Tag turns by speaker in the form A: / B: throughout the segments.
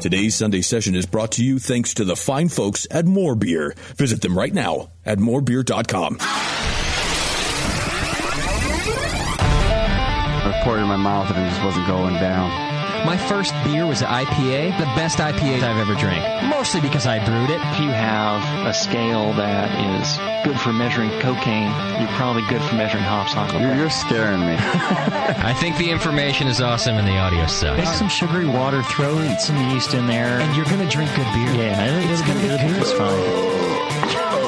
A: Today's Sunday session is brought to you thanks to the fine folks at More Beer. Visit them right now at morebeer.com.
B: I poured it in my mouth and it just wasn't going down.
C: My first beer was an IPA, the best IPA I've ever drank, mostly because I brewed it.
D: If you have a scale that is good for measuring cocaine, you're probably good for measuring hops.
B: You're, you're scaring me.
C: I think the information is awesome and the audio
E: Make
C: sucks.
E: some sugary water, throw in some yeast in there.
C: And you're gonna drink good beer.
E: Yeah, and it- it's gonna be good. It's fine.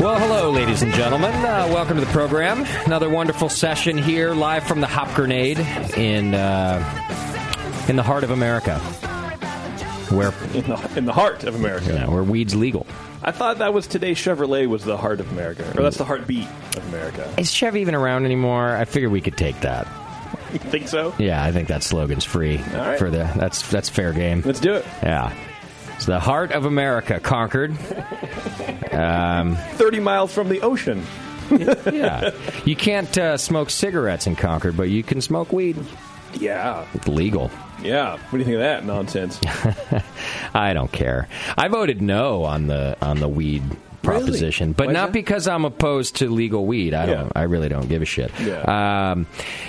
F: Well, hello, ladies and gentlemen. Uh, welcome to the program. Another wonderful session here, live from the Hop Grenade in uh, in the heart of America, where
G: in the, in the heart of America.
F: yeah, where weed's legal.
G: I thought that was today. Chevrolet was the heart of America, or that's the heartbeat of America.
F: Is Chevy even around anymore? I figure we could take that.
G: You think so?
F: Yeah, I think that slogan's free
G: right.
F: for the. That's that's fair game.
G: Let's do it.
F: Yeah, it's the heart of America conquered. Um,
G: Thirty miles from the ocean.
F: Yeah, you can't uh, smoke cigarettes in Concord, but you can smoke weed.
G: Yeah,
F: It's legal.
G: yeah. What do you think of that nonsense?
F: I don't care. I voted no on the on the weed proposition, but
G: Why'd
F: not
G: ya?
F: because I'm opposed to legal weed. I don't.
G: Yeah.
F: I really don't give a shit.
G: Yeah.
F: Um,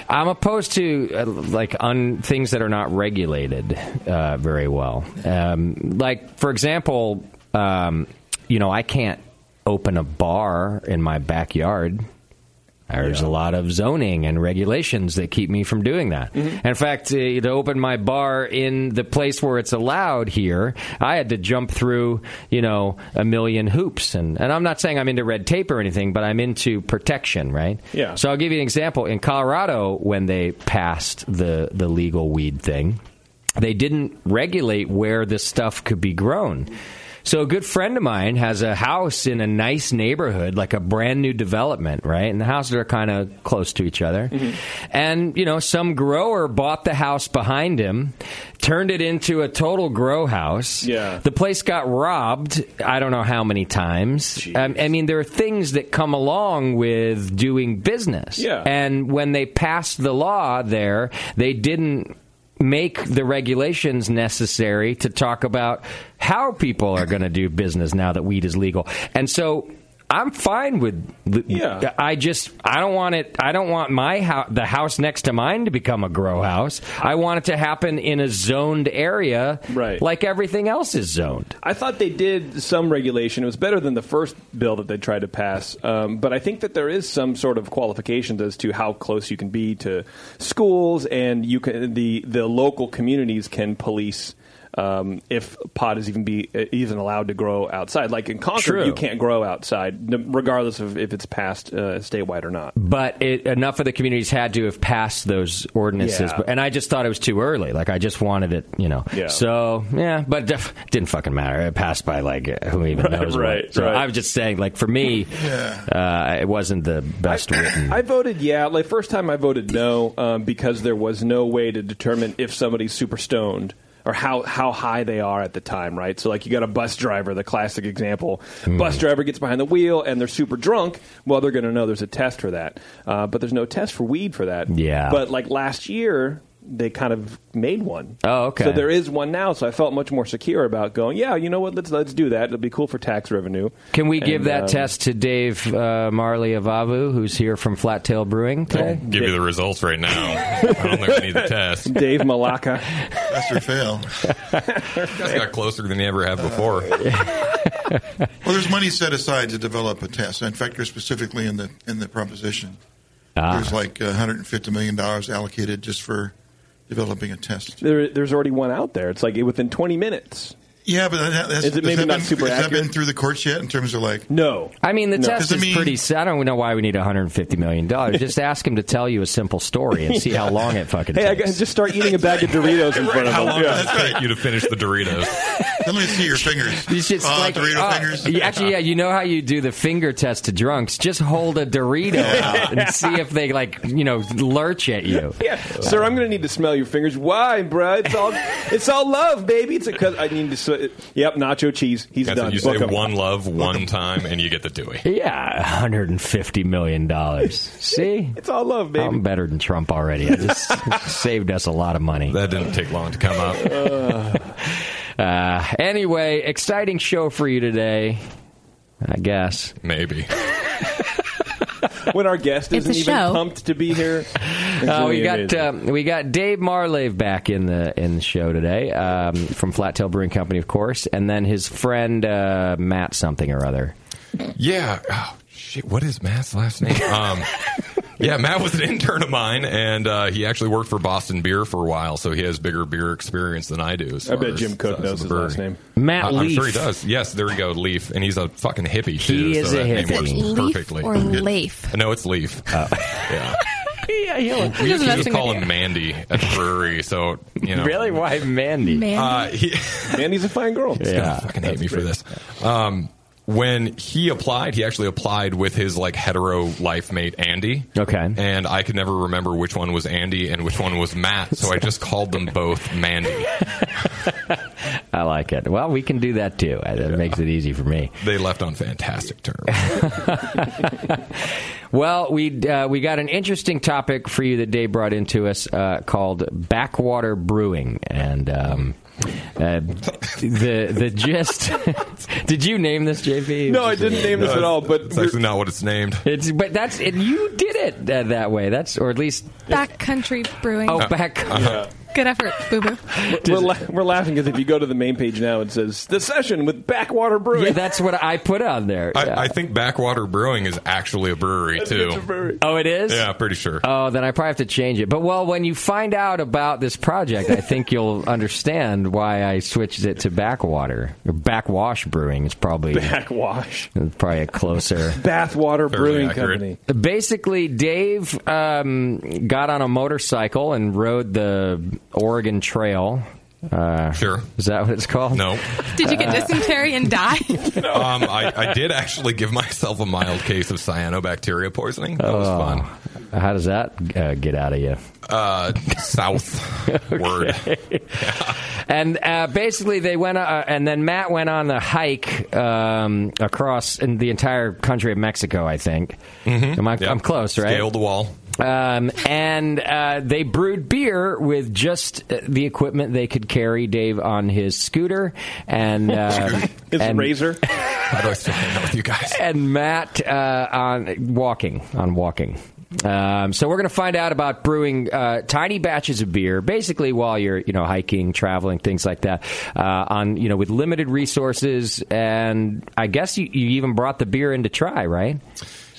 F: I'm opposed to uh, like un, things that are not regulated uh, very well. Um, like for example, um, you know, I can't open a bar in my backyard. There's a lot of zoning and regulations that keep me from doing that. In fact, uh, to open my bar in the place where it's allowed here, I had to jump through, you know, a million hoops. And, and I'm not saying I'm into red tape or anything, but I'm into protection, right?
G: Yeah.
F: So I'll give you an example. In Colorado, when they passed the, the legal weed thing, they didn't regulate where this stuff could be grown. So a good friend of mine has a house in a nice neighborhood, like a brand new development, right? And the houses are kind of close to each other. And, you know, some grower bought the house behind him, turned it into a total grow house.
G: Yeah.
F: The place got robbed, I don't know how many times. Um, I mean, there are things that come along with doing business.
G: Yeah.
F: And when they passed the law there, they didn't make the regulations necessary to talk about how people are going to do business now that weed is legal. And so I'm fine with the-
G: Yeah.
F: I just I don't want it I don't want my house the house next to mine to become a grow house. I want it to happen in a zoned area
G: Right.
F: like everything else is zoned.
G: I thought they did some regulation. It was better than the first bill that they tried to pass. Um, but I think that there is some sort of qualifications as to how close you can be to schools, and you can the the local communities can police
H: um, if pot is even be even allowed to grow outside. Like in Concord,
F: True.
H: you can't grow outside, n- regardless of if it's passed uh, statewide or not.
F: But it, enough of the communities had to have passed those ordinances,
H: Yeah.
F: But- and I just thought it was too early. Like I just wanted it, you know.
H: Yeah.
F: So yeah, but def- didn't fucking matter. It passed by like who even
H: Right,
F: knows. what.
H: right,
F: So
H: right.
F: I was just saying, like for me, uh, it wasn't the best written.
H: I voted yeah. Like first time I voted no um, because there was no way to determine if somebody's super stoned or how how high they are at the time, right? So like you got a bus driver, the classic example.
F: Hmm.
H: Bus driver gets behind the wheel and they're super drunk. Well, they're going to know there's a test for that, uh, but there's no test for weed for that.
F: Yeah.
H: But like last year. They kind of made one.
F: Oh, okay.
H: So there is one now. So I felt much more secure about going. Yeah, you know what? Let's let's do that. It'll be cool for tax revenue.
F: Can we give
H: And,
F: that
H: um,
F: test to Dave uh, Marley of Avu, who's here from Flattail Brewing today?
I: Give you the results right now. I don't think we need the test.
H: Dave Malaka.
J: Pass or fail.
I: That's got closer than you ever have before.
J: Well, there's money set aside to develop a test. In fact, there's specifically in the in the proposition.
H: Ah.
J: There's like uh, 150 million dollars allocated just for developing a test.
H: There, there's already one out there. It's like within 20 minutes.
J: Yeah, but that has,
H: Is it
J: has
H: maybe
J: that
H: not
J: been,
H: super
J: has that been
H: accurate?
J: through the courts yet in terms of like?
H: No.
F: I mean, the
J: No.
F: test
J: Does it
F: is
J: mean-
F: pretty. s- I don't know why we need 150 million dollars. Just ask him to tell you a simple story and see how long it fucking
H: Hey, I
F: takes.
H: got- just start eating a bag of Doritos in front of
I: How
H: them.
I: long
H: Yeah.
I: does it take you to finish the Doritos?
J: Let me see your fingers.
F: It's just
J: Uh,
F: like,
J: Dorito
F: uh,
J: fingers.
F: you- Actually, yeah, you know how you do the finger test to drunks. Just hold a Dorito out and see if they like, you know, lurch at you.
H: Yeah. Sir, I'm going to need to smell your fingers. Why, bruh? It's all, it's all love, baby. It's because I need to. sw- Yep, nacho cheese. He's
I: That's
H: done.
I: it. You say
H: Book 'em.
I: one love one time and you get the Dewey.
F: Yeah, 150 million dollars. See,
H: it's all love, baby.
F: I'm better than Trump already. I just saved us a lot of money.
I: That didn't take long to come up.
F: Uh, anyway, exciting show for you today, I guess.
I: Maybe.
H: When our guest
F: It's
H: isn't
F: a
H: even
F: show.
H: pumped to be here. it's
F: Uh, we
H: really
F: got
H: amazing.
F: um, we got Dave Marlave back in the in the show today um, from Flattail Brewing Company, of course, and then his friend uh, Matt something or other.
I: Yeah. Oh, shit. What is Matt's last name? Um, yeah, Matt was an intern of mine, and uh, he actually worked for Boston Beer for a while, so he has bigger beer experience than I do. as
H: I
I: far
H: bet
I: as
H: Jim Cook
I: size of
H: knows
I: the
H: his last
I: brewery.
H: name.
F: Matt
I: I- I'm
F: Leaf.
I: sure he does. Yes, there we go, Leaf, and he's a fucking hippie too.
F: He is
I: so
F: a
I: that name
F: hippie.
I: works
F: Is it Leaf
I: perfectly. Uh,
K: or Leaf?
I: No, it's Leaf. yeah.
F: yeah,
I: We used to just call him Mandy at the brewery, so you know.
F: Really? Why Mandy?
K: Mandy?
I: Uh, he,
H: Mandy's a fine girl.
I: He's gonna fucking hate me for this. Um, when he applied, he actually applied with his like hetero life mate Andy.
F: Okay.
I: And I could never remember which one was Andy and which one was Matt, so I just called them both Mandy.
F: I like it. Well, we can do that too. Uh, That makes it easy for me.
I: They left on fantastic terms.
F: Well, we uh, we got an interesting topic for you that Dave brought into us uh, called backwater brewing, and um, uh, the the gist. did you name this, JP?
H: No, I didn't name this at all, but
I: it's actually not what it's named.
F: It's but that's and you did it uh, that way. That's or at least
K: Backcountry Brewing.
I: Uh-huh.
F: oh back.
K: Good effort, Boo Boo.
H: We're, la- we're laughing because if you go to the main page now, it says the session with Backwater Brewing.
F: Yeah, that's what I put on there.
I: I,
F: Yeah.
I: I think Backwater Brewing is actually a brewery too.
F: oh, it is.
I: Yeah, pretty sure.
F: Oh, then I probably have to change it. But well, when you find out about this project, I think you'll understand why I switched it to backwater. Backwash brewing is probably
H: Backwash.
F: probably a closer.
H: Bathwater Brewing
F: accurate.
H: Company.
F: Basically, Dave um, got on a motorcycle and rode the Oregon Trail. Uh,
I: sure.
F: Is that what it's called?
I: No.
K: Did you
F: Uh,
I: Uh,
K: get dysentery and die?
I: um, I, I did actually give myself a mild case of cyanobacteria poisoning. That was fun.
F: fun. Oh. How does that uh, get out of you?
I: Uh, south word.
F: And uh, basically, they went, uh, and then Matt went on a hike um, across in the entire country of Mexico. I think. Am I, am close, right?
I: Mm-hmm. Scaled the wall.
F: Um, and uh, they brewed beer with just uh, the equipment they could carry. Dave on his scooter and uh,
H: His
F: and,
H: razor.
I: How do I still hang out with you guys?
F: and Matt uh, on walking on walking. Um, so we're going to find out about brewing uh, tiny batches of beer, basically while you're you know hiking, traveling, things like that. Uh, on you know with limited resources, and I guess you, you even brought the beer in to try, right?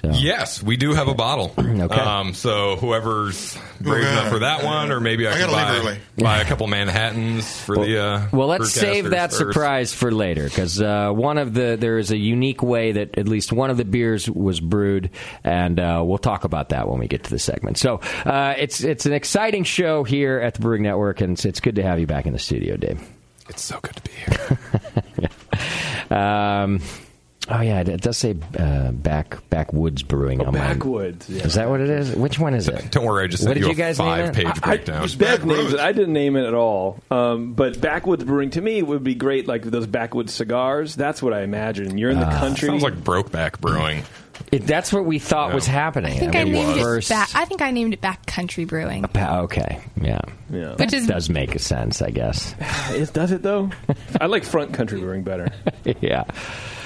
I: Yes, we do have a bottle. Okay. Um, so whoever's brave
F: Okay.
I: enough for that one, or maybe I,
F: I
I: can
F: gotta
I: buy,
F: leave early.
I: buy a couple Manhattans for the. Uh,
F: Well, let's
I: brewcasters
F: save that
I: first.
F: surprise for later because uh, one of the there is a unique way that at least one of the beers was brewed, and uh, we'll talk about that when we get to the segment. So uh, it's it's an exciting show here at the Brewing Network, and it's, it's good to have you back in the studio, Dave.
I: It's so good to be
F: here. um, oh yeah, it it does say uh, back backwoods brewing. on my-
H: Oh, Backwoods, yeah.
F: Is that what it is? Which one is it?
I: Don't worry, I
F: What did you guys name it?
H: I, Beck names it. I didn't name it at all. Um, but backwoods brewing to me would be great, like those backwoods cigars. That's what I imagine. You're in the
I: Ah.
H: country.
I: Sounds like Brokeback Brewing.
F: It, that's what we thought was happening.
K: I think I named it back. I think I named it back country brewing.
F: Pa- Okay, yeah, yeah.
K: Which is-
F: does make sense, I guess.
H: it does it though. I like front country brewing better.
F: yeah,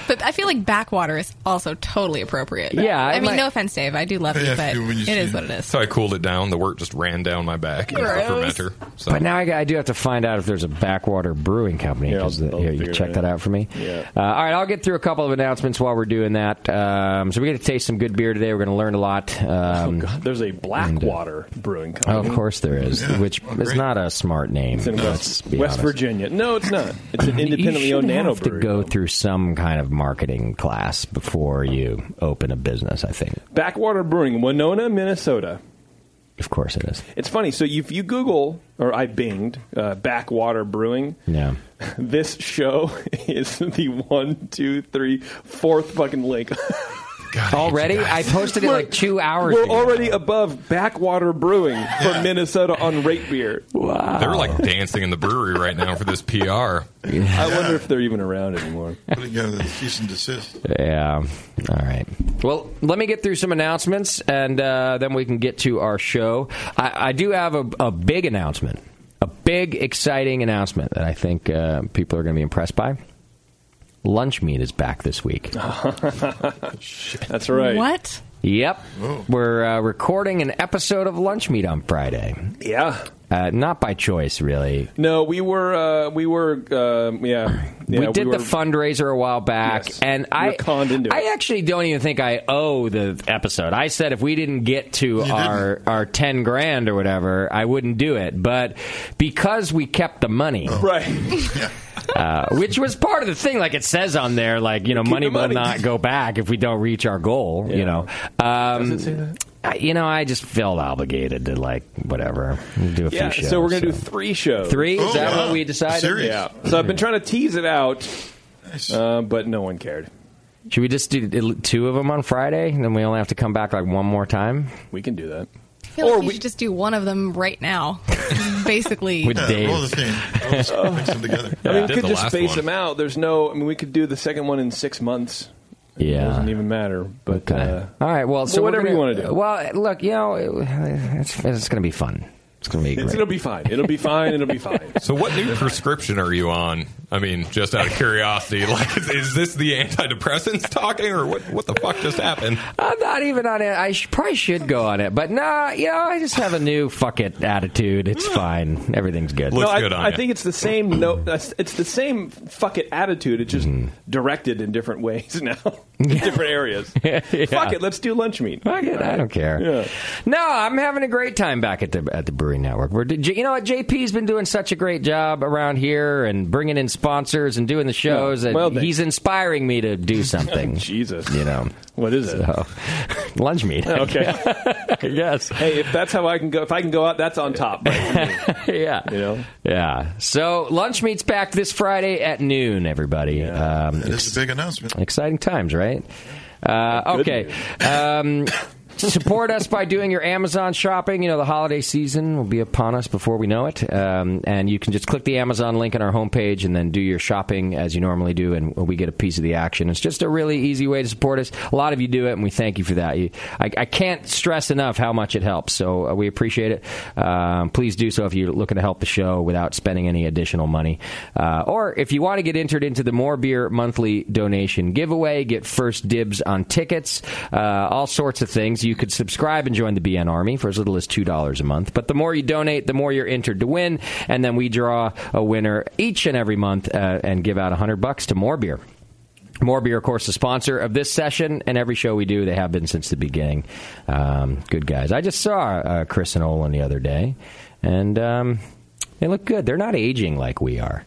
K: But I feel like backwater is also totally appropriate.
I: Yeah,
K: I,
I: I
K: mean,
I: might-
K: no offense, Dave. I do love you, but it is what it is.
I: That's how I cooled it down. The wort just ran down my back into the
K: Gross.
I: fermenter. So
F: But now I, got- I do have to find out if there's a backwater brewing company.
I: Yeah, I'll-
F: 'cause the-
I: I'll
F: here, you
I: figure
F: check
I: it
F: that
I: out.
F: out for me.
I: Yeah.
F: Uh, all right, I'll get through a couple of announcements while we're doing that. Um, so we get to taste some good beer today. We're going to learn a lot. Um,
H: Oh, God, there's a Blackwater brewing
F: oh,
H: company. Oh,
F: of course there is, which is not a smart name.
H: It's in
F: let's
H: West,
F: be
H: West
F: honest.
H: Virginia. No, it's not. It's an
F: You
H: independently
F: should
H: owned nano
F: have to
H: brewery.
F: go through some kind of marketing class before you open a business. I think,
H: Backwater Brewing, Winona, Minnesota.
F: of course, it is.
H: It's funny. So if you Google or I binged uh, Backwater Brewing,
F: Yeah.
H: this show is the one, two, three, fourth fucking link.
F: Already, I posted it like two hours.
H: We're
F: ago.
H: already above Backwater Brewing from Minnesota on rate beer.
F: Wow.
I: They're like dancing in the brewery right now for this PR.
H: I wonder if they're even around anymore.
J: Putting together the cease and desist.
F: Yeah. All right. Well, let me get through some announcements, and uh, then we can get to our show. I, I do have a, a big announcement, a big exciting announcement that I think uh, people are going to be impressed by. Lunch meat is back this week.
H: Ah. That's right.
K: What?
F: Yep. We're uh, recording an episode of Lunch Meat on Friday.
H: Yeah.
F: Uh, not by choice, really.
H: No, we were uh, we were uh, yeah, yeah.
F: we did
H: were-
F: the fundraiser a while back, and I I actually don't even think I owe the episode. I said if we didn't get to our our ten grand or whatever, I wouldn't do it. But because we kept the money,
H: right?
F: uh, which was part of the thing. Like it says on there, like you know, money,
H: the money.
F: will not go back if we don't reach our goal. You know, um, I, you know, I just felt obligated to like whatever do a
H: Yeah,
F: few shows.
H: so we're gonna do three shows.
F: Three? Is Oh, that wow. what we decided? Serious?
H: Yeah. So I've been trying to tease it out, uh, but no one cared.
F: Should we just do two of them on Friday, and then we only have to come back like one more time?
H: We can do that.
K: I feel like we, should just do one of them right now. Basically,
F: With Yeah, Dave. roll the
H: I mean, we
F: did
H: could
F: the
H: just
F: last
H: space
F: one.
H: them out. There's no. I mean, we could do the second one in six months.
F: Yeah.
H: it doesn't even matter. But uh,
F: All right. Well, so we're
H: whatever
F: gonna-
H: you want to do.
F: Well, look, you know, it- it's, it's going to be fun. It's going to be
H: It's,
F: great.
H: it'll be fine. It'll be fine. It'll be fine.
I: So, what new prescription are you on? I mean, just out of curiosity, like, is, is this the antidepressants talking, or what? What the fuck just happened?
F: I'm not even on it. I sh- probably should go on it, but nah, you know, I just have a new fuck it attitude. It's fine. Everything's good.
H: I, I think it's the same. No, it's the same. Fuck it attitude. It's just
F: Mm-hmm.
H: directed in different ways now, in different areas. Fuck it. Let's do lunch meat.
F: Fuck it. I don't care. No, I'm having a great time back at the at the Brewery Network. We're, you know what? JP's been doing such a great job around here and bringing in sponsors and doing the shows.
H: Yeah.
F: And
H: Well,
F: he's inspiring me to do something.
H: Jesus.
F: You know.
H: What is it?
F: it? Lunch meat.
H: Okay.
F: yes.
H: Hey, if that's how I can go, if I can go out, that's on top.
F: yeah.
H: You know.
F: Yeah. So lunch meets back this Friday at noon, everybody. Um, this
J: is a big announcement.
F: Exciting times, right? Uh, okay. Um, support us by doing your Amazon shopping. You know, the holiday season will be upon us before we know it. Um, and you can just click the Amazon link on our homepage and then do your shopping as you normally do, and we get a piece of the action. It's just a really easy way to support us. A lot of you do it, and we thank you for that. You, I, I can't stress enough how much it helps, so uh, we appreciate it. Um, please do so if you're looking to help the show without spending any additional money. Uh, or if you want to get entered into the More Beer monthly donation giveaway, get first dibs on tickets, uh, all sorts of things. You could subscribe and join the BN Army for as little as $2 a month. But the more you donate, the more you're entered to win. And then we draw a winner each and every month uh, and give out 100 bucks to More Beer. More Beer, of course, the sponsor of this session and every show we do. They have been since the beginning. Um, good guys. I just saw uh, Chris and Olin the other day, and um, they look good. They're not aging like we are.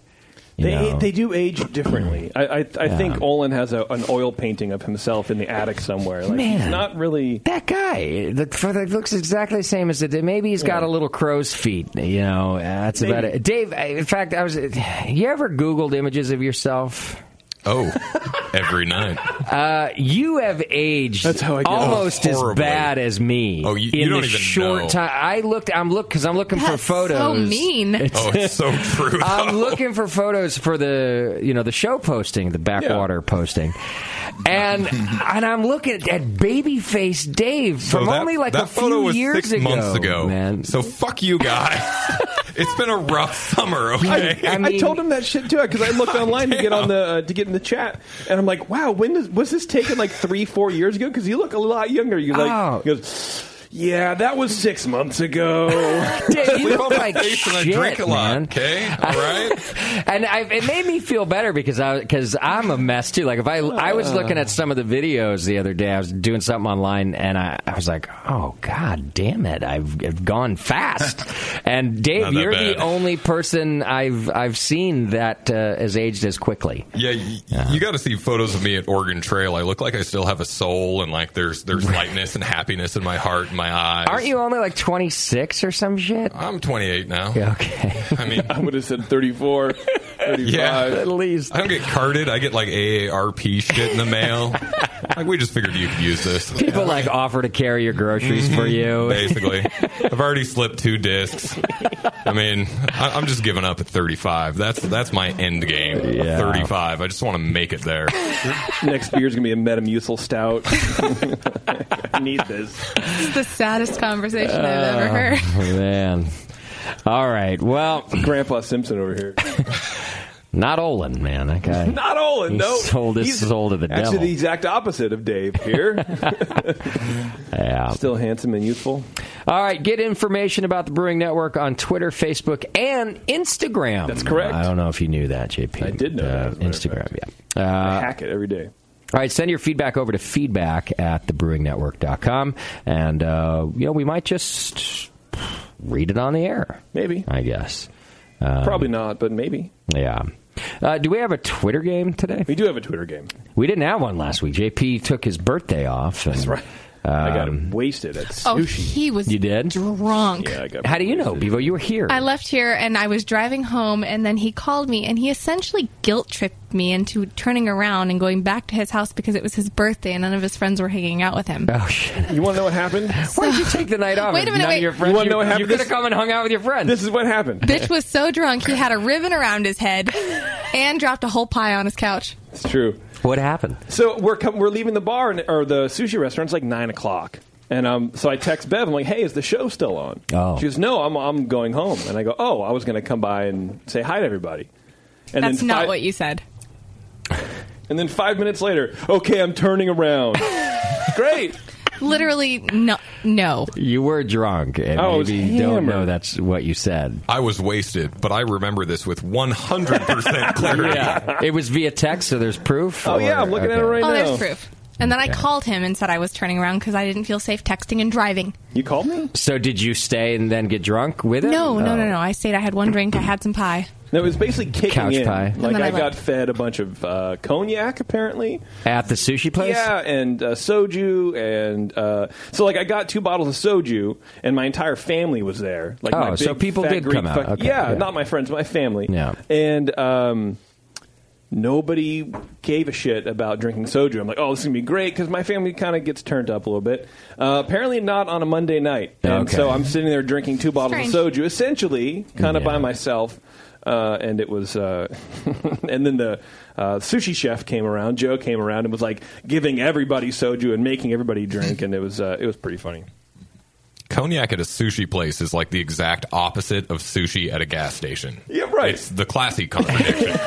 F: you
H: They,
F: know.
H: they do age differently. I, I, I
F: Yeah.
H: think Olin has a, an oil painting of himself in the attic somewhere. Like, he's
F: Man.
H: not really
F: that guy. The, for the, looks exactly the same as it. did. Maybe he's got a little crow's feet. You know, uh, that's about
H: Maybe.
F: it. Dave, I- in fact, I was. You ever Googled images of yourself?
I: Oh, every night.
F: Uh, you have aged
I: That's how I get-
F: almost
I: Oh,
F: as
I: horribly.
F: bad as me.
I: Oh, you-
F: in
I: you don't
F: the
I: even
F: short
I: know.
F: time. I looked. I'm look because I'm looking for
K: That's so
F: photos.
K: mean. Oh,
I: it's so true.
F: I'm looking for photos for the you know the show posting, the backwater posting, and and I'm looking at babyface Dave from
I: that,
F: only like
I: that
F: a few
I: photo was
F: years
I: six
F: ago.
I: months ago, man. So fuck you guys. it's been a rough summer. Okay,
H: I, I told him that shit too because I looked online to get on the uh, to get in the chat, and I'm like, "Wow, when does, was this taken? Like three, four years ago? Because you look a lot younger." You like,
F: Oh.
H: he goes, "Yeah, that was six months ago."
F: Dave, you
H: We
F: look
H: both
F: like
H: face
F: shit,
H: and I drink a lot,
F: man.
I: Okay, all right.
F: and I, it made me feel better because I because I'm a mess too. Like if I I
I: Oh.
F: was looking at some of the videos the other day, I was doing something online, and I, I was like, oh god damn it, I've, I've gone fast. and
I: Not
F: Dave,
I: that
F: you're the
I: bad.
F: only person I've I've seen that uh, has aged as quickly.
I: Yeah, you, you got to see photos of me at Oregon Trail. I look like I still have a soul, and like there's there's lightness and happiness in my heart and my eyes.
F: Aren't you only like 26 or some shit?
I: I'm 28 now.
F: Yeah, okay.
I: I mean,
H: I would have said 34, 35.
I: Yeah,
F: at least.
I: I don't get carded. I get like AARP shit in the mail. like we just figured you could use this.
F: People like offer to carry your groceries for you.
I: Basically, I've already slipped two discs. I mean, I, I'm just giving up at 35. That's that's my end game. 35. I just want to make it there.
H: Next beer's gonna be a Metamucil stout. I need this.
K: This is the saddest conversation I've
H: Uh,
K: ever heard.
F: Oh, man. All right. Well,
H: Grandpa Simpson over here.
F: Not Olin, man. That guy.
H: Not Olin.
F: He
H: No,
F: sold his
H: He's
F: soul to the
H: actually
F: devil.
H: the exact opposite of Dave here.
F: yeah.
H: Still handsome and youthful.
F: All right. Get information about the Brewing Network on Twitter, Facebook, and Instagram. That's
H: correct.
F: Um, I don't know if you knew that, JP. I did know that. Instagram, yeah. Uh,
H: hack it every day.
F: All right, send your feedback over to feedback at thebrewingnetwork.com, and uh, you know we might just read it on the air.
H: Maybe.
F: I guess. Um,
H: Probably not, but maybe.
F: Yeah. Uh, do we have a Twitter game today?
H: We do have a Twitter game.
F: We didn't have one last week. JP took his birthday off. And, That's right.
H: I got wasted at
K: Oh, he was
F: You did?
K: drunk.
H: Yeah, I got
F: How do you know, Bevo? You were here.
K: I left here and I was driving home, and then he called me and he essentially guilt tripped me into turning around and going back to his house because it was his birthday and none of his friends were hanging out with him.
F: Oh shit!
H: You want to know what happened?
F: Why did you take the night off?
K: Wait a minute,
F: None of
K: wait.
F: your friends.
H: You wanna know what happened?
F: could have
H: This-
F: come and hung out with your friends.
H: This is what happened.
K: Bitch was so drunk he had a ribbon around his head and dropped a whole pie on his couch.
H: It's true.
F: What happened?
H: So we're com- we're leaving the bar and, or the sushi restaurant. It's like nine o'clock, and um, so I text Bev. I'm like, "Hey, is the show still on?"
F: Oh.
H: She goes, "No, I'm I'm going home." And I go, "Oh, I was going to come by and say hi to everybody." And
K: That's not
H: five,
K: what you said.
H: And then five minutes later, okay, I'm turning around. Great.
K: Literally, no. no.
F: You were drunk, and
I: I was
F: maybe you don't
I: hammered.
F: know Oh, that's what you said.
I: I was wasted, but I remember this with 100% clarity.
F: Yeah, it was via text, so there's proof.
I: Oh, yeah, I'm looking at it right
K: oh, there's proof. And then I called him and said I was turning around because I didn't feel safe texting and driving.
H: You called me.
F: So did you stay and then get drunk with him?
K: No, no,
F: Oh.
K: no, no. I stayed. I had one drink. I had some pie.
H: No, it was basically kicking
F: Couch
H: in.
F: pie.
H: Like
K: And then
H: I,
K: I
H: got fed a bunch of uh, cognac apparently.
F: At the sushi place?
H: Yeah, and uh, soju, and uh, so like I got two bottles of soju, and my entire family was there. Like
F: Oh,
H: my big,
F: so people
H: fat
F: did
H: Greek
F: come out.
H: fuck-
F: Okay,
H: yeah,
F: yeah.
H: not my friends, my family.
F: Yeah.
H: and um, nobody gave a shit about drinking soju. I'm like, oh, this is gonna be great because my family kind of gets turned up a little bit. Uh, apparently, not on a Monday night, and
F: Okay.
H: so I'm sitting there drinking two bottles
C: Strange.
H: of soju, essentially, kind of
F: Yeah.
H: by myself. Uh, and it was, uh, and then the uh, sushi chef came around. Joe came around and was like giving everybody soju and making everybody drink, and it was uh, it was pretty funny.
I: Cognac at a sushi place is like the exact opposite of sushi at a gas station. Yeah, right. It's the classy contradiction.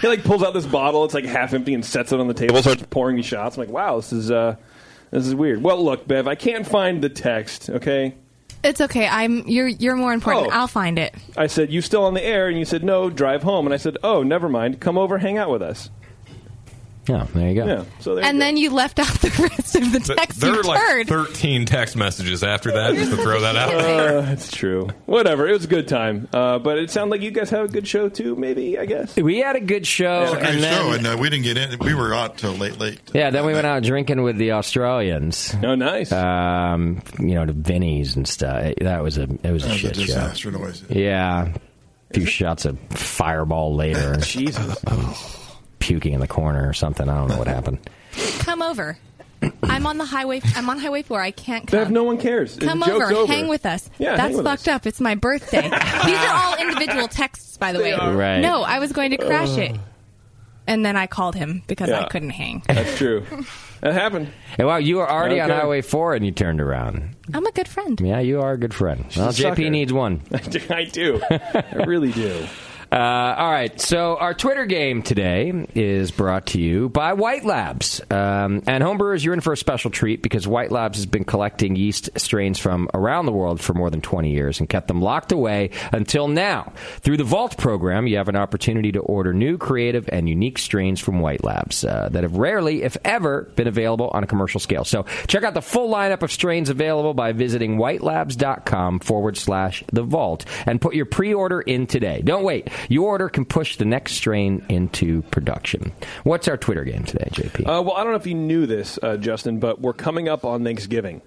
H: He like pulls out this bottle, it's like half empty, and sets it on the table, starts pouring me shots. I'm like, wow, this is uh, this is weird. Well, look, Bev, I can't find the text. Okay,
K: It's okay. I'm. You're. You're more important.
H: Oh.
K: I'll find it.
H: I said you still on the air, and you said no, drive home, and I said, oh, never mind, come over, hang out with us.
F: Yeah, there you go.
I: Yeah.
H: So
K: and then you left out the rest of the text
I: there
K: you
I: are like
K: heard.
I: 13 text messages after that just to throw that out there.
H: Uh, it's true. Whatever. It was a good time. Uh, but it sounded like you guys had a good show too. Maybe I guess
F: we had a good show.
H: Yeah,
J: Great
F: and then-
J: show, and uh, we didn't get in. We were out till late, late.
F: Yeah, then we went out drinking with the Australians.
H: Oh, nice.
F: Um, you know, to Vinny's and stuff. It- that was a it was a
J: That was a
F: shit
J: disaster
F: show.
J: noise.
F: Yeah, a few shots of Fireball later.
H: Jesus,
F: puking in the corner or something. I don't know what happened.
K: Come over. I'm on the highway. I'm on highway four. I can't
H: Bev,
K: come.
H: no one cares. The
K: Come
H: joke's
K: over, hang with us.
H: Yeah,
K: That's
H: hang with
K: fucked up. It's my birthday. These are all individual texts, by the way.
H: are. Right.
K: No, I was going to crash it, and then I called him because I
F: Yeah.
K: couldn't hang.
H: That's true. That happened.
F: And wow, you were already on
H: Okay.
F: Highway Four and you turned around.
K: I'm a good friend.
F: Yeah, you are a good friend.
H: a
F: Well, JP
H: sucker.
F: needs one.
H: I do. I really do.
F: Uh, all right, so our Twitter game today is brought to you by White Labs. Um, and homebrewers, you're in for a special treat because White Labs has been collecting yeast strains from around the world for more than 20 years and kept them locked away until now. Through the Vault program, you have an opportunity to order new, creative, and unique strains from White Labs uh, that have rarely, if ever, been available on a commercial scale. So check out the full lineup of strains available by visiting whitelabs.com forward slash the vault and put your pre order in today. Don't wait. Your order can push the next strain into production. What's our Twitter game today, JP?
H: Uh, well, I don't know if you knew this, uh, Justin, but we're coming up on Thanksgiving.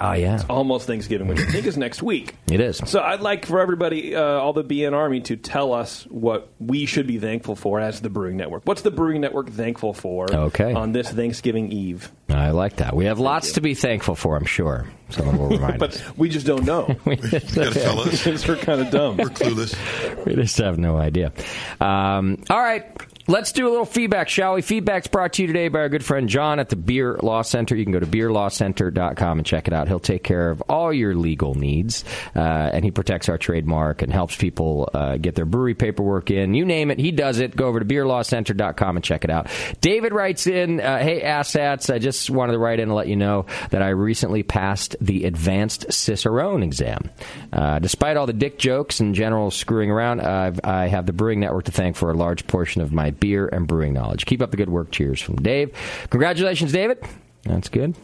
F: Oh, yeah.
H: Almost Thanksgiving, which I think is next week.
F: It is.
H: So I'd like for everybody, uh, all the BN Army, to tell us what we should be thankful for as the Brewing Network. What's the Brewing Network thankful for
F: Okay.
H: on this Thanksgiving Eve?
F: I like that. We have lots to be thankful for, I'm sure. Someone will remind us.
H: But we just don't know.
F: We just
H: gotta
F: don't
H: tell
F: know.
H: us. Since we're kind of dumb. We're clueless.
F: We just have no idea. Um, all right. Let's do a little feedback, shall we? Feedback's brought to you today by our good friend John at the Beer Law Center. You can go to beerlawcenter.com and check it out. He'll take care of all your legal needs, uh, and he protects our trademark and helps people uh, get their brewery paperwork in. You name it, he does it. Go over to beerlawcenter.com and check it out. David writes in, uh, "Hey assets, I just wanted to write in and let you know that I recently passed the advanced Cicerone exam. Uh, despite all the dick jokes and general screwing around, I've, I have the Brewing Network to thank for a large portion of my beer and brewing knowledge. Keep up the good work. Cheers from Dave. Congratulations, David. That's good.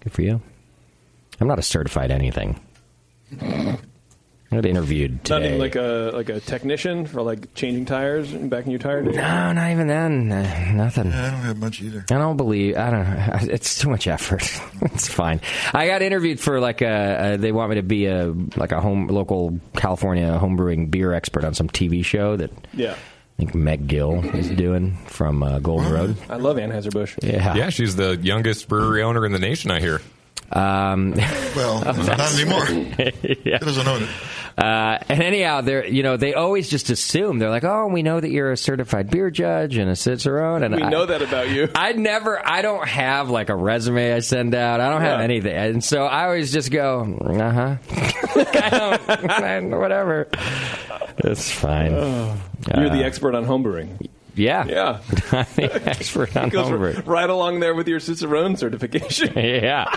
F: Good for you. I'm not a certified anything. I got interviewed
H: Not
F: today.
H: even like a like a technician for like changing tires and backing your tire.
F: No, not even then. Uh, nothing.
J: I don't have much either.
F: I don't believe. I don't. know. It's too much effort. it's fine. I got interviewed for like a, a. They want me to be a like a home local California homebrewing beer expert on some TV show that
H: Yeah.
F: I think Meg Gill is doing from uh, Golden Road.
H: I love Anheuser Busch.
F: Yeah.
I: Yeah, she's the youngest brewery owner in the nation, I hear.
F: Um,
J: well, not anymore.
F: yeah.
J: doesn't own it.
F: Uh, and anyhow, they're you know they always just assume they're like, oh, we know that you're a certified beer judge and a cicerone, and
H: We
F: I,
H: know that about you.
F: I never, I don't have like a resume I send out. I don't have
H: Yeah.
F: anything, and so I always just go, uh huh. I don't, whatever. It's fine.
H: Oh. You're the
F: Uh,
H: expert on homebrewing.
F: Yeah,
H: Yeah.
F: I'm the expert on
H: It goes
F: homebrewing.
H: r- right along there with your Cicerone certification.
F: yeah.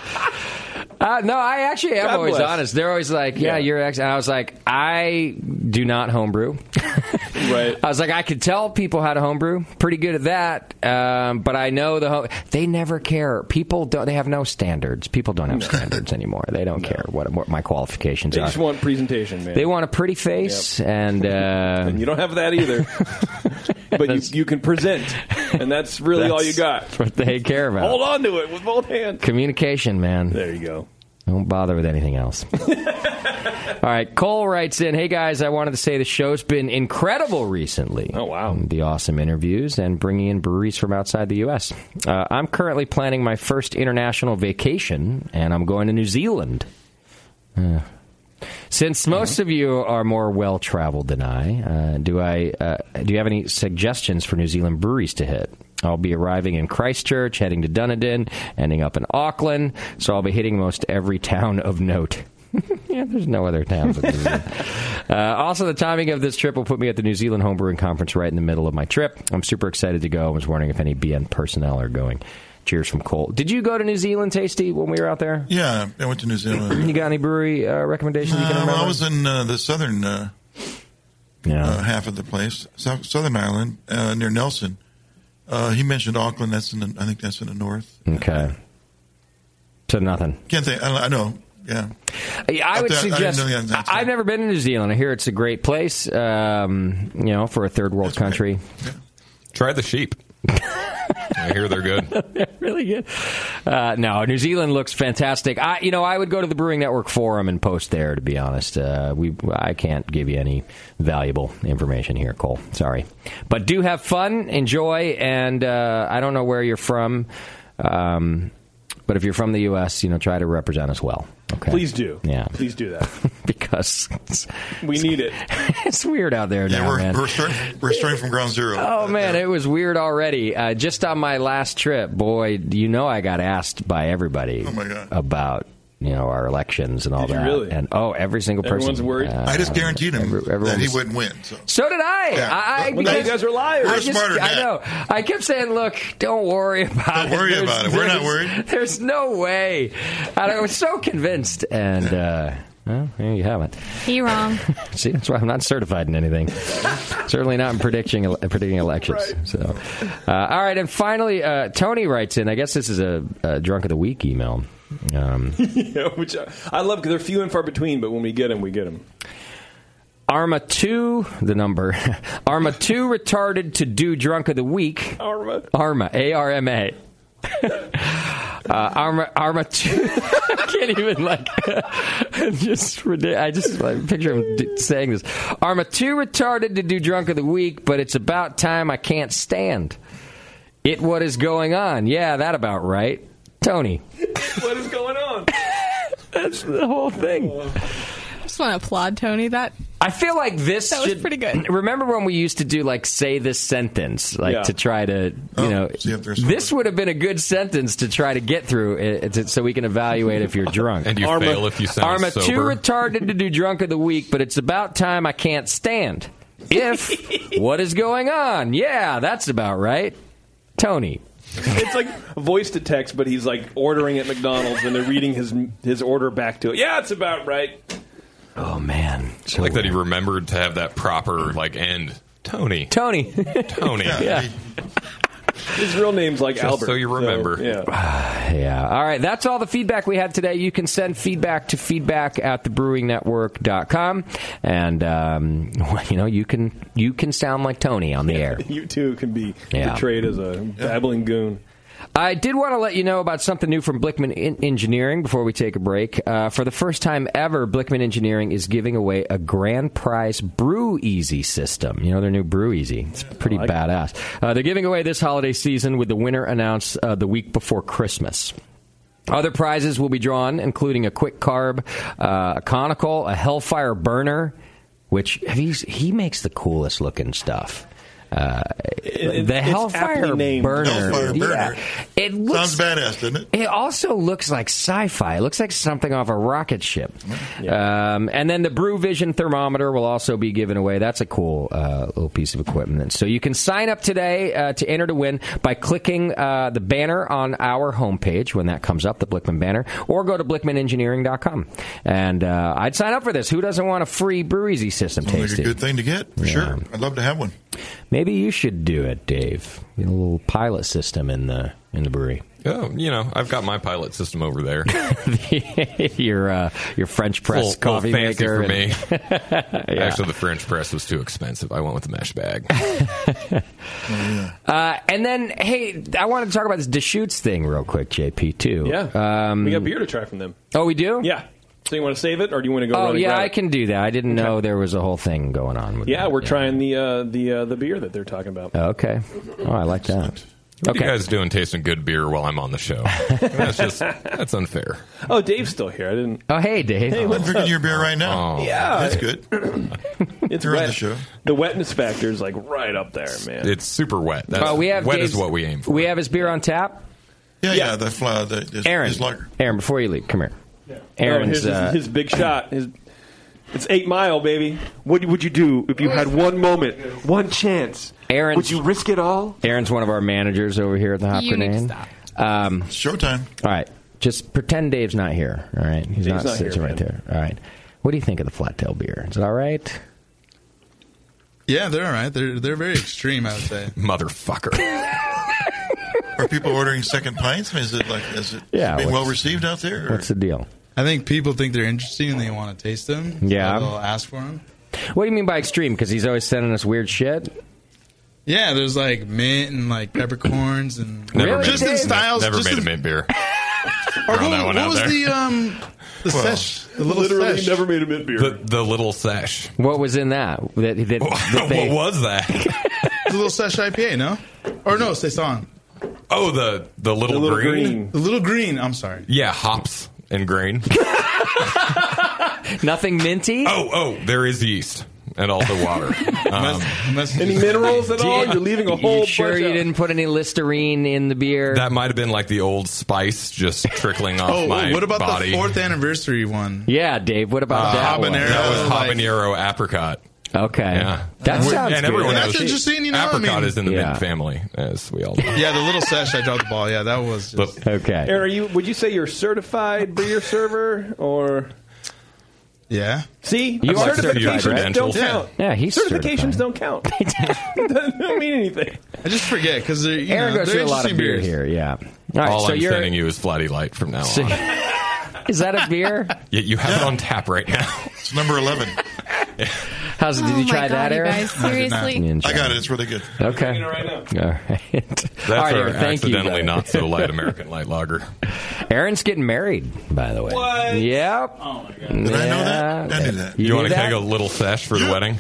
F: Uh, no, I actually am
H: God
F: always
H: bless.
F: honest. They're always like, "Yeah, you're ex." And I was like, "I do not homebrew."
H: right.
F: I was like, "I could tell people how to homebrew, pretty good at that." Um, but I know the home- they never care. People don't. They have no standards. People don't have standards anymore. They don't care what, what my qualifications
H: They
F: are.
H: just want presentation, man.
F: they want a pretty face, and, uh,
H: and you don't have that either. but you, you can present, and that's really all you got.
F: That's what they care about.
H: Hold on to it with both hands.
F: Communication, man.
H: There you go.
F: Don't bother with anything else. All right, Cole writes in, "Hey guys, I wanted to say the show's been incredible recently. Oh
H: wow,
F: the awesome interviews and bringing in breweries from outside the U.S. Uh, I'm currently planning my first international vacation, and I'm going to New Zealand. Uh, since most of you are more well traveled than I, uh, do I uh, do you have any suggestions for New Zealand breweries to hit? I'll be arriving in Christchurch, heading to Dunedin, ending up in Auckland, so I'll be hitting most every town of note. yeah, there's no other towns. in New Zealand. uh, also, the timing of this trip will put me at the New Zealand Homebrewing Conference right in the middle of my trip. I'm super excited to go. I was wondering if any BN personnel are going. Cheers from Cole. Did you go to New Zealand, Tasty, when we were out there?
J: Yeah, I went to New Zealand.
F: You got any brewery uh, recommendations you can
J: Uh,
F: remember?
J: well, I was in uh, the southern uh,
F: Yeah.
J: uh, half of the place, south, Southern Island, uh, near Nelson. Uh, he mentioned Auckland. That's in the, I think that's in the north.
F: Okay. So nothing.
J: Can't think. I, don't- I know. Yeah.
F: I
J: Up
F: would
J: there, I didn't
F: suggest.
J: know that-
F: I, have never been to New Zealand. I hear it's a great place. Um, you know, for a third world country.
I: Try the sheep. I hear they're good.
F: really good. Uh, no, New Zealand looks fantastic. I, you know, I would go to the Brewing Network forum and post there. To be honest, uh, we I can't give you any valuable information here, Cole. Sorry, but do have fun, enjoy, and uh, I don't know where you're from, um, but if you're from the U.S., you know, try to represent us well. Okay,
H: Please do.
F: Yeah,
H: Please do that.
F: because it's,
H: We need it.
F: it's weird out there now,
J: we're,
F: man.
J: we're starting we're starting from ground zero.
F: Oh man, it was weird already. Uh, just on my last trip, boy, do you know I got asked by
J: Oh,
F: everybody about you know our elections and all
J: Did you
F: that.
J: really?
F: And oh, every single person.
J: Everyone's worried? I just guaranteed him that he
F: was-
J: wouldn't win. So,
F: So did I.
J: Yeah.
F: I, I
J: Well, now you
F: because-
J: guys are liars.
F: I
J: We're
F: just-
J: smarter than
F: I
J: that.
F: know. I kept saying, "Look, don't worry about it.
J: Don't worry
F: There's-
J: about it. We're not
F: there's-
J: worried."
F: There's no way." And I was so convinced, and uh, well, there you have it.
K: He wrong.
F: See, that's why I'm not certified in anything. Certainly not in predicting ele- predicting elections. So, uh, all right, and finally, uh, Tony writes in. I guess this is a, a drunk of the week email. Um,
H: yeah, which I, I love 'cause they're few and far between, but when we get them, we get them.
F: Arma two, the number Arma two, retarded to do drunk of the week.
H: Arma
F: Arma A R M A. Uh, Arma Arma two. I can't even like. just ridic- I just like, picture him d- saying this. Arma two, retarded to do drunk of the week, but it's about time I can't stand it. What is going on? Yeah, that about right, Tony.
H: what is going on?
F: That's the whole thing.
K: I just want to applaud Tony. That
F: I feel like this
K: That was
F: should,
K: pretty good.
F: Remember when we used to do like say this sentence, like
H: Yeah.
F: to try to you know this would have been a good sentence to try to get through, uh, to, so we can evaluate if you're drunk.
I: And you
F: Arma,
I: fail if you sound
F: Arma too
I: sober.
F: retarded to do drunk of the week, but it's about time I can't stand. If what is going on? Yeah, that's about right, Tony.
H: It's like voice to text, but he's like ordering at McDonald's, and they're reading his his order back to it. Yeah, it's about right.
F: Oh man,
I: I like that he remembered to have that proper like end. Tony.
F: Tony.
I: Tony.
H: Yeah. His real name's like
I: Just
H: Albert.
I: so you remember. Ah.
H: yeah.
F: Yeah. All right. That's all the feedback we had today. You can send feedback to feedback at thebrewingnetwork.com. And, um, you know, you can you can sound like Tony on the air.
H: You too can be
F: Yeah.
H: portrayed as a babbling goon.
F: I did want to let you know about something new from Blickman en- Engineering before we take a break. Uh, for the first time ever, Blickman Engineering is giving away a grand prize Brew Easy system. You know their new Brew Easy. It's pretty badass. Uh, they're giving away this holiday season with the winner announced uh, the week before Christmas. Other prizes will be drawn, including a quick carb, uh, a conical, a Hellfire burner, which he's, he makes the coolest looking stuff. Uh, the
H: it's
F: Hellfire
H: aptly named.
F: burner.
J: Hellfire
F: yeah.
J: burner.
F: It looks
J: Sounds badass, doesn't it?
F: it also looks like sci-fi. It looks like something off a rocket ship.
J: Mm-hmm.
F: Um, and then the Brew Vision thermometer will also be given away. That's a cool uh, little piece of equipment. So you can sign up today uh, to enter to win by clicking uh, the banner on our homepage when that comes up, the Blickman banner, or go to blickmanengineering.com. And uh, I'd sign up for this. Who doesn't want a free Brew Easy system
J: Sounds like a
F: tasting?
J: good thing to get for sure. I'd love to have one.
F: Maybe you should do it, Dave. Get a little pilot system in the in the brewery.
I: Oh, you know, I've got my pilot system over there.
F: your uh, your French press
I: Full- full
F: coffee
I: fancy
F: maker
I: for
F: and-
I: me.
F: Yeah.
I: Actually, the French press was too expensive. I went with the mesh bag.
F: Uh, and then, hey, I wanted to talk about this Deschutes thing real quick, JP. Too.
H: Yeah.
F: Um,
H: we got beer to try from them.
F: Oh, we do.
H: Yeah. So you want to save it, or do you want to go?
F: Oh
H: run and
F: yeah,
H: grab
F: I
H: it?
F: can do that. I didn't know there was a whole thing going on with.
H: Yeah, we're trying the uh, the uh, the beer that they're talking about.
F: Okay. Oh, I like that.
I: What are you guys doing tasting good beer while I'm on the show? That's just that's unfair.
H: Oh, Dave's still here. I didn't.
F: Oh, hey, Dave.
H: Hey,
I: I'm
H: what's
I: drinking
H: up?
I: your beer right now. Oh.
H: Yeah,
I: That's
J: good.
H: it's
J: You're on
H: wet.
J: the show.
H: The wetness factor is like right up there, man.
I: It's super wet. That's,
F: Oh, we have
I: wet
F: Dave's-
I: is what we aim for.
F: We have his beer on tap.
J: Yeah, yeah. the fly, the, his,
F: Aaron,
J: his lager.
F: Aaron, before you leave, come here.
H: Oh, here's
F: Aaron's
H: his,
F: uh,
H: his big shot. His, it's eight mile, baby. What would you do if you had one moment, one chance?
F: Aaron's-
H: would you risk it all?
F: Aaron's one of our managers over here at the Hop
H: You need to
F: Grenade. Um,
J: Showtime.
F: All right, just pretend Dave's not here. All right, he's
H: Dave's
F: not,
H: not here,
F: sitting right there. All right, what do you think of the flat tail beer? Is it all right?
C: Yeah, they're all right. They're they're very extreme, I would say.
I: Motherfucker.
J: Are people ordering second pints? I mean, is it like is it
C: Yeah,
J: being well
C: what's-
J: received out there? Or?
F: What's the deal?
C: I think people think they're interesting and they want to taste them. so
F: Yeah.
C: they'll ask for them.
F: What do you mean by extreme? Because he's always sending us weird shit.
C: Yeah, there's like mint and like peppercorns and
F: Never made
C: Just
F: it.
C: in styles.
I: Never
C: just
I: made
C: in-
I: a mint beer.
C: Or
I: Throw
C: what,
I: that one
C: what
I: out
C: was
I: there.
C: the um the sesh? The little
H: Literally
C: sesh.
H: never made a mint beer.
I: The, the little sesh.
F: What was in that? That, that, that they-
I: what was that?
C: the little sesh IPA, no? Or no, Saison.
I: Oh, the the little, green.
C: The little green. I'm sorry.
I: Yeah, hops and grain.
F: Nothing minty.
I: Oh, oh, there is yeast and also water. Um,
H: Any minerals at all?
F: Did-
H: You're leaving a
F: you
H: whole
F: Sure,
H: bunch
F: you
H: out.
F: didn't put any Listerine in the beer.
I: that might have been like the old spice just trickling off
C: Oh,
I: my
C: what about
I: body.
C: the fourth anniversary one?
F: yeah, Dave. What about
C: Uh,
F: that? one?
C: habanero, That was like-
I: habanero apricot?
F: Okay,
I: yeah,
F: That sounds good.
I: and everyone
C: That's
I: knows
C: interesting, you know, I
I: apricot
C: mean-
I: is in the
C: Yeah.
I: mint family, as we all know.
C: Yeah, the little sesh. I dropped the ball. Yeah, that was just,
F: okay.
H: Aaron, are you? Would you say you're certified beer server or?
C: Yeah.
H: See,
C: You are
H: certifications
C: certified, right?
H: don't
C: Yeah.
H: count.
C: Yeah, he's
H: certifications don't count. it doesn't mean anything.
C: I just forget because they're you
F: Aaron
C: know,
F: goes
C: they're
F: through a lot of
C: interesting
F: beer here.
C: beers.
F: Yeah.
I: All,
F: All right, so
I: I'm
F: you're-
I: sending you is Flatty Light from now on.
F: Is that a beer?
I: You, you have it on tap right now.
J: It's number eleven.
F: How's did
K: Oh
F: you
K: my
F: try
K: God,
F: that,
K: you
F: Aaron?
K: guys, I did not. seriously?
J: I got it. It's really good.
F: Okay.
J: I'm drinking it
F: right now. All right. That's
I: That's our
F: Aaron, thank you,
I: accidentally
F: brother.
I: not so light American light lager.
F: Aaron's getting married, by the way. What? Yep. Oh my god.
I: Did I know
F: that? I knew that.
I: You,
F: knew
I: want to
F: that?
I: keg a little sesh for the wedding?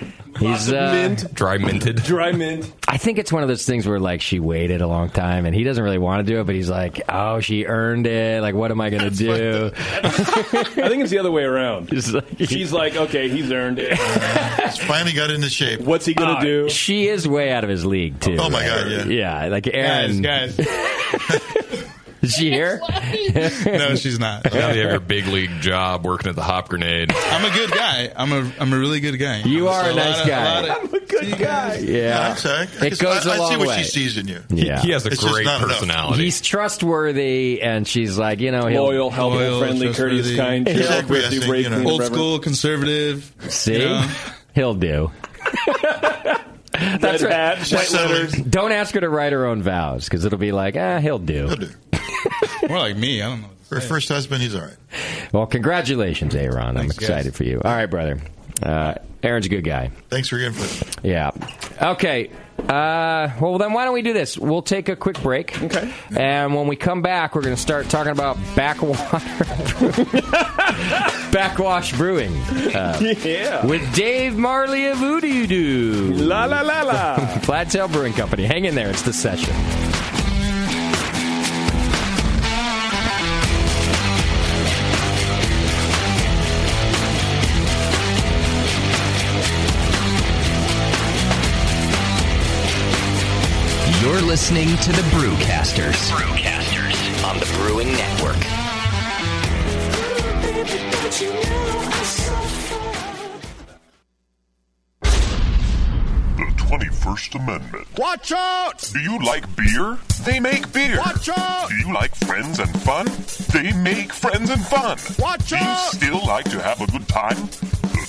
F: He's uh,
I: Dry minted.
H: Dry mint.
F: I think it's one of those things where like she waited a long time and he doesn't really want to do it, but he's like, oh, she earned it. Like, what am I going to do?
H: I think it's the other way around. She's like, okay, he's earned it.
J: finally got into shape.
H: What's he gonna
F: Uh,
H: do?
F: She is way out of his league too.
J: Oh, my God, yeah.
F: yeah. Like Aaron,
C: guys.
F: is she here?
C: no, she's not.
I: Now you have your big league job working at the Hop Grenade.
C: I'm a good guy. I'm a I'm a really good guy.
I: You are a
C: lot
I: nice
C: of-
I: guy.
C: lot of-
H: I'm a good guy.
F: Yeah.
J: I'm sorry. I-
F: It goes
J: I-
F: a
J: I see
F: long
J: what
F: way.
J: she sees in you.
F: Yeah.
I: He has a
J: It's just
I: great
J: not enough.
I: personality.
F: He's trustworthy, and she's like, you know, Oh, he'll,
H: Loyal, helpful, Loyal, friendly, trustworthy. courteous, kind, He's chill, acquiescing, worthy, brave, you know. clean,
C: old
H: reverent.
C: school conservative.
F: See,
C: you know?
F: he'll do. That's
H: Red
F: right.
H: hat, white letters.
F: Don't ask her to write her own vows because it'll be like, ah, he'll do.
C: More like me. I don't know.
J: Her first husband, he's all right.
F: Well, congratulations, Aaron. I'm excited for you. All right, brother. Uh, Aaron's a good guy.
J: Thanks for your input.
F: Yeah. Okay. Uh, well, then why don't we do this? We'll take a quick break. Okay. And when we come back, we're going to start talking about backwater backwash brewing. Uh,
H: Yeah.
F: With Dave Marley of Voodoo Doo.
H: La, la, la, la.
F: Flattail Brewing Company. Hang in there. It's the session.
L: You're listening to the Brewcasters. Brewcasters on the Brewing Network.
M: The 21st Amendment.
N: Watch out!
M: Do you like beer? They make beer. Watch out! Do you like friends and fun? They make friends and fun. Watch Do
N: out!
M: you still like to have a good time? The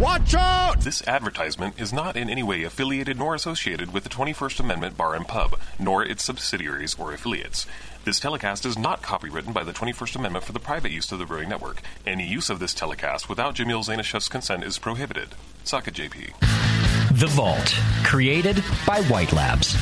O: Watch out! This advertisement is not in any way affiliated nor associated with the 21st Amendment Bar and Pub, nor its subsidiaries or affiliates. This telecast is not copywritten by the 21st Amendment for the private use of the Brewing Network. Any use of this telecast without Jamil Zainashev's consent is prohibited. Suck it, JP.
L: The Vault, created by White Labs.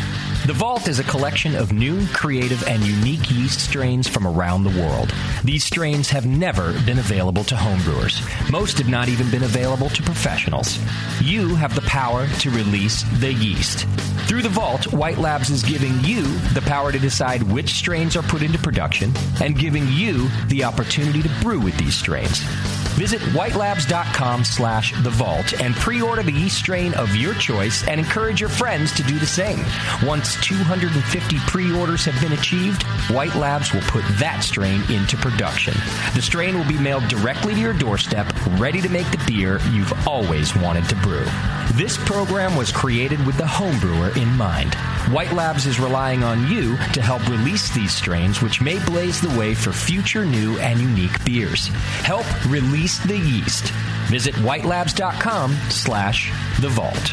L: The Vault is a collection of new, creative, and unique yeast strains from around the world. These strains have never been available to homebrewers. Most have not even been available to professionals. You have the power to release the yeast. Through the Vault, White Labs is giving you the power to decide which strains are put into production and giving you the opportunity to brew with these strains. Visit whitelabs.com slash the vault and pre-order the yeast strain of your choice and encourage your friends to do the same. Once 250 pre-orders have been achieved, White Labs will put that strain into production. The strain will be mailed directly to your doorstep, ready to make the beer you've always wanted to brew. This program was created with the homebrewer in mind. White Labs is relying on you to help release these strains, which may blaze the way for future new and unique beers. Help release the yeast. Visit whitelabs.com slash the vault.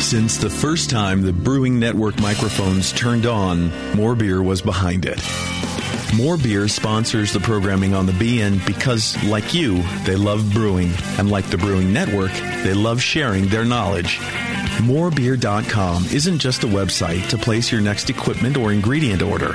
A: Since the first time the Brewing Network microphones turned on, More Beer was behind it. More Beer sponsors the programming on the BN because, like you, they love brewing, and like the Brewing Network, they love sharing their knowledge. Morebeer.com isn't just a website to place your next equipment or ingredient order.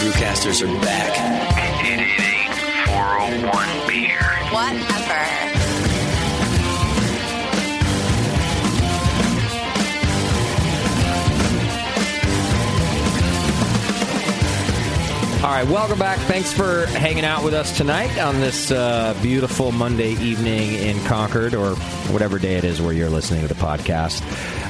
P: Brewcasters are back. And it ain't 401 beer.
Q: Whatever.
F: All right, welcome back. Thanks for hanging out with us tonight on this uh, beautiful Monday evening in Concord, or whatever day it is where you're listening to the podcast.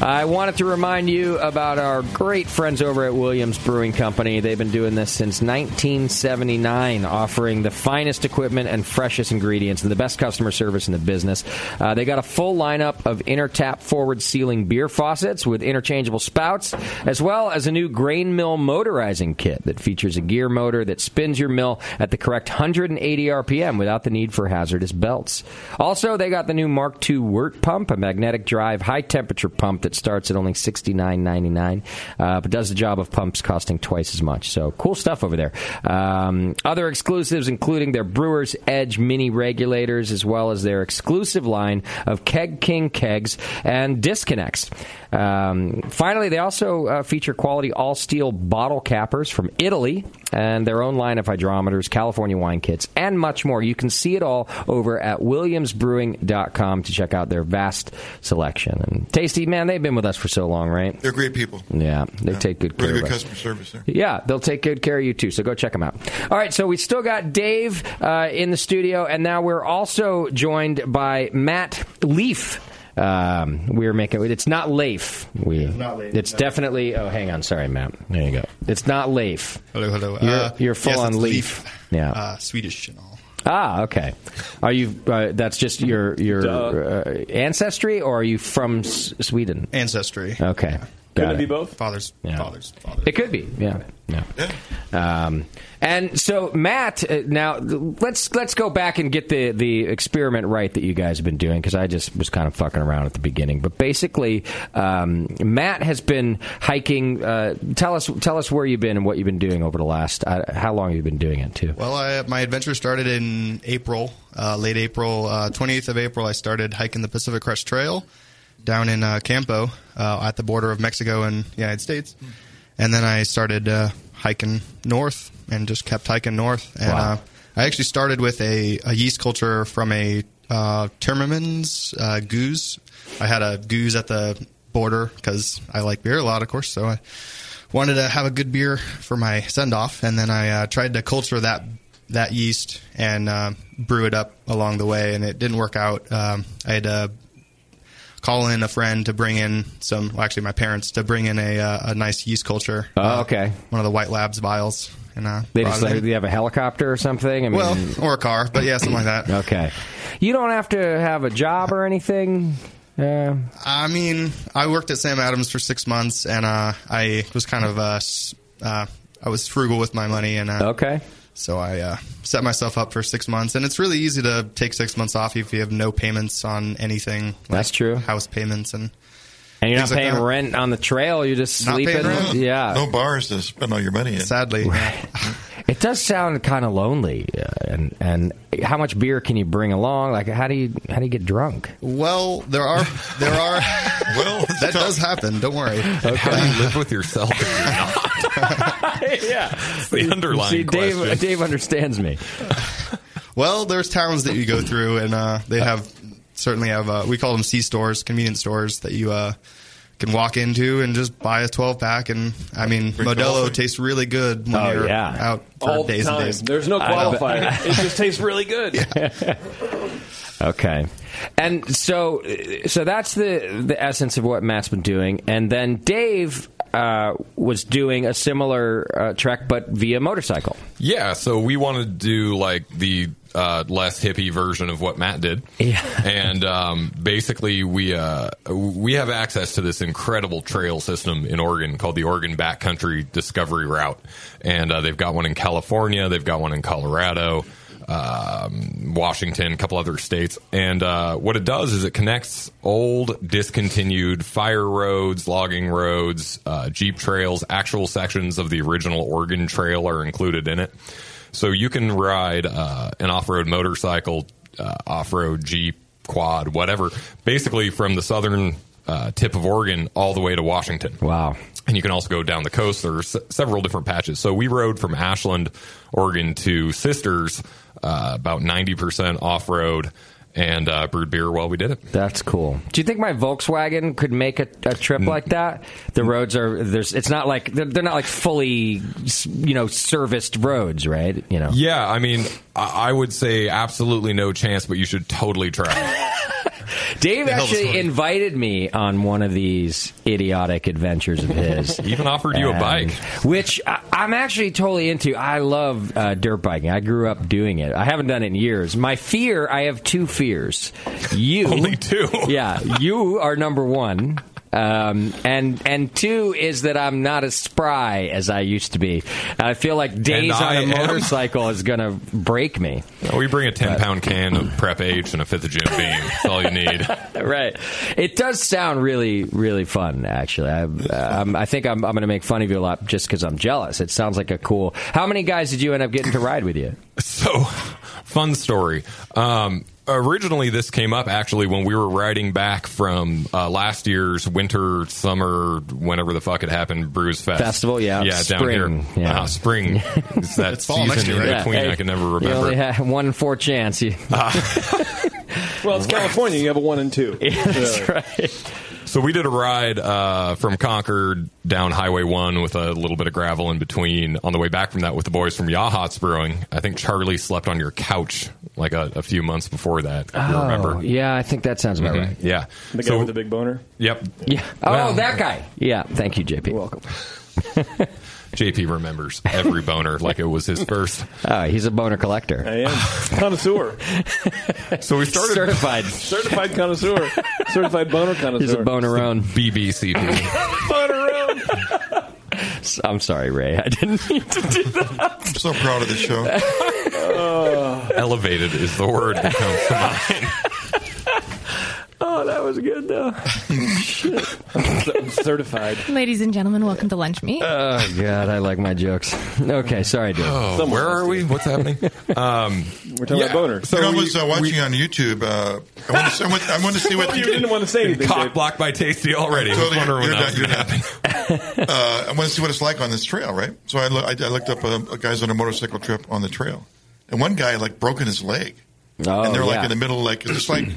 F: I wanted to remind you about our great friends over at Williams Brewing Company. They've been doing this since 1979, offering the finest equipment and freshest ingredients and the best customer service in the business. Uh, they got a full lineup of intertap forward sealing beer faucets with interchangeable spouts, as well as a new grain mill motorizing kit that features a gear motor that spins your mill at the correct 180 RPM without the need for hazardous belts. Also, they got the new Mark II Wirt pump, a magnetic drive high temperature pump that starts at only $69.99, uh, but does the job of pumps costing twice as much. So cool stuff over there. Um, other exclusives including their Brewers Edge mini regulators, as well as their exclusive line of Keg King kegs and disconnects. Um, finally, they also uh, feature quality all steel bottle cappers from Italy and their own line of hydrometers, California wine kits, and much more. You can see it all over at williamsbrewing.com to check out their vast selection. And Tasty, man, they've been with us for so long, right?
J: They're great people.
F: Yeah, they
J: Yeah.
F: take good care
J: Really
F: of
J: good
F: us.
J: customer service there.
F: Yeah, they'll take good care of you too. So go check them out. All right, so we still got Dave uh, in the studio, and now we're also joined by Matt Leaf. Um, we're making it's not Leaf. We, it's
B: not Leaf,
F: It's
B: no.
F: definitely. Oh, hang on. Sorry, Matt. There you go. It's not Leaf.
B: Hello, hello.
F: You're,
B: Uh,
F: you're full
B: yes,
F: on
B: it's
F: Leaf.
B: Leaf.
F: Yeah.
B: Uh, Swedish and all.
F: ah, okay. Are you? Uh, that's just your your uh, ancestry, or are you from S- Sweden?
B: Ancestry.
F: Okay. Got it.
B: both? Fathers. Fathers.
F: It could be, yeah, yeah. Um, and so Matt, uh, now th- let's let's go back and get the the experiment right that you guys have been doing because I just was kind of fucking around at the beginning. But basically, um, Matt has been hiking. Uh, tell us tell us where you've been and what you've been doing over the last uh, how long you've been doing it too.
B: Well, I, my adventure started in April, uh, late April, uh, 28th of April. I started hiking the Pacific Crest Trail down in uh, Campo uh, at the border of Mexico and the United States.
F: Hmm.
B: And then I started uh, hiking north and just kept hiking north. And uh, I actually started with a, a yeast culture from a uh, Timmerman's uh, goose. I had a goose at the border because I like beer a lot, of course. So I wanted to have a good beer for my send off, and then I uh, tried to culture that that yeast and uh, brew it up along the way, and it didn't work out. Um, I had to call in a friend to bring in some, well, actually my parents to bring in a uh, a nice yeast culture. Uh,
F: Oh, okay.
B: one of the White Labs vials, and uh,
F: They
B: brought
F: just
B: it
F: like,
B: in.
F: do you have a helicopter or something? I mean,
B: well, or a car, but yeah, something like that.
F: okay. You don't have to have a job or anything. Uh,
B: I mean, I worked at Sam Adams for six months, and uh, I was kind of uh, s- uh, I was frugal with my money, and uh,
F: okay,
B: so I uh, set myself up for six months, and it's really easy to take six months off if you have no payments on anything. That's
F: true.
B: House payments and
F: and you're not
B: things like
F: paying
B: that.
F: rent on the trail. You're just
B: Not paying
F: sleeping.
B: rent.
F: Yeah.
B: No
J: bars to spend all your money in.
B: Sadly.
F: It does sound kind of lonely, uh, and and how much beer can you bring along? Like, how do you how do you get drunk?
B: Well, there are there are
J: well
B: that does happen. Don't worry.
I: How do you live with yourself?
F: yeah,
I: It's the underlying
B: See, Dave-
I: question.
F: Dave understands me.
B: Well, there's towns that you go through, and uh, they have certainly have uh, we call them C stores, convenience stores that you uh, can walk into and just buy a 12 pack. And I mean, Modelo
H: coffee.
B: tastes really good when
H: Oh,
B: you're
H: yeah.
B: out for
H: All the
B: days
H: time.
B: and days.
H: There's no qualifier. it just tastes really good.
F: Okay, and so uh, so that's the the essence of what Matt's been doing, and then Dave uh, was doing a similar uh, trek, but via motorcycle.
I: Yeah, so we want to do like the uh, less hippie version of what Matt did. Yeah, and um, basically we uh, we have access to this incredible trail system in Oregon called the Oregon Backcountry Discovery Route, and uh, they've got one in California, they've got one in Colorado. Um, Washington, a couple other states, and uh, what it does is it connects old, discontinued fire roads, logging roads, uh, jeep trails. Actual sections of the original Oregon Trail are included in it. So you can ride uh, an off road motorcycle, uh, off road Jeep, quad, whatever, basically from the southern uh, tip of Oregon all the way to Washington.
F: Wow.
I: And you can also go down the coast. There are s- several different patches. So we rode from Ashland, Oregon to Sisters, uh, about 90% off road, and uh, brewed beer while we did it.
F: That's cool. Do you think my Volkswagen could make a, a trip like that? The roads are there's. It's not like they're, they're not like fully you know serviced roads, right? You know.
I: Yeah, I mean, I I would say absolutely no chance, but you should totally try.
F: Dave
I: The hell was
F: actually
I: funny.
F: invited me on one of these idiotic adventures of his.
I: Even offered you a bike.
F: which I, I'm actually totally into. I love uh, dirt biking. I grew up doing it. I haven't done it in years. My fear, I have two fears. You only
I: two.
F: yeah, you are number one. Um, and and two is that I'm not as spry as I used to be. I feel like days on
I: I
F: a
I: am.
F: motorcycle is gonna break me.
I: we bring a 10 pound can of Prep H and a fifth of Jim Beam. That's all you need.
F: right. It does sound really, really fun. Actually, I, um, I think I'm, I'm going to make fun of you a lot just because I'm jealous. It sounds like a cool. How many guys did you end up getting to ride with you?
I: So, fun story. Um, originally this came up actually when we were riding back from uh, last year's winter, summer, whenever the fuck it happened, Brews Fest
F: Festival, yeah.
I: yeah, down
F: Spring,
I: here,
F: yeah.
I: Uh, spring. It's that
F: It's fall
I: season
F: next year,
I: in
F: right?
I: between.
F: Yeah.
I: I can never
F: You
I: remember.
F: only had one in four chance. You,
H: Well, it's California. You have a one and two.
I: that's
F: right.
I: So we did a ride uh, from Concord down Highway One with a little bit of gravel in between. On the way back from that, with the boys from Yahots Brewing, I think Charlie slept on your couch like a, a few months before that. if you
F: Oh,
I: remember?
F: yeah, I think that sounds about
I: Mhm.
F: right.
I: Yeah.
H: The guy
I: So-
H: with the big boner.
I: Yep.
F: Yeah. Oh,
I: Well-
F: that guy. Yeah. Thank you, JP. You're welcome.
I: JP remembers every boner like it was his first.
F: Oh, he's a boner collector.
H: I am connoisseur.
I: so we started
F: certified,
H: certified connoisseur, certified boner connoisseur.
F: He's a boner own.
I: BBCP.
F: I'm sorry, Ray. I didn't mean to do that. I'm
J: so proud of the show.
I: Elevated is the word that comes to mind.
H: Oh, that was good though. Shit. I'm certified.
K: Ladies and gentlemen, welcome to Lunch Meet.
F: Oh God, I like my jokes. Okay, sorry, dude.
I: Oh, where are we? What's happening? Um,
H: We're
J: talking about
I: boner.
J: So I was uh, watching on YouTube. Uh, I wanted to, I wanted- I wanted to see what
H: You didn't want to say anything.
I: Cock
H: Dave.
I: blocked by Tasty already. I was
J: Totally,
I: wondering when
J: you're
I: that was
J: done,
I: going to happen.
J: uh, I want to see what it's like on this trail, right? So I, loo- I, I looked up uh, guys on a motorcycle trip on the trail, and one guy like broken his leg,
F: Oh,
J: and they're like
F: yeah.
J: in the middle, like it's like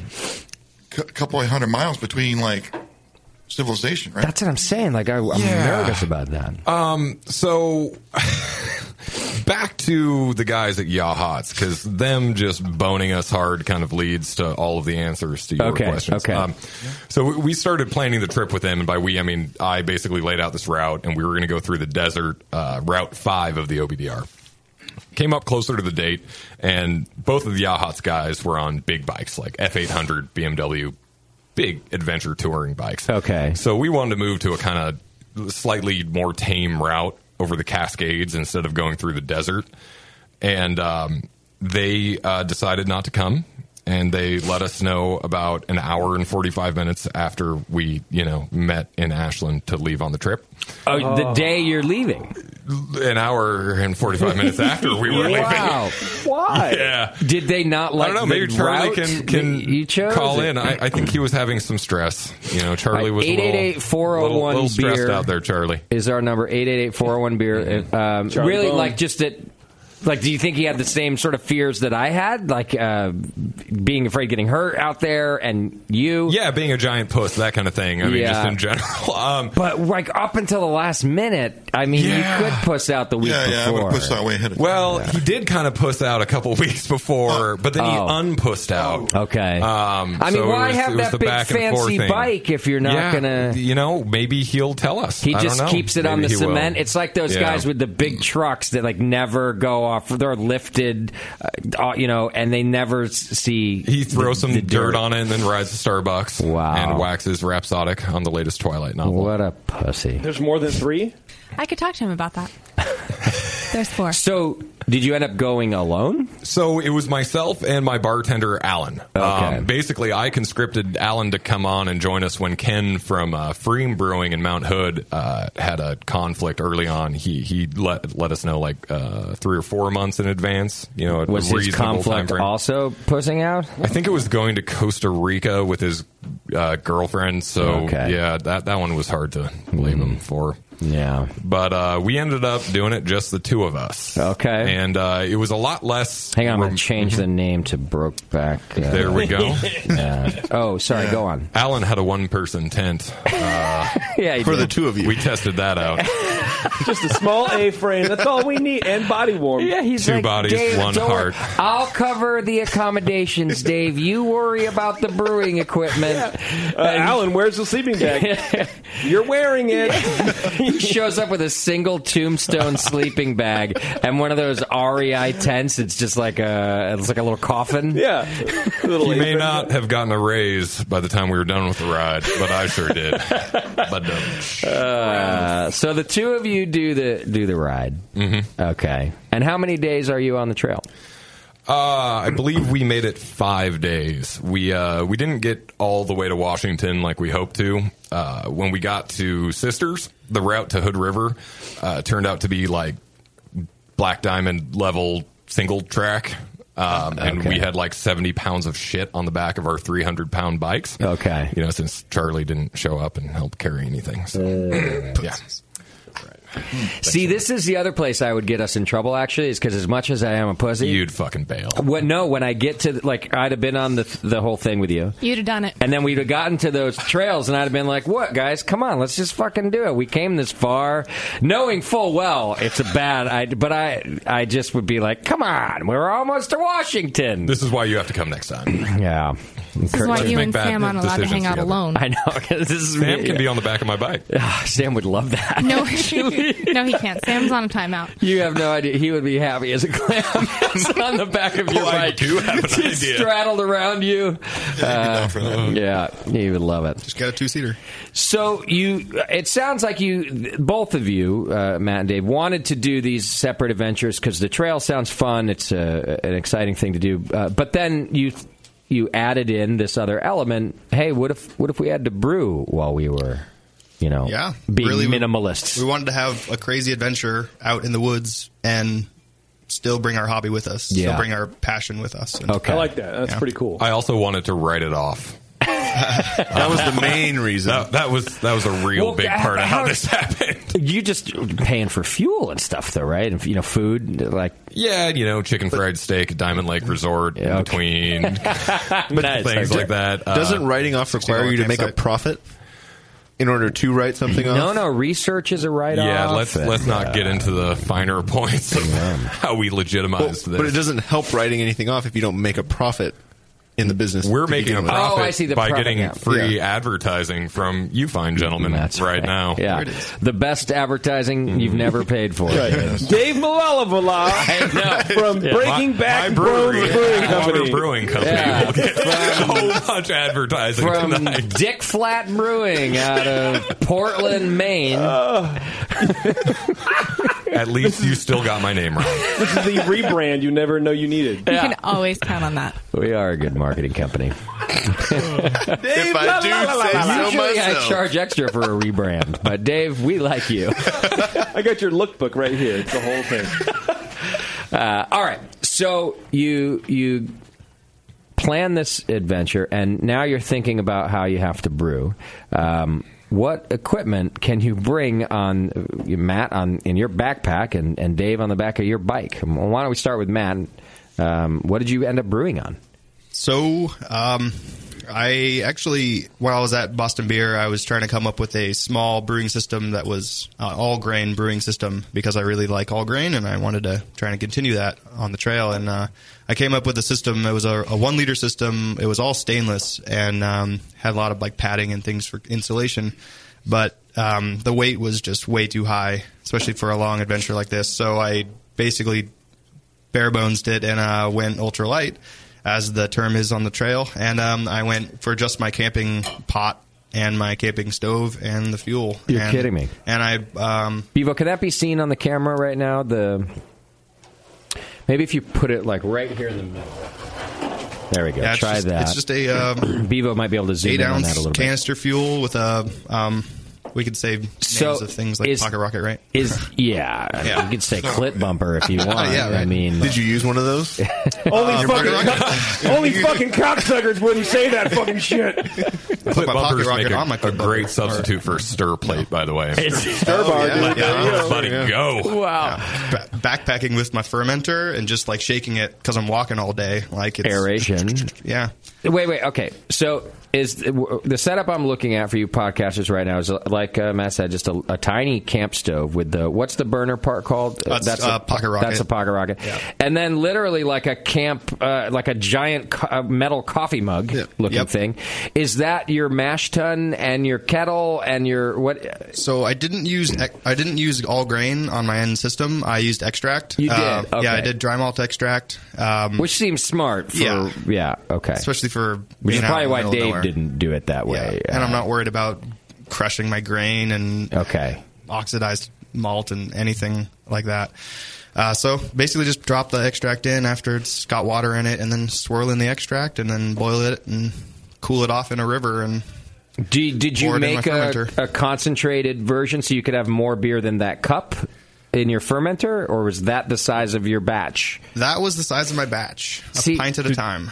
J: a couple of hundred miles between like civilization, right?
F: That's what I'm saying. Like I, I'm
I: Yeah.
F: nervous about that.
I: Um, so back to the guys at Yahats because them just boning us hard kind of leads to all of the answers to your
F: Okay,
I: questions.
F: okay.
I: Um, so we- we started planning the trip with them, and by we I mean I basically laid out this route, and we were going to go through the desert, uh, Route Five of the OBDR. Came up closer to the date, and both of the Yahats guys were on big bikes like F800, BMW, big adventure touring bikes.
F: Okay.
I: So we wanted to move to a kind of slightly more tame route over the Cascades instead of going through the desert. And um, they uh, decided not to come. And they let us know about an hour and 45 minutes after we, you know, met in Ashland to leave on the trip.
F: Oh, the day you're leaving.
I: An hour and 45 minutes after we were
F: wow. Why?
I: Yeah.
F: Did they not like?
I: I don't know.
F: the
I: Maybe Charlie
F: route
I: can,
F: that
I: can
F: you chose?
I: call in. I, I think he was having some stress. You know, Charlie was a little-
F: 888-401
I: little stressed
F: beer.
I: out there, Charlie.
F: is our number eight eight eight four zero one beer. Um,
I: Charlie
F: really,
I: Bone.
F: like just that. Like, do you think he had the same sort of fears that I had, like uh, being afraid of getting hurt out there, and you?
I: Yeah, being a giant puss, that kind of thing. I mean,
F: Yeah.
I: just in general. Um,
F: But like up until the last minute, I mean, you could puss out the week
I: Yeah, yeah, I
F: before.
I: would've pussed out way
J: ahead of
I: Well, he did kind of puss out a couple weeks before, but then he
F: Oh.
I: unpussed out.
F: Okay.
I: Um,
F: I mean,
I: so
F: why
I: it was- it
F: have
I: was
F: that
I: the
F: big
I: back and forth
F: fancy
I: thing.
F: bike if you're not
I: Yeah,
F: gonna?
I: You know, maybe he'll tell us.
F: He
I: I don't
F: just
I: know.
F: keeps it on the
I: Maybe he will.
F: cement. It's like those
I: Yeah.
F: guys with the big trucks that like never go off. They're lifted, uh, uh, you know, and they never s- see.
I: He throws
F: the-
I: some
F: the
I: dirt on it and then rides to Starbucks. Wow. And waxes rhapsodic on the latest Twilight novel.
F: What a pussy.
H: There's more than three?
K: I could talk to him about that. There's four.
F: So, did you end up going alone?
I: So it was myself and my bartender Alan. Um, basically, I conscripted Alan to come on and join us when Ken from uh, Freem Brewing in Mount Hood uh, had a conflict early on. He he let let us know like uh, three or four months in advance. You know, a
F: Was his
I: reasonable
F: conflict
I: timeframe.
F: also pussing out?
I: I think it was going to Costa Rica with his uh, girlfriend. So
F: Okay. Mm.
I: yeah, that that one was hard to blame him for.
F: Yeah,
I: but uh, we ended up doing it just the two of us. Okay, and uh, it was a lot less. Mm-hmm.
F: Hang on, I'm going to change the name to Brokeback. uh,
I: There we go.
F: yeah. Oh, sorry. Go on.
I: Alan had a one-person tent. Uh,
F: yeah,
I: for the two of you, we tested that out.
H: Just a small A frame. That's all we need. And body warm.
F: Yeah, he's
I: Two
F: like,
I: bodies,
F: "Dave,
I: one
F: don't worry.
I: heart."
F: I'll cover the accommodations, Dave. You worry about the brewing equipment.
H: Uh, Alan, where's the sleeping bag? You're wearing it.
F: he shows up with a single tombstone sleeping bag and one of those REI tents. It's just like a, it's like a little coffin.
H: Yeah,
I: He may not have gotten a raise by the time we were done with the ride, but I sure did. but um,
F: Uh, so the two of you do the do the ride. Mm-hmm. Okay. And how many days are you on the trail?
I: Uh, I believe we made it five days. We uh, we didn't get all the way to Washington like we hoped to. Uh, when we got to Sisters, the route to Hood River uh, turned out to be like Black Diamond level single track. Um, and we had like 70 pounds of shit on the back of our 300 pound bikes.
F: Okay.
I: You know, since Charlie didn't show up and help carry anything. So, yeah.
F: See, this is the other place I would get us in trouble. Actually, is because as much as I am a pussy,
I: you'd fucking bail.
F: What? No, when I get to like, I'd have been on the the whole thing with you.
K: You'd have done it.
F: And then we'd have gotten to those trails, and I'd have been like, "What, guys? Come on, let's just fucking do it. We came this far, knowing full well it's a bad. I, but I, I just would be like, "Come on, we're almost to Washington."
I: This is why you have to come next time.
F: yeah,
K: This is why
I: Just
K: you
I: make
K: and
I: bad
K: Sam aren't allowed to
I: decisions
K: hang out
I: together.
K: alone.
F: I know. 'cause this is
I: Sam
F: me. Ah,
I: can be on the back of my bike.
F: Sam would love that.
K: No, no, he can't. Sam's on a timeout.
F: You have no idea. He would be happy as a clam on the back of your
I: Oh, I
F: bike.
I: do have an
F: Just
I: idea.
F: straddled around you. Uh, yeah, he would love it. Just
B: got a two seater.
F: So you, it sounds like you, both of you, uh, Matt and Dave, wanted to do these separate adventures because the trail sounds fun. It's a, an exciting thing to do. Uh, but then you. you added in this other element. Hey, what if what if we had to brew while we were, you know,
B: Yeah,
F: being
B: really, we-
F: minimalists?
B: We wanted to have a crazy adventure out in the woods and still bring our hobby with us.
I: Yeah.
B: Still bring our passion with us. And- Yeah.
I: cool. I also wanted to write it off. that
R: was the main reason.
I: That, that was that was a real
F: Well,
I: big
F: how-
I: part of how,
F: how-
I: this happened.
F: You just paying for fuel and stuff, though, right? And you know, food like
I: Yeah, you know, chicken fried steak, at Diamond Lake Resort, in between things like that. Uh,
R: Doesn't writing off require you to make a profit in order to write something off?
F: no, no research is a write-off.
I: yeah, let's
F: and,
I: let's
F: uh,
I: not get into the finer points of how we legitimize
R: Well,
I: this.
R: but it doesn't help writing anything off if you don't make a profit in the business.
I: We're
R: to
I: making a
R: begin with.
F: Oh,
I: profit by getting free advertising from you fine gentlemen right, now.
F: Yeah, the best advertising
B: Mm-hmm.
F: you've never paid for.
E: Dave Malalavala from
F: Yeah.
E: Breaking
I: My-
E: Back
I: my brewery,
E: Bros Brewing
I: Water
E: Company.
I: Brewing Company,
E: Yeah.
I: will get so much advertising
F: From
I: tonight.
F: Dick Flat Brewing out of Portland, Maine.
E: Uh.
I: At least you still got my name right.
H: This is the rebrand you never know you needed.
K: You can always count on that.
F: we are a good marketing company.
R: if I do say so
F: Usually
R: myself.
F: I charge extra for a rebrand, but Dave, we like you.
H: I got your lookbook right here. It's the whole thing.
F: Uh, all right, so you you plan this adventure, and now you're thinking about how you have to brew. Um, what equipment can you bring on uh, Matt on in your backpack and, and Dave on the back of your bike? Well, why don't we start with Matt? Um, what did you end up brewing on?
B: So, um, I actually, when I was at Boston Beer, I was trying to come up with a small brewing system that was an all grain brewing system because I really like all grain and I wanted to try and continue that on the trail. And uh, I came up with a system. It was a, a one liter system. It was all stainless and um, had a lot of like padding and things for insulation, but um, the weight was just way too high, especially for a long adventure like this. So I basically bare bones did and uh, went ultralight, as the term is on the trail. And um, I went for just my camping pot and my camping stove and the fuel.
F: You're
B: And-
F: kidding me.
B: And I um,
F: Bevo, can that be seen on the camera right now? The maybe if you put it like right here in the middle. There we go.
B: Yeah, it's
F: Try
B: just-
F: that.
B: it's just a, um,
F: Bevo might be able to zoom
B: eight
F: in on
B: ounce
F: that a little bit.
B: canister fuel with a um, we could say names
F: So
B: of things like
F: is-
B: pocket rocket, right?
F: Is yeah, I mean, you could say clit bumper if you want.
B: Yeah,
F: I
B: right.
F: mean,
R: did you use one of those?
H: Only
B: Uh,
H: fucking,
B: Rocket
H: co- only fucking cocksuckers wouldn't say that fucking shit.
I: Clip
B: my pocket
I: bumpers
B: rocket
I: make a,
B: on my
I: a great substitute for stir plate, by the way.
H: Stir bar, dude.
I: Let,
B: Oh, Yeah.
I: let it go.
B: Wow. backpacking with my fermenter and just like shaking it because I'm walking all day. Like it's,
F: aeration.
B: Yeah.
F: Wait, wait. Okay, so is the setup I'm looking at for you podcasters right now is like uh, Matt said, just a, a tiny camp stove with the what's the burner part called?
B: That's, uh, pocket rocket.
F: That's a pocket rocket. And then literally like a camp, uh, like a giant co- uh, metal coffee mug looking thing. Is that your mash tun and your kettle and your what?
B: So I didn't use ec- I didn't use all grain on my end system. I used extract.
F: You did?
B: Uh, Yeah,
F: Okay.
B: I did dry malt extract. Um,
F: Which seems smart. For,
B: yeah,
F: yeah. Okay.
B: especially for
F: Which
B: being
F: is
B: out
F: probably
B: in the
F: why
B: middle of
F: Dave
B: nowhere.
F: didn't do it that way.
B: and
F: Uh,
B: I'm not worried about crushing my grain and
F: okay
B: oxidized malt and anything like that. Uh, so basically, just drop the extract in after it's got water in it, and then swirl in the extract, and then boil it and cool it off in a river. And
F: Do, did you
B: Poured in my
F: make a, a concentrated version so you could have more beer than that cup? in your fermenter, or was that the size of your batch?
B: That was the size of my batch, a pint at a time.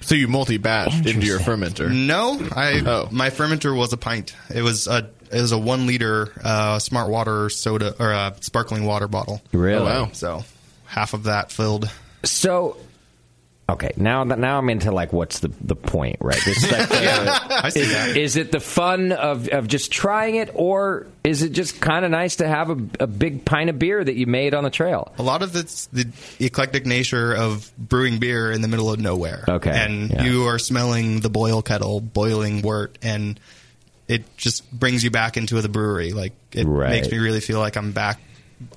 R: So you multi-batched into your fermenter? Oh.
B: No, I my fermenter was a pint. It was a it was a one liter uh, smart water soda or uh, sparkling water bottle.
F: Really? Oh, wow.
B: So half of that filled.
F: So Okay, now now I'm into like what's the the point, right? This is like the-
B: I see
F: is,
B: that.
F: is it the fun of of just trying it, or is it just kind of nice to have a, a big pint of beer that you made on the trail?
B: a lot of it's the eclectic nature of brewing beer in the middle of nowhere.
F: Okay,
B: And
F: yeah.
B: you are smelling the boil kettle boiling wort and it just brings you back into the brewery. Like it
F: Right.
B: makes me really feel like I'm back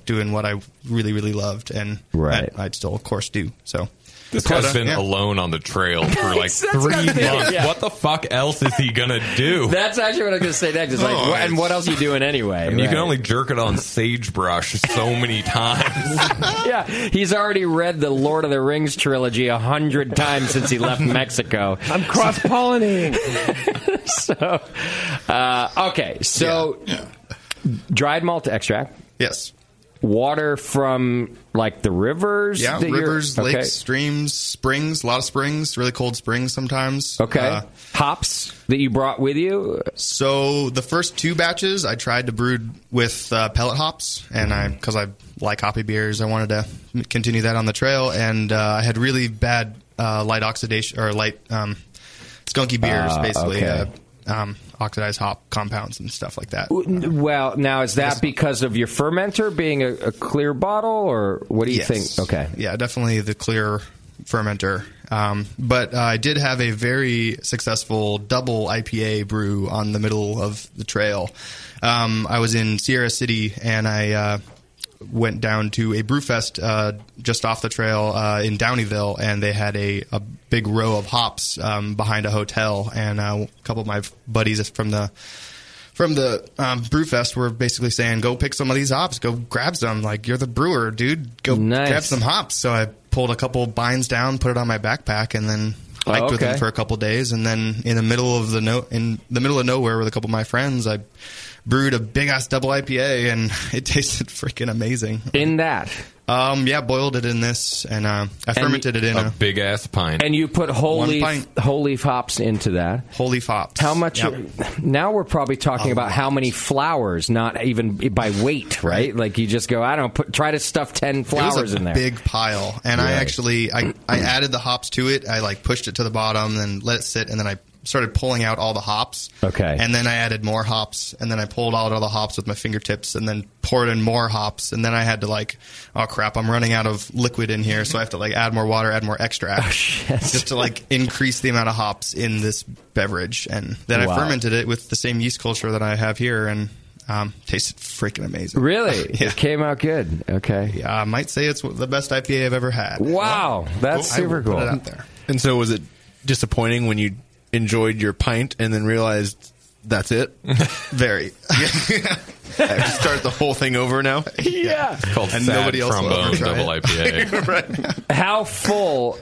B: doing what I really, really loved and
F: Right.
B: I, I still of course do. So
I: This guy's
B: Dakota,
I: been
B: yeah.
I: alone on the trail for like
B: That's what
I: three
B: I'm thinking,
I: months.
B: yeah.
I: What the fuck else is he gonna do?
F: That's actually what I was going to say next. Is like,
I: Oh,
F: wh- and what else are you doing anyway?
I: I mean, You can
F: Right.
I: only jerk it on sagebrush so many times.
F: yeah, he's already read the Lord of the Rings trilogy a hundred times since he left Mexico. I'm cross pollinating. so, uh, okay, so dried malt extract.
B: Yes.
F: Water from like the rivers.
B: Yeah,
F: that you're-
B: rivers,
F: okay.
B: lakes, streams, springs, a lot of springs, really cold springs sometimes. Uh,
F: Okay. Hops that you brought with you?
B: So the first two batches I tried to brew with uh, pellet hops, and I because I like hoppy beers, I wanted to m- continue that on the trail, and uh, I had really bad uh, light oxidation or light um, skunky beers,
F: Ah,
B: basically.
F: okay.
B: Uh, um, oxidized hop compounds and stuff like that.
F: Well, now is that because of your fermenter being a, a clear bottle, or what do you think? Okay.
B: Yeah, definitely the clear fermenter. Um, but uh, I did have a very successful double IPA brew on the middle of the trail. Um, I was in Sierra City and I uh, went down to a brew fest uh, just off the trail uh, in Downeyville, and they had a, a big row of hops um, behind a hotel. And uh, a couple of my buddies from the from the um, Brewfest were basically saying, "Go pick some of these hops. Go grab some. Like you're the brewer, dude. Go grab some hops." So I pulled a couple binds down, put it on my backpack, and then
F: Oh,
B: hiked with them
F: okay.
B: for a couple days. And then in the middle of the no- in the middle of nowhere with a couple of my friends, I brewed a big ass double IPA, and it tasted freaking amazing.
F: In that,
B: um, yeah, boiled it in this, and uh, I fermented it in
I: a
B: a
I: big ass pint.
F: And you put whole
B: One
F: leaf,
B: pint.
F: whole leaf hops into that.
B: Whole leaf hops.
F: How much?
B: Yep.
F: Now we're probably talking about how many flowers, not even by weight, right? Like you just go, I don't know, put, try to stuff ten flowers
B: it was a
F: in there.
B: Big pile, and I
F: Right.
B: actually I, I added the hops to it. I like pushed it to the bottom, then let it sit, and then I started pulling out all the hops.
F: Okay.
B: And then I added more hops, and then I pulled out all the hops with my fingertips, and then poured in more hops, and then I had to like, oh crap, I'm running out of liquid in here, so I have to like add more water, add more extract,
F: Oh,
B: just to like increase the amount of hops in this beverage, and then
F: Wow.
B: I fermented it with the same yeast culture that I have here, and. Um, tasted freaking amazing.
F: Really? It came out good. Okay.
B: Yeah, I might say it's the best IPA I've ever had.
F: Wow, that's
B: I will
F: super
B: put
F: cool.
B: it out there.
R: And so was it disappointing when you enjoyed your pint and then realized that's it?
B: Very.
R: I have to start the whole thing over now.
F: Yeah. It's
I: called Sad Trombone Double IPA.
F: How full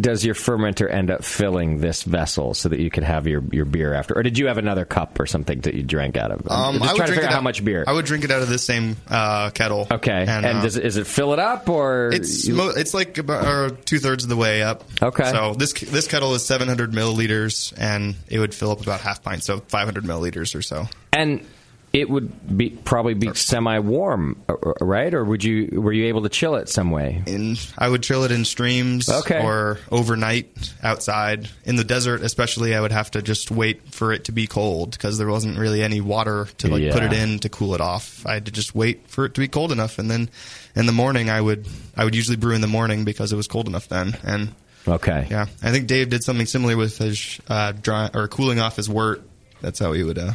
F: does your fermenter end up filling this vessel so that you could have your, your beer after? Or did you have another cup or something that you drank out of?
B: Um,
F: I'm just trying to figure out
B: it
F: how
B: out-
F: much beer.
B: I would drink it out of this same uh, kettle.
F: Okay, and,
B: uh,
F: does it, is it fill it up or
B: It's
F: you-
B: mo- it's like about two thirds of the way up.
F: Okay.
B: So this this kettle is 700 milliliters, and it would fill up about half pint, so 500 milliliters or so.
F: and it would be probably be semi warm, right? Or would you were you able to chill it some way?
B: In I would chill it in streams
F: Okay.
B: or overnight outside in the desert, especially. I would have to just wait for it to be cold because there wasn't really any water to like put it
F: Yeah.
B: in to cool it off. I had to just wait for it to be cold enough, and then in the morning I would I would usually brew in the morning because it was cold enough then. And
F: okay,
B: yeah, I think Dave did something similar with his uh, dry or cooling off his wort. That's how he would. Uh,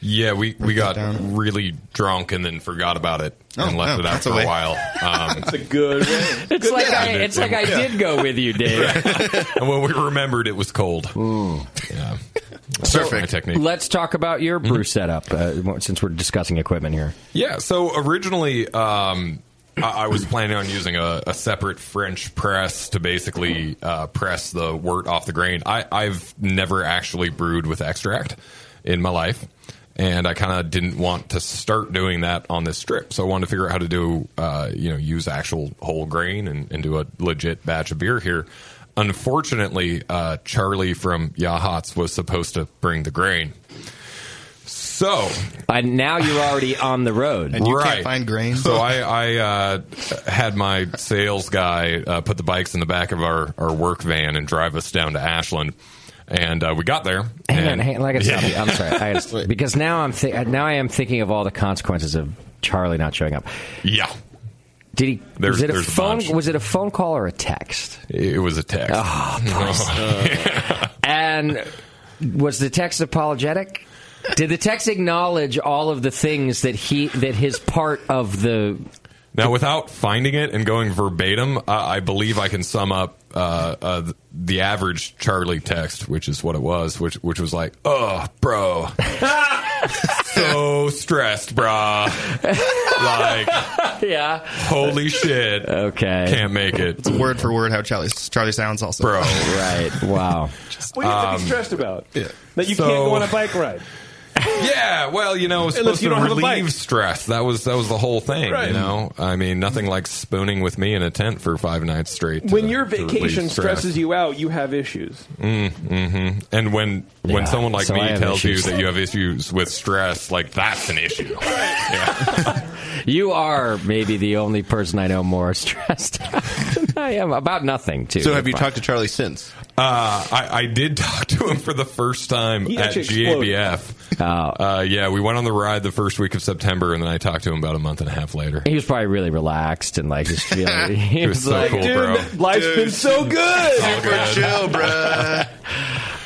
I: Yeah, we, we got really drunk and then forgot about it and
B: Oh,
I: left
B: oh,
I: it out
B: that's
I: for
B: a
I: a
B: way.
I: while. Um,
H: It's a good.
F: It's
H: Good
F: like
H: man.
F: I, it's like I did go with you, Dave.
I: and when we remembered, it was cold. Yeah. Perfect technique.
F: Let's talk about your
B: Mm-hmm.
F: brew setup uh, since we're discussing equipment here.
I: Yeah. So originally, um, I, I was planning on using a, a separate French press to basically uh, press the wort off the grain. I, I've never actually brewed with extract in my life. and I kind of didn't want to start doing that on this strip. So I wanted to figure out how to do, uh, you know, use actual whole grain and, and do a legit batch of beer here. Unfortunately, uh, Charlie from Yahats was supposed to bring the grain. So
F: and now you're already on the road,
I: And you can't Right. find
B: grain.
I: So I, I uh, had my sales guy uh, put the bikes in the back of our, our work van and drive us down to Ashland. And uh, we got there.
F: Hang
I: and,
F: on, hang on. Like I said, I'm sorry. I gotta- because now I'm thi- now I am thinking of all the consequences of Charlie not showing up.
I: Yeah.
F: Did he?
I: There's-
F: was it a
I: there's a
F: phone?
I: bunch.
F: was it a phone call or a text?
I: It was a text.
F: Oh, pussy. and was the text apologetic? Did the text acknowledge all of the things that he that his part of the
I: Now, without finding it and going verbatim, uh, I believe I can sum up uh, uh, th- the average Charlie text, which is what it was, which which was like, "Oh, bro, so stressed, brah, like,
F: yeah,
I: holy shit,
F: okay,
I: can't make it." It's
B: word for word how Charlie Charlie sounds also,
I: bro.
F: right? Wow.
H: What do you have to
I: Um,
H: be stressed about?
I: yeah.
H: That you
I: So-
H: can't go on a bike ride.
I: Yeah, well, you know, it was
H: Unless
I: supposed
H: you
I: to
H: don't have a
I: relieve
H: bike.
I: stress. That was that was the whole thing,
H: Right.
I: you know. I mean, nothing like spooning with me in a tent for five nights straight. to-
H: When your
I: to relieve
H: vacation
I: stress.
H: stresses you out, you have issues.
I: Mm, hmm And when
H: Yeah,
I: when someone like
H: so I
I: me
H: have
I: tells
H: issues.
I: you that you have issues with stress, like that's an issue.
F: You are maybe the only person I know more stressed out than I am about nothing too.
I: So have you talked
F: to Charlie since?
I: Uh, I, I did talk to him for the first time
F: He
I: at
F: actually exploded.
H: Oh.
I: GABF. Uh, yeah, we went on the ride the first week of September, and then I talked to him about a month and a half later.
F: He was probably really relaxed and like just feeling.
I: He
F: He
I: was
F: was,
I: so
F: like,
I: cool, bro.
H: Dude, life's been so good.
I: Super chill,
B: bro.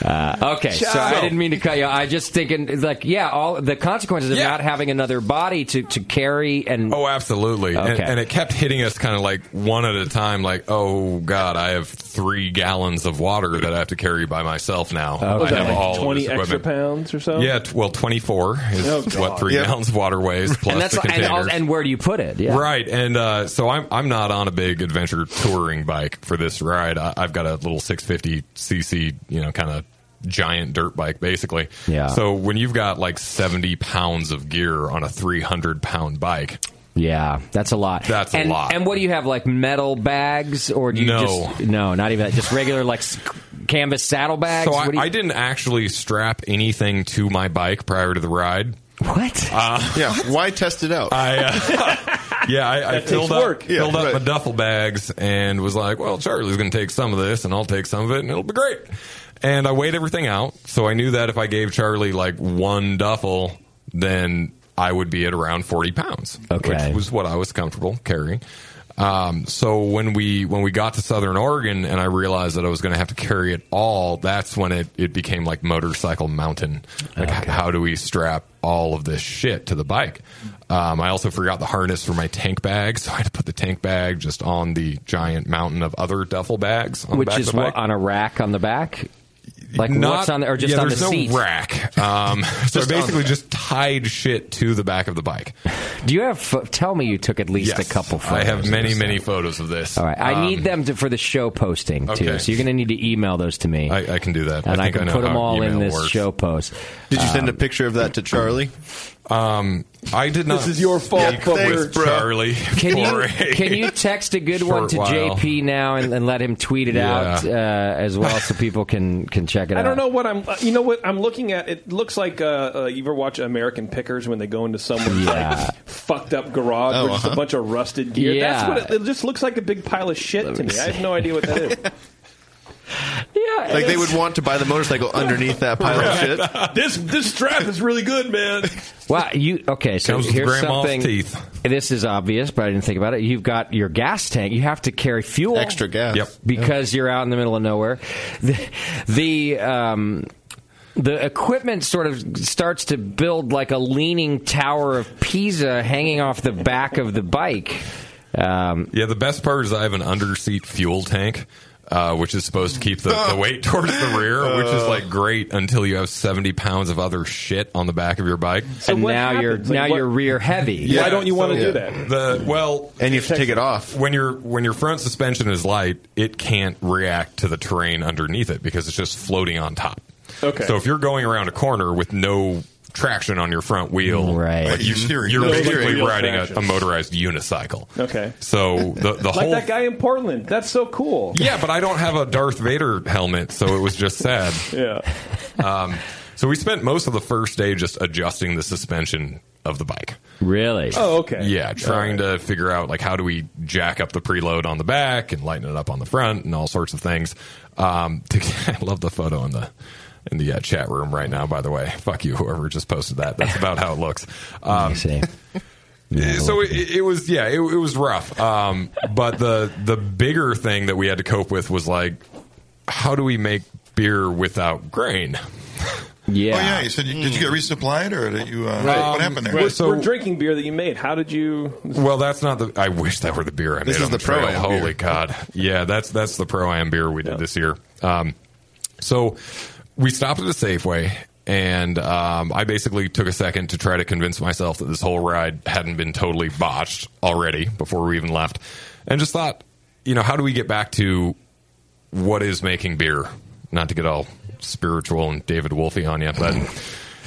F: Uh, okay, so
H: Ciao.
F: I didn't mean to cut you. I just thinking like, yeah, all the consequences of not having another body to, to carry and
I: oh, absolutely, And,
F: Okay.
I: and it kept hitting us kind of like one at a time. Like, oh god, I have three gallons of water that I have to carry by myself now.
H: Was
I: I
H: that
I: have
H: like
I: all of
H: twenty
I: this
H: extra
I: equipment.
H: pounds or so?
I: Yeah, t- well, 24 is
H: Oh, God.
I: what three
H: Yep.
I: gallons of water weighs plus
F: and that's
I: the
F: and,
I: containers.
F: all- and where do you put it? Yeah.
I: Right, and uh, so I'm I'm not on a big adventure touring bike for this ride. I, I've got a little 650 cc, you know, kind of giant dirt bike, basically.
F: Yeah.
I: So when you've got like 70 pounds of gear on a 300 pound bike,
F: yeah, that's a lot.
I: That's
F: and,
I: a lot.
F: And what do you have like metal bags or do you
I: No.
F: just no, not even that, just regular like s- canvas saddle bags?
I: So I,
F: What do you-
I: I didn't actually strap anything to my bike prior to the ride.
F: What?
I: Uh, yeah. Why test it out? I, uh, yeah, I, I
R: That
I: filled
R: takes
I: up,
R: work. Yeah,
I: filled up
R: right.
I: my duffel bags and was like, well, Charlie's going to take some of this and I'll take some of it and it'll be great. And I weighed everything out. So I knew that if I gave Charlie like one duffel, then I would be at around 40 pounds,
F: Okay.
I: which was what I was comfortable carrying. Um, so when we when we got to Southern Oregon and I realized that I was going to have to carry it all, that's when it, it became like motorcycle mountain. Like h- how do we strap all of this shit to the bike? Um, I also forgot the harness for my tank bag, so I had to put the tank bag just on the giant mountain of other duffel bags, on the
F: which
I: back
F: is
I: of the bike.
F: what on a rack on the back, like what's on the or just
I: yeah,
F: on the
I: there's no
F: seat
I: rack. Um, so I
F: Just on the
I: basically
F: back.
I: just tied shit to the back of the bike.
F: Do you have? Fo- tell me you took at least a couple photos.
I: I have
F: of
I: many
F: this
I: many
F: thing.
I: photos of this.
F: All right, I
I: Um,
F: need them to, for the show posting too.
I: Okay.
F: So you're going to need to email those to me.
I: I, I can do that,
F: and I,
I: think
F: can
I: know
F: put them
I: how
F: all in
I: email
F: this
I: works.
F: show post.
R: Did you send
F: Um,
R: a picture of that to Charlie?
I: Uh, Um, I did not.
R: This is your fault,
I: speak
R: fucker.
I: with
R: Bro.
I: Charlie.
F: Can
I: for
F: you,
I: a
F: can you text a good
I: short
F: one to
I: while.
F: JP now and, and let him tweet it
I: Yeah.
F: out uh, as well so people can, can check it
H: I
F: out?
H: don't know what I'm. uh, You know what I'm looking at. It looks like uh, uh, you ever watch American Pickers when they go into someone's
F: Yeah.
H: like fucked up garage
F: Oh,
H: with just a
F: uh-huh.
H: bunch of rusted gear.
F: Yeah.
H: That's what it, it just looks like a big pile of shit to me.
R: me
H: I have
R: see.
H: no idea what that is. yeah,
R: Like they would want to buy the motorcycle underneath that pile of shit.
H: this this strap is really good, man.
F: Wow, you okay? So
R: Comes with
F: here's
R: grandma's
F: something.
R: teeth.
F: This is obvious, but I didn't think about it. You've got your gas tank. You have to carry fuel, extra
R: gas, Yep.
F: because you're out in the middle of nowhere. The the, um, the equipment sort of starts to build like a leaning tower of Pisa hanging off the back of the bike. Um,
I: yeah, the best part is I have an underseat fuel tank. Uh, which is supposed to keep the, the weight towards the rear, which is like great until you have seventy pounds of other shit on the back of your bike.
F: So And what now happens? you're- Like, now what- you're rear heavy. Why don't you wanna
I: so-
F: do that?
I: The well, and you have to take it off when your when your front suspension is light. It can't react to the terrain underneath it because it's just floating on top.
H: Okay.
I: So if you're going around a corner with no traction on your front wheel.
F: Right.
I: Like you,
J: Mhm. Steering.
I: you're
J: No, like
I: basically
J: real
I: riding a,
J: traction.
I: a motorized unicycle.
H: Okay.
I: So the the
H: like
I: whole
H: that guy in Portland. That's so cool.
I: yeah, but I don't have a Darth Vader helmet, so it was just sad.
H: yeah.
I: Um, so we spent most of the first day just adjusting the suspension of the bike.
F: Really?
H: Oh, okay.
I: Yeah, trying to figure out like how do we jack up the preload on the back and lighten it up on the front and all sorts of things. Um, I love the photo in the in the uh, chat room right now. By the way, fuck you, whoever just posted that. That's about how it looks. Um, yeah, so it, it was yeah it, it was rough um, but the the bigger thing that we had to cope with was like how do we make beer without grain
F: yeah
J: Oh yeah, you said you, did you
I: Mm.
H: Hmm.
J: get resupplied or did you? Uh, What happened there?
H: We're, we're drinking beer that you made. How did you?
I: Well, that's not the. I wish that were the beer I made
H: This is
I: on
H: the
I: the, trail.
H: Pro-Am
I: Holy
H: beer.
I: God! Yeah, that's that's the pro am beer we did this year. Um, so we stopped at a Safeway, and um, I basically took a second to try to convince myself that this whole ride hadn't been totally botched already before we even left, and just thought, you know, how do we get back to what is making beer? Not to get all spiritual and David Wolfie on you, but.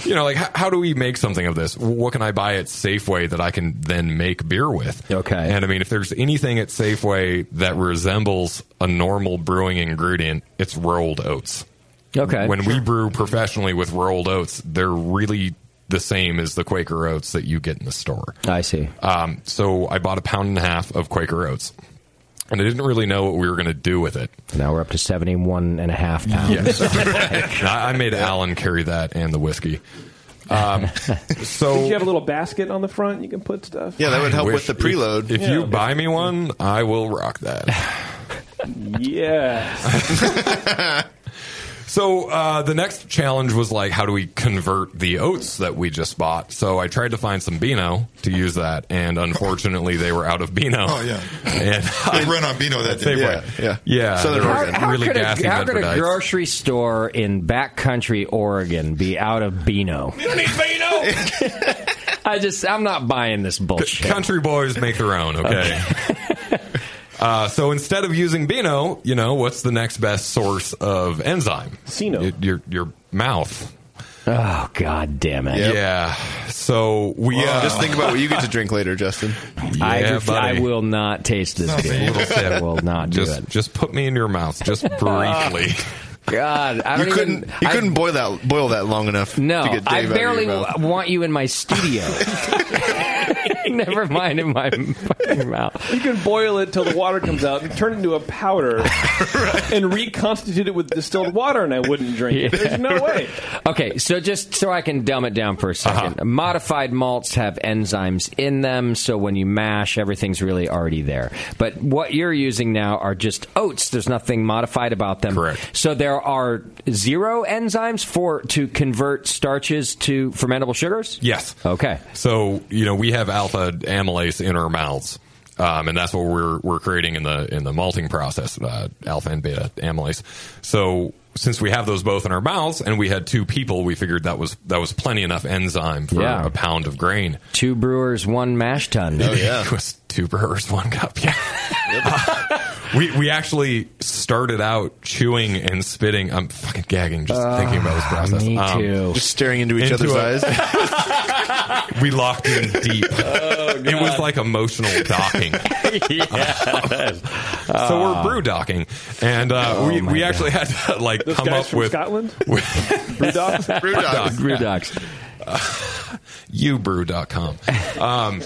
I: you know, like how, how do we make something of this? What can I buy at Safeway that I can then make beer with? Okay. And I mean, if there's anything at Safeway that resembles a normal brewing ingredient, it's rolled oats.
F: Okay.
I: When we brew professionally with rolled oats, they're really the same as the Quaker oats that you get in the store.
F: I see.
I: Um, so I bought a pound and a half of Quaker oats, and I didn't really know what we were going to do with it.
F: Now we're up to 71 and a half pounds.
I: Yes. I, I made Alan carry that and the whiskey. Um, so
H: did you have a little basket on the front? You can put stuff.
I: Wish- If, if
H: Yeah.
I: you buy me one, I will rock that.
H: Yes.
I: so uh, the next challenge was like, how do we convert the oats that we just bought? So I tried to find some Beano to use that, and unfortunately, they were out of Beano.
J: Oh, yeah.
I: and
J: They ran on Beano that day.
I: Safeway.
J: Yeah,
I: yeah,
J: yeah. Southern
I: they're
J: Oregon.
F: How
I: really
F: could, a,
I: gassy
F: how could a
I: Bedfordites.
F: grocery store in backcountry Oregon be out of Beano? You don't need Beano. I just, I'm not buying this bullshit.
I: Country boys make their own, okay? uh, so instead of using Beano, you know, what's the next best source of enzyme?
H: Sino.
I: Your, your mouth.
F: Oh, God damn it.
I: Yeah. So we. Uh,
R: Just think about what you get to drink later, Justin.
F: I,
I: Yeah,
F: ref- I
I: buddy.
F: will not taste this
I: Just a
F: beer.
I: little sip.
F: I will not do
I: Oh, just,
F: it. Oh,
I: Just put me in your mouth, just briefly.
F: God, I
R: You
F: don't
R: couldn't-
F: even,
R: you
F: I-
R: couldn't boil that boil that long enough.
F: No,
R: to get Dave out
F: I
R: of your
F: barely
R: mouth.
F: w- want you in my studio. Never mind in my fucking mouth.
H: You can boil it till the water comes out and turn it into a powder and reconstitute it with distilled water, and I wouldn't drink it. There's no way.
F: Okay, so just so I can dumb it
I: Uh-huh.
F: down for a 2nd modified malts have enzymes in them, so when you mash, everything's really already there. But what you're using now are just oats. There's nothing modified about them. Correct. So there are zero enzymes for to convert starches to fermentable sugars.
I: Yes.
F: Okay.
I: So you know we have alpha amylase in our mouths, um, and that's what we're we're creating in the in the malting process, uh, alpha and beta amylase. So since we have those both in our mouths, and we had two people, we figured that was that was plenty enough enzyme for
F: Yeah.
I: a pound of grain.
F: Two brewers, one mash tun.
I: Oh, it was two brewers, one cup. Yeah. we we actually started out chewing and spitting. I'm fucking gagging just thinking about this process.
F: Ah, me
I: Um,
F: too.
R: Just staring into each
I: Into
R: other's
I: a-
R: eyes.
I: we locked in deep.
H: Oh,
I: it was
R: God.
I: like emotional docking. so we're brew docking, and uh,
H: Ah. Oh,
I: we
H: my
I: we
H: God.
I: actually had to like
H: Those
I: come
H: guys
I: up
H: from
I: with
H: Scotland.
I: brew
H: docs? Brew docs. Brew
F: docs.
I: You brew.com. Um,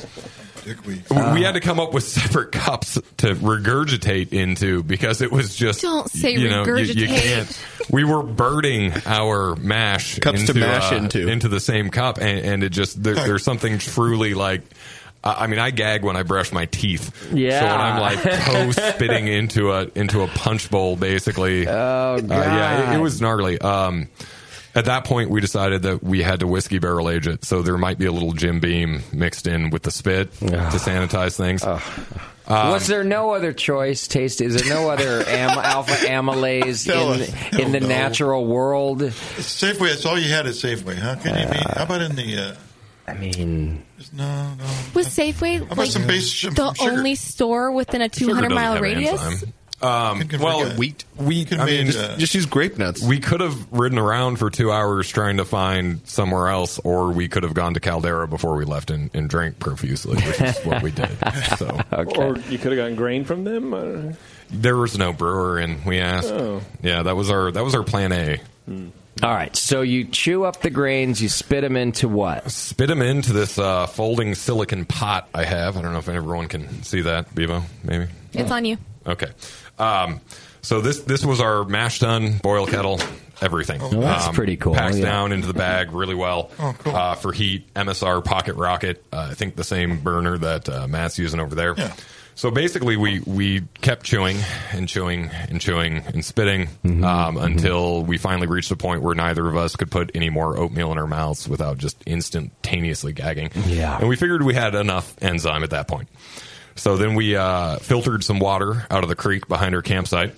I: we we
H: Ah.
I: had to come up with separate cups to regurgitate into because it was just
K: Don't say
I: you know, you- You,
K: regurgitate.
I: can't. We were birding our mash
R: Cups to
I: into,
R: mash
I: uh,
R: into.
I: the same cup, and, and it just there, there's something truly like. I I mean, I gag when I brush my teeth.
F: Yeah.
I: So when I'm like toe spitting into a into a punch bowl, basically. Oh
F: god.
I: yeah, it, it was gnarly. Um, at that point, we decided that we had to whiskey barrel age it, so there might be a little Jim Beam mixed in with the spit to sanitize things. Um,
F: Was there no other choice? Taste? Is there no other am, alpha amylase
J: Tell
F: in
J: us.
F: in the
J: No.
F: natural world?
J: Safeway. That's all you had at Safeway, huh? Can you be? How about in the? Uh,
F: I mean,
J: no, no.
K: Was Safeway
J: about
K: like
J: some base- some
K: the
J: sugar?
K: only store within a
J: Sugar
K: 200
J: doesn't
K: mile
J: have
K: radius?
J: enzyme.
I: Um, well, wheat. Wheat. I mean,
R: just, just use grape nuts.
I: We could have ridden around for two hours trying to find somewhere else, or we could have gone to Caldera before we left and, and drank profusely, which is what we did. So
H: Or you could have gotten grain from them. I don't know.
I: there was no brewer, and we asked.
H: Oh.
I: Yeah, that was our that was our plan A.
F: Hmm. All right, so you chew up the grains, you spit them into what?
I: Spit them into this uh, folding silicon pot I have. I don't know if everyone can see that, Bevo. Maybe
K: It's on you.
I: Okay. Um, so this this was our mash done, boil kettle, everything.
F: Well, that's pretty cool,
I: Packs
F: yeah.
I: down into the bag really well uh, for heat. MSR pocket rocket. Uh, I think the same burner that uh, Matt's using over there. So basically, we, we kept chewing and chewing and chewing and spitting
F: Mm-hmm.
I: um, until we finally reached a point where neither of us could put any more oatmeal in our mouths without just instantaneously gagging.
F: Yeah.
I: And we figured we had enough enzyme at that point. So then we uh, filtered some water out of the creek behind our campsite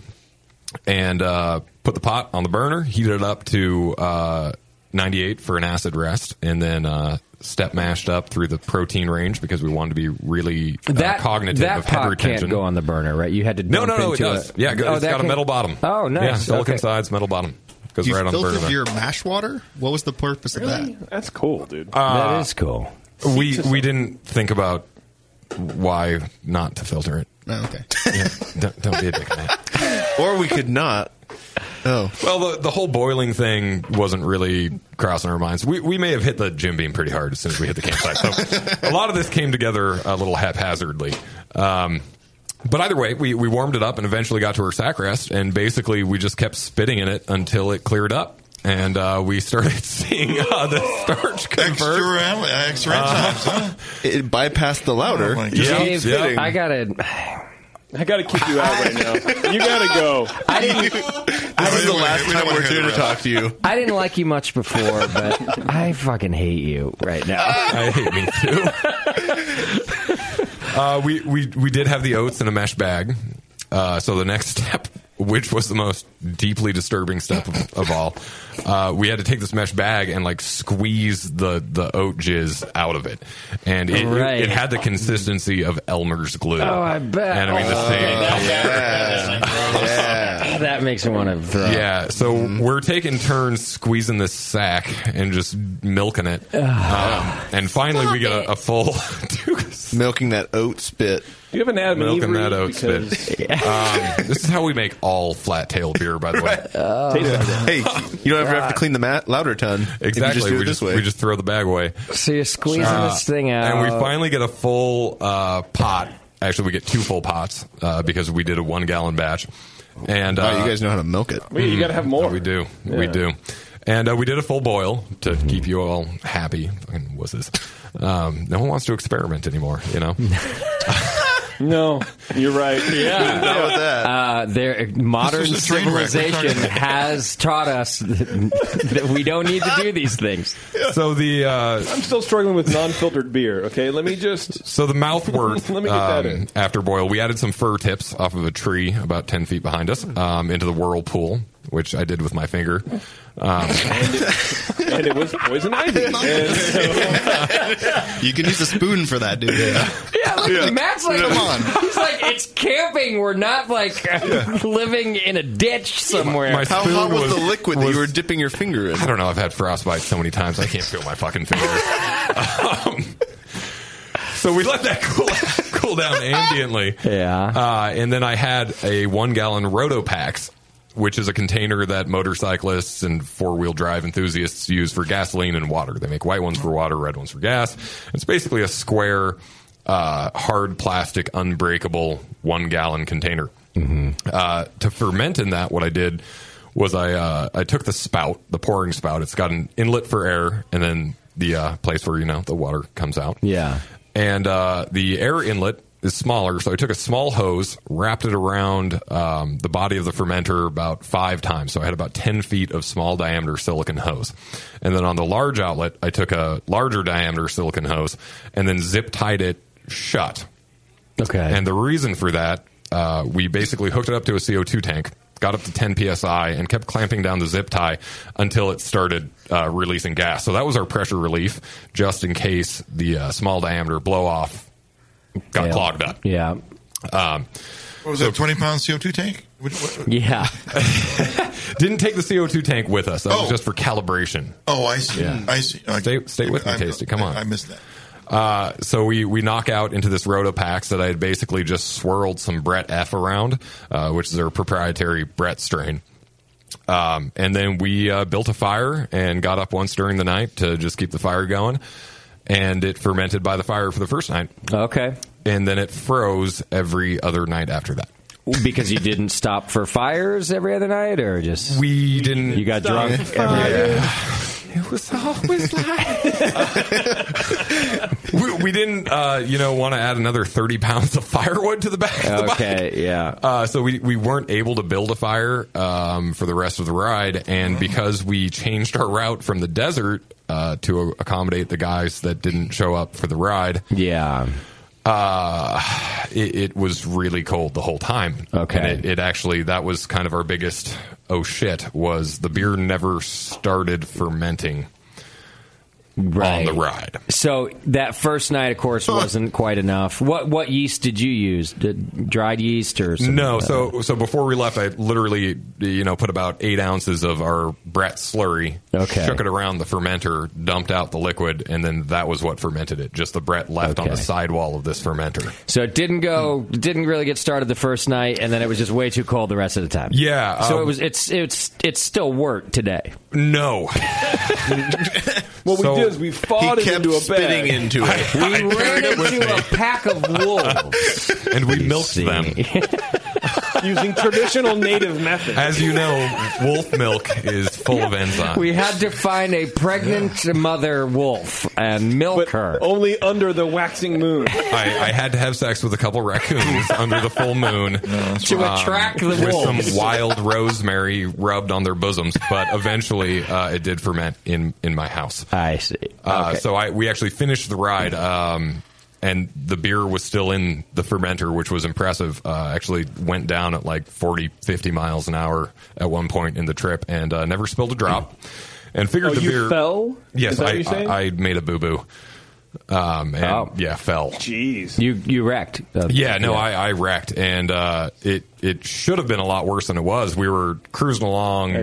I: and uh, put the pot on the burner, heated it up to uh, 98 for an acid rest, and then uh, step mashed up through the protein range because we wanted to be really uh,
F: That
I: cognitive
F: that
I: of head
F: pot
I: retention.
F: can't go on the burner, right? You had to
I: No,
F: dump
I: no, no, it
F: into
I: does.
F: a-
I: Yeah,
F: Oh,
I: it's
F: that
I: got a
F: can-
I: metal bottom.
F: Oh, nice.
I: Yeah, silicon
F: Okay.
I: sides, metal bottom. Goes
B: you
I: right on the
B: filtered
I: burner.
B: your mash water. What was the purpose of that?
H: That's cool, dude.
I: Uh,
F: cool.
I: We we didn't think about why not to filter it.
B: Oh, okay.
I: Yeah, don't, don't be a dick.
R: or we could not.
B: Oh.
I: Well, the, the whole boiling thing wasn't really crossing our minds. We, we may have hit the gym beam pretty hard as soon as we hit the campsite. So a lot of this came together a little haphazardly. Um, but either way, we, we warmed it up and eventually got to our sack rest. And basically, we just kept spitting in it until it cleared up. And uh, we started seeing uh, the starch convert. Uh,
J: Extra, extra enzymes, huh?
R: Uh, It bypassed the louder.
F: Dave, I gotta.
H: I gotta kick you out right now. You gotta go.
R: This is the last time we're here to talk to you.
F: I didn't like you much before, but I fucking hate you right now.
I: I hate me too. uh, we, we, we did have the oats in a mesh bag. Uh, so the next step, which was the most deeply disturbing step of, of all, uh, we had to take this mesh bag and like squeeze the, the oat jizz out of it. And it,
F: Right.
I: it had the consistency of Elmer's glue.
F: Oh, I bet.
I: And I mean, the same.
F: That makes me want to throw.
I: Yeah, so
R: Mm-hmm.
I: we're taking turns squeezing this sack and just milking it, um, and finally we get a, a full
R: milking that oat spit.
H: Do you have an Adam
I: milking
H: and Eve
I: that
H: read?
I: oat
H: Because-
I: spit. um, this is how we make all flat tail beer, by the way.
F: Oh.
I: Oh.
H: Tastes like
R: hey, you don't ever have to clean the mat- louder ton. if you
I: Exactly.
R: just do
I: we,
R: it this
I: just,
R: way.
I: we just throw the bag away.
F: So you're squeezing
I: Uh,
F: this thing out,
I: And we finally get a full uh, pot. Actually, we get two full pots uh, because we did a one gallon batch. And uh, Mm-hmm.
R: Wow, you guys know how to milk it.
H: Well, you gotta have more.
I: We do. We
H: Yeah.
I: do. And uh, we did a full boil to keep you all happy. Fucking wusses. Um, no one wants to experiment anymore, you know?
H: No, you're right. Yeah.
F: Uh, there, modern
H: This was a train wreck.
F: civilization
H: We're
F: has taught us that, that we don't need to do these things.
I: So the uh,
H: I'm still struggling with non-filtered beer. Okay, let me just.
I: So the mouth worth
H: Let me get that
I: um,
H: in.
I: after boil, we added some fir tips off of a tree about ten feet behind us um, into the whirlpool, which I did with my finger. Um,
H: and it was poison ivy. And so-
B: You can use a spoon for that, dude.
F: Yeah, look,
B: Yeah.
F: Matt's like,
B: Come on.
F: he's like, it's camping. We're not like living in a ditch somewhere.
I: my
R: How
I: spoon
R: hot was,
I: was-
R: the liquid that
I: was-
R: you were dipping your finger in?
I: I don't know. I've had frostbite so many times I can't feel my fucking fingers. Um, so we let that cool cool down ambiently.
F: Yeah.
I: Uh, and then I had a one gallon Rotopax, which is a container that motorcyclists and four wheel drive enthusiasts use for gasoline and water. They make white ones for water, red ones for gas. It's basically a square, uh, hard plastic, unbreakable one gallon container.
F: Mm-hmm.
I: Uh, to ferment in that, what I did was I uh, I took the spout, the pouring spout. It's got an inlet for air, and then the uh, place where you know the water comes out.
F: Yeah.
I: And uh, the air inlet is smaller, so I took a small hose, wrapped it around um, the body of the fermenter about five times. So I had about 10 feet of small diameter silicon hose. And then on the large outlet, I took a larger diameter silicon hose and then zip tied it shut.
F: Okay.
I: And the reason for that, uh, we basically hooked it up to a CO2 tank, got up to 10 psi, and kept clamping down the zip tie until it started uh, releasing gas. So that was our pressure relief, just in case the uh, small diameter blow off got
F: Yeah.
I: clogged up.
F: Yeah.
I: Um,
J: What was that, 20 pound CO2 tank? What- what-
F: Yeah.
I: Didn't take the CO2 tank with us. That was just for calibration.
J: Oh, I see.
I: Yeah.
J: I see. I-
I: stay stay with me,
J: I'm-
I: Tasty. Come on.
J: I missed that.
I: Uh, so we, we knock out into this Rota packs that I had basically just swirled some Brett F around, uh, which is their proprietary Brett strain. Um, and then we uh, built a fire and got up once during the night to just keep the fire going. And it fermented by the fire for the first night.
F: Okay.
I: And then it froze every other night after that.
F: because you didn't stop for fires every other night, or just
I: we didn't.
F: You got
I: stop
F: drunk
I: for
F: every other night.
I: fires. It was always we, we didn't, uh, you know, want to add another thirty pounds of firewood to the back. Of the
F: Okay, yeah.
I: Uh, so we we weren't able to build a fire um, for the rest of the ride, and because we changed our route from the desert uh, to a- accommodate the guys that didn't show up for the ride,
F: yeah.
I: Uh, it, it was really cold the whole time.
F: Okay.
I: And it, it actually that was kind of our biggest oh shit was the beer never started fermenting on the ride.
F: So that first night, of course, wasn't quite enough. What what yeast did you use? Did, dried yeast or something
I: No,
F: like that?
I: so so before we left, I literally you know put about eight ounces of our Brett slurry,
F: Okay.
I: shook it around the fermenter, dumped out the liquid, and then that was what fermented it. Just the Brett left on the
F: Okay.
I: sidewall of this fermenter.
F: So it didn't go,
I: Hmm.
F: didn't really get started the first night, and then it was just way too cold the rest of the time.
I: Yeah,
F: So
I: um,
F: it was, it's, it's, it's still work today.
I: No.
F: what
H: we did is we fought it into a bag.
F: We ran into a pack of wolves.
I: and we milked them
H: using traditional native methods.
I: As you know, wolf milk is full of enzymes.
F: We had to find a pregnant mother wolf and milk her.
H: Only under the waxing moon.
I: I, I had to have sex with a couple raccoons under the full moon
F: To attract the
I: with
F: wolves.
I: some wild rosemary rubbed on their bosoms. But eventually, uh, it did ferment in in my house.
F: I see.
I: Uh,
F: Okay.
I: So I we actually finished the ride. Um, and the beer was still in the fermenter, which was impressive. Uh, actually went down at like 40, 50 miles an hour at one point in the trip and uh, never spilled a drop. And figured
H: Oh,
I: the
H: you
I: beer
H: fell?
I: Yes,
H: Is that
I: I,
H: what you're saying?
I: I, I made a boo boo. Um, and yeah, fell.
H: Jeez.
F: You you wrecked. Uh,
I: yeah, no, I, I wrecked, and uh, it it should have been a lot worse than it was. We were cruising along,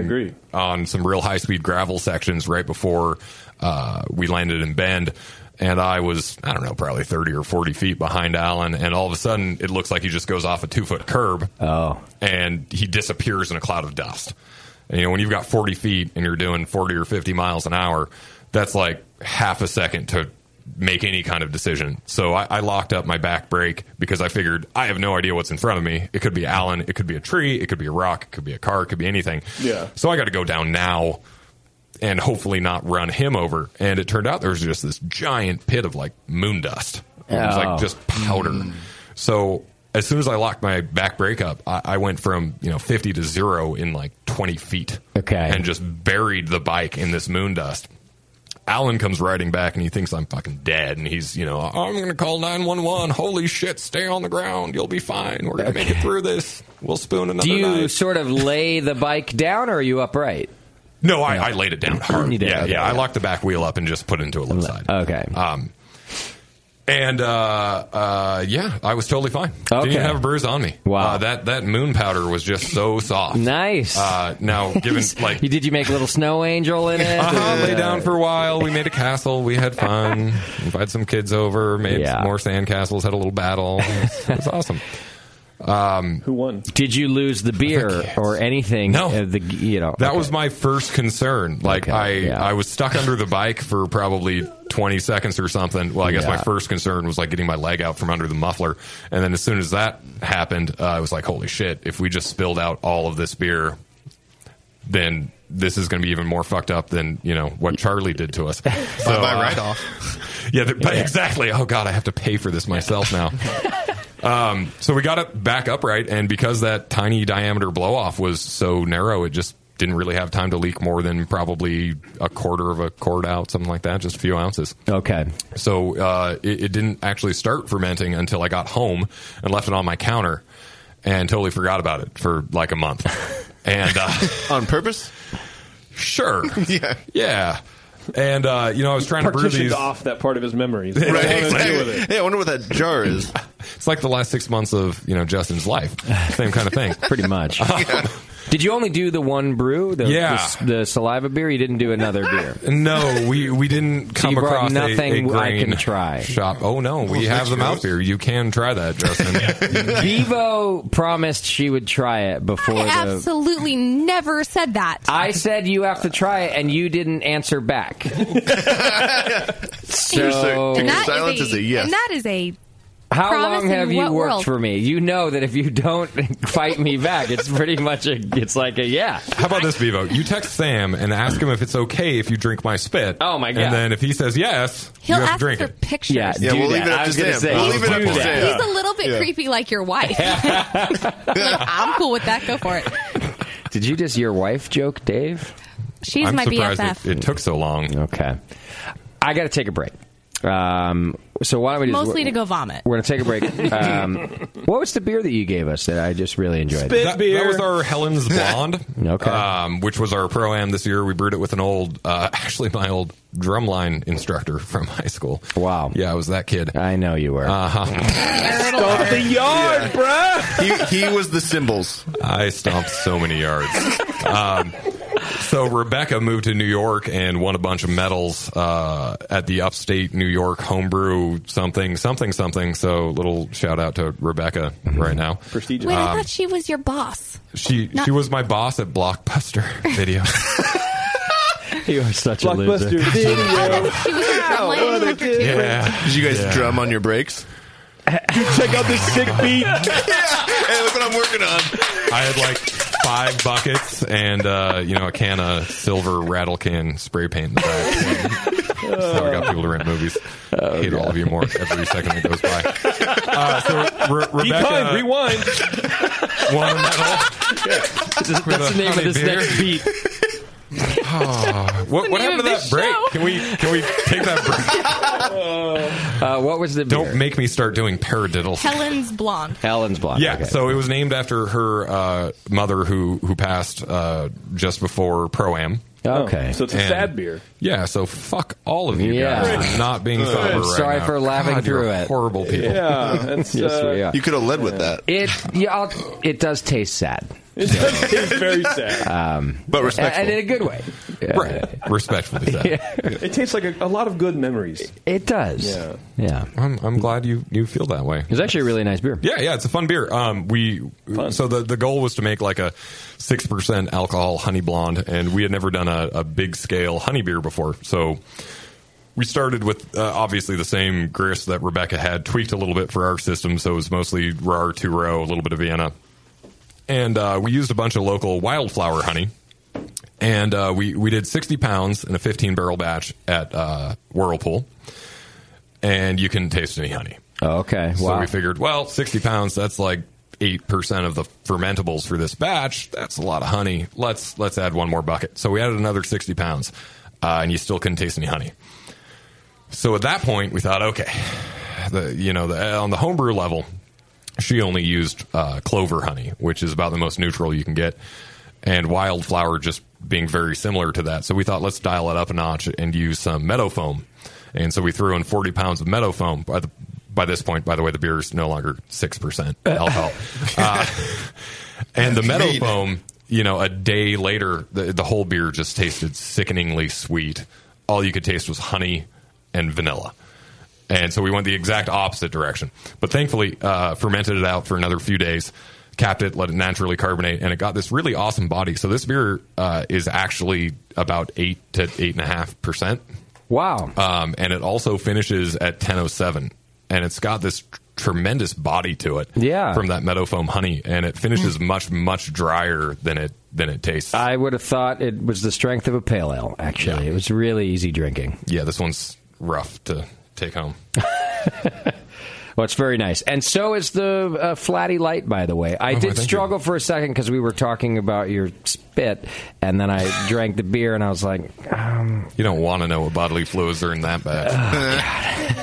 I: on some real high speed gravel sections right before uh, we landed in Bend. And I was, I don't know, probably 30 or 40 feet behind Alan. And all of a sudden, it looks like he just goes off a two foot curb.
F: Oh.
I: And he disappears in a cloud of dust. And, you know, when you've got 40 feet and you're doing 40 or 50 miles an hour, that's like half a second to make any kind of decision. So I, I locked up my back brake because I figured I have no idea what's in front of me. It could be Alan, it could be a tree, it could be a rock, it could be a car, it could be anything.
O: Yeah.
I: So I got to go down now and hopefully not run him over. And it turned out there was just this giant pit of like moon dust. It was
O: Oh.
I: like just powder. So as soon as I locked my back brake up, I, I went from you know fifty to zero in like twenty feet.
F: Okay.
I: and just buried the bike in this moon dust. Alan comes riding back and he thinks I'm fucking dead, and he's you know uh-uh, I'm gonna call nine one one. Holy shit! Stay on the ground. You'll be fine. We're gonna make it through this. We'll spoon another.
F: Do you
I: night.
F: sort of lay the bike down, or are you upright?
I: No, I, I laid it down hard.
F: You did,
I: yeah,
F: okay,
I: yeah. I locked the back wheel up and just put it into a left side.
F: Okay.
I: Um, and uh, uh, yeah, I was totally fine.
F: Okay.
I: Didn't even have a bruise on me. Wow. Uh, that that moon powder was just so soft.
F: Nice.
I: Uh, now, given like
F: You did you make a little snow angel in it?
I: uh-huh, lay
F: Uh,
I: down for a while. We made a castle. We had fun. Invited some kids over. Made
F: Yeah.
I: some more sandcastles. Had a little battle. It was, it was awesome. Um,
H: Who won?
F: Did you lose the beer or anything? No. the you know
I: That was my first concern. Like I, I was stuck under the bike for probably 20 seconds or something. Well, I guess my
F: Yeah.
I: first concern was like getting my leg out from under the muffler. And then as soon as that happened, uh, I was like, holy shit, if we just spilled out all of this beer, then this is going to be even more fucked up than, you know, what Charlie did to us. So,
B: Bye-bye
I: uh,
B: write-off.
I: yeah, th- but exactly. Oh God, I have to pay for this myself now. um, so we got it back upright, and because that tiny diameter blow off was so narrow, it just didn't really have time to leak more than probably a quarter of a quart out, something like that, just a few ounces.
F: Okay.
I: So uh, it, it didn't actually start fermenting until I got home and left it on my counter, and totally forgot about it for like a month. And uh, on purpose? Sure. yeah. Yeah. And uh, you know, I was trying to brew
H: Partitioned
I: these
H: off that part of his memories.
I: Right,
H: What do I wanna do
I: exactly.
H: with it?
R: Hey, I wonder what that jar is.
I: It's like the last six months of you know Justin's life. Same kind of thing,
F: pretty much. Did you only do the one brew? The,
I: Yeah.
F: the s- The, saliva beer. You didn't do another beer.
I: No, we we didn't
F: So
I: come
F: you brought
I: across a-
F: nothing
I: a,
F: I
I: grain
F: can try.
I: Shop. Oh no, we
F: Well,
I: have them
F: that's
I: out there. You can try that, Justin.
F: Bevo promised she would try it before the.
K: Absolutely never said that.
F: I said you have to try it, and you didn't answer back. so
K: And that And that is a
F: How
K: promise
F: long
K: in
F: have you
K: what
F: worked
K: world?
F: for me? You know that if you don't fight me back, it's pretty much a, it's like a yeah.
I: How about this, Vivo? You text Sam and ask him if it's okay if you drink my spit. Oh my
F: God.
I: And then if he says yes,
K: He'll
I: you have
K: ask
I: to drink
K: for
I: it.
K: pictures.
I: Yeah, Yeah, do we'll leave that. it up I to was gonna Sam. say, We'll leave it up do to that. Sam.
K: He's a little bit
I: Yeah.
K: creepy, like your wife. Like, I'm cool with that. Go for it.
F: Did you just your wife joke, Dave?
K: She's I'm my surprised BFF. it-
I: took so long.
F: Okay, I got to take a break. Um, so why don't we just
K: Mostly to go vomit.
F: We're gonna take a break. Um, what was the beer that you gave us that I just really enjoyed?
I: that, that was our Helen's Blonde, okay. um, which was our pro am this year. We brewed it with an old, uh, actually my old drumline instructor from high school.
F: Wow.
I: Yeah, I was that kid.
F: I know you were.
I: Uh-huh.
E: Stomp the yard,
I: he, he was the symbols. I stomped so many yards. Um, so Rebecca moved to New York and won a bunch of medals uh, at the Upstate New York Homebrew something something something. So little shout out to Rebecca
F: Mm-hmm.
I: right now. Um, Prestigious.
K: Wait, I thought she was your boss.
I: She
K: Not-
I: she was my boss at Blockbuster Video.
F: you are such
I: a loser.
K: She was your drumline instructor too.
R: Yeah. Did you guys drum on your breaks?
I: Check out this sick beat.
R: Hey, look what I'm working on.
I: I had like five buckets and uh, you know a can of silver rattle can spray paint in the back. That's how we got people to rent movies. Hate all of you more every second that goes by. Uh, so Re-
H: Be kind,
I: Rebecca uh,
H: rewind.
I: won a medal.
H: That's
I: With a
H: the name of
I: honey
H: this
I: beer.
H: next
F: beat.
I: Oh, what what happened to that break? Can we can we take that break?
F: Uh, what was the
I: Don't make me start doing paradiddles.
K: Helen's blonde.
F: Helen's blonde.
I: Yeah,
F: okay.
I: so it was named after her uh, mother who who passed uh, just before pro am.
F: Oh. Okay.
H: So it's a sad beer.
I: Yeah, so fuck all of you
F: Yeah.
I: guys for not being
F: Good.
I: sober. right
F: Sorry
I: now.
F: for laughing
I: God, you're
F: through it.
I: Horrible people.
F: Yeah, that's, Yes, uh, we are. You could
R: have led with that.
F: It yeah, I'll, it does taste sad. It
H: does taste very sad.
F: Um,
H: But respectful.
F: and in a good way.
I: Right. Respectfully said.
H: It tastes like a, a lot of good memories.
F: It does.
H: Yeah.
F: Yeah.
I: I'm, I'm glad you, you feel that way.
F: It's actually a really nice beer.
I: Yeah, yeah, it's a fun beer. Um, we so the the goal was to make like a six percent alcohol honey blonde, and we had never done a, a big scale honey beer before, so we started with uh, obviously the same grist that Rebecca had, tweaked a little bit for our system, so it was mostly rar two row, a little bit of Vienna, and uh, we used a bunch of local wildflower honey. And uh, we we did sixty pounds in a fifteen barrel batch at uh, Whirlpool, and you can taste any honey.
F: Oh, okay.
I: So
F: wow.
I: we figured, well, 60 pounds, that's like 8% of the fermentables for this batch. That's a lot of honey. Let's let's add one more bucket. So we added another 60 pounds, uh, and you still couldn't taste any honey. So at that point, we thought, okay, the you know, the, on the homebrew level, she only used uh, clover honey, which is about the most neutral you can get, and wildflower just being very similar to that. So we thought, let's dial it up a notch and use some meadow foam. And so we threw in 40 pounds of meadow foam. By, the, by this point, by the way, the beer is no longer 6% alcohol. uh, and the meadow
R: Mean.
I: foam, you know, a day later, the, the whole beer just tasted sickeningly sweet. All you could taste was honey and vanilla. And so we went the exact opposite direction. But thankfully, uh, fermented it out for another few days, capped it, let it naturally carbonate, and it got this really awesome body. So this beer uh, is actually about eight to eight and a half percent.
F: Wow.
I: Um, and it also finishes at 1007. And it's got this tr- tremendous body to it.
F: Yeah. Mm.
I: From that meadow foam honey. And it finishes much, much drier than it than it tastes.
F: I would have thought it was the strength of a pale ale. Actually, it was really easy drinking.
I: Yeah, this one's rough to take home.
F: Well, it's very nice, and so is the uh, Flatty Light. By the way, I
I: Oh,
F: did
I: thank you.
F: struggle for a second because we were talking about your spit, and then I drank the beer, and I was like, um,
I: You don't want to know what bodily fluids are in that bag.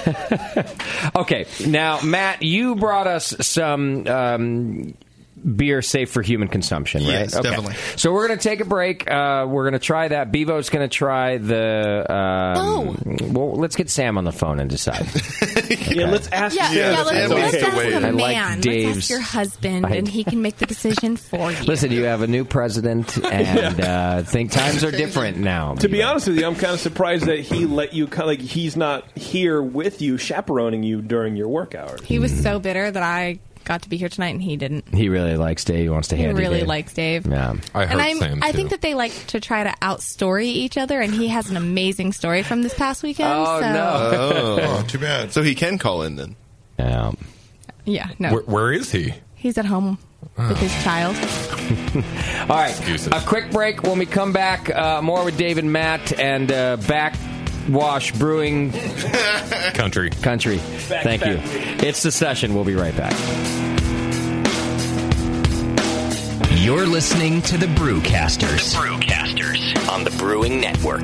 F: Oh, Okay, now Matt, you brought us some um, beer safe for human consumption, right?
B: Yes, definitely.
F: So we're going to take a break. Uh, we're going to try that. Bevo's going to try the. Um,
B: Oh.
F: Well, let's get Sam on the phone and decide.
H: Yeah, let's ask
K: Yeah,
H: him.
K: yeah, let's, let's ask
F: wait.
K: a
F: I
K: man.
F: like
K: let's
F: Dave's-
K: ask your husband,
F: I-
K: and he can make the decision for you.
F: Listen, you have a new president, and uh, think times are different now.
H: To be honest with you, I'm kind of surprised that he let you. Kind like he's not here with you, chaperoning you during your work hours.
K: He
F: Mm.
K: was so bitter that I got to be here tonight, and he didn't.
F: He really likes Dave. He wants to
K: He
F: hand. you
K: really
F: Dave.
K: likes Dave.
F: Yeah,
K: and I'm, I think that they like to try to outstory each other, and he has an amazing story from this past weekend.
F: Oh.
K: so.
R: Oh.
J: too bad.
R: So he can call in then.
F: Yeah.
K: Yeah, no.
I: Where, where is he?
K: He's at home with his child.
F: All right, a quick break. When we come back, uh, more with Dave and Matt and uh, Backwash Brewing
I: Country.
F: Country.
I: Back,
F: Thank
I: back.
F: you. It's the session. We'll be right back.
L: You're listening to the Brewcasters. The Brewcasters on the Brewing Network.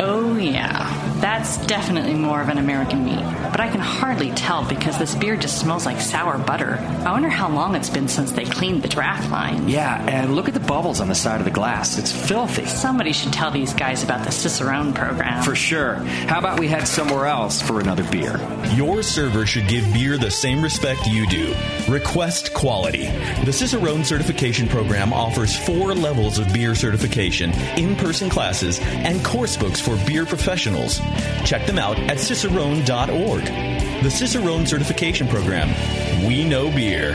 Q: Oh, yeah. That's definitely more of an American meat. But I can hardly tell because this beer just smells like sour butter. I wonder how long it's been since they cleaned the draft line.
L: Yeah, and look at the bubbles on the side of the glass. It's filthy.
Q: Somebody should tell these guys about the Cicerone program.
L: For sure. How about we head somewhere else for another beer?
A: Your server should give beer the same respect you do. Request quality. The Cicerone certification program offers four levels of beer certification, in person classes, and course books for beer professionals. Check them out at cicerone.org. The Cicerone certification program. We know beer.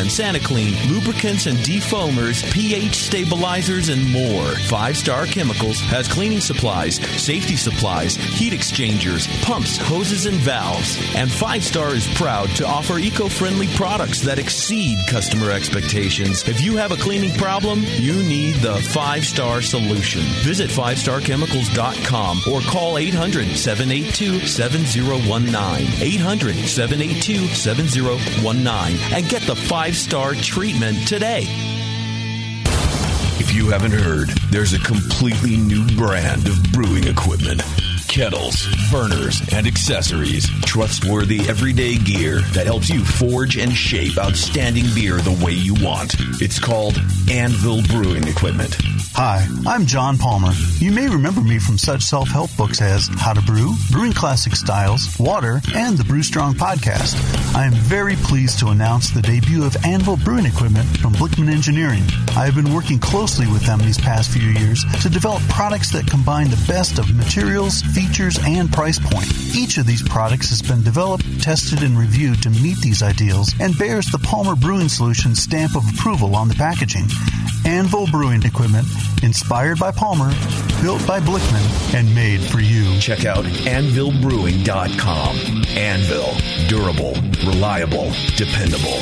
A: SanaClean, lubricants and defoamers, pH stabilizers, and more. Five Star Chemicals has cleaning supplies, safety supplies, heat exchangers, pumps, hoses, and valves. And Five Star is proud to offer eco friendly products that exceed customer expectations. If you have a cleaning problem, you need the Five Star Solution. Visit 5starchemicals.com or call 800 782 7019. 800 782 7019 and get the Five Star treatment today.
S: If you haven't heard, there's a completely new brand of brewing equipment. Kettles, burners, and accessories. Trustworthy everyday gear that helps you forge and shape outstanding beer the way you want. It's called Anvil Brewing Equipment.
T: Hi, I'm John Palmer. You may remember me from such self help books as How to Brew, Brewing Classic Styles, Water, and the Brew Strong podcast. I am very pleased to announce the debut of Anvil Brewing Equipment from Blickman Engineering. I have been working closely with them these past few years to develop products that combine the best of materials, features, and price point. Each of these products has been developed, tested, and reviewed to meet these ideals and bears the Palmer Brewing Solutions stamp of approval on the packaging. Anvil Brewing Equipment, inspired by Palmer, built by Blickman, and made for you.
S: Check out anvilbrewing.com. Anvil. Durable, reliable, dependable.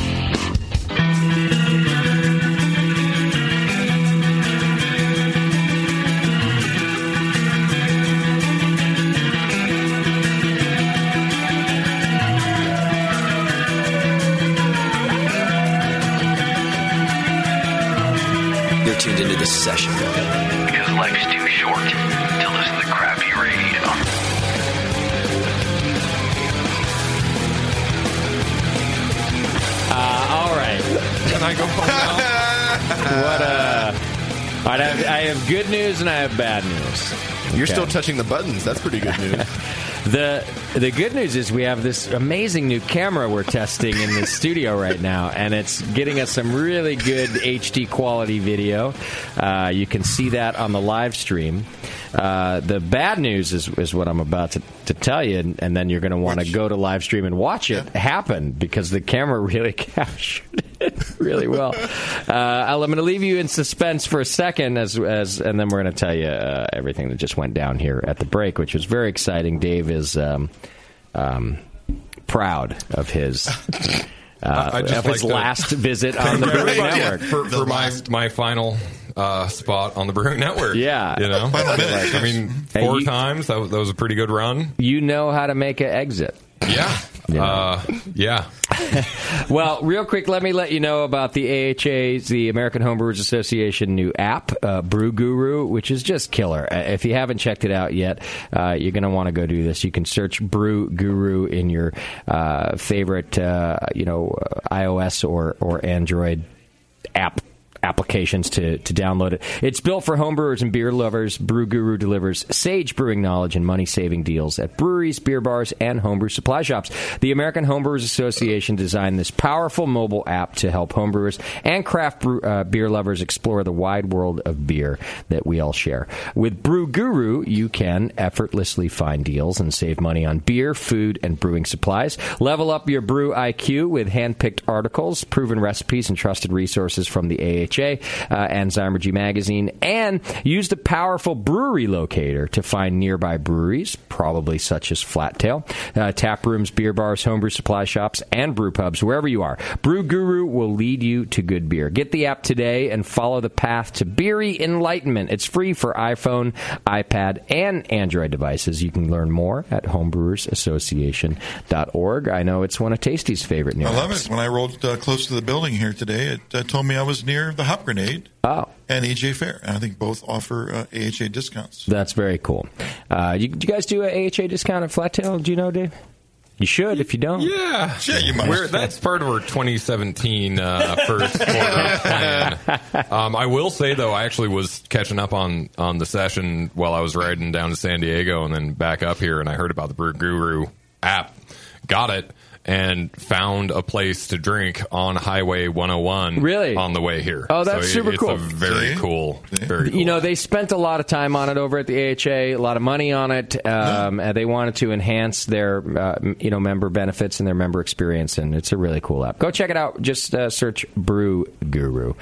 U: You're tuned into this session. Because life's too short to listen to crappy radio.
F: Uh, all right. Can I go What uh, all right, I, have, I have good news and I have bad news.
R: You're still
F: touching the buttons. That's pretty good news. the The good news is we have this amazing new camera we're testing in the studio right now, and it's getting us some really good HD quality video. Uh, you can see that on the live stream. Uh, the bad news is, is what I'm about to, to tell you, and, and then you're going to want to go to live stream and watch it happen because the camera really captured it really well. Uh, I'm going to leave you in suspense for a second, as as, and then we're going to tell you uh, everything that just went down here at the break, which was very exciting. Dave is um, um, proud of his. Uh,
I: I- I just
F: of his
I: like to-
F: last visit on the
I: Yeah,
F: Brewing
I: yeah,
F: Network
I: for, for my my final uh, spot on the Brewing Network.
F: Yeah,
I: you know,
F: Final bit.
I: Like, I mean,
F: Hey,
I: four
F: you-
I: times that was, that was a pretty good run.
F: You know how to make an exit.
I: Yeah, uh, yeah.
F: well, real quick, let me let you know about the AHA's, the American Homebrewers Association new app, uh, Brew Guru, which is just killer. Uh, If you haven't checked it out yet, uh, you're going to want to go do this. You can search Brew Guru in your uh, favorite, uh, you know, iOS or or Android app applications to, to download it. It's built for homebrewers and beer lovers. Brew Guru delivers sage brewing knowledge and money saving deals at breweries, beer bars, and homebrew supply shops. The American Homebrewers Association designed this powerful mobile app to help homebrewers and craft brew, uh, beer lovers explore the wide world of beer that we all share. With Brew Guru, you can effortlessly find deals and save money on beer, food, and brewing supplies. Level up your brew IQ with hand-picked articles, proven recipes, and trusted resources from the AHA uh, and Zymergy magazine. And use the powerful brewery locator to find nearby breweries, probably such as Flattail, uh, tap rooms, beer bars, homebrew supply shops, and brew pubs, wherever you are. Brew Guru will lead you to good beer. Get the app today and follow the path to beery enlightenment. It's free for iPhone, iPad, and Android devices. You can learn more at homebrewersassociation.org. I know it's one of Tasty's favorite new
J: I love
F: apps.
J: it. When I rolled uh, close to the building here today, it uh, told me I was near the Hop Grenade
B: Uh.
F: oh.
J: and EJ Fair. And I think both offer uh, AHA discounts.
F: That's very cool. Uh, you, do you guys do a AHA discount at Flattail? Do you know, Dave? You should if you don't.
I: Yeah,
J: you must.
I: We're, that's part of our 2017 uh, first quarter plan. Um, I will say though, I actually was catching up on on the session while I was riding down to San Diego and then back up here, and I heard about the Brew Guru app, got it, and found a place to drink on Highway 101. Really? On the way here.
F: Oh, that's
I: it-
F: super
I: it's
F: cool.
I: A very cool. Very
F: You know, they spent a lot of time on it over at the AHA, a lot of money on it. Um, and They wanted to enhance their, uh, m- you know, member benefits and their member experience, and it's a really cool app. Go check it out. Just uh, search Brew Guru.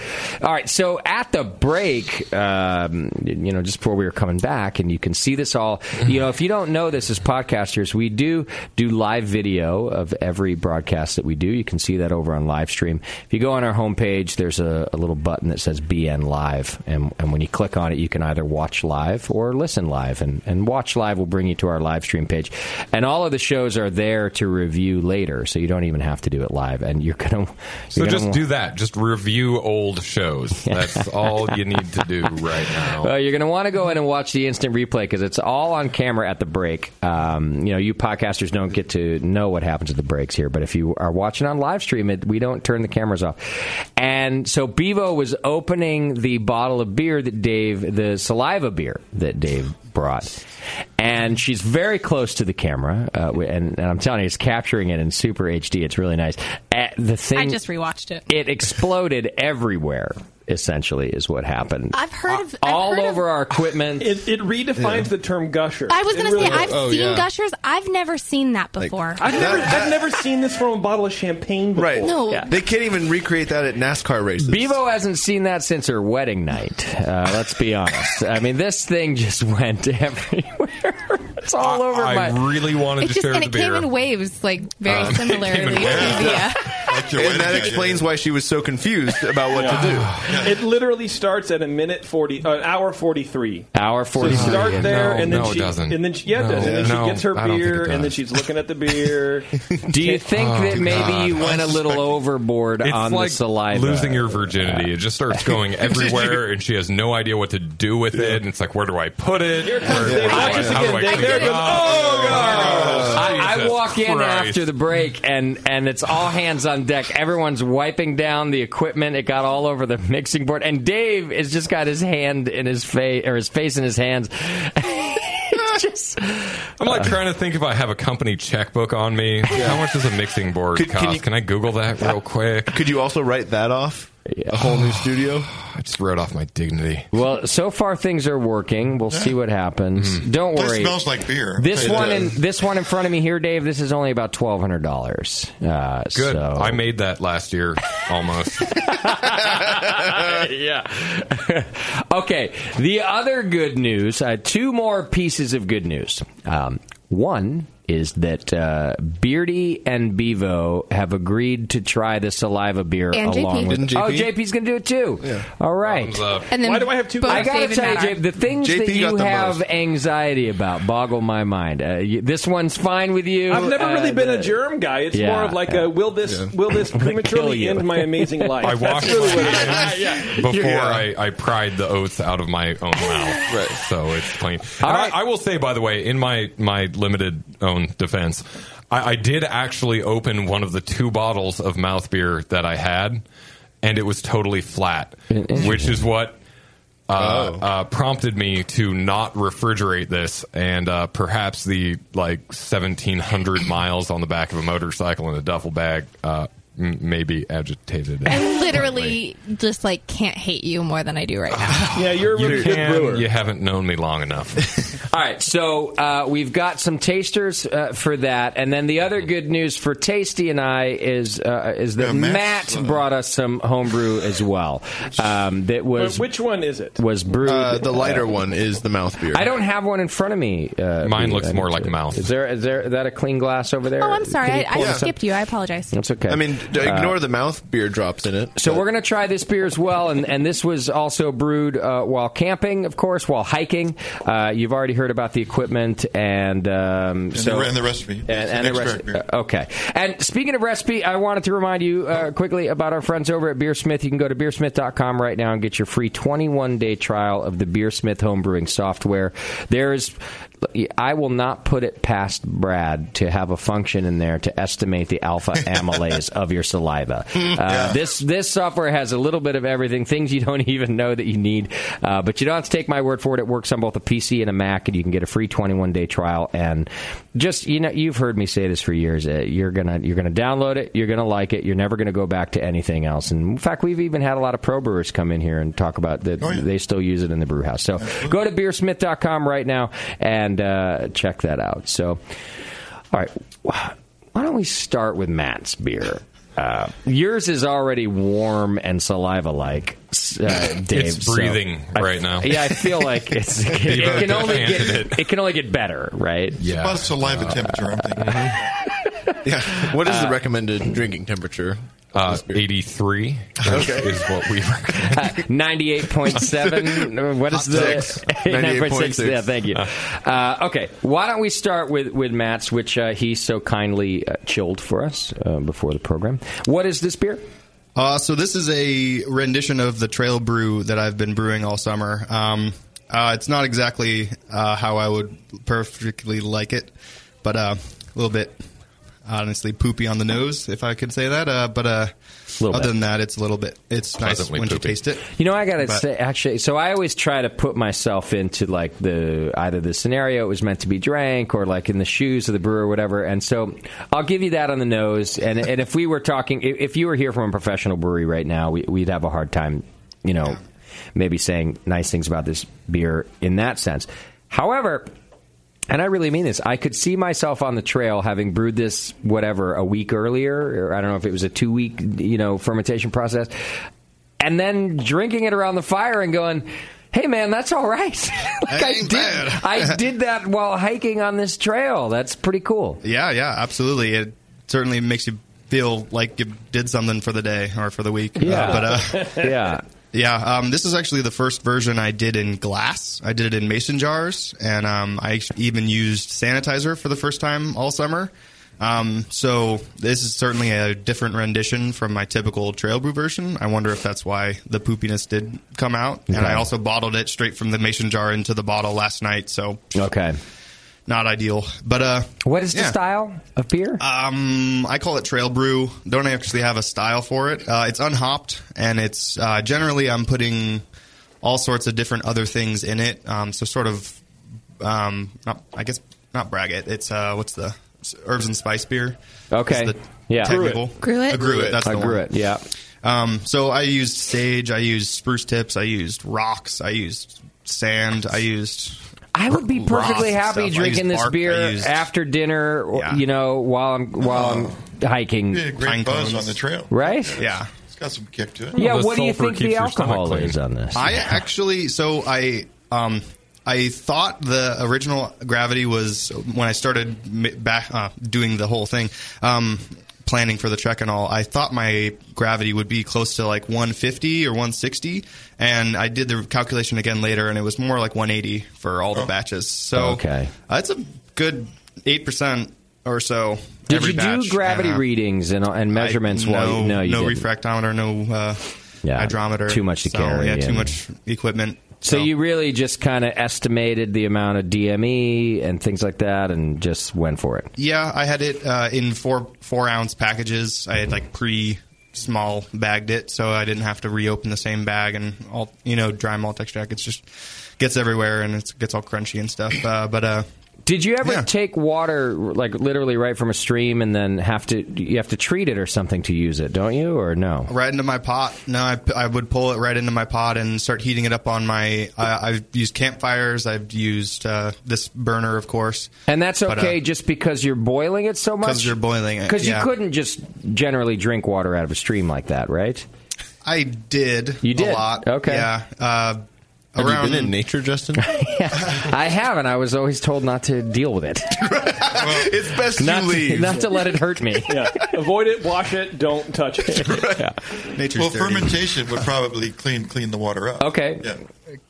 F: All right, so at the break, um, you know, just before we were coming back, and you can see this all. You know, if you don't know this as podcasters, we do do live video of every broadcast that we do. You can see that over on live stream. If you go on our homepage, there's a, a little button that says BN Live, and, and when you click on it, you can either watch live or listen live. And, and watch live will bring you to our live stream page, and all of the shows are there to review later, so you don't even have to do it live. And you're gonna
I: So
F: you're gonna
I: just
F: wa-
I: do that. Just review old shows. That's all you need to do right now.
F: Well, you're going to want to go in and watch the instant replay because it's all on camera at the break. Um, you know, you podcasters don't get to know what happens at the breaks here, but if you are watching on live stream, it, we don't turn the cameras off. And so Bevo was opening the bottle of beer that Dave, the saliva beer that Dave brought, and she's very close to the camera. Uh, wi- and, and I'm telling you, it's capturing it in super HD. It's really nice. Uh, the thing
K: I just rewatched it.
F: it exploded everywhere. Essentially, is what happened
K: I've heard of. I've
F: all
K: heard of-
F: over our equipment. It,
H: it redefines the term gusher.
K: I was going to say I've seen
F: yeah.
K: gushers. I've never seen that before.
H: I've never, I've never seen this from a bottle of champagne before.
R: Right.
K: No.
R: They can't even recreate that at NASCAR races.
F: Bevo hasn't seen that since her wedding night. Uh, let's be honest. I mean, this thing just went everywhere. It's all over
I: I
F: my.
I: really wanted
K: It's just and it came in waves, like very similarly. to yeah.
R: and that explains why she was so confused about what to do.
H: It literally starts at a minute forty, uh, an hour forty three.
F: Hour
H: So
F: 43.
H: start there,
F: No,
H: and then
F: no, it
H: she,
F: doesn't.
H: and then she, yeah, it does,
F: No.
H: and then
F: No,
H: she gets her
F: I don't think
H: beer,
F: it
H: and then
F: does.
H: she's looking at the beer.
F: Do you think
I: Oh,
F: that maybe you
I: God.
F: went a little overboard
I: It's
F: on
I: like
F: the saliva?
I: losing your virginity. It just starts going everywhere, and she has no idea what to do with it. And it's like, where do I put it? Where, where do I, how do I clean it up?
H: oh,
F: I, I
I: Oh, Jesus
F: walk in
I: Christ.
F: after the break and and it's all hands on deck. Everyone's wiping down the equipment. It got all over the mixing board, and Dave has just got his hand in his face or his face in his hands. It's just uh,
I: I'm like trying to think if I have a company checkbook on me. How much does a mixing board
R: Could- can
I: cost? Can,
R: you-
I: I Google that real quick?
R: Could you also write that off? A whole new studio?
I: I just wrote off my dignity.
F: Well, so far things are working. We'll see what happens.
I: Mm-hmm.
F: Don't
J: Place
F: worry.
J: smells like beer.
F: This
J: It
F: one
J: does.
F: in this one in front of me here, Dave. This is only about twelve hundred dollars. Uh,
I: Good.
F: So.
I: I made that last year almost.
F: yeah. okay. The other good news. Uh, two more pieces of good news. Um, one is that uh, Beardy and Bevo have agreed to try the saliva beer
K: And JP.
F: along with.
K: Didn't
F: Oh,
K: JP?
F: JP's going to do it too. All right.
K: And then
H: Why do I have two?
K: both
F: I gotta
K: Dave and
F: tell you,
K: Matt
F: Jay,
K: are-
F: the things that you have anxiety about boggle my mind. Uh, you, this one's fine with you.
H: I've never
F: Uh,
H: really been a
F: the-
H: germ guy. It's
F: Yeah,
H: more of like a will this
F: yeah.
H: will this prematurely
I: you.
H: end my amazing life?
I: I
H: That's
I: washed
H: really
I: my
H: what it is.
I: before
H: Yeah.
I: I, I pried the oath out of my own mouth. right. So it's plain. And I, I will say, by the way, in my, my limited own defense, I, I did actually open one of the two bottles of mouth beer that I had, and it was totally flat, which is what. Uh,
H: Oh.
I: uh, prompted me to not refrigerate this, and uh, perhaps the like seventeen hundred miles on the back of a motorcycle in a duffel bag uh, m- may be agitated.
K: I literally just like can't hate you more than I do right now.
H: Yeah, you're a
I: You
H: really good
I: can,
H: brewer.
I: You haven't known me long enough.
F: All right, so uh, we've got some tasters uh, for that, and then the other good news for Tasty and I is uh, is that
H: Yeah,
F: Matt
H: Matt's,
R: uh,
F: brought us some homebrew as well. Um, that
H: But
F: was
H: which one is it?
F: was brewed.
R: Uh, the lighter
F: uh,
R: one is the mouth beer.
F: I don't have one in front of me. Uh,
I: Mine
F: Pete,
I: looks
F: I
I: more
F: need
I: like
F: to-
I: mouth.
F: Is there is there is that a clean glass over there?
K: Oh, I'm sorry.
F: Can you
K: I,
F: pull
K: I
F: this up?
K: skipped you. I apologize.
F: That's okay.
R: I mean, d-
F: Uh,
R: ignore the mouth beer drops in it.
F: So we're going to try this beer as well, and, and this was also brewed uh, while camping, of course, while hiking. Uh, you've alady heard about the equipment and um, so
J: the- and the recipe.
F: and,
J: It's
F: and
J: an
F: the
J: extract
F: recipe. Okay. And speaking of recipe, I wanted to remind you uh, quickly about our friends over at Beersmith. You can go to beersmith.com right now and get your free 21 day trial of the Beersmith home brewing software. There's I will not put it past Brad to have a function in there to estimate the alpha amylase of your saliva. Uh, This this software has a little bit of everything, things you don't even know that you need. Uh, but you don't have to take my word for it. It works on both a PC and a Mac, and you can get a free 21 day trial. And just you know, you've heard me say this for years. Uh, you're gonna you're gonna download it. You're gonna like it. You're never gonna go back to anything else. And in fact, we've even had a lot of pro brewers come in here and talk about that they still use it in the brew house. So go to beersmith.com right now and uh, check that out. So, all right, why don't we start with Matt's beer? Uh, yours is already warm and saliva like, uh, Dave.
I: it's
F: so
I: breathing
F: I-
I: right now.
F: Yeah, I feel like it's it,
I: Bevo
F: can only
I: just handed
F: get it can only get better, right?
I: It's Yeah. Uh, about saliva
J: temperature. I'm thinking.
R: yeah. Mm-hmm. What is the recommended drinking temperature?
I: Uh, 83 is, is what we
F: Ninety-eight point seven. What is
I: Hot
F: the
I: six.
F: 98.6.
I: 98.6.
F: Yeah, thank you. Uh, okay, why don't we start with with Matt's, which uh, he so kindly uh, chilled for us uh, before the program. What is this beer?
B: Uh, so this is a rendition of the Trail Brew that I've been brewing all summer. Um, uh, it's not exactly uh, how I would perfectly like it, but uh, a little bit, honestly, poopy on the nose, if I could say that. Uh, but uh,
F: Little
B: other
F: bit.
B: than that, it's a little bit. It's nice
F: Pleasantly
B: when
F: poopy.
B: you taste it.
F: You know, I gotta
B: But-
F: say, actually, so I always try to put myself into like the either the scenario it was meant to be drank or like in the shoes of the brewer or whatever. And so I'll give you that on the nose. And and if we were talking, if if you were here from a professional brewery right now, we, we'd have a hard time, you know, maybe saying nice things about this beer in that sense. However, and I really mean this. I could see myself on the trail having brewed this whatever a week earlier, or I don't know if it was a two week you know fermentation process, and then drinking it around the fire and going, "Hey man, that's all right." like I did, I did that while hiking on this trail. That's pretty cool.
B: Yeah, yeah, absolutely. It certainly makes you feel like you did something for the day or for the week. Uh,
F: Yeah.
B: but uh,
F: Yeah.
B: yeah. Um, this is actually the first version I did in glass. I did it in mason jars, and um, I even used sanitizer for the first time all summer. Um, so this is certainly a different rendition from my typical trail brew version. I wonder if that's why the poopiness did come out. And
F: Okay.
B: I also bottled it straight from the mason jar into the bottle last night. So
F: Okay.
B: not ideal. But uh,
F: what is the
B: yeah.
F: style of beer?
B: Um, I call it trail brew. Don't actually have a style for it. Uh, it's unhopped, and it's uh, generally I'm putting all sorts of different other things in it. Um, so sort of, um, not, I guess not braggot. It's uh, what's the it's herbs and spice beer?
F: Okay.
B: Is the
F: Yeah.
B: Technical.
F: Gruet. Gruet?
B: A gruet. That's
F: A
B: the one.
F: gruet, yeah.
B: Um, so I used sage. I used spruce tips. I used rocks. I used sand. I used.
F: I would be perfectly happy drinking this beer
B: Used,
F: after dinner, or, you know, while I'm while I'm hiking.
B: Yeah, great Pine buzz cones. on the trail.
F: right?
B: Yeah.
J: It's got some kick to it.
F: Yeah, what do you think the alcohol
B: clean.
F: is on this?
B: I actually, so I, um, I thought the original gravity was when I started mi- back uh, doing the whole thing, um, planning for the trek and all. I thought my gravity would be close to like 150 or 160, and I did the calculation again later, and it was more like 180 for all the batches. So
F: Okay.
B: that's a good eight percent or so.
F: Did
B: every
F: you
B: batch,
F: do gravity
B: and, uh,
F: readings and, and measurements?
B: I,
F: while
B: no,
F: you, no, you
B: no
F: didn't.
B: refractometer, no uh, hydrometer.
F: too much to
B: So,
F: carry
B: Yeah, too
F: and-
B: much equipment.
F: So, you really just kind of estimated the amount of DME and things like that, and just went for it.
B: Yeah, I had it uh, in four four ounce packages. I had like pre small bagged it, so I didn't have to reopen the same bag and all you know dry malt extract. It's just gets everywhere and it gets all crunchy and stuff. Uh, but uh,
F: Did you ever take water, like literally right from a stream, and then have to you have to treat it or something to use it, don't you? Or no?
B: right into my pot. No, I, I would pull it right into my pot and start heating it up on my. I I've used campfires. I've used uh, this burner, of course.
F: And that's
B: But, uh,
F: okay, just because you're boiling it so much.
B: 'Cause you're boiling it,
F: Because
B: yeah.
F: you couldn't just generally drink water out of a stream like that, right?
B: I did.
F: You did?
B: a lot.
F: Okay.
B: Yeah. Uh,
R: Have
B: around
R: you been in nature, Justin?
F: I haven't. I was always told not to deal with it.
B: it's best
F: Not to- not to let it hurt me.
H: yeah. Avoid it, wash it, don't touch it.
B: Nature's
J: well,
B: dirty.
J: fermentation would probably clean clean the water up.
F: Okay.
J: Yeah.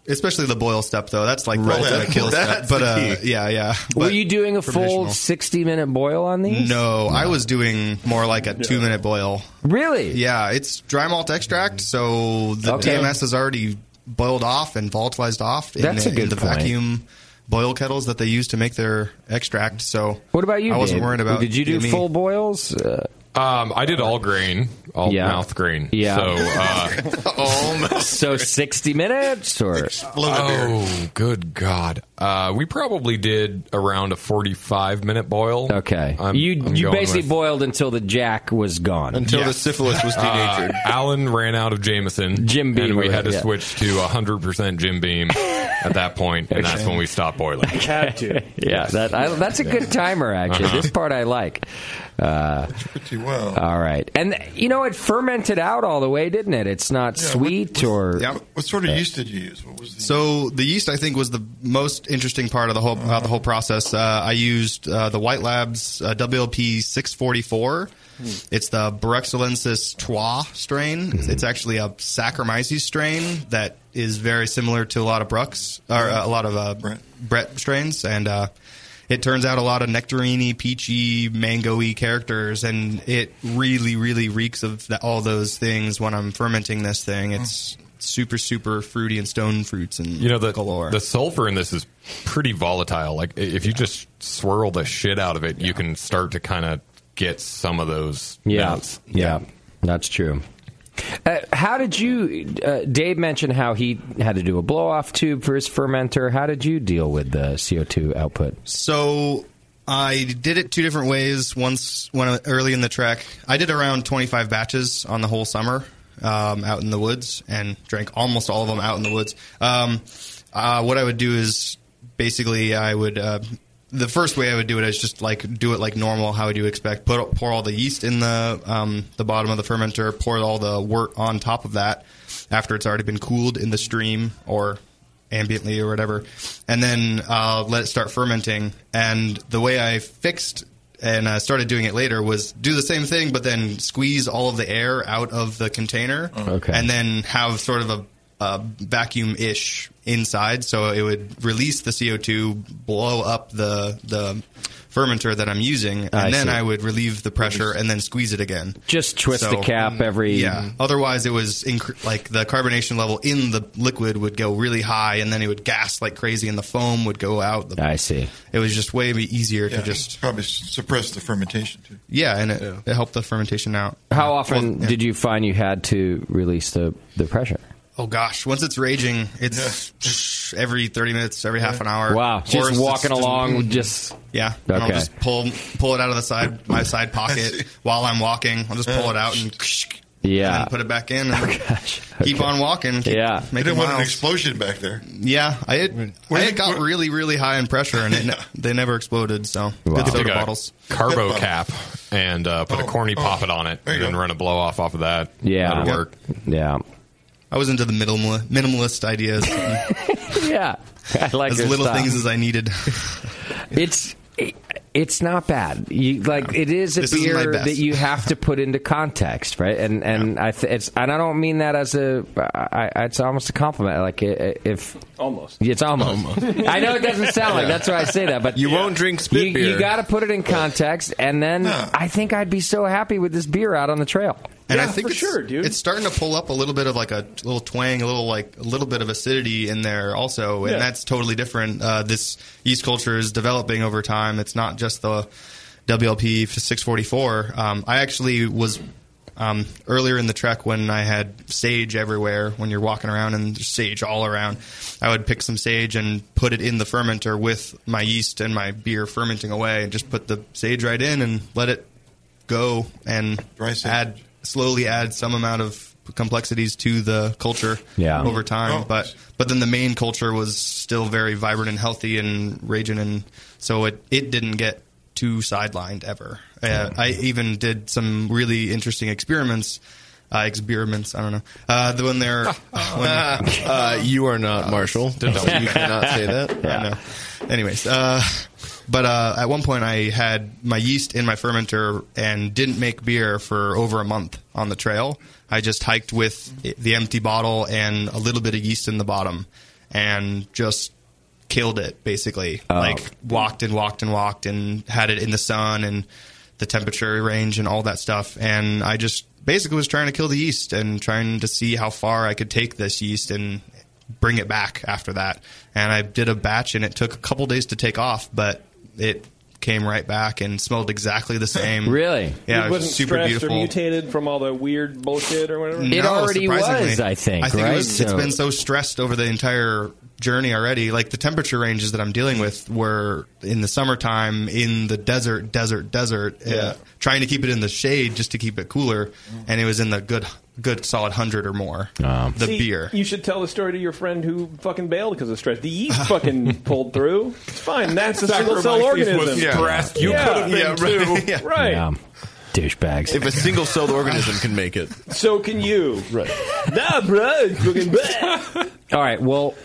B: Especially the boil step, though. That's like
J: Right.
B: the ultimate kill
J: That's
B: step. But
J: the
B: uh,
J: key.
B: yeah, yeah.
F: Were
B: But
F: you doing a full
B: traditional.
F: sixty minute boil on these?
B: No, I was doing more like a two minute boil.
F: Really?
B: Yeah, it's dry malt extract, so the
F: Okay.
B: DMS is already boiled off and volatilized off in,
F: That's a
B: the, in
F: good
B: the
F: point.
B: vacuum boil kettles that they use to make their extract. So
F: what about you?
B: I wasn't
F: Dave?
B: worried about.
F: Did you do
B: me.
F: full boils? Uh,
I: Um, I did all grain, all mouth grain.
F: Yeah.
I: So, uh,
F: so sixty minutes or
I: oh, good God! Uh, we probably did around a forty-five minute boil.
F: Okay,
I: you
F: you basically boiled until the jack was gone.
I: Uh, Alan ran out of Jameson.
F: Jim Beam
I: And we
F: or-
I: had to
F: yeah.
I: switch to 100% Jim Beam at that point, and that's
F: Okay.
I: when we stopped boiling.
H: Had to.
F: yeah, that, I, that's a good timer actually.
I: Uh-huh.
F: This part I like. Uh,
J: pretty well.
F: All right, and you know it fermented out all the way, didn't it? It's not sweet or
J: What sort of yeast did you use? What was the
B: So the yeast, I think, was the most interesting part of the whole about the whole process. Uh, I used uh, the White Labs uh, WLP six forty four.
V: Hmm.
B: It's the Brexelensis Trois strain. It's actually a Saccharomyces strain that is very similar to a lot of Brux or uh, a lot of uh, Brett strains, and uh, it turns out a lot of nectariney, peachy, mangoey characters, and it really, really reeks of the, all those things when I'm fermenting this thing. It's super, super fruity and stone fruits and
I: Mm. You know, the,
B: galore.
I: the sulfur in this is pretty volatile. Like, i- if you just swirl the shit out of it, you can start to kind of get some of those
F: Yeah,
I: notes.
F: yeah, that's true. Uh, how did you? Uh, Dave mentioned how he had to do a blow off tube for his fermenter. How did you deal with the CO two output?
B: So I did it two different ways. Once when I- early in the trek, I did around 25 batches on the whole summer um, out in the woods and drank almost all of them out in the woods. Um, uh, what I would do is basically I would. Uh, the first way I would do it is just like do it like normal, how would you expect? Put pour all the yeast in the um, the bottom of the fermenter, pour all the wort on top of that after it's already been cooled in the stream or ambiently or whatever, and then uh, let it start fermenting. And the way I fixed and uh, started doing it later was do the same thing, but then squeeze all of the air out of the container,
F: Mm. Okay.
B: and then have sort of a, a vacuum ish inside, so it would release the CO two, blow up the the fermenter that I'm using, and
F: I
B: then
F: see.
B: I would relieve the pressure and then squeeze it again.
F: Just twist the cap every-
B: mm, yeah. Otherwise, it was incre- like the carbonation level in the liquid would go really high, and then it would gas like crazy, and the foam would go out. The,
F: I see.
B: It was just way easier
J: Yeah,
B: to just
J: probably suppress the fermentation too.
B: yeah, and it, it helped the fermentation out.
F: How often
B: Well, yeah.
F: did you find you had to release the the pressure?
B: Oh gosh! Once it's raging, it's every thirty minutes, every half an hour.
F: Wow.
B: Or
F: Just
B: it's mm-hmm.
F: walking along, just-
B: yeah. And I'll
F: Okay.
B: just pull pull it out of the side my side pocket while I'm walking. I'll just pull it out and
F: Yeah.
B: put it back in. And Keep on walking. Keep
F: Oh, Yeah.
B: making miles.
J: explosion back there.
B: Yeah, I had, I had got really, really high in pressure, and it, ne- they never exploded. So
I: Wow.
B: good soda
I: uh, Take a
B: bottles,
I: Carbo cap and uh, put a corny poppet on it and then run a blow off off of that.
B: Yeah.
I: That'll work.
F: Yeah,
B: I was into the minimal, minimalist ideas.
F: yeah, I like
B: as
F: your
B: little
F: style.
B: things as I needed.
F: It's it- it's not bad. You like it is a
B: This isn't my
F: beer
B: best.
F: that you have to put into context, right? And and I th- it's and I don't mean that as a I, I, it's almost a compliment. Like i- i- if
H: Almost.
F: it's almost. I know it doesn't sound like that's why I say that, but
R: You won't drink spit
F: you,
R: beer.
F: You got to put it in context, and then I think I'd be so happy with this beer out on the trail.
B: And I think it's, sure, dude. it's starting to pull up a little bit of like a little twang, a little like a little bit of acidity in there also, and
F: Yeah.
B: that's totally different. Uh, this yeast culture is developing over time. It's not just the WLP 644. Um, I actually was um, earlier in the trek when I had sage everywhere. When you're walking around and there's sage all around, I would pick some sage and put it in the fermenter with my yeast and my beer fermenting away, and just put the sage right in and let it go and add slowly add some amount of complexities to the culture
F: Yeah.
B: over time. But but then the main culture was still very vibrant and healthy and raging, and so it it didn't get too sidelined ever. Uh, I even did some really interesting experiments. Uh, experiments, I don't know. Uh, the one there,
R: Uh,
B: you are not
R: Marshall. You cannot say that.
B: I know. Anyways, uh, but uh, at one point I had my yeast in my fermenter and didn't make beer for over a month on the trail. I just hiked with i- the empty bottle and a little bit of yeast in the bottom, and just killed it basically. Like walked and walked and walked and had it in the sun and the temperature range and all that stuff. And I just basically was trying to kill the yeast and trying to see how far I could take this yeast and bring it back after that. And I did a batch, and it took a couple days to take off, but it came right back and smelled exactly the same.
F: Really?
B: Yeah,
H: it,
B: it, was
H: wasn't
B: super
H: stressed
B: beautiful.
H: or mutated from all the weird bullshit or whatever.
B: No, surprisingly. I think
F: right?
B: it was, it's
F: So-
B: been so stressed over the entire journey already. Like the temperature ranges that I'm dealing with were in the summertime, in the desert, desert, desert,
J: Yeah.
B: uh, trying to keep it in the shade just to keep it cooler, and it was in the good, good solid hundred or more. the
H: See,
B: beer.
H: You should tell the story to your friend who fucking bailed because of stress. The yeast fucking pulled through. It's fine. That's a single cell
R: Saccharomyces
H: organism.
R: was stressed. You could've been
H: right.
R: too. Yeah.
H: Right.
F: Yeah. Douchebags.
R: If a single celled organism can make it.
H: So can you. Right. Nah, bro. it's Fucking bad.
F: All right. Well,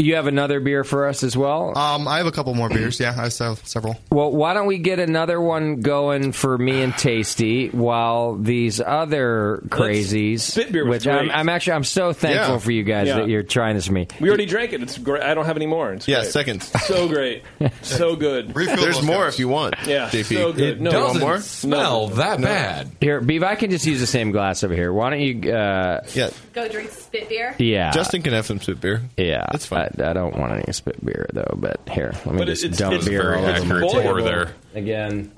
F: you have another beer for us as well.
B: Um, I have a couple more beers. Yeah, I have several.
F: Well, why don't we get another one going for me and Tasty while these other crazies,
H: beer was
F: which I'm,
H: great.
F: I'm actually I'm so thankful
H: Yeah.
F: for you guys
H: Yeah.
F: that you're trying this for me.
H: We already drank it. It's great. I don't have any more. It's
F: Yeah,
H: great.
F: second.
H: So great. So good.
R: There's more if you want.
H: Yeah,
R: JP.
H: so good.
R: Do
H: No,
R: you
H: it
R: want
H: doesn't
R: more?
H: smell that bad.
F: Here, Beav, I can just use the same glass over here. Why don't you? Uh,
R: yeah,
V: Go drink spit beer.
F: yeah.
R: Justin can have some spit beer.
F: Yeah, that's fine. I, I don't want any spit beer though. But here, let me
H: But
F: just
H: it's-
F: dump
H: it's
F: beer
H: very
F: all over my
H: accurate pour
F: table.
H: there.
F: again.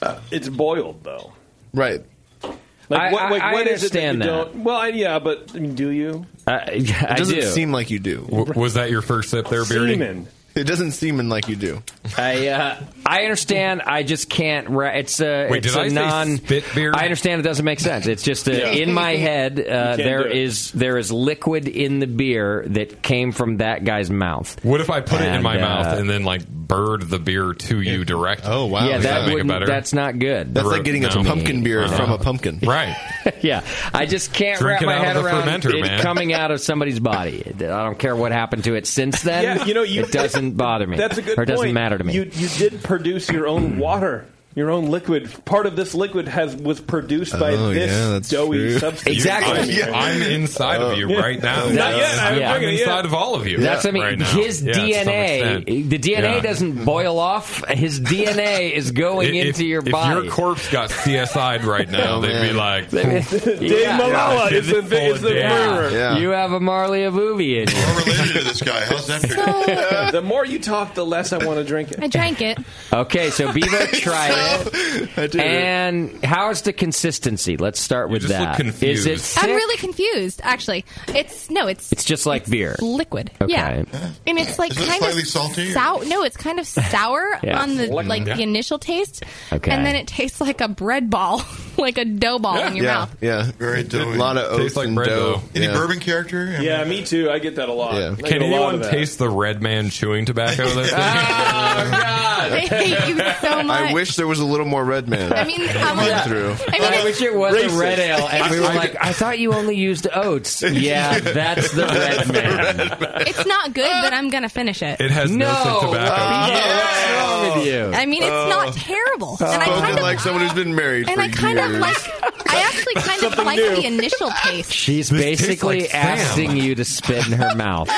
H: Uh, It's boiled though.
R: Right.
F: I- I- I understand that.
H: don't? Well, I, yeah, but I mean, do you?
R: it doesn't seem like you do.
I: W- was that your first sip there, Beardy?
R: Semen. It doesn't seem in like you do.
F: I uh, I understand. I just can't. Ra- it's a
R: Wait,
F: it's
R: did I
F: a
R: say
F: non
R: spit beer?
F: I understand it doesn't make sense. It's just a,
R: Yeah.
F: in my head. Uh,
I: can't
F: there
I: do it.
F: is there is liquid in the beer that came from that guy's mouth.
I: What if I put it in
F: And,
I: my
F: uh,
I: mouth and then like bird the beer to you directly? Oh
F: wow. Yeah,
I: Does
F: that
I: that, make it
F: wouldn't-
I: better? Uh-huh.
F: that's not good.
R: That's like getting a pumpkin beer from a pumpkin.
I: Right.
F: yeah, I just can't
I: Drink it
F: wrap my head
I: out of the
F: around
I: fermenter,
F: it
I: man.
F: coming out of somebody's body. I don't care what happened to it since then.
H: Yeah, you know, you-
F: it doesn't bother me.
H: That's a good.
F: Or it doesn't
H: point.
F: matter to me.
H: You you did produce your own water. Your own liquid. Part of this liquid has was produced by
I: Oh,
H: this
I: yeah, that's
H: doughy
I: true.
H: substance.
I: I'm, I'm inside of
R: Oh.
I: you right now.
H: Not yet. I haven't
I: I'm,
H: drank it yet.
I: inside of all of you.
F: That's what I mean.
I: right now.
F: His
I: Yeah, to some
F: DNA,
I: extent.
F: the DNA
I: Yeah.
F: doesn't boil off. His DNA is going
I: If-
F: into your
I: if,
F: body.
I: If your corpse got CSI'd right now,
F: Oh,
I: they'd be
F: man.
I: like,
F: Yeah.
H: Malala is the-
I: full
H: is
I: of
H: the
I: data.
H: murderer. Yeah.
F: You have a Marley Avuvi in you.
J: related to this guy. How's that?
H: the more you talk, the less I want to drink it.
K: I drank it.
F: Okay, so Beaver tried it.
H: did it.
F: And how's the consistency? Let's start with
I: just look
F: that. Is
I: confused.
F: it
K: I'm
F: thick?
K: really confused, actually. It's no, it's
F: It's just like beer.
K: liquid.
F: Okay.
K: Yeah. and it's like
J: Is it
K: kind
J: slightly
K: of
J: salty or-
K: Sour. No, it's kind of sour
F: Yeah.
K: on the
F: Mm,
K: like
F: yeah.
K: the initial taste,
F: Okay.
K: and then it tastes like a bread ball, like a dough ball in your
R: yeah,
K: mouth.
R: yeah.
J: Very doughy.
R: A lot of oats
I: Tastes like
R: and
I: bread
R: dough.
I: dough.
J: Any
R: yeah.
J: bourbon character? I mean,
H: Yeah, me too. I get that a lot. I
I: Can
H: get a lot
I: anyone
H: of that.
I: taste the red man chewing tobacco? That's
K: They hate you so much.
R: I wish there was a little more red man.
K: I mean, I'm
R: Come
K: a-
R: through.
K: I mean,
F: I wish it was
R: Racist.
F: a red ale, and we were
R: I- I-
F: like, "I thought you only used oats." Yeah, that's the red man.
K: it's not good, but I'm gonna finish it.
I: It has no, scent tobacco.
F: what's wrong with you?
K: I mean, it's not terrible, and I kind of
R: like someone who's been uh, married
K: and
R: for
K: I kind
R: years.
K: of like. I actually kind of
R: Something
K: like
R: new.
K: the initial taste.
F: She's basically asking you to spit in her mouth.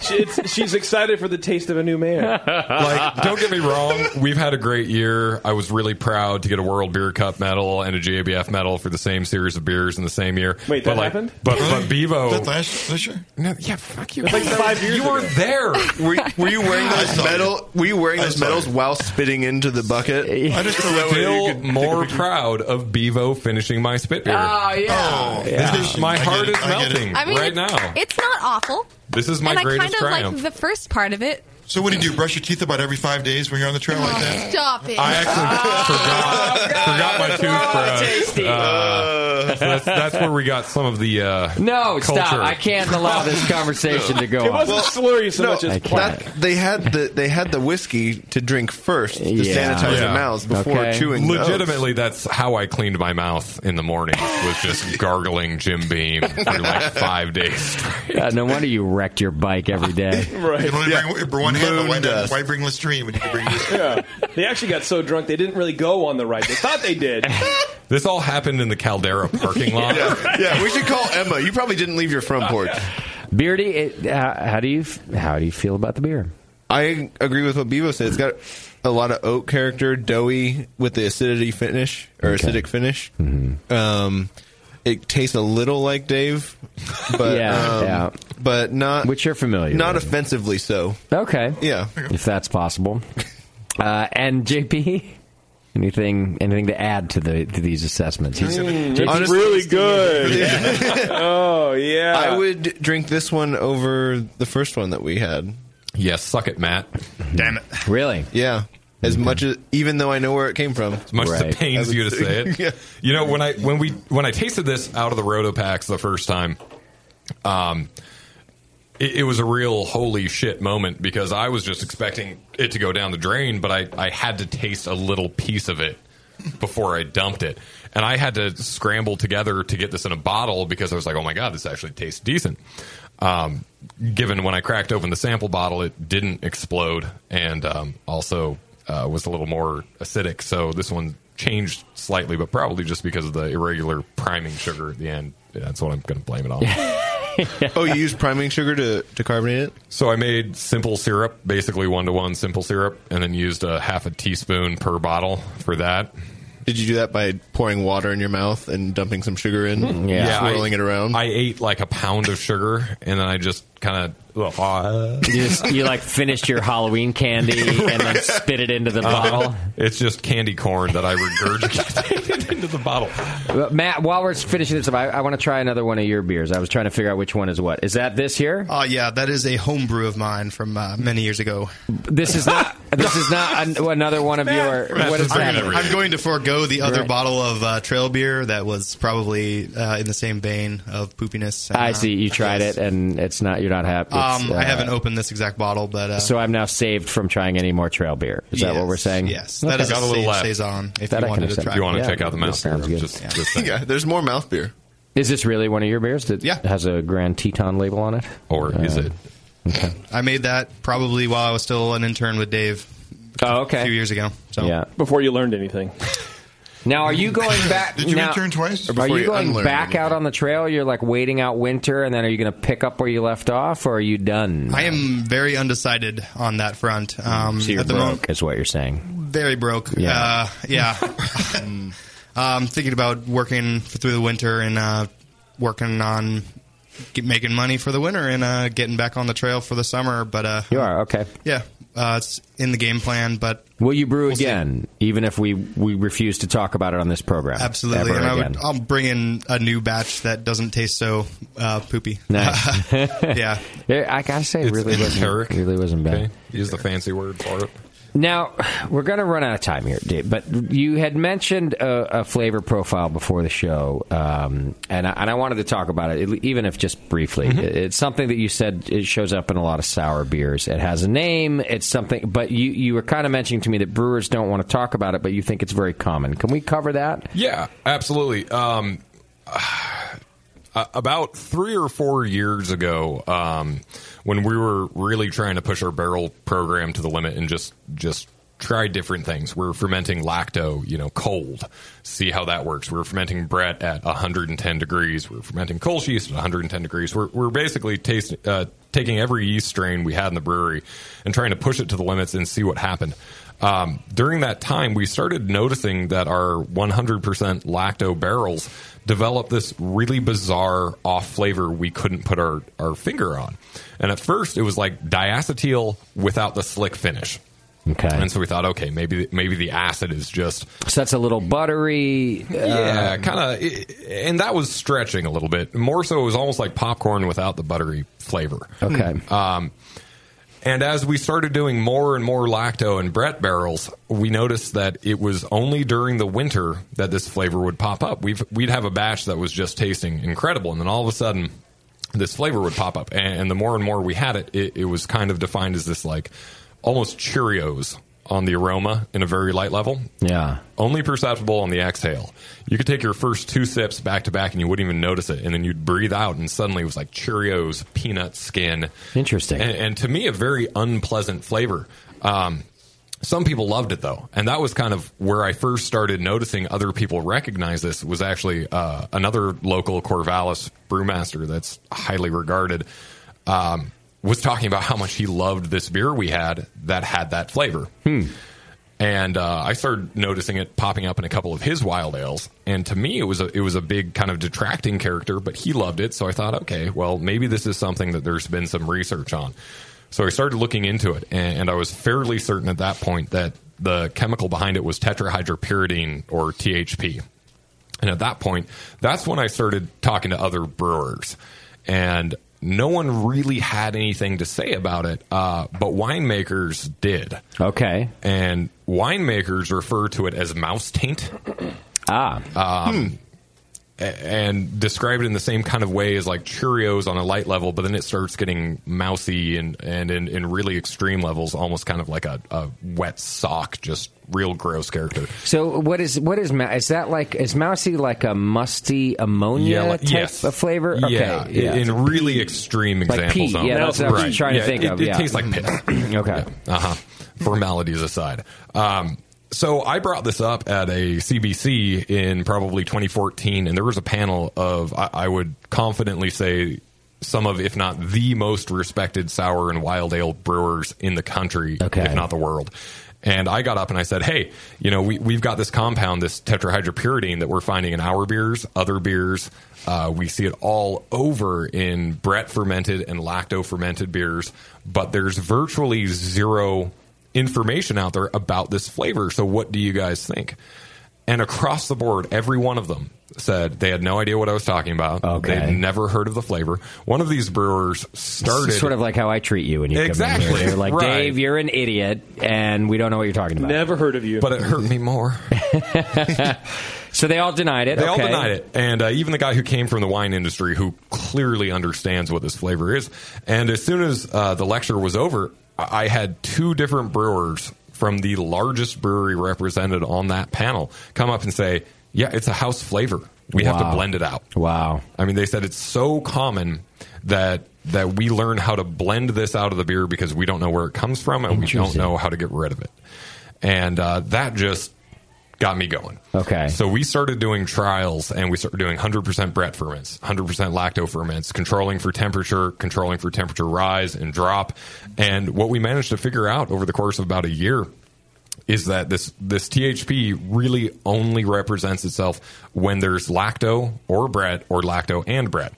H: She- it's- she's excited for the taste of a new man.
I: like, don't get me wrong. We've had a great year. I was really proud to get a World Beer Cup medal and a JBF medal for the same series of beers in the same year.
J: Wait,
I: but
J: that
I: like,
J: happened?
I: But but Bevo,
J: that last this year?
I: No, yeah, fuck you.
J: It's like five years
I: You were
J: ago.
I: there.
R: Were, were you wearing
J: I
R: those
J: saw
R: metal? Were you wearing those medals while spitting into the bucket? I
J: just
I: Still more proud of Bevo finishing my spit beer.
K: Oh, yeah.
I: Oh, this is- my heart is melting
K: I mean,
I: right
K: it's,
I: now.
K: it's not awful.
I: This is my
K: and
I: greatest
K: I kind of
I: triumph.
K: like the first part of it.
J: So what do you do? Brush your teeth about every five days when you're on the trail like that?
K: Stop it.
I: I
K: Oh,
I: actually forgot, forgot my toothbrush. Uh, so that's, that's where we got some of the uh,
F: No,
I: culture.
F: stop! I can't allow this conversation to go on.
H: slurry
F: so much as plaque.
R: they had the they had the whiskey to drink first to
F: Yeah.
R: sanitize their
I: Yeah.
R: mouths before chewing. the oats.
I: Legitimately, that's how I cleaned my mouth in the morning was just gargling Jim Beam for like five days. straight.
F: Yeah, Uh, no wonder you wrecked your bike every day.
H: Right.
J: You can only bring one handle. Why,
F: Moon dust.
J: why bring Listerine when you can bring this?
H: Yeah. They actually got so drunk they didn't really go on the ride. They thought they did.
I: This all happened in the Caldera parking lot.
R: yeah, yeah, we should call Emma. You probably didn't leave your front porch.
F: Beardy, it, how, how do you f- how do you feel about the beer?
R: I agree with what Bevo said. It's got a lot of oat
F: Mm-hmm.
R: character, doughy with the acidity finish or acidic finish. Um, it tastes a little like Dave, but
F: Yeah,
R: um,
F: yeah.
R: but not
F: which you're familiar.
R: not
F: with.
R: offensively so.
F: Okay.
R: Yeah.
F: If that's possible. Uh, and JP, anything anything to add to the to these assessments? He's-
H: Mm,
F: JP 's-
H: it's really good.
R: oh
H: yeah.
R: I would drink this one over the first one that we had.
I: Yes, suck it, Matt.
B: Damn it.
F: Mm-hmm. Really? Mm-hmm.
R: Yeah. As much as even though I know where it came from.
I: As much as it pains you to say it. You know, when I when we when I tasted this out of the roto packs the first time, um, it, it was a real holy shit moment because I was just expecting it to go down the drain, but I I had to taste a little piece of it before I dumped it, and I had to scramble together to get this in a bottle because I was like, oh my god, this actually tastes decent. Um, given when I cracked open the sample bottle, it didn't explode, and um, also uh, was a little more acidic. So this one changed slightly, but probably just because of the irregular priming sugar at the end. Yeah, that's what I'm going to blame it on.
R: oh, you use priming sugar to, to carbonate it?
I: So I made simple syrup, basically one to one simple syrup, and then used a half a teaspoon per bottle for that.
R: Did you do that by pouring water in your mouth and dumping some sugar
F: Hmm.
R: in?
I: I,
R: Swirling it around.
I: I ate like a pound of sugar, and then I just uh, kind of.
F: you, just, you like finished your Halloween candy and then spit it into the bottle.
I: Uh, it's just candy corn that I regurgitated into the bottle.
F: Well, Matt, while we're finishing this up, I, I want to try another one of your beers. I was trying to figure out which one is what. Is that this here?
B: Oh yeah, that is a homebrew of mine from uh, many years ago.
F: This is not. this is not an, another one of your. What is
B: I'm,
F: that?
B: I'm going to forego the other
F: Right.
B: bottle of uh, trail beer that was probably uh, in the same vein of poopiness. and,
F: I
B: uh,
F: see you tried it and it's not. You're not happy. It's,
B: Um,
F: uh,
B: I haven't opened this exact bottle, but uh,
F: so I'm now saved from trying any more trail beer. Is that what we're saying?
B: Yes, that is a safe saison. If
F: That I
B: you
F: can
B: wanted to
F: accept.
B: try,
F: You wanna Yeah, check out the that mouth sounds beer, good. just- just saying. Yeah,
R: there's more mouth beer.
F: Is this really one of your beers that has a Grand Teton label on it, Uh,
I: or is it?
F: Okay.
B: I made that probably while I was still an intern with Dave.
F: Oh, okay.
B: A few years ago. So
F: Yeah.
H: Before you learned anything.
F: Now, are you going back?
B: Did you
F: now-
B: return twice? Or
F: Are
B: before
F: you
B: you
F: going
B: unlearn
F: back
B: anything?
F: out on the trail? You're like waiting out winter, and then are you going to pick up where you left off, or are you done?
B: I am very undecided on that front. Um,
F: so you're
B: at the
F: broke,
B: moment,
F: is what you're saying.
B: very broke.
F: Yeah.
B: uh, yeah. Uh, I'm thinking about working through the winter and uh, working on get, making money for the winter and uh, getting back on the trail for the summer. But uh,
F: You are okay.
B: yeah, uh, it's in the game plan. But
F: Will you brew again, even if we we refuse to talk about it on this program?
B: Absolutely,
F: ever
B: and I
F: again?
B: would, I'll bring in a new batch that doesn't taste so uh, poopy.
F: Nice.
B: yeah,
F: I gotta say, it really wasn't, really wasn't bad.
I: Okay. Use the fancy word for it.
F: Now we're going to run out of time here, Dave, but you had mentioned a, a flavor profile before the show, um, and I, and I wanted to talk about it, e-, even if just briefly.
I: Mm-hmm.
F: It- It's something that you said it shows up in a lot of sour beers. It has a name. It's something, but you you were kind of mentioning to me that brewers don't want to talk about it, but you think it's very common. Can we cover that?
I: Yeah, absolutely. Um, uh, about three or four years ago, um, when we were really trying to push our barrel program to the limit and just just try different things, we were fermenting lacto, you know, cold, see how that works. We were fermenting Brett at 110 degrees. We were fermenting cold yeast at 110 degrees. We're, we're basically taste, uh, taking every yeast strain we had in the brewery and trying to push it to the limits and see what happened um, during that time, we started noticing that our 100% lacto barrels developed this really bizarre off flavor we couldn't put our, our finger on. And at first, it was like diacetyl without the slick finish.
F: Okay.
I: And so we thought, okay, maybe maybe the acid is just
F: So that's a little buttery.
I: yeah,
F: um,
I: kind of. And that was stretching a little bit. More so, it was almost like popcorn without the buttery flavor.
F: Okay.
I: Um, and as we started doing more and more lacto and Brett barrels, we noticed that it was only during the winter that this flavor would pop up. We've, we'd have a batch that was just tasting incredible, and then all of a sudden, this flavor would pop up. And, and the more and more we had it, it, it was kind of defined as this like almost Cheerios on the aroma in a very light level
F: Yeah.
I: only perceptible on the exhale. You could take your first two sips back to back and you wouldn't even notice it. And then you'd breathe out and suddenly it was like Cheerios, peanut skin.
F: Interesting.
I: And, and to me, a very unpleasant flavor. Um, some people loved it though, and that was kind of where I first started noticing other people recognize this. Was actually uh, another local Corvallis brewmaster that's highly regarded um, was talking about how much he loved this beer we had that had that flavor. and uh, I started noticing it popping up in a couple of his wild ales. And to me, it was a it was a big kind of detracting character, but he loved it. So I thought, okay, well, maybe this is something that there's been some research on. So I started looking into it, and, and I was fairly certain at that point that the chemical behind it was tetrahydropyridine or THP. And at that point, that's when I started talking to other brewers. And no one really had anything to say about it, uh, but winemakers did.
F: Okay.
I: And winemakers refer to it as mouse taint. Ah. Um, a- And describe it in the same kind of way as like Cheerios on a light level, but then it starts getting mousy and, and in, in really extreme levels, almost kind of like a, a wet sock, just real gross character.
F: So what is what is ma- is that like? Is mousy like a musty ammonia
I: like-
F: type
I: yes.
F: of flavor? Okay,
I: Yeah, i- in really extreme
F: Like
I: examples.
F: pee, yeah, that's what I was trying to
I: yeah,
F: think
I: it,
F: of,
I: It
F: yeah.
I: tastes like piss.
F: okay.
I: Uh huh. Formalities aside. Um, so I brought this up at a CBC in probably 2014, and there was a panel of, I, I would confidently say, some of, if not the most respected sour and wild ale brewers in the country, if not the world. And I got up and I said, "Hey, you know, we we've got this compound, this tetrahydropyridine that we're finding in our beers, other beers. Uh, we see it all over in Brett fermented and lacto fermented beers, but there's virtually zero information out there about this flavor. So, what do you guys think?" And across the board, every one of them said they had no idea what I was talking about.
F: Okay.
I: They'd never heard of the flavor. One of these brewers started
F: Sort of like how I treat you when you come in
I: Exactly.
F: here. They're like
I: Right.
F: Dave, you're an idiot, and we don't know what you're talking about.
I: Never
H: heard of you,
I: but it hurt me more.
F: so they all denied it.
I: They all
F: Okay.
I: denied it, and uh, even the guy who came from the wine industry, who clearly understands what this flavor is. And as soon as uh, the lecture was over, I I had two different brewers from the largest brewery represented on that panel come up and say, "Yeah, it's a house flavor. We have to
F: Wow.
I: blend it out."
F: Wow.
I: I mean, they said it's so common that that we learn how to blend this out of the beer because we don't know where it comes from and we don't
F: Interesting.
I: know how to get rid of it. And uh, that just got me going.
F: Okay.
I: So we started doing trials and we started doing 100% Brett ferments, 100% lacto ferments, controlling for temperature, controlling for temperature rise and drop. And what we managed to figure out over the course of about a year is that this this THP really only represents itself when there's lacto or Brett or lacto and Brett.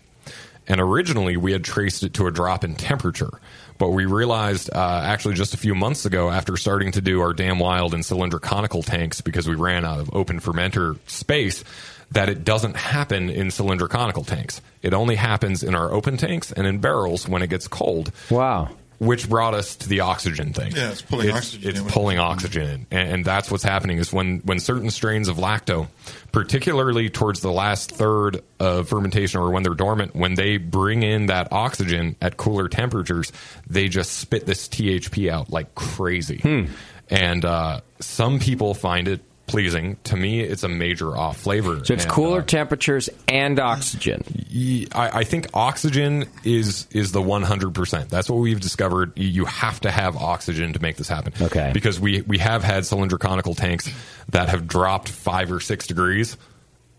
I: And originally, we had traced it to a drop in temperature. But we realized uh, actually just a few months ago, after starting to do our damn wild and cylinder conical tanks because we ran out of open fermenter space, that it doesn't happen in cylinder conical tanks. It only happens in our open tanks and in barrels when it gets cold.
F: Wow.
I: Which brought us to the oxygen thing.
J: Yeah, it's pulling oxygen
I: It's
J: in.
I: pulling oxygen in, and, and that's what's happening is when when certain strains of lacto, particularly towards the last third of fermentation or when they're dormant, when they bring in that oxygen at cooler temperatures, they just spit this THP out like crazy.
F: Hmm.
I: And uh, some people find it pleasing. To me, it's a major off flavor.
F: So it's
I: And,
F: cooler temperatures and oxygen.
I: y- I, I think oxygen is is the one hundred percent. That's what we've discovered. You- You have to have oxygen to make this happen. Okay, because we we have had cylinder conical tanks that have dropped five or six degrees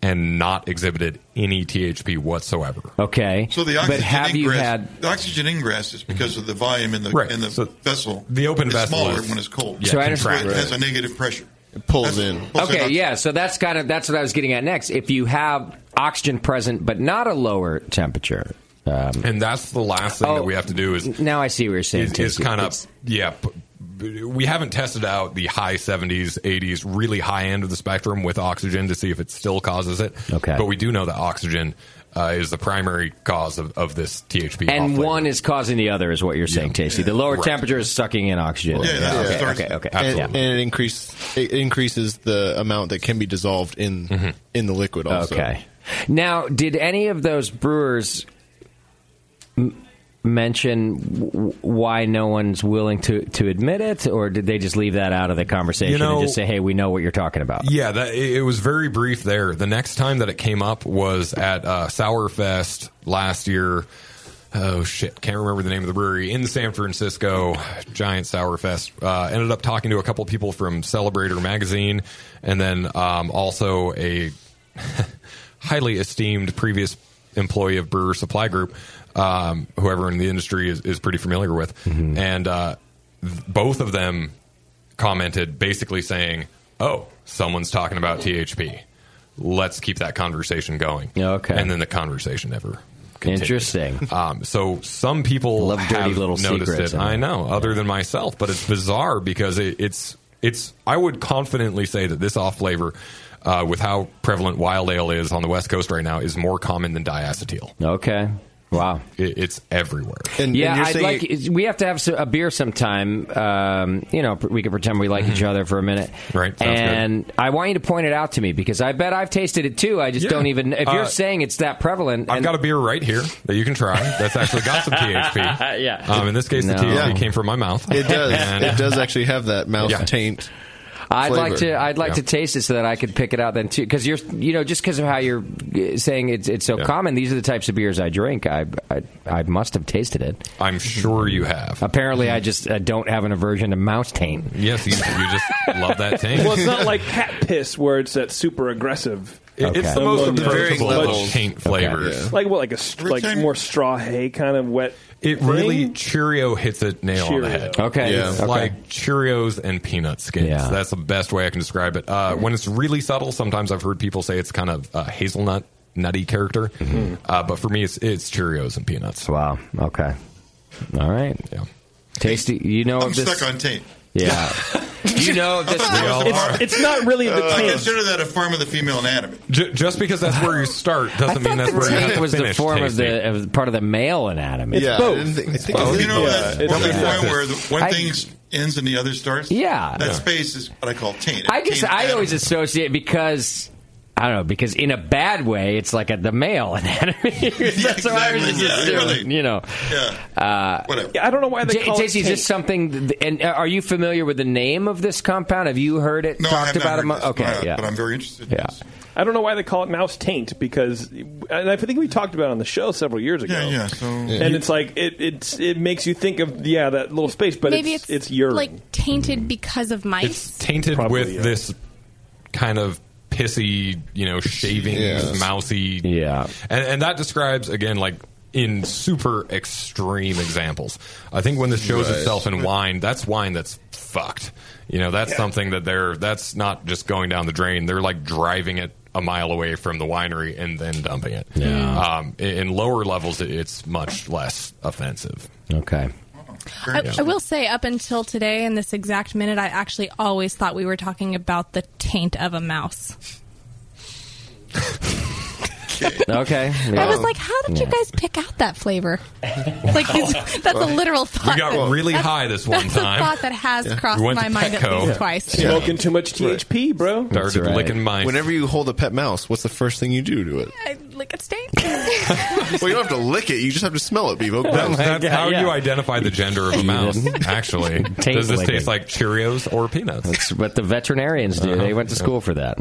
I: and not exhibited any THP whatsoever.
F: Okay,
J: So the oxygen ingress, the oxygen ingress is because of the volume in the
I: Right.
J: in the vessel.
I: the open
J: It's
I: vessel
J: smaller
I: is-
J: when it's cold.
I: Yeah, So I
J: it
I: understand.
J: has a negative pressure. It
R: pulls in.
F: Okay, yeah. So that's kind of that's what I was getting at next. If you have oxygen present but not a lower temperature, um, Oh,
I: and that's the last thing that we have to do is
F: now I see what you're saying.
I: is,
F: too.
I: is kind of yeah. p- b- We haven't tested out the high 70s, 80s, really high end of the spectrum with oxygen to see if it still causes it.
F: Okay.
I: but we do know that oxygen uh, is the primary cause of, of this THP.
F: and
I: off-flavor.
F: one is causing the other is what you're saying, Tasty. The lower
I: Right.
F: temperature is sucking in oxygen. okay, okay, okay.
R: And,
F: Yeah.
R: and it increase it increases the amount that can be dissolved in in the liquid. Also.
F: Mm-hmm. Okay. Now, did any of those brewers m- mention w- why no one's willing to, to admit it, or did they just leave that out of the conversation
I: You know-
F: and just say, "Hey, we know what you're talking about"?
I: Yeah, that, it it was very brief there. The next time that it came up was at uh, Sourfest last year. Oh shit! Can't remember the name of the brewery in San Francisco. Giant Sourfest. Uh, ended up talking to a couple people from Celebrator magazine, and then um, also a highly esteemed previous employee of Brewer Supply Group, um, whoever in the industry is, is pretty familiar with, and uh, th- both of them commented basically saying, "Oh, someone's talking about THP. Let's keep that conversation going."
F: Okay.
I: And then the conversation never. continued.
F: Interesting.
I: Um, so some people
F: Love dirty
I: have
F: little
I: noticed
F: secrets,
I: it.
F: I
I: I
F: know.
I: know, other than myself, but it's bizarre because it, it's it's. I would confidently say that this off flavor, uh, with how prevalent wild ale is on the West Coast right now, is more common than diacetyl.
F: Okay. Wow.
I: It, it's everywhere.
F: yeah, I'd like. we have to have so- a beer sometime. Um, you know, we can pretend we like each other for a minute, right?
I: Mm-hmm. sounds good.
F: And I want you to point it out to me because I bet I've tasted it too. I just
I: Yeah.
F: don't even. If you're
I: Uh,
F: saying it's that prevalent,
I: I've got a beer right here that you can try. That's actually got some THP.
F: Yeah.
I: Um, in this case, the
F: No.
I: THP
F: Yeah.
I: came from my mouth.
R: It does.
I: And-
R: it does actually have that mouse
I: Yeah.
R: taint.
F: I'd
R: flavor.
F: like to. I'd like
R: Yeah.
F: to taste it so that I could pick it out then too. Because you're, you know, just because of how you're uh, saying it's it's so common. These are the types of beers I drink. I I, I must have tasted it.
I: I'm sure you have.
F: Apparently, I just uh, don't have an aversion to mouse taint.
I: Yes, you, you just love that taint.
H: Well, it's not like cat piss where it's that super aggressive.
I: It- it's the
H: Um,
I: most
H: um,
I: approachable
H: but-
I: of taint flavors.
H: It's Like what? Like a str- like more straw hay kind of wet.
I: It really Cheerio hits a nail on the head.
H: Cheerio. Okay,
I: Yeah.
H: okay.
I: Like Cheerios and peanut skins. That's the best way I can describe it. Uh, when it's really subtle, sometimes I've heard people say it's kind of a hazelnut nutty character. Uh, but for me, it's it's Cheerios and peanuts.
F: Mm-hmm. Wow. Okay. All right.
I: Yeah.
F: Tasty. You know
J: I'm
F: of this.
J: stuck on taint.
F: Yeah. you know
J: I
F: this.
J: thought that was the farm- Uh, I
I: taint.
J: consider that a form of the female anatomy.
I: J- just because that's where you start
F: I
I: doesn't
F: thought
I: mean that's
F: the
I: where you have
F: taint
I: to
F: was the
I: finish
F: form of
I: tasting.
F: the of part of the male anatomy.
I: It's Yeah, I both. didn't think-
J: It's You know, that one point where the one
F: I-
J: thing ends and the other starts.
F: Yeah.
J: that
F: Yeah.
J: space is what I call taint.
F: I just
J: Taint
F: I
J: anatomy.
F: always associate because I don't know because in a bad way it's like a, the male anatomy. That's what I was just
J: exactly. Yeah,
F: assuming,
J: really.
F: you know. Yeah. Uh,
H: Yeah, I don't know why they
F: J-
H: call it
F: Tasty, is this
H: taint.
F: something? th- And uh, are you familiar with the name of this compound? Have you heard it
H: No, I
F: talked
H: have not
F: about?
H: heard
F: among-
H: this,
F: okay,
H: but I-
F: yeah.
H: but I'm
J: very interested.
F: Yeah.
H: I don't know why they call it mouse taint because, and I think we talked about it on the show several years ago.
J: Yeah, yeah, so-
H: and it's like it it's, it makes you think of yeah that little space, but
K: Maybe
H: it's,
K: it's,
H: it's urine.
K: like tainted because of mice.
I: It's tainted with this kind of pissy, you know, shavings,
R: Yes.
I: mousy.
F: Yeah.
I: And, and that describes, again, like in super extreme examples. I think when this shows
R: Right.
I: itself in wine, that's wine that's fucked. You know, that's something that they're, that's not just going down the drain. They're like driving it a mile away from the winery and then dumping it.
F: Yeah.
I: Um, in, in lower levels, it, it's much less offensive.
F: Okay.
K: I, I will say, up until today, in this exact minute, I actually always thought we were talking about the taint of a mouse.
F: Okay.
K: I was like, how did you guys pick out that flavor? Like, it's, that's a literal thought.
I: We got
K: that-
I: really
K: that's-
I: high this one
K: that's
I: time.
K: a thought that has
I: Yeah.
K: crossed
I: We went
K: my
I: to
K: mind at
I: Petco.
K: least twice.
I: Yeah.
H: Smoking too much THP, bro.
I: Started
R: That's
I: licking my-
R: Whenever you hold a pet mouse, what's the first thing you do to it?
K: I, like a stain.
R: well, you don't have to lick it. You just have to smell it, Bevo.
I: That- that's how you identify the gender of a mouse. Actually,
F: Taint
I: does this
F: licking.
I: taste like Cheerios or peanuts?
F: That's what the veterinarians do.
I: Uh-huh.
F: They went to
I: Yeah.
F: school for that.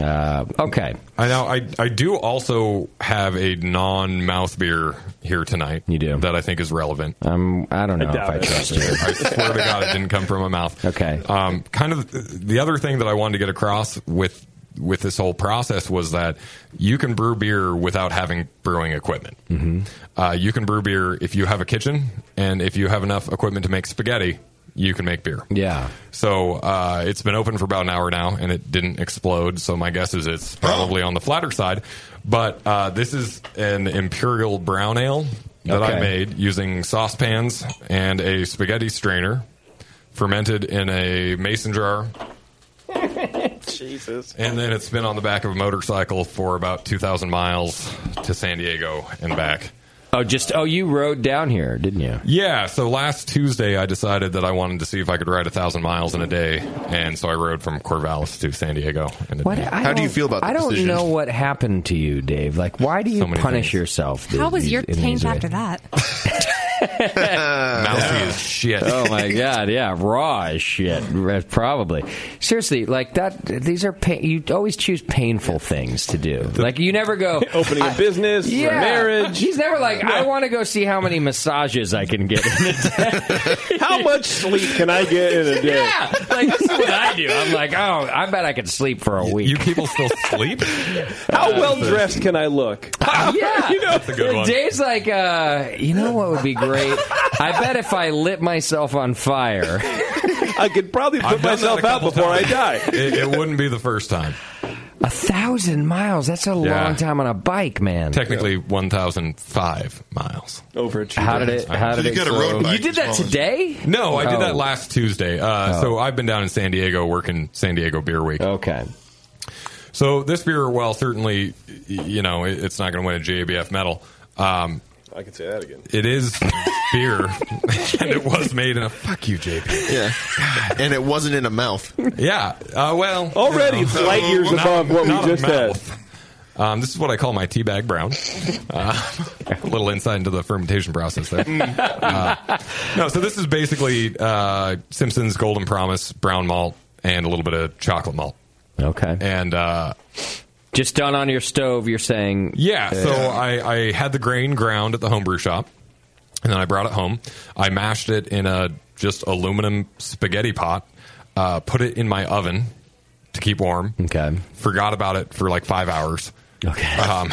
F: Uh, okay.
I: I know. I I do also have a non mouse beer here tonight. You do that I think is relevant.
F: Um, I don't know if I trust you.
I: I swear to God, it didn't come from my mouth.
F: Okay.
I: Um, kind of the other thing that I wanted to get across with with this whole process was that you can brew beer without having brewing equipment.
V: Mm-hmm.
I: Uh, you can brew beer if you have a kitchen and if you have enough equipment to make spaghetti, you can make beer.
F: Yeah.
I: So uh, it's been open for about an hour now and it didn't explode. So my guess is it's probably on the flatter side. But uh, this is an imperial brown ale that I
F: Okay.
I: made using saucepans and a spaghetti strainer, fermented in a mason jar.
H: Jesus.
I: And then it's been on the back of a motorcycle for about 2,000 miles to San Diego and back.
F: Oh, just oh, you rode down here, didn't you?
I: Yeah, so last Tuesday I decided that I wanted to see if I could ride a thousand miles in a day, and so I rode from Corvallis to San Diego. In a
F: What?
I: day.
F: I don't- I don't know what happened to you, Dave. Like, why do you punish yourself?
K: How
F: th-
K: was
F: these-
K: your
F: in these
K: taint
F: ways?
K: after that?
I: Mousy as shit.
F: Oh my god, yeah, raw as shit, Re- probably. Seriously, like that. These are pain. You always choose painful things to do. Like you never go
H: opening a business, or a
F: yeah.
H: marriage.
F: He's never like, I
H: No.
F: want to go see how many massages I can get. In a day.
H: How much sleep can I get in a day?
F: Yeah, like this is what I do. I'm like, oh, I bet I could sleep for a week. You
I: people still sleep?
H: How well dressed can I look?
F: yeah,
H: You know, That's a good one.
F: Dave's like, uh, you know what would be great? I bet if I lit myself on fire.
H: I could probably put
I: I've done that
H: myself
I: a
H: out
I: couple
H: before
I: times.
H: I die.
I: It, it wouldn't be the first time.
F: A thousand miles. That's a
I: Yeah.
F: long time on a bike, man.
I: Technically, 1,005 miles.
H: Over
F: How did it? How did it? go? You did that today?
I: No, I did
F: Oh.
I: that last Tuesday. Uh, So I've been down in San Diego working San Diego Beer Week.
F: Okay.
I: So this beer, well, certainly, y- you know, it- it's not going to win a JABF medal. Um,
H: I can say that again.
I: It is beer, and it was made in a fuck you, JP. Yeah, and it wasn't in a mouth. Yeah. Uh, well,
H: Already
I: you
H: it's light years
I: not-
H: above what we
I: not a
H: just
I: mouth. Um, this is what I call my teabag brown. Uh, a little insight into the fermentation process there. Uh, no, so this is basically uh, Simpson's Golden Promise brown malt and a little bit of chocolate malt.
F: Okay.
I: And uh,
F: just done on your stove. You're saying?
I: Yeah. So
F: Uh,
I: I, I had the grain ground at the homebrew shop, and then I brought it home. I mashed it in a just aluminum spaghetti pot, uh, put it in my oven to keep warm.
F: Okay.
I: Forgot about it for like five hours.
F: Okay.
I: Um,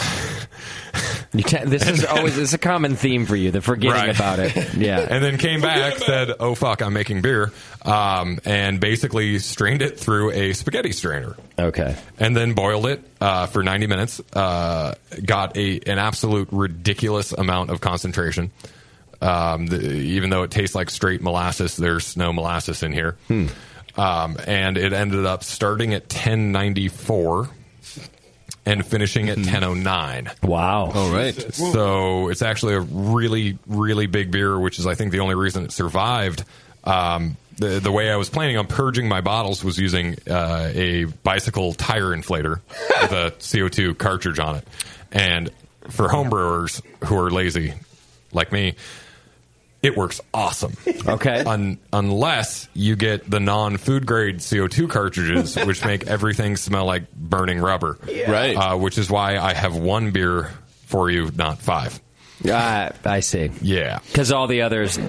F: you te- this is always this is a common theme for you. The forgetting
I: Right.
F: about it. Yeah.
I: and then came back, said, "Oh fuck, I'm making beer," um, and basically strained it through a spaghetti strainer.
F: Okay.
I: and then boiled it uh, for 90 minutes. Uh, got a an absolute ridiculous amount of concentration. Um, the, even though it tastes like straight molasses, there's no molasses in here. Um, and it ended up starting at 1094 and finishing at 1009.
F: Wow.
I: Hmm. All right. So it's actually a really, really big beer, which is, I think, the only reason it survived. Um, the, the way I was planning on purging my bottles was using uh, a bicycle tire inflator with a CO2 cartridge on it. And for homebrewers who are lazy, like me, it works awesome.
F: Okay.
I: Un- unless you get the non food grade CO2 cartridges, which make everything smell like burning rubber. Right. Uh, which is why I have one beer for you, not five.
F: Uh, I see.
I: Yeah.
F: Because all the others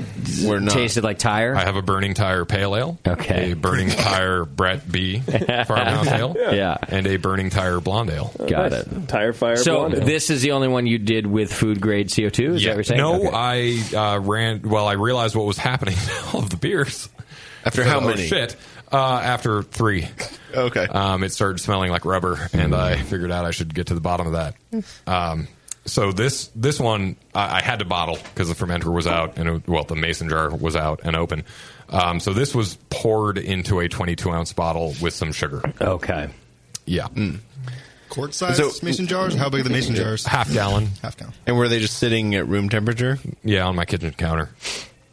I: We're not.
F: tasted like tire.
I: I have a burning tire pale ale.
F: Okay.
I: A burning tire Brett B farmhouse ale.
F: Yeah.
I: And a burning tire blonde ale.
F: Got it.
H: Tire fire.
F: So
I: blonde ale.
F: this is the only one you did with food grade CO two. Is that what you're saying?
I: No,
F: Okay.
I: I uh, ran. Well, I realized what was happening to all of the beers.
R: After
I: So,
R: how
I: oh,
R: many?
I: shit. Uh, after three.
R: Okay.
I: Um, it started smelling like rubber, and I figured out I should get to the bottom of that. Um, so this this one I, I had to bottle because the fermenter was out, and it, well, the mason jar was out and open. Um, so this was poured into a 22 ounce bottle with some sugar.
F: Okay.
I: Yeah.
R: Mm.
B: Quart size mason jars? How big are the mason jars?
I: Half gallon.
B: Half gallon.
R: And were they just sitting at room temperature?
I: Yeah, on my kitchen counter.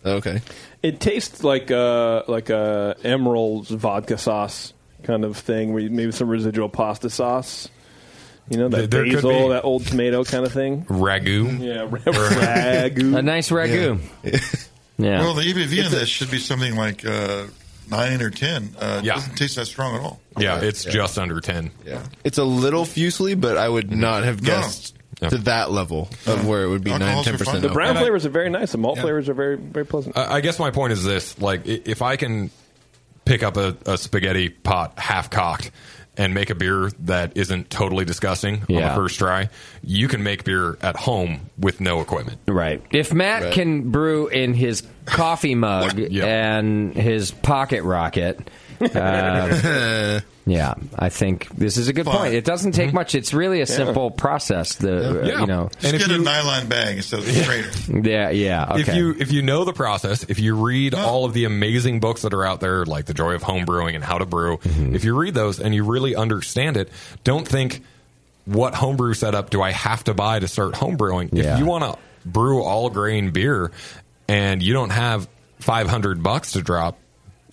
R: Okay.
H: It tastes like a like a emerald's vodka sauce kind of thing, where you, maybe some residual pasta sauce. You know that
I: There- there could
H: basil,
I: be.
H: that old tomato kind of thing.
I: Ragu.
H: Yeah, ragu.
F: A nice ragu. Yeah.
J: Well, the E EBV
H: It's
J: in
H: a-
J: this should be something like uh, nine or ten. Uh, it
I: Yeah.
J: doesn't taste that strong at all.
I: Yeah, it's just under 10. Yeah.
R: It's a little fusely, but I would not have guessed
I: No.
R: to that level of where it would be nine ten percent.
H: The brown flavors are very nice. The malt flavors are very very pleasant.
I: I I guess my point is this: like, i- if I can pick up a, a spaghetti pot half cocked and make a beer that isn't totally disgusting on
F: Yeah.
I: the first try, you can make beer at home with no equipment.
F: Right. If Matt
I: Right.
F: can brew in his coffee mug and his pocket rocket, uh, yeah, I think this is a good point. It doesn't take much. It's really a
J: Yeah.
F: simple process. The uh, you know,
J: Just get a nylon bag instead of a strainer.
I: Oh,
F: yeah, yeah. Okay.
I: If you if you know the process, if you read all of the amazing books that are out there, like The Joy of Home Brewing and How to Brew,
F: Mm-hmm.
I: if you read those and you really understand it, don't think what homebrew setup do I have to buy to start homebrewing?
F: Yeah.
I: If you want to brew all grain beer and you don't have five hundred bucks to drop,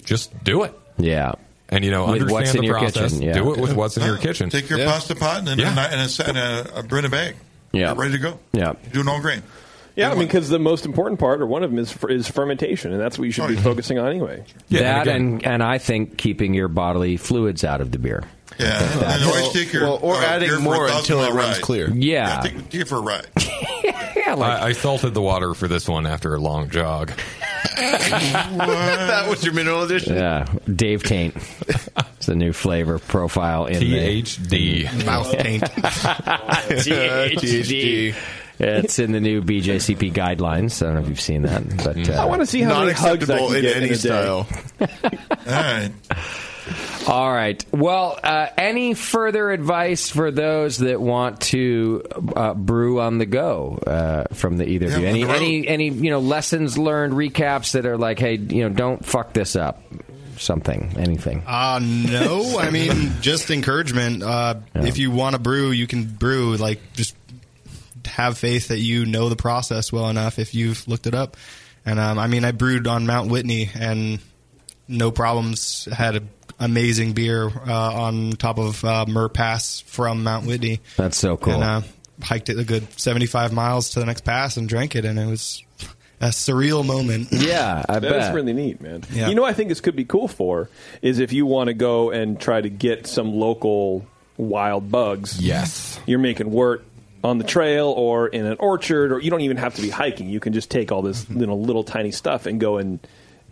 I: just do it.
F: Yeah.
I: And you know,
F: With
I: understand
F: what's in
I: the
F: your
I: process.
F: kitchen, yeah.
I: Do it with
F: Yeah.
I: what's in your kitchen.
J: Take your
I: Yeah.
J: pasta pot and,
I: Yeah.
J: a, ni- and a, sa- and a, a Brita bag.
F: Yeah.
J: You're ready to go.
F: yeah.
J: Do an all grain.
H: Yeah, I mean, because the most important part, or one of them, is is fermentation, and that's what you should be focusing on anyway.
F: that and and I think keeping your bodily fluids out of the beer.
J: Yeah. And then always take your,
R: well, or
J: uh,
R: adding
J: beer for
R: more
J: a
R: until it
J: thousand mile
R: runs
J: ride.
R: clear.
J: Yeah,
F: Yeah.
J: take, take it for a ride.
F: Yeah,
I: I, I salted the water for this one after a long jog.
R: that was your mineral edition.
F: Yeah, Dave Taint. it's a new flavor profile in
I: THD.
F: the
I: Mouth taint.
F: THD. It's in the new BJCP guidelines. I don't know if you've seen that, but uh,
H: I want to see how many hugs I can get in a day.
J: All right.
F: All right. Well, uh, any further advice for those that want to uh, brew on the go uh, from the either of you? Any, any, any, you know, lessons learned, recaps that are like, hey, you know, don't fuck this up. Something, anything.
B: Uh, no, I mean just encouragement. Uh, If you want to brew, you can brew. Like just have faith that you know the process well enough if you've looked it up. And um, I mean, I brewed on Mount Whitney and no problems. Had a amazing beer uh, on top of uh, Murr Pass from Mount Whitney.
F: That's so cool.
B: And uh, hiked it a good seventy-five miles to the next pass and drank it, and it was a surreal moment.
F: Yeah,
H: That is really neat, man. You know, what I think this could be cool for is if you want to go and try to get some local wild bugs.
I: Yes,
H: you're making wort on the trail or in an orchard, or you don't even have to be hiking. You can just take all
B: Mm-hmm.
H: this you know, little tiny stuff and go and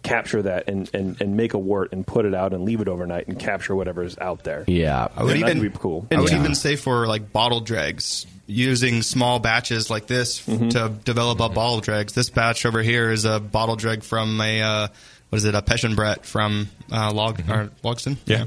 H: capture that and, and, and make a wort and put it out and leave it overnight and capture whatever's out there.
F: Yeah,
B: I would
H: Yeah, that'd
B: even
H: be cool.
B: I would
H: Yeah.
B: even say for like bottle drags, using small batches like this f-
H: Mm-hmm.
B: to develop up bottle drags. This batch over here is a bottle drag from a uh, what is it? A Peschenbrett from uh, Log
H: Mm-hmm.
B: or Logston.
I: Yeah.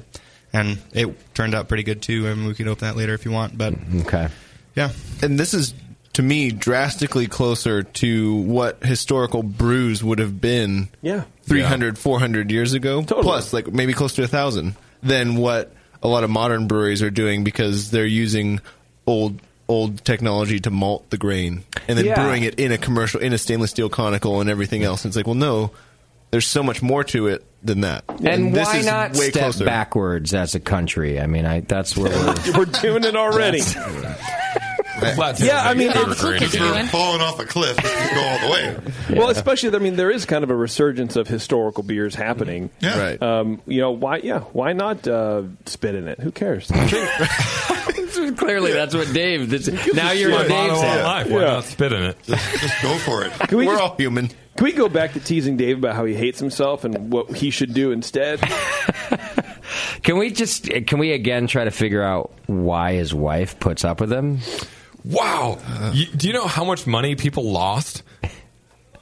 B: and it turned out pretty good too. And we can open that later if you want. But
F: okay,
B: yeah.
R: And this is to me drastically closer to what historical brews would have been
H: Yeah.
R: 300 400 years ago plus like maybe close to a thousand than what a lot of modern breweries are doing because they're using old old technology to malt the grain and then
F: Yeah.
R: brewing it in a commercial in a stainless steel conical and everything else and it's like well no there's so much more to it than that
F: And
R: this
F: why
R: is
F: not
R: way
F: step
R: closer.
F: backwards as a country? I mean, I that's where we're.
H: We're doing it already. yeah, I mean,
J: Because we're falling off a cliff. We can go all the way.
H: Well, especially I mean, there is kind of a resurgence of historical beers happening.
J: Yeah. Right.
H: Um, you know why? Yeah, why not uh, spit in it? Who cares?
F: Clearly, that's what Dave. This, now
H: a
F: you're
H: shit.
F: in Dave's
H: Yeah.
F: head.
I: life. Why
H: Yeah.
I: not spit in it?
J: Just go for it.
H: Can we
R: We're
H: just-
R: all human.
H: Can we go back to teasing Dave about how he hates himself and what he should do instead?
F: Can we just? Can we again try to figure out why his wife puts up with him?
I: Wow. You- do you know how much money people lost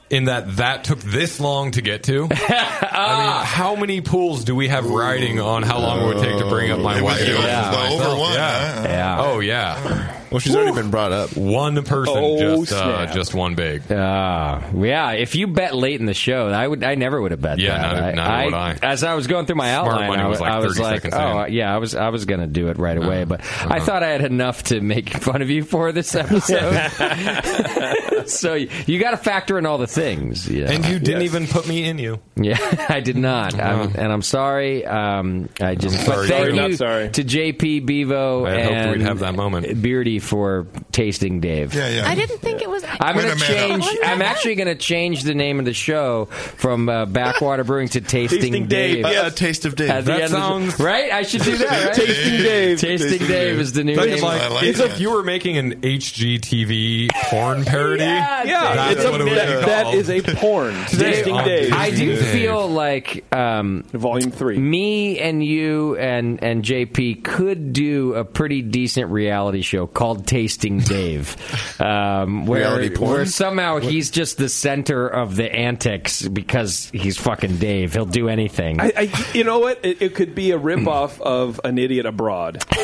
I: in that that took this long to get to? I mean, how many pools do we have riding on how long it would take to bring up my
R: It was
I: wife? Yeah.
R: you. It was the
I: myself?
R: over one,
I: Yeah.
R: huh? Yeah.
I: Oh yeah.
R: Well, she's already been brought up.
I: Uh, One person
F: Oh,
I: just uh,
F: snap.
I: just one big.
F: Uh, yeah. If you bet late in the show, I would. I never would have bet.
I: Yeah,
F: that.
I: neither-
F: I-
I: neither would I.
F: As I was going through my
I: Smart
F: outline,
I: money
F: I,
I: was like
F: I was
I: 30
F: like,
I: seconds
F: oh
I: in.
F: yeah, I was I was going to do it right away, but I
I: uh-huh.
F: thought I had enough to make fun of you for this episode. so you, you got to factor in all the things. you know.
I: And you didn't even put me in you.
F: Yeah, I did not, I'm, and I'm sorry. Um, I just
I: I'm
F: but
I: sorry,
F: thank
I: too.
F: you
I: Not sorry.
F: to JP Bevo
I: I hoped
F: and
I: we'd have that moment.
F: Beardy for tasting Dave.
K: I didn't think it was.
F: I'm going to change. I'm actually going to change the name of the show from uh, Backwater Brewing to Tasting,
R: Tasting Dave,
F: Dave.
R: yes. A Taste of Dave.
F: At the
R: That
F: end of the-
R: sounds-
F: right. I should do that. Right?
R: Tasting Dave.
F: Tasting, Dave, is the new
I: Think
F: name.
I: of like- it's if you were making an HGTV porn parody.
F: Yeah,
I: that's
H: it's a,
I: what it would
H: that-
I: be
H: that
I: called.
H: is a porn. Tasting Dave.
F: I do feel like um,
H: volume three.
F: Me and you and and JP could do a pretty decent reality show called Tasting Dave, um, where,
R: Reality porn?
F: where somehow he's just the center of the antics because he's fucking Dave. He'll do anything.
H: I, I, you know what? It, it could be a ripoff of An Idiot Abroad.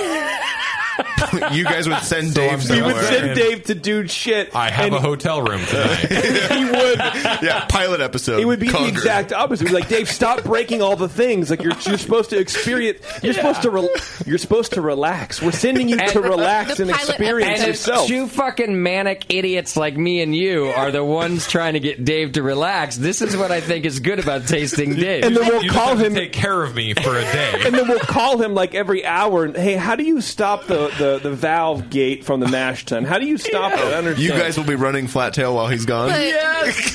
R: you guys would send
H: So
R: Dave
H: I'm- We would
R: somewhere.
H: send Dave to do shit.
I: I have
H: and-
I: a hotel room tonight.
H: he would.
R: Yeah, pilot episode.
H: It would be
R: um, Conquered.
H: the exact opposite. It'd be like Dave, stop breaking all the things. Like you're you're supposed to experience. You're supposed to re- you're supposed to relax. We're sending you to relax and experience
F: and
H: yourself.
F: If two fucking manic idiots like me and you are the ones trying to get Dave to relax. This is what I think is good about tasting Dave.
H: And then we'll
I: You just
H: call
I: have to
H: him.
I: Take care of me for a day.
H: And then we'll call him like every hour. And hey, how do you stop the, the, the valve gate from the mash tun? How do you stop it? I understand.
R: You guys will be running flat tail while he's gone.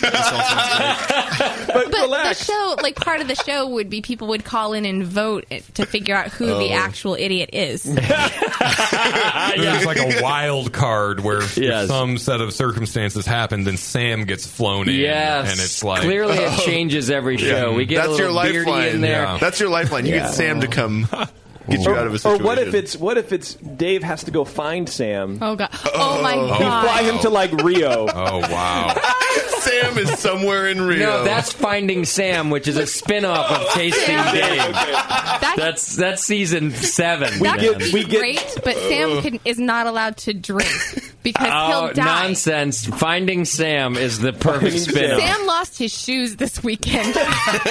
K: But,
H: but,
K: the show, like part of the show, would be people would call in and vote it- to figure out who the
I: Oh.
K: actual idiot is.
R: Ah,
I: There's like a wild card where if some set of circumstances happen, then Sam gets flown in.
F: Yes.
I: And it's like. oh.
F: Clearly it changes every show. We get a
R: That's
F: little
R: your
F: beardy
R: lifeline.
F: in there.
R: That's your lifeline. You
F: Yeah.
R: get Sam to come. Get you out of a situation.
H: Or what if it's what if it's Dave has to go find Sam?
K: Oh god. Oh, my
H: We
K: god.
H: fly him to like Rio.
I: oh wow.
R: Sam is somewhere in Rio.
F: No, that's Finding Sam, which is a spin-off of Tasting Dave. That's that's season seven.
K: That
F: then.
K: would be great, but
H: Oh.
K: Sam can, is not allowed to drink because
F: Oh,
K: he'll die.
F: nonsense! Finding Sam is the perfect spin-off.
K: Sam lost his shoes this weekend.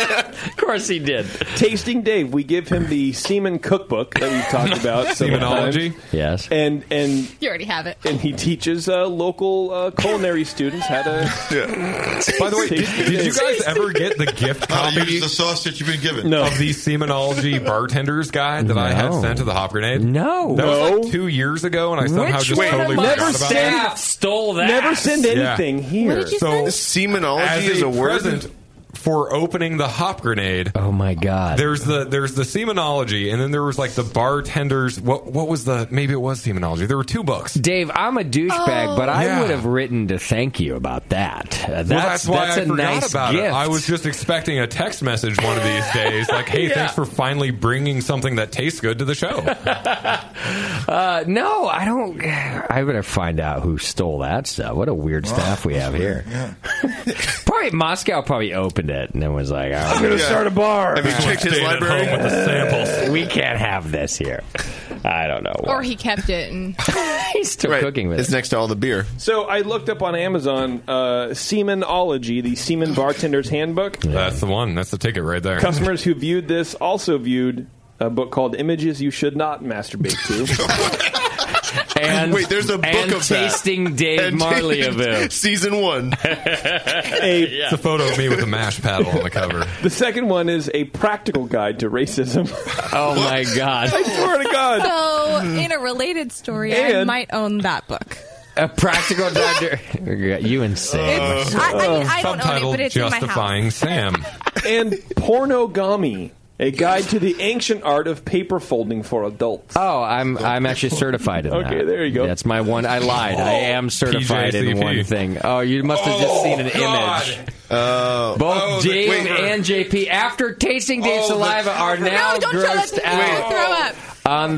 F: Of course he did.
H: Tasting Dave, we give him the semen cookbook that we've talked about. several times.
I: Semenology?
F: Yes.
H: And and
K: you already have it.
H: and he teaches uh, local uh, culinary students how to.
I: By the way, did, did you guys ever get the Oh, gift copy
J: the sauce that you've been given?
I: of the Semenology bartenders guide that I had
J: No.
I: sent to the Hop Grenade?
F: No,
I: that was
H: No.
I: like two years ago, and I somehow just totally forgot
H: never
I: about it.
H: send,
F: stole
H: that. Never send anything here.
I: so
R: semenology
I: as
R: is a word.
I: present for opening the hop grenade.
F: Oh my god!
I: There's the there's the semenology, and then there was like the bartenders. What what was the maybe it was semenology? There were two books.
F: Dave, I'm a douchebag, but I
I: Yeah.
F: would have written to thank you about that. Uh, that's,
I: well, that's why
F: that's
I: I
F: a
I: forgot
F: nice
I: about
F: gift.
I: it. I was just expecting a text message one of these days, like, "Hey,
F: Yeah.
I: thanks for finally bringing something that tastes good to the show."
F: Uh, no, I don't. I would have find out who stole that stuff. What a weird staff we have here. probably Moscow probably opened it and then was like,
H: I'm gonna Yeah. start a bar. Have you
R: checked his library?
I: with the samples?
F: We can't have this here. I don't know.
K: or he kept it and
F: he's still cooking with
R: it's next to all the beer.
H: So I looked up on Amazon uh, Semenology, the Semen Bartender's Handbook.
I: That's the one. That's the ticket right there.
H: Customers who viewed this also viewed a book called Images You Should Not Masturbate to.
F: And- Wait, there's a book and of that. Tasting Dave And- Marleyville.
R: Season one.
H: a,
I: It's a photo of me with a mash paddle on the cover.
H: The second one is a practical guide to racism.
F: Oh my god!
H: I swear to God.
K: So, in a related story, I
H: And-
K: might own that book.
F: a practical doctor. you insane.
K: It's- I- I mean, I don't own it,
I: Subtitled
K: but it's in my house.
I: justifying Sam.
H: and Pornogami, a guide to the ancient art of paper folding for adults.
F: Oh, I'm I'm actually certified in that.
H: Okay, there you go.
F: That's my one. I lied. I am certified in
I: PJCP.
F: one thing. Oh, you must have just seen an
R: Oh,
I: Oh, God.
F: image.
R: Uh,
F: Both
I: Oh, the
F: Dave
I: cover.
F: and JP, after tasting Dave's
I: Oh, the
F: saliva, are
I: cover.
F: now
I: No, don't show that
F: grossed
I: to me.
F: out
I: Wait. Throw
K: up.
F: on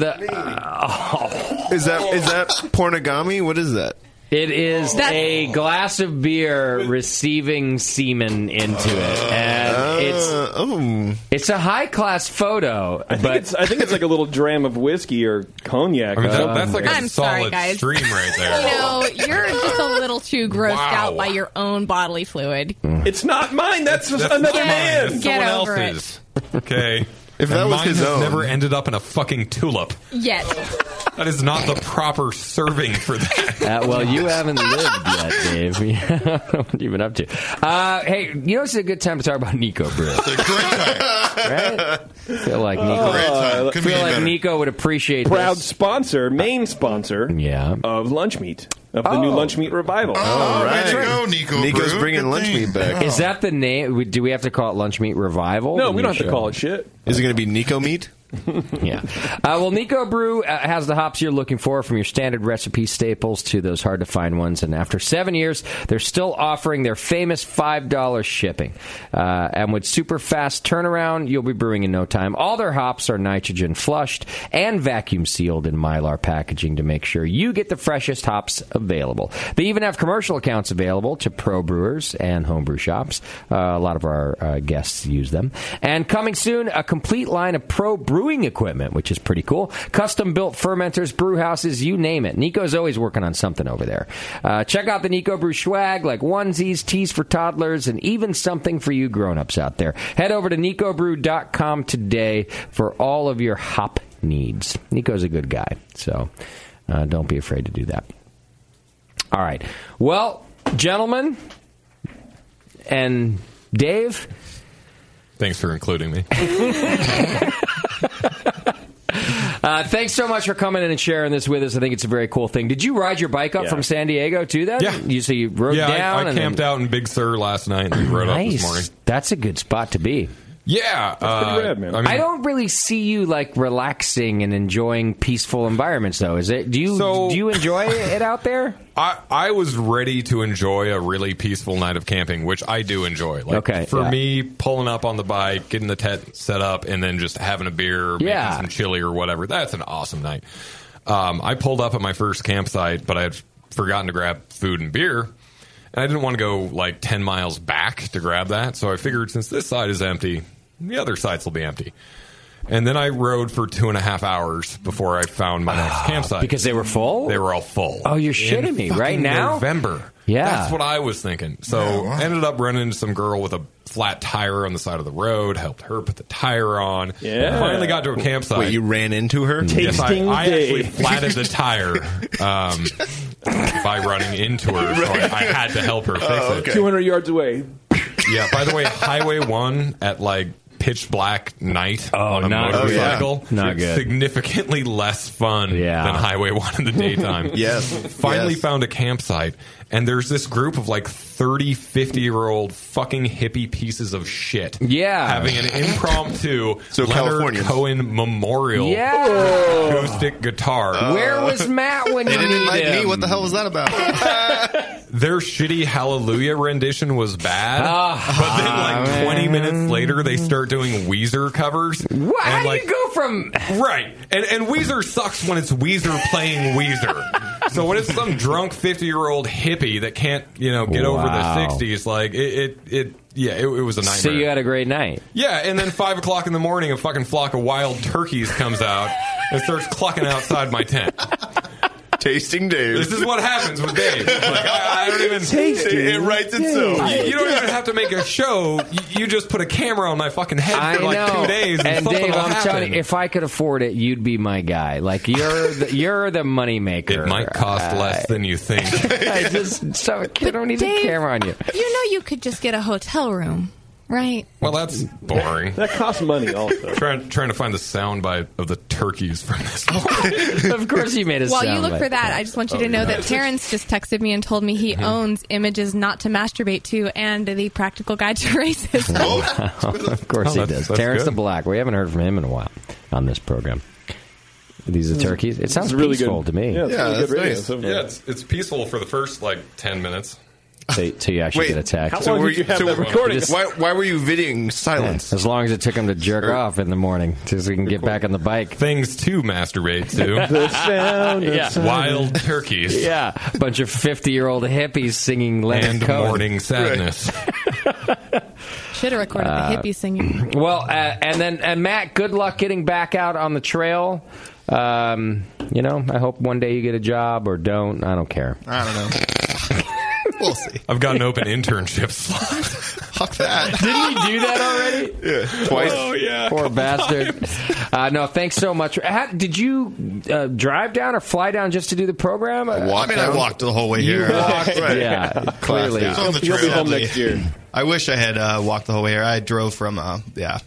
F: the.
R: Is that is that pornogami? What is that?
F: It is
R: That-
F: a glass of beer receiving semen into it,
R: Uh,
F: and it's
J: oh.
F: it's a high class photo.
H: I think, it's, I think it's like a little dram of whiskey or cognac.
I: I mean,
F: Um,
I: that-
H: Uh,
I: that's like a
K: I'm sorry,
I: solid
K: guys.
I: stream right there.
K: You know, you're just a little too grossed out by your own bodily fluid.
H: It's not mine. That's, another
K: Get-
H: man.
K: Get, over it.
I: Okay.
R: If that
I: And
R: was
I: mine
R: his
I: has
R: own.
I: never ended up in a fucking tulip.
K: Yet.
I: That is not the proper serving for that.
F: Uh, well, you haven't lived yet, Dave. what you been up to? Uh, hey, you know it's a good time to talk about Nico Brew. feel like Nico.
H: Great time. Couldn't be
F: feel
H: any
F: like
H: better.
F: Oh, Nico would appreciate
H: Proud
F: this.
H: sponsor, main sponsor
F: yeah.
H: of Lunch Meat, of the new Lunch Meat Revival.
J: Oh, way to go, Nico. Brew. Good thing. Oh.
F: Is that the name? we- Do we have to call it Lunch Meat Revival?
H: No,
F: The
H: we
F: new
H: don't have to
F: show?
H: call it shit.
R: Is it going to be Nico meat?
F: yeah. Uh, well, Nico Brew uh, has the hops you're looking for from your standard recipe staples to those hard to find ones. And after seven years, they're still offering their famous $5 shipping. Uh, and with super fast turnaround, you'll be brewing in no time. All their hops are nitrogen flushed and vacuum sealed in Mylar packaging to make sure you get the freshest hops available. They even have commercial accounts available to pro brewers and homebrew shops. Uh, a lot of our uh, guests use them. And coming soon, a complete line of pro brewing equipment, which is pretty cool. Custom built fermenters, brew houses, you name it. Nico's always working on something over there. Uh, check out the Nico Brew swag, like onesies, teas for toddlers, and even something for you grown ups out there. Head over to nicobrew.com today for all of your hop needs. Nico's a good guy, so uh, don't be afraid to do that. All right. Well, gentlemen and Dave,
I: Thanks for including me.
F: uh, thanks so much for coming in and sharing this with us. I think it's a very cool thing. Did you ride your bike up from San Diego to that? Yeah. You so you rode
I: yeah,
F: down
I: I,
F: and
I: I
F: then-
I: camped out in Big Sur last night and we rode up this
F: nice.
I: morning.
F: That's a good spot to be.
I: Yeah,
F: That's
I: uh, I mean,
F: don't really see you like relaxing and enjoying peaceful environments, though. Is it? Do you do you enjoy it out there?
I: I, I was ready to enjoy a really peaceful night of camping, which I do enjoy. Like,
F: Okay,
I: for
F: yeah.
I: me, pulling up on the bike, getting the tent set up, and then just having a beer, or
F: Yeah.
I: making some chili or whatever. That's an awesome night. Um, I pulled up at my first campsite, but I had forgotten to grab food and beer. And I didn't want to go like 10 miles back to grab that. So I figured since this side is empty, the other sides will be empty. And then I rode for two and a half hours before I found my next campsite. Because
F: Ah, they were full?
I: They were all full.
F: Oh, you're
I: In
F: shitting me right
I: fucking
F: now.
I: November.
F: Yeah.
I: That's what I was thinking. So ended up running into some girl with a flat tire on the side of the road, helped her put the tire on.
R: Yeah.
I: Finally got to a campsite.
R: Wait, you
I: ran into her? Yes, I,
R: Tasting
I: I
R: day.
I: actually flatted the tire um, by running into her. So I, I had to help her fix it.
H: 200 yards away.
I: Yeah. By the way, Highway One at like pitch black night on a
F: Oh, not good.
I: motorcycle,
F: Oh, yeah. Not good.
I: significantly less fun than Highway One in the daytime.
R: Yes.
I: Finally found a campsite, and there's this group of like 30, 50 year old fucking hippie pieces of shit.
F: Yeah.
I: Having an impromptu
R: So
I: Leonard
R: Californians.
I: Cohen Memorial
F: Yeah.
I: acoustic guitar.
F: Where was Matt when you
B: They didn't
F: needed
B: invite
F: him?
B: me. What the hell was that about?
I: their shitty Hallelujah rendition was bad,
F: Ah,
I: but then like 20 minutes later they start doing Weezer covers. What?
F: How do you go from
I: right? And and Weezer sucks when it's Weezer playing Weezer. so when it's some drunk 50 year old hippie that can't you know get over
F: Wow.
I: the 60s, like it it, it yeah it, it was a nightmare.
F: So you had a great night.
I: Yeah, and then five o'clock in the morning, a fucking flock of wild turkeys comes out and starts clucking outside my tent.
R: Tasting Dave.
I: This is what happens with Dave. Like, I, I don't even
R: Tasting
I: It,
R: writes itself.
I: You, you don't even have to make a show. You, you just put a camera on my fucking head
F: I
I: for like
F: know.
I: two days, and,
F: and
I: something
F: Dave,
I: will
F: I'm
I: happen.
F: telling you, if I could afford it, you'd be my guy. Like you're the, you're the moneymaker. Uh, It might
I: cost less than you think.
F: I just so, I don't need a camera on you.
K: You know, you could just get a hotel room, right?
I: Well, that's boring.
H: That costs money, also.
I: trying trying to find the soundbite of the turkeys from this.
F: of course, you made a
K: While you look for that, I just want you
F: Oh,
K: to know that Terrence just texted me and told me he
F: Mm-hmm.
K: owns images not to masturbate to and the practical guide to racism.
F: Oh. of course
I: Oh,
F: he
I: that's-
F: does.
I: that's
F: Terrence
I: good.
F: the Black. We haven't heard from him in a while on this program. These are turkeys. It sounds really peaceful to me.
I: Yeah, it's, it's peaceful for the first like ten minutes.
F: So, so you actually
I: Wait,
F: get attacked.
I: how long did you have that recording?
R: Why, why were you videoing silence?
F: As long as it took him to jerk
R: Sure.
F: off in the morning, so we can get back on the bike.
I: Things to masturbate to.
F: The sound of
I: yeah.
F: silence.
I: Wild turkeys.
F: Yeah, a bunch of fifty-year-old hippies singing Leonard
I: And
F: Cohen.
I: morning sadness.
K: Should have recorded
F: Uh,
K: the hippie singing.
F: Well, uh, and then and Matt, good luck getting back out on the trail. Um, you know, I hope one day you get a job or don't. I don't care.
B: I don't know.
I: we'll see. I've got an open internship slot.
B: Fuck that.
F: Didn't he do that already?
R: Yeah, twice.
I: Oh,
F: Poor bastard. Uh, no, thanks so much. How, did you uh, drive down or fly down just to do the program? Uh,
B: I mean, I walked the whole way here.
F: You walked, yeah, clearly.
B: It's on the trail. I wish I had uh, walked the whole way here. I drove from, uh, yeah,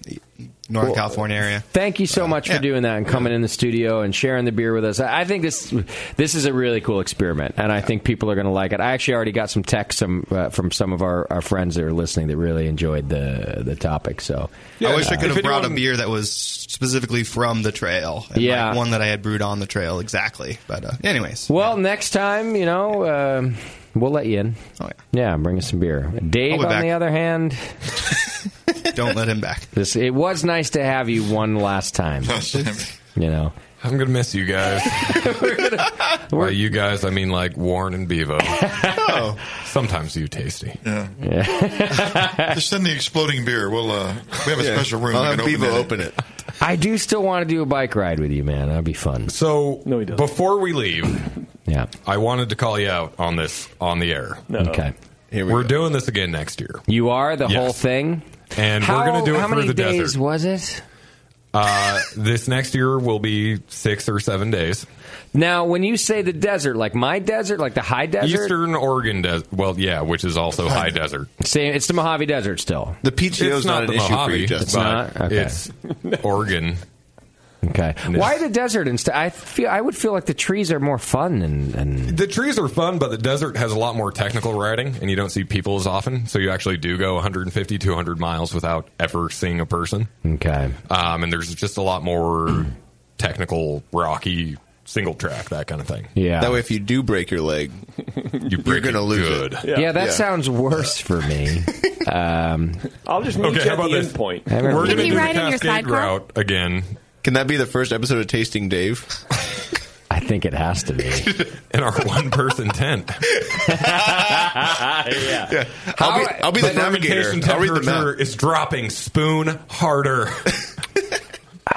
B: Northern
F: Well,
B: California area.
F: Thank you so much for doing that and coming in the studio and sharing the beer with us. I I think this this is a really cool experiment, and I think people are going to like it. I actually already got some texts some, uh, from some of our, our friends that are listening that really enjoyed the the topic. So
B: I wish I
F: uh,
B: could have brought a beer that was specifically from the trail. and, like,
F: Yeah.
B: one that I had brewed on the trail, exactly. But uh, anyways,
F: Well, next time, you know, uh, we'll let you in. Oh, yeah. yeah, bring us some beer. Dave, on
B: I'll be back.
F: the other hand,
B: don't let him back. Oh,
F: this it was nice to have you one last time. you know,
I: I'm gonna miss you guys. By you guys, I mean like Warren and Bevo. Sometimes you tasty.
J: Yeah.
F: Yeah.
J: Just send the exploding beer. We'll uh, we have a
I: Yeah.
J: special room.
I: I'll
J: We
I: have
J: can
I: Bevo
J: that.
I: open it.
F: I do still want to do a bike ride with you, man. That'd be fun.
I: So before we leave,
F: yeah,
I: I wanted to call you out on this on the air.
F: Okay.
I: we are doing this again next year,
F: You are the
I: Yes.
F: whole thing,
I: and we're going to do it
F: How
I: through
F: many
I: the
F: days
I: desert.
F: was it?
I: Uh, this next year will be six or seven days.
F: Now, when you say the desert, like my desert, like the high desert,
I: Eastern Oregon, des- well, yeah, which is also high desert.
F: Same, it's the Mojave Desert still.
I: The PTO is not, the Mojave,
F: It's
I: but
F: not. Okay.
I: it's Oregon.
F: Okay. Why the desert instead? I feel I would feel like the trees are more fun and, and
I: The trees are fun, but the desert has a lot more technical riding, and you don't see people as often. So you actually do go 150, 200 miles without ever seeing a person.
F: okay.
I: Um, and there's just a lot more technical, rocky, single track, that kind of thing.
F: Yeah.
R: That way, if you do break your leg,
I: you
R: are gonna lose it.
F: Yeah, that sounds worse for me. Um,
H: I'll just meet you at the end point.
I: We're going to
H: you
I: do the
H: ride in your
I: Cascade
H: sidecar?
I: route again.
R: Can that be the first episode of Tasting Dave?
F: I think it has to be.
I: In our one person tent.
F: yeah.
R: I'll be- I'll be the
I: But
R: navigator.
I: fermentation
R: I'll read the map.
I: temperature is dropping spoon harder.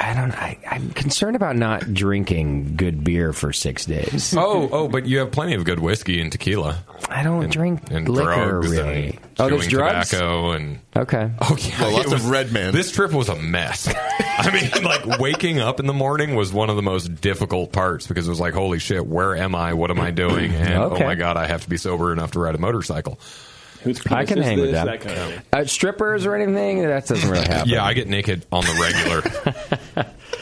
F: I don't. I, I'm concerned about not drinking good beer for six days.
I: oh, oh, but you have plenty of good whiskey and tequila.
F: I don't drink
I: and
F: liquor
I: drugs
F: really.
I: and
F: oh, there's
I: chewing
F: drugs.
I: tobacco and
F: Okay.
I: oh yeah,
F: Well, lots
I: it
F: of
R: red man.
I: This trip was a mess. I mean, like waking up in the morning was one of the most difficult parts because it was like, holy shit, where am I? What am I doing? And
F: Okay.
I: oh my god, I have to be sober enough to ride a motorcycle.
H: Who's
F: I can hang with that. uh, strippers or anything that doesn't really happen.
I: Yeah, I get naked on the regular.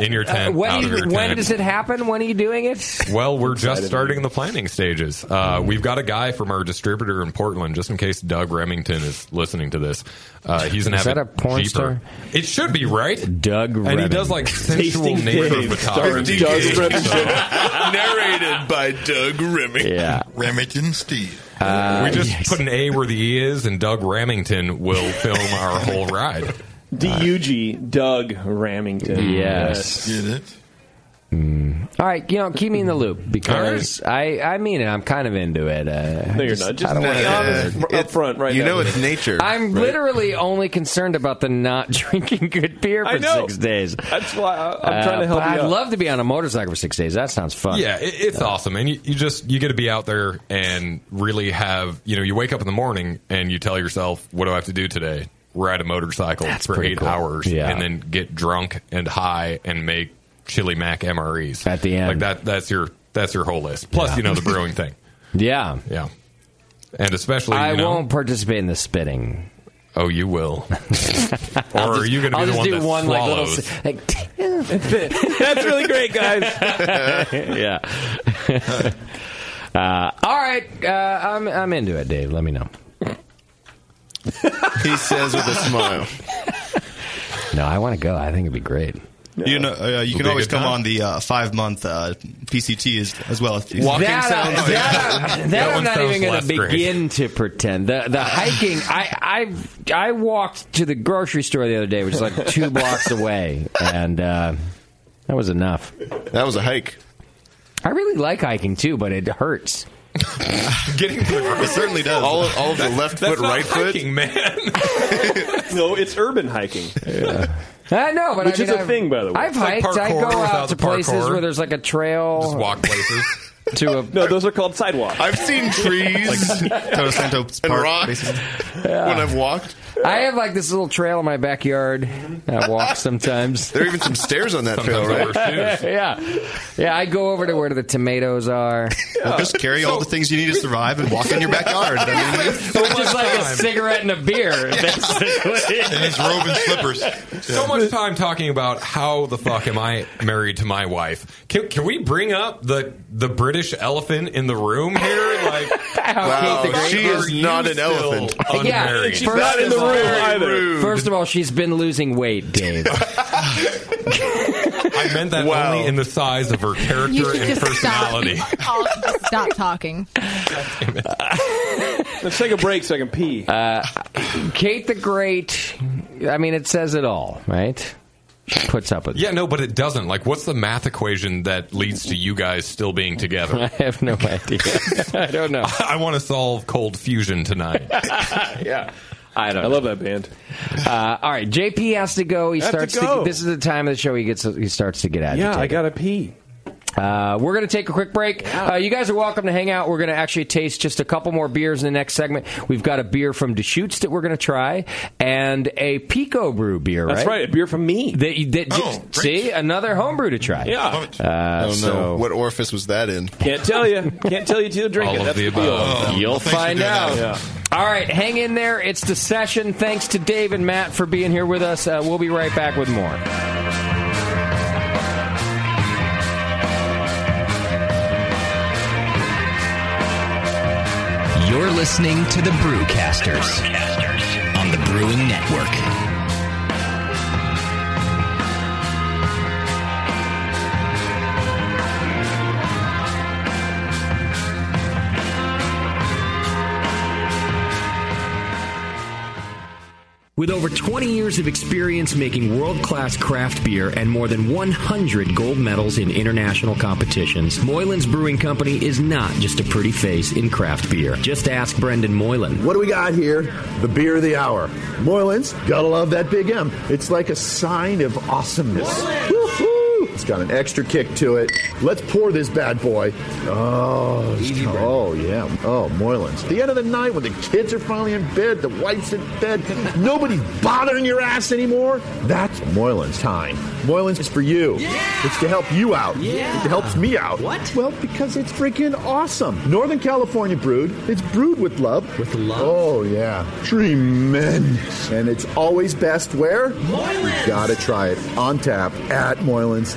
I: in your tent,
F: Uh, when
I: out
F: do
I: of
F: you-
I: your
F: when
I: tent.
F: does it happen? When are you doing it?
I: Well, we're
F: Excited.
I: just starting the planning stages. Uh, we've got a guy from our distributor in Portland, just in case Doug Remington is listening to this. Uh, he's an
F: Is
I: avid
F: that a porn
I: Jeeper.
F: star?
I: It should be right,
F: Doug.
I: And he does like sensual
F: Tasting
I: nature
F: Dave,
I: photography.
F: starring Doug
R: Narrated by Doug Remington.
F: Yeah. Uh,
J: Remington Steve.
I: we just put an A where the E is, and Doug Ramington will film our whole ride.
H: DUG Doug Ramington.
F: Yes.
J: Get it?
F: All right, you know, keep me in the loop because I, I mean it. I'm kind of into it. Uh,
H: No, you're
F: I
H: not. Just
F: I don't
H: be
F: wanna- uh,
H: honest up front right now.
F: I'm literally only concerned about the not drinking good beer
H: I
F: for
H: know.
F: six days. Uh,
H: That's why I, I'm trying to help
F: but
H: you
F: I'd
H: out.
F: love to be on a motorcycle for six days. That sounds fun.
I: Yeah, it, it's awesome, and you, you just you get to be out there and really have you know you wake up in the morning and you tell yourself, what do I have to do today? Ride a motorcycle for
F: pretty
I: eight
F: cool.
I: hours,
F: Yeah.
I: and then get drunk and high and make chili mac MREs at the end. Like that. That's your that's your whole list. Plus,
F: Yeah.
I: you know the brewing thing.
F: Yeah.
I: Yeah, and especially
F: I
I: you know,
F: won't participate in the spitting.
I: Oh, you will. or are you going to be
F: I'll
I: the
F: just
I: one
F: do
I: that
F: one like little
I: swallows?
F: s- like,
H: That's really great, guys.
F: yeah. uh, all right, uh, I'm I'm into it, Dave. Let me know.
R: he says with a smile.
F: No, I want to go. I think it'd be great.
B: You know, uh,
F: It'll
B: you can
F: be a
B: always
F: good
B: come
F: time.
B: on the uh, five month uh, PCT as, as well as PCT.
F: That I- that, I- that I'm not even going to begin to pretend. The the hiking, I I I walked to the grocery store the other day, which is like two blocks away, and uh, that was enough.
R: That was a hike.
F: I really like hiking too, but it hurts.
I: Getting it
R: certainly does. All, all of the left
H: That's
R: foot,
H: not
R: right foot.
I: hiking, man.
H: no, it's urban hiking.
F: I know, Uh, but
H: Which
F: I
H: is
F: mean,
H: a
F: I've-
H: thing, by the way.
F: I've
H: It's like
F: hiked. I
H: parkour
F: go out
H: without
F: to
H: the parkour.
F: places where there's like a trail. Just
I: walk places.
F: to a
H: no, those are called sidewalks.
R: I've seen trees
B: Todos Santos
R: and
B: Park,
R: rocks
B: basically.
R: when I've walked.
F: I have like this little trail in my backyard. I walk sometimes.
R: There are even some stairs on that trail, right?
F: yeah, yeah. I go over to where the tomatoes are.
B: Well, just carry all the things you need to survive and walk in your backyard. I mean,
F: Which is like a cigarette and a beer, basically.
J: And his robe and slippers.
I: So much time talking about how the fuck am I married to my wife? Can, can we bring up the the British elephant in the room here? Like,
F: Wow, Kate the Great-
R: she is
I: are you
R: not an
I: still
R: elephant.
F: Yeah,
I: unmarried?
F: first of all-
I: Rude.
F: First of all, she's been losing weight, Dave.
I: I meant that only in the size of her
K: You
I: character
K: should
I: and
K: just
I: personality.
K: stop. All- just stop talking.
H: Let's take a break so I can pee.
F: Uh, Kate the Great. I mean, it says it all, right? She puts up with.
I: Yeah, no, but it doesn't. Like, what's the math equation that leads to you guys still being together? I
F: have no idea. I don't know.
I: I want to solve cold fusion tonight.
F: yeah. I don't. I
H: love that band.
F: Uh, all right, JP has to go. He
H: I have to
F: starts.
H: go.
F: this is the time of the show. He gets. He starts to get agitated.
H: yeah, I gotta pee.
F: Uh, we're going to take a quick break. Uh, you guys are welcome to hang out. We're going to actually taste just a couple more beers in the next segment. We've got a beer from Deschutes that we're going to try, and a Pico Brew beer.
H: That's right, a beer from me.
F: That, you- that,
R: Oh,
F: see another homebrew to try.
H: Yeah.
F: Uh,
R: I don't know
F: so
R: what orifice was that in.
H: Can't tell you. Can't tell you till you drink
R: All
H: it.
R: of
H: That's
R: the
H: the, deal.
R: above. Oh,
F: you'll
R: well, thanks for
F: find
R: doing
F: out.
R: that.
F: All right, hang in there. It's the session. Thanks to Dave and Matt for being here with us. Uh, we'll be right back with more.
W: You're listening to the Brewcasters on the Brewing Network.
F: With over 20 years of experience making world class craft beer and more than 100 gold medals in international competitions, Moylan's Brewing Company is not just a pretty face in craft beer. Just ask Brendan Moylan.
J: What do we got here? The beer of the hour. Moylan's, gotta love that big M. It's like a sign of awesomeness. Woohoo! It's got an extra kick to it. Let's pour this bad boy. Oh, it's co- oh yeah. Oh, Moylan's. The end of the night when the kids are finally in bed, the wife's in bed, nobody's bothering your ass anymore. That's Moylan's time. Moylan's is for you. It's to help you out. It helps me out. What? Well, because it's freaking awesome. Northern California brewed. It's brewed with love. With love. Oh yeah, tremendous. And it's always best where Moylan's. You gotta try it on tap at Moylan's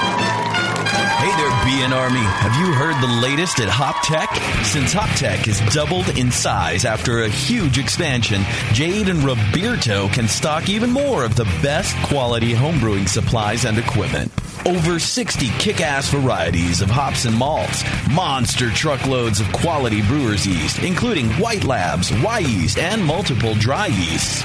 A: Hey there, BN Army. Have you heard the latest at Hop Tech? Since Hop Tech has doubled in size after a huge expansion, Jade and Roberto can stock even more of the best quality homebrewing supplies and equipment. Over 60 kick ass varieties of hops and malts, monster truckloads of quality brewer's yeast, including white labs, Y yeast, and multiple dry yeasts.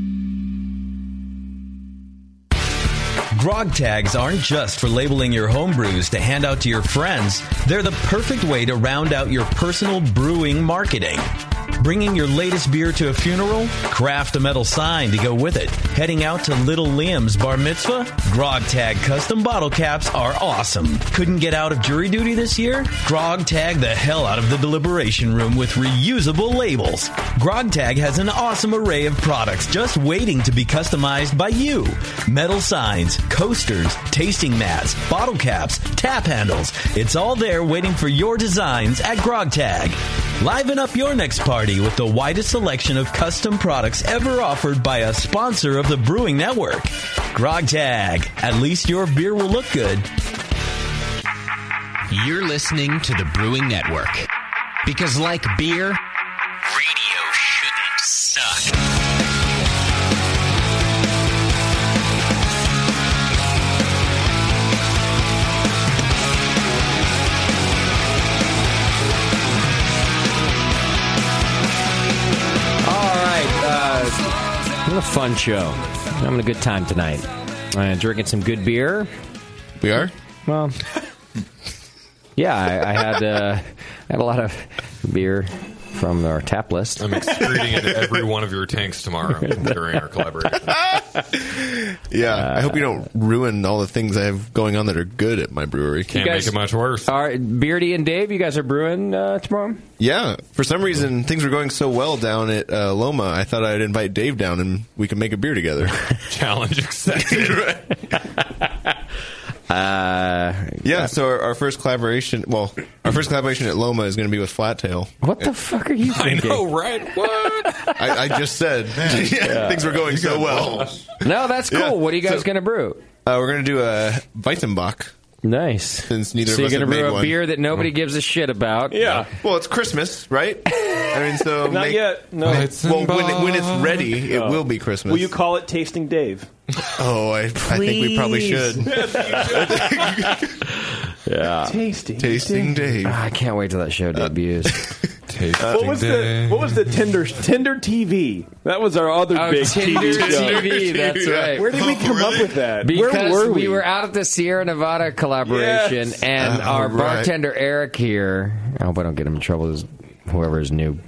A: Grog tags aren't just for labeling your home brews to hand out to your friends. They're the perfect way to round out your personal brewing marketing. Bringing your latest beer to a funeral? Craft a metal sign to go with it. Heading out to Little Liam's bar mitzvah? Grog Tag custom bottle caps are awesome. Couldn't get out of jury duty this year? Grog Tag the hell out of the deliberation room with reusable labels. Grog Tag has an awesome array of products just waiting to be customized by you. Metal signs, coasters, tasting mats, bottle caps, tap handles. It's all there waiting for your designs at Grog Tag. Liven up your next party with the widest selection of custom products ever offered by a sponsor of the Brewing Network. Grog Tag. At least your beer will look good.
W: You're listening to the Brewing Network. Because, like beer, radio shouldn't suck.
R: All right. Uh, what a fun show. I'm having a good time tonight. Uh, drinking some good beer.
X: We are?
R: Well, yeah, I, I had uh, I had a lot of beer.
F: from our tap list.
I: I'm excreting into every one of your tanks tomorrow during our collaboration.
R: Yeah, I hope you don't ruin all the things I have going on that are good at my brewery.
I: worse.
F: All right, Beardy and Dave, you guys are brewing uh, tomorrow.
R: Yeah, for some reason things were going so well down at uh, Loma. I thought I'd invite Dave down and we could make a beer together.
I: Challenge accepted.
R: uh, yeah, so our, our first collaboration, well, our first collaboration at Loma is going to be with Flattail.
F: What the fuck are you
R: I
F: thinking?
R: know,
I: right? What?
R: I, I just said Yeah, things were going so well.
F: No, that's cool.
R: Yeah,
F: What are you guys
R: so-
F: going to brew?
R: Uh, we're going to do a Weizenbach.
F: Nice.
R: Since neither
F: so
R: of
F: you're
R: us
F: gonna
R: have made
F: brew a
R: one.
F: beer that nobody gives a shit about.
R: Yeah. Well, it's Christmas, right? I mean, so
H: Not
R: make-
H: yet. No.
R: Well, when, it, when it's ready, it
H: Oh.
R: will be Christmas.
H: Will you call it Tasting Dave?
R: Oh, I, I think we probably
H: Please.
R: should.
F: Yeah.
H: Tasting
R: Tasting Dave.
F: Ah, I can't wait till that show debuts.
I: Tasting
H: Uh, what was the what was the Tinder Tinder TV? That was our other
F: Oh,
H: big
F: Tinder
H: TV show.
F: TV, that's right.
H: Where did we come up with that?
F: Because
H: Where were
F: we?
H: we?
F: were out at the Sierra Nevada collaboration,
H: Yes.
F: and
H: Uh,
F: our
H: right.
F: bartender Eric here. I hope I don't get him in trouble. Is whoever his new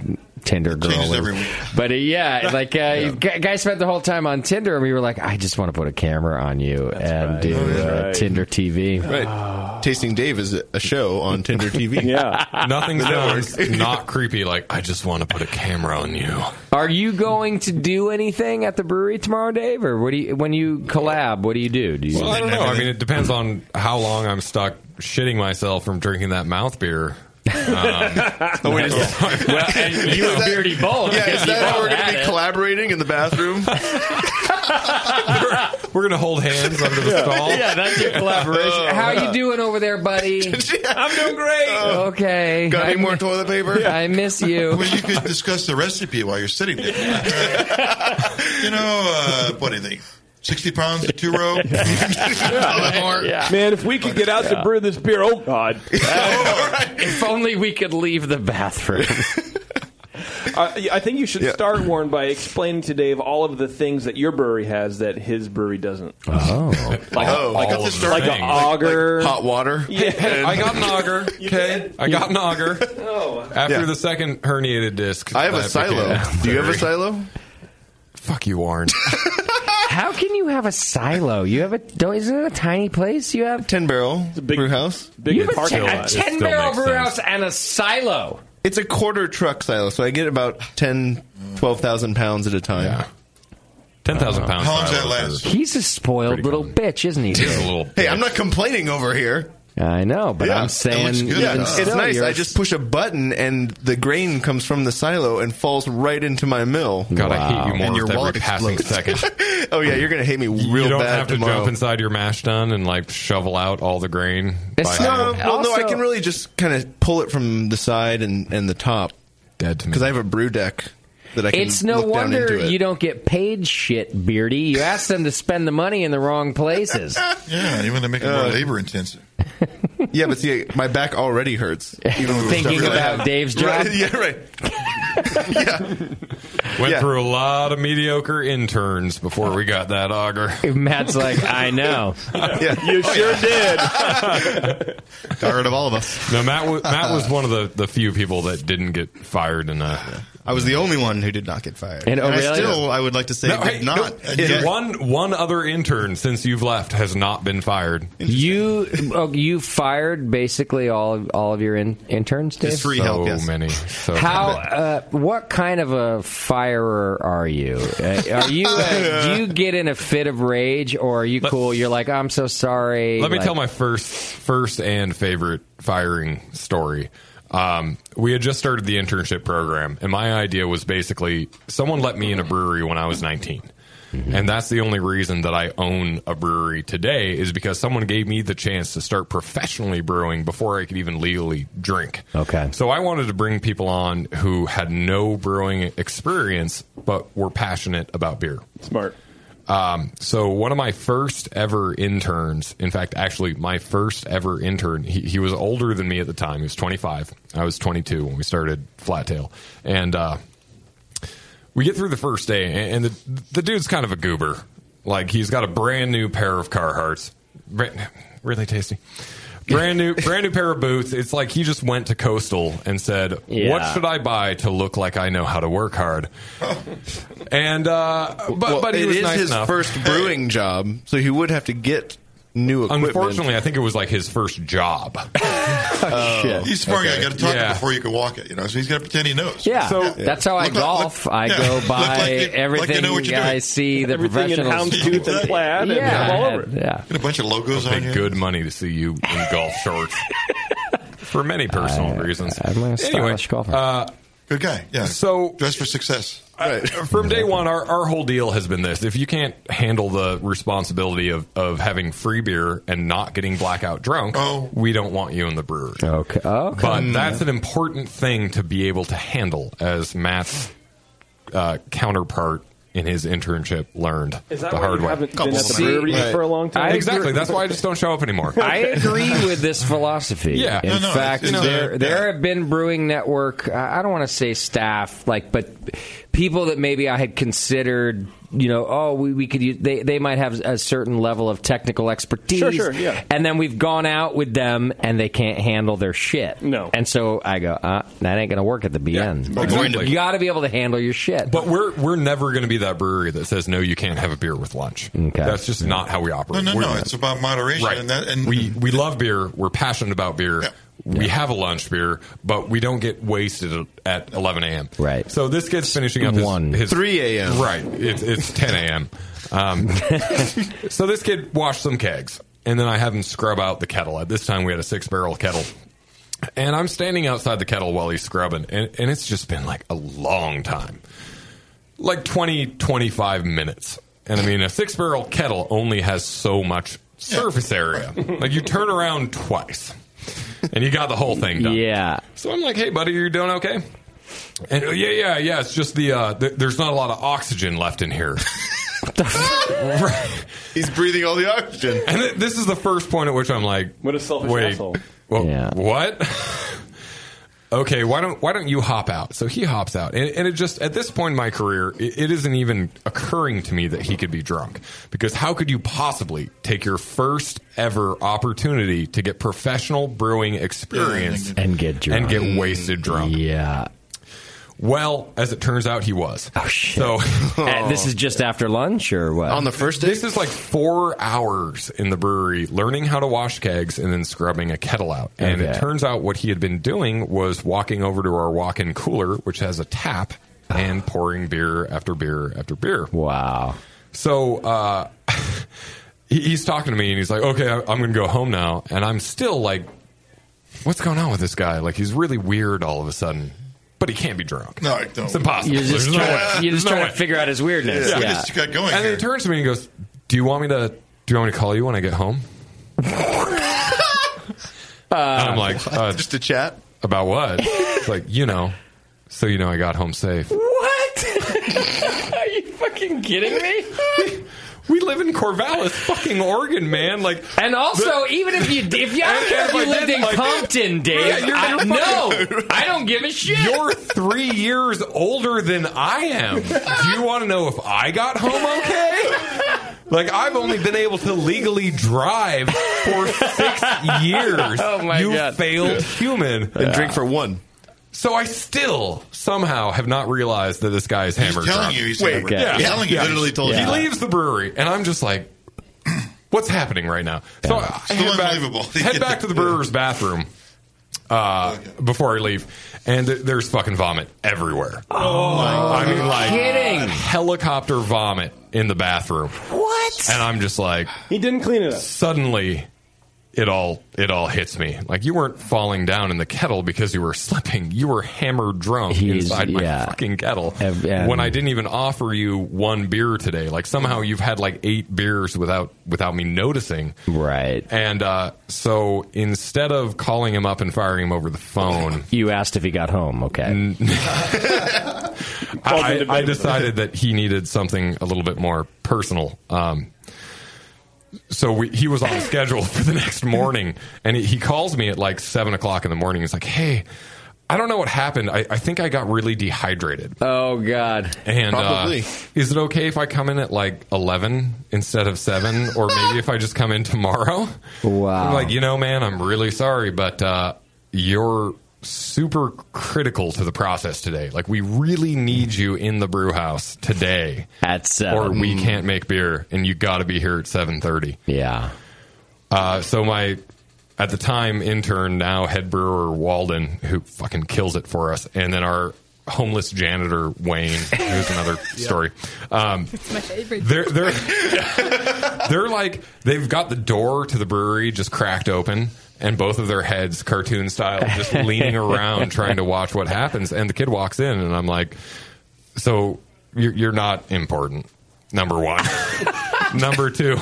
F: Tinder girl
H: changes
F: is.
H: every week.
F: But uh, yeah, like uh,
H: Yeah.
F: gu- guys spent the whole time on Tinder, and we were like, I just want to put a camera on you and do
R: Oh, yeah.
F: uh,
R: Right.
F: Tinder TV.
R: Right. Tasting Dave is a show on Tinder TV.
I: Nothing
R: The network.
I: sounds not creepy like, I just want to put a camera on you.
F: Are you going to do anything at the brewery tomorrow, Dave? Or what do you when you collab? What do you do? Do you?
I: Well, I don't know. I mean, it depends on how long I'm stuck shitting myself from drinking that mouth beer. Um,
R: Oh, wait, is that,
F: well, and
I: you
R: is
I: and
R: that-
I: Beardy both,
R: Yeah,
I: because
R: is
I: you
R: that how
I: both
R: we're going
I: had
R: to be
I: it.
R: collaborating in the bathroom?
I: We're going to hold hands under the stall.
F: Yeah, that's your collaboration.
R: Oh.
F: How
I: yeah.
F: you doing over there, buddy? Oh.
I: I'm doing great.
F: okay.
J: Got any
F: I
J: more
F: mi-
J: toilet paper?
F: I miss you.
J: Well, you could discuss the recipe while you're sitting there. you know, uh, what do you think? 60 pounds, two row?
H: Man, if we could get out
F: Yeah.
H: to brew this beer, oh god!
F: if only we could leave the bathroom.
H: Uh, I think you should start Warren by explaining to Dave all of the things that your brewery has that his brewery doesn't.
F: Oh,
H: like
I: Oh,
H: like,
I: all of the
H: a, like an
I: things.
H: auger,
I: Like- like hot
R: water.
H: Yeah,
I: Hey, I got an auger. Okay, I got an auger.
R: Oh.
I: After
R: Yeah.
I: the second herniated disc,
R: I have a
I: that
R: silo.
I: became-
R: Do you have a
I: Sorry.
R: silo?
I: Fuck you, Warren.
F: How can you have a silo? You have a don't, isn't it a tiny place? You have
R: ten barrel brew house.
H: Big
F: you have a, ten, a ten barrel brew house and a silo.
R: It's a quarter truck silo, so I get about 10, 12,000 pounds at a time.
I: Ten thousand pounds.
R: How long's
I: silo
R: that
I: is-
R: last?
F: He's a spoiled little bitch, isn't he?
I: He's a little
R: Hey, I'm not complaining over here.
F: I know, but
R: Yeah.
F: I'm saying even
R: Yeah, it's
F: still,
R: nice.
F: you're-
R: I just push a button and the grain comes from the silo and falls right into my mill.
I: God, I hate you more
R: and
I: with
R: your
I: every
R: wallet
I: passing
R: explodes.
I: second.
R: oh yeah, you're gonna hate me real
I: you don't
R: bad
I: have to
R: tomorrow.
I: jump inside your mash tun and like shovel out all the grain.
R: It's
I: by
R: no,
I: hand.
R: well, no, I can really just kind of pull it from the side and, and the top.
I: Dead to me.
R: Because I have a brew deck that I can.
F: it's no
R: look down
F: wonder
R: into it.
F: you don't get paid shit, Beardy. You asked them to spend the money in the wrong places.
J: Yeah, you want to make it more
R: Uh,
J: labor intensive.
R: Yeah, but see, my back already hurts. Even with the
F: Thinking
R: stuff that I
F: about
R: have.
F: Dave's job?
R: Right, yeah, right.
I: Went through a lot of mediocre interns before we got that auger.
F: Matt's like, I know.
H: You
R: Oh,
H: sure did.
I: Got rid of all of us. No, Matt. wa Matt was one of the, the few people that didn't get fired in a.
B: I was the only one who did not get fired.
F: oh,
I: And
B: I
I: Aurelia-
B: still, I would like to say,
I: No,
B: did
I: hey, no,
B: not.
I: and one one other intern since you've left has not been fired.
F: You oh, you fired basically all of, all of your in, interns, Dave.
I: so many. So
F: How? Uh, what kind of a firer are you? Uh, are you? Uh, do you get in a fit of rage, or are you cool? You're like, I'm so sorry.
I: Let me
F: like-
I: tell my first, first and favorite firing story. Um, we had just started the internship program, and my idea was basically someone let me in a brewery when I was 19. And that's the only reason that I own a brewery today is because someone gave me the chance to start professionally brewing before I could even legally drink.
F: Okay.
I: So I wanted to bring people on who had no brewing experience but were passionate about beer.
H: Smart.
I: Um, so one of my first ever interns, in fact, actually my first ever intern, he, he was older than me at the time. He was 25. I was 22 when we started Flattail. And, uh, we get through the first day, and, and the the dude's kind of a goober. Like he's got a brand new pair of Carhartts, Bra- really tasty. brand new brand new pair of boots. It's like he just went to Coastal and said,
O: Yeah.
I: "What should I buy to look like I know how to work hard?" and uh, but
R: Well,
I: but he
R: it
I: was
R: is
I: nice
R: his
I: enough.
R: first brewing job, so he would have to get new equipment.
I: Unfortunately, I think it was like his first job.
R: shit.
J: He's smart.
I: Okay.
J: You got to talk
I: Yeah.
J: before you can walk it. You know, so he's got to pretend he knows.
F: Yeah,
J: So-
F: that's how I
J: Look like-
F: golf. I
J: yeah.
F: go
J: Look
F: by
J: like you- like you
F: everything
J: know what you're
F: I
J: doing.
F: see. The
J: Everything in
F: professionals
J: houndstooth and plaid and
F: yeah,
I: all over it.
F: yeah.
J: Get a bunch of logos
I: I'll
J: on
I: pay
J: you.
I: good money to see you in golf shorts for many personal
F: uh,
I: reasons. anyway, uh,
J: good guy. Yeah.
I: So
J: dress for success.
I: Right. uh, From day one, our, our whole deal has been this: if you can't handle the responsibility of, of having free beer and not getting blackout drunk,
J: Oh.
I: we don't want you in the brewery.
F: Okay. okay.
I: But that's an important thing to be able to handle, as Matt's uh, counterpart in his internship learned
H: Is that
I: the
H: why
I: hard
H: you
I: way.
H: haven't been at the See, brewery for a long time? I
I: exactly.
H: agree.
I: That's why I just don't show up anymore.
F: I agree with this philosophy.
I: Yeah.
F: In
I: No, no,
F: fact,
I: it's- it's-
F: there
I: yeah.
F: there have been brewing network. I I don't want to say staff, like, but people that maybe I had considered. You know, oh, we, we could use. They they might have a certain level of technical expertise.
H: Sure, sure, yeah.
F: And then we've gone out with them, and they can't handle their shit. No. And so I go, uh, that ain't gonna work at the BN.
I: exactly.
F: You got to be able to handle your shit.
I: But we're we're never going to be that brewery that says no, you can't have a beer with lunch. That's just not how we
J: No,
I: operate.
J: no,
I: We're
J: no.
I: not.
J: It's about moderation.
I: right.
J: And that, and
I: we we love beer. We're passionate about beer. We have a lunch beer, but we don't get wasted at 11 a.m. Right. So this gets finishing up his,
F: One.
I: his
R: 3 a.m..
I: Right. It's it's 10 a.m. Um, so this kid washed some kegs, and then I have him scrub out the kettle. At this time, we had a six barrel kettle. And I'm standing outside the kettle while he's scrubbing, and, and it's just been like a long time like 20, 25 minutes. And I mean, a six barrel kettle only has so much surface area. Like, you turn around twice and you got the whole thing done.
F: Yeah.
I: So I'm like, hey, buddy, you're doing okay? And uh, yeah, yeah, yeah. It's just the, uh, th- there's not a lot of oxygen left in here. Right.
R: He's breathing all the oxygen.
I: And th- this is the first point at which I'm like,
H: what a selfish
I: wait,
H: asshole.
I: Well, What? okay, why don't why don't you hop out? So he hops out, and, and it just at this point in my career, it, it isn't even occurring to me that he could be drunk because how could you possibly take your first ever opportunity to get professional brewing experience
F: and get drunk.
I: and get wasted drunk?
F: Yeah.
I: Well, as it turns out, he was. Oh shit! So
F: Uh, this is just after lunch or what?
I: the first day? This is like four hours in the brewery learning how to wash kegs and then scrubbing a kettle out. And
F: Okay.
I: it turns out what he had been doing was walking over to our walk in cooler, which has a tap, and pouring beer after beer after beer.
F: Wow.
I: So, uh, he- He's talking to me and he's like, okay, I- I'm going to go home now. And I'm still like, what's going on with this guy? Like, he's really weird all of a sudden, but he can't be drunk.
J: No, I don't.
I: It's impossible.
F: You're just
I: There's no
F: trying
I: way.
F: to, you're just
I: There's no
F: trying
I: way.
F: to figure out his weirdness.
I: Yeah.
F: Yeah.
I: We just
J: got going.
I: And then he turns to me and he goes, "Do you want me to? Do you want me to call you when I get home?" and I'm like, uh, "Just
R: a chat
I: about what?" It's like you know, so you know, I got home safe.
F: What? Are you fucking kidding me?
I: We live in Corvallis, fucking Oregon, man. Like,
F: And also, even if you if you, I don't
I: And-
F: care
I: and
F: if you
I: if I
F: lived
I: did,
F: in
I: like-
F: Compton,
I: Yeah,
F: Dave,
I: you're-
F: I-
I: you're fucking-
F: no, I don't give a shit.
I: You're three years older than I am. Do you want to know if I got home okay? Like I've only been able to legally drive for six years.
F: Oh, my
I: you
F: God.
I: failed human.
R: And drink for one.
I: So I still somehow have not realized that this guy is hammered.
J: telling
I: drunk.
J: you he's hammered. Okay. He's telling you. Literally told
I: He
J: you.
I: leaves the brewery, and I'm just like, "What's happening right now?" So I head
J: unbelievable.
I: back, head back to the brewer's bathroom uh, before I leave, and th- there's fucking vomit everywhere. Oh, I mean, like
H: kidding.
I: helicopter vomit in the bathroom.
H: What?
I: And I'm just like,
H: He didn't clean it up.
I: suddenly it all it all hits me. Like you weren't falling down in the kettle because you were slipping. You were hammered drunk
F: He's-
I: inside my
F: yeah.
I: fucking kettle.
F: and-
I: when I didn't even offer you one beer today. Like somehow you've had like eight beers without without me noticing.
F: Right.
I: And uh, so instead of calling him up and firing him over the phone,
F: you asked if he got home. Okay.
I: I, I decided that he needed something a little bit more personal. Um, so we, he was on schedule for the next morning, and he, he calls me at like seven o'clock in the morning. He's like, "Hey, I I don't know what happened. I, I think I got really dehydrated.
F: Oh God!
I: And uh,
F: Probably.
I: is it okay if I come in at like eleven instead of seven, or maybe if I just come in tomorrow?
F: Wow!
I: I'm like, you know, man, I'm really sorry, but uh, you're super critical to the process today. Like, we really need you in the brew house today
F: at seven,
I: or we can't make beer, and you got to be here at seven thirty.
F: Yeah.
I: Uh, so my at the time intern now head brewer Walden, who fucking kills it for us, and then our homeless janitor Wayne, who's another story. Um,
K: My favorite.
I: they're they're they're like they've got the door to the brewery just cracked open and both of their heads cartoon style just leaning around trying to watch what happens and the kid walks in and I'm like so you're, you're not important number 1 number 2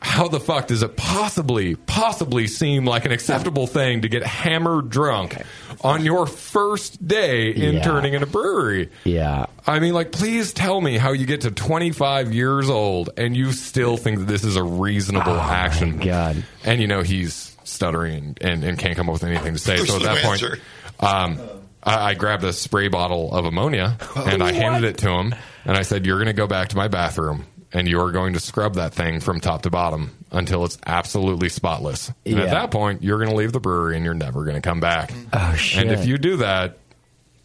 I: how the fuck does it possibly possibly seem like an acceptable thing to get hammered drunk on your first day interning in a brewery
F: yeah
I: I mean, like, please tell me how you get to 25 years old and you still think that this is a reasonable action.
F: Oh, God.
I: And, you know, he's stuttering and, and, and can't come up with anything to say. so at
J: Personal
I: that point,
J: answer.
I: um, I, I grabbed a spray bottle of ammonia and
F: Oh.
I: I handed it to him. And I said, You're going to go back to my bathroom and you are going to scrub that thing from top to bottom until it's absolutely spotless. And at
F: Yeah.
I: that point, you're going to leave the brewery and you're never going to come back.
F: Oh shit!
I: And if you do that,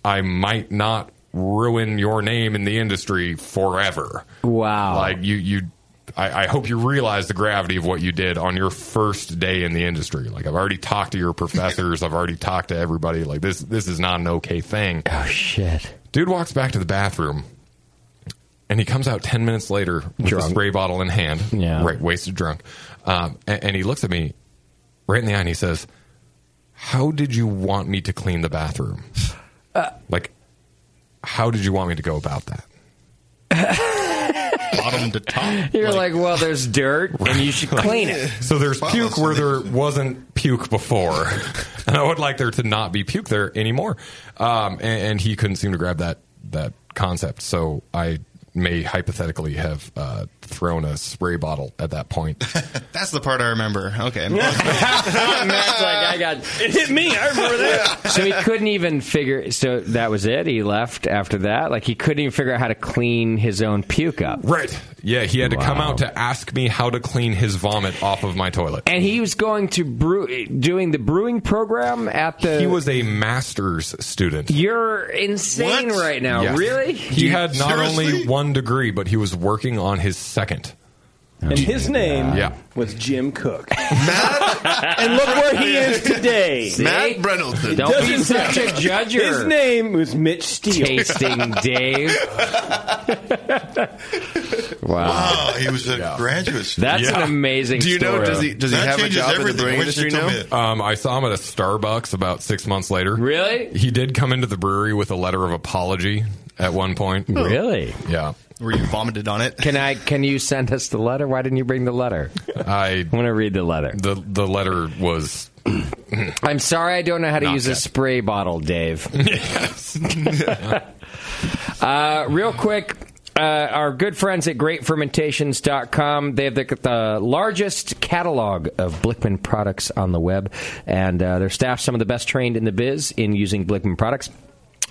I: I might not ruin your name in the industry forever.
F: Wow.
I: Like you, you. I, I hope you realize the gravity of what you did on your first day in the industry. Like I've already talked to your professors, I've already talked to everybody. Like this, this is not an okay thing.
F: Oh shit!
I: Dude walks back to the bathroom, and he comes out ten minutes later with a
F: Drunk.
I: spray bottle in hand,
F: Yeah.
I: right, wasted drunk, um, and, and he looks at me right in the eye and he says, "How did you want me to clean the bathroom?
F: Uh,
I: like, how did you want me to go about that?" Bottom to top.
F: You're like, well, there's dirt, and you should clean it.
I: So there's puke where there wasn't puke before, and I would like there to not be puke there anymore. Um, and, and he couldn't seem to grab that that concept, so I may hypothetically have uh, thrown a spray bottle at that point.
B: That's the part I remember. Okay.
F: Matt's like, I got
E: it hit me. I remember that.
F: so he couldn't even figure. So that was it. He left after that. Like he couldn't even figure out how to clean his own puke up.
I: Right. Yeah, he had to come out to ask me how to clean his vomit off of my toilet.
F: And he was going to brew, doing the brewing program at the.
I: He was a master's student.
F: You're insane right now.
I: Yes.
F: Really?
I: He had not only one degree, but he was working on his second.
H: And his name
I: Yeah.
H: was Jim Cook. and look where he is today.
I: See? Matt Brennelton. Don't
H: Doesn't
I: be such a
F: judger.
H: His name was Mitch Steele.
F: Tasting Dave.
J: Wow, he was a graduate. student. That changes everything. I wish they told me that.
I: Um, I saw him at a Starbucks about six months later.
F: Really?
I: He did come into the brewery with a letter of apology at one point.
F: Really?
I: Yeah.
B: Were you vomited on it?
F: Can I? Can you send us the letter? Why didn't you bring the letter?
I: I
F: want to read the letter.
I: The the letter was.
F: I'm sorry, I don't know how to
I: Not
F: use a
I: good.
F: spray bottle, Dave. uh, real quick. Uh, our good friends at greatfermentations.com they have the, the largest catalog of blickman products on the web and uh, their staff some of the best trained in the biz in using blickman products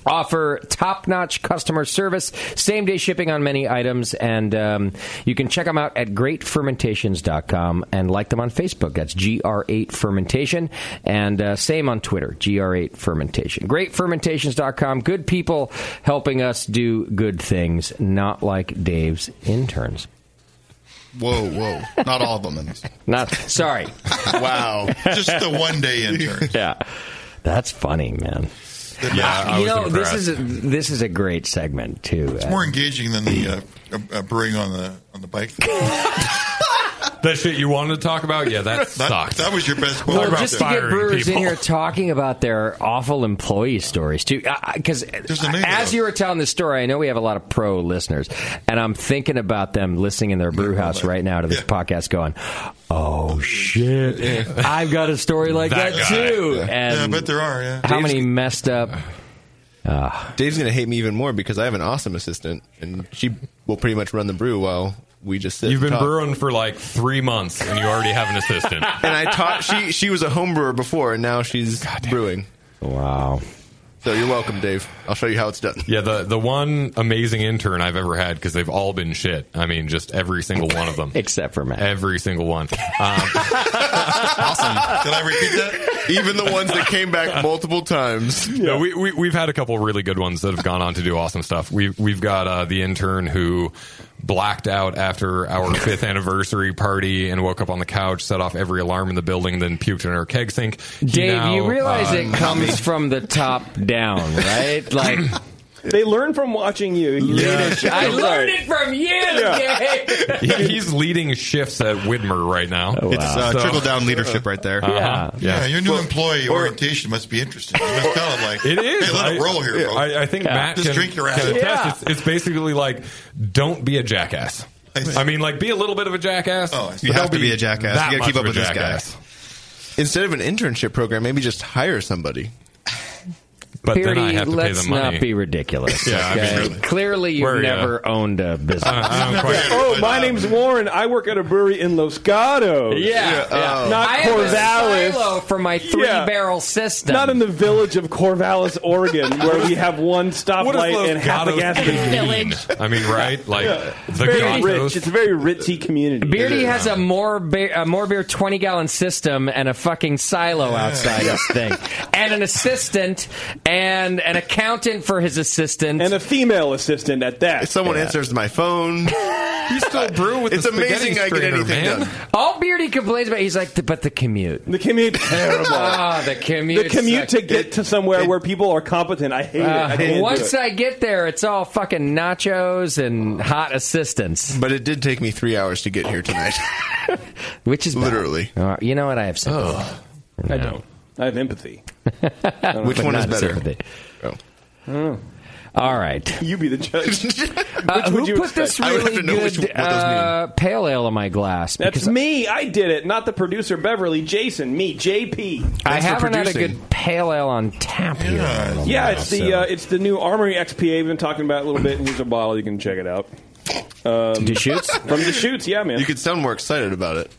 F: offer top-notch customer service same-day shipping on many items and um, you can check them out at greatfermentations.com and like them on facebook that's gr8 fermentation and uh, same on twitter gr8 fermentation greatfermentations.com good people helping us do good things not like dave's interns
B: Whoa, whoa. Not all of them.
F: not sorry
B: Wow. Just the one day intern.
F: yeah that's funny man
J: Yeah, I
F: you
J: was
F: know
J: impressed.
F: this is a, this is a great segment too
J: It's more engaging than the uh, uh, uh, brewing on the on the bike.
I: That shit you wanted to talk about? Yeah, that sucked.
J: That was your best.
I: Talk
F: Well,
I: about
F: just to get
I: firing
F: brewers
I: people.
F: in here talking about their awful employee stories too, because as you were telling the story, I know we have a lot of pro listeners, and I'm thinking about them listening in their brew house right now to this podcast, going, "Oh shit, I've got a story like that,
R: That guy.
F: too."
R: Yeah.
F: And
R: Yeah, I bet there are, yeah.
F: how
R: Dave's-
F: many messed up? uh,
R: Dave's going to hate me even more because I have an awesome assistant, and she will pretty much run the brew while we just sit.
I: You've
R: and
I: been
R: talk.
I: brewing for like three months and you already have an assistant.
R: and I taught. She she was a home brewer before, and now she's brewing.
F: Wow.
R: So you're welcome, Dave. I'll show you how it's done.
I: Yeah, the the one amazing intern I've ever had because they've all been shit. I mean, just every single one of them,
F: except for Matt.
I: Every single one. Um,
J: Did I repeat that?
R: Even the ones that came back multiple times.
I: No, we, we we've had a couple really good ones that have gone on to do awesome stuff. We we've got uh, the intern who blacked out after our fifth anniversary party and woke up on the couch, set off every alarm in the building, then puked in her keg sink. He
F: Dave,
I: now,
F: you realize
I: uh,
F: it comes from the top down, right? Like
H: they learn from watching you.
F: Leadership. I learned it from you,
H: Yeah.
F: Dave.
I: he, he's leading shifts at Widmer right now.
B: It's, uh, trickle-down leadership right there.
I: Uh-huh.
B: Yeah.
J: Yeah,
I: Yeah.
J: your new
I: Well,
J: employee orientation must be interesting. You must tell them like
I: It is.
J: Hey, let it
I: I-
J: roll here, bro.
I: I, I think Matt
J: just
I: can,
J: drink your ass.
I: can
J: off.
I: attest. It's, it's basically like, don't be a jackass. I mean, like, be a little bit of a jackass. Oh,
B: You have to be a jackass. You gotta keep up with this guy.
R: Instead of an internship program, maybe just hire somebody.
I: But
F: Beardy, let's not be ridiculous.
R: Yeah, I mean,
F: okay?
R: really.
F: Clearly, you've
R: We're, uh,
F: never owned a business.
H: oh, my name's Warren. I work at a brewery in Los Gatos.
F: uh, Yeah, uh, yeah.
H: not
F: I have a
H: Corvallis.
F: silo for my three-barrel system.
H: Not in the village of Corvallis, Oregon, where we have one stoplight and half a gas station.
I: I mean, right? Like,
H: Yeah. It's
I: the
H: very
I: Gatos.
H: rich. It's a very ritzy community.
F: Beardy has a more beer, a more beer twenty gallon system and a fucking silo outside his thing, and an assistant and an accountant for his assistant,
H: and a female assistant at that. If
R: someone answers my phone,
I: you still brew with
R: It's the amazing spaghetti I get strainer, anything man. done.
F: All Beardy complains about, he's like, but the commute,
H: the commute, terrible.
F: Ah, the commute,
H: the commute to
F: sucked.
H: get to somewhere where people are competent. I hate it. I
F: Uh,
H: can't do
F: once
H: it.
F: I get there, it's all fucking nachos and hot assistants.
R: But it did take me three hours to get here tonight.
F: Which is Uh,
R: literally. Oh.
F: you know what I have sympathy.
H: I don't. I have empathy.
F: But not sympathy.
R: Oh.
F: All right.
H: You be the judge.
F: Uh,
H: Which
F: who
H: would you
F: put this
H: expect?
F: really good uh, pale ale in my glass?
H: That's
F: Because
H: me. I did it, not the producer Beverly, Jason, me, JP.
F: I haven't had a good pale ale on tap here. in a little
H: Yeah,
F: while,
H: it's the
F: so-
H: uh, it's the new Armory XPA we've been talking about a little bit. Here's a bottle. You can check it out. Um,
F: Deschutes?
H: from Deschutes, yeah, man.
R: You could sound more excited about it.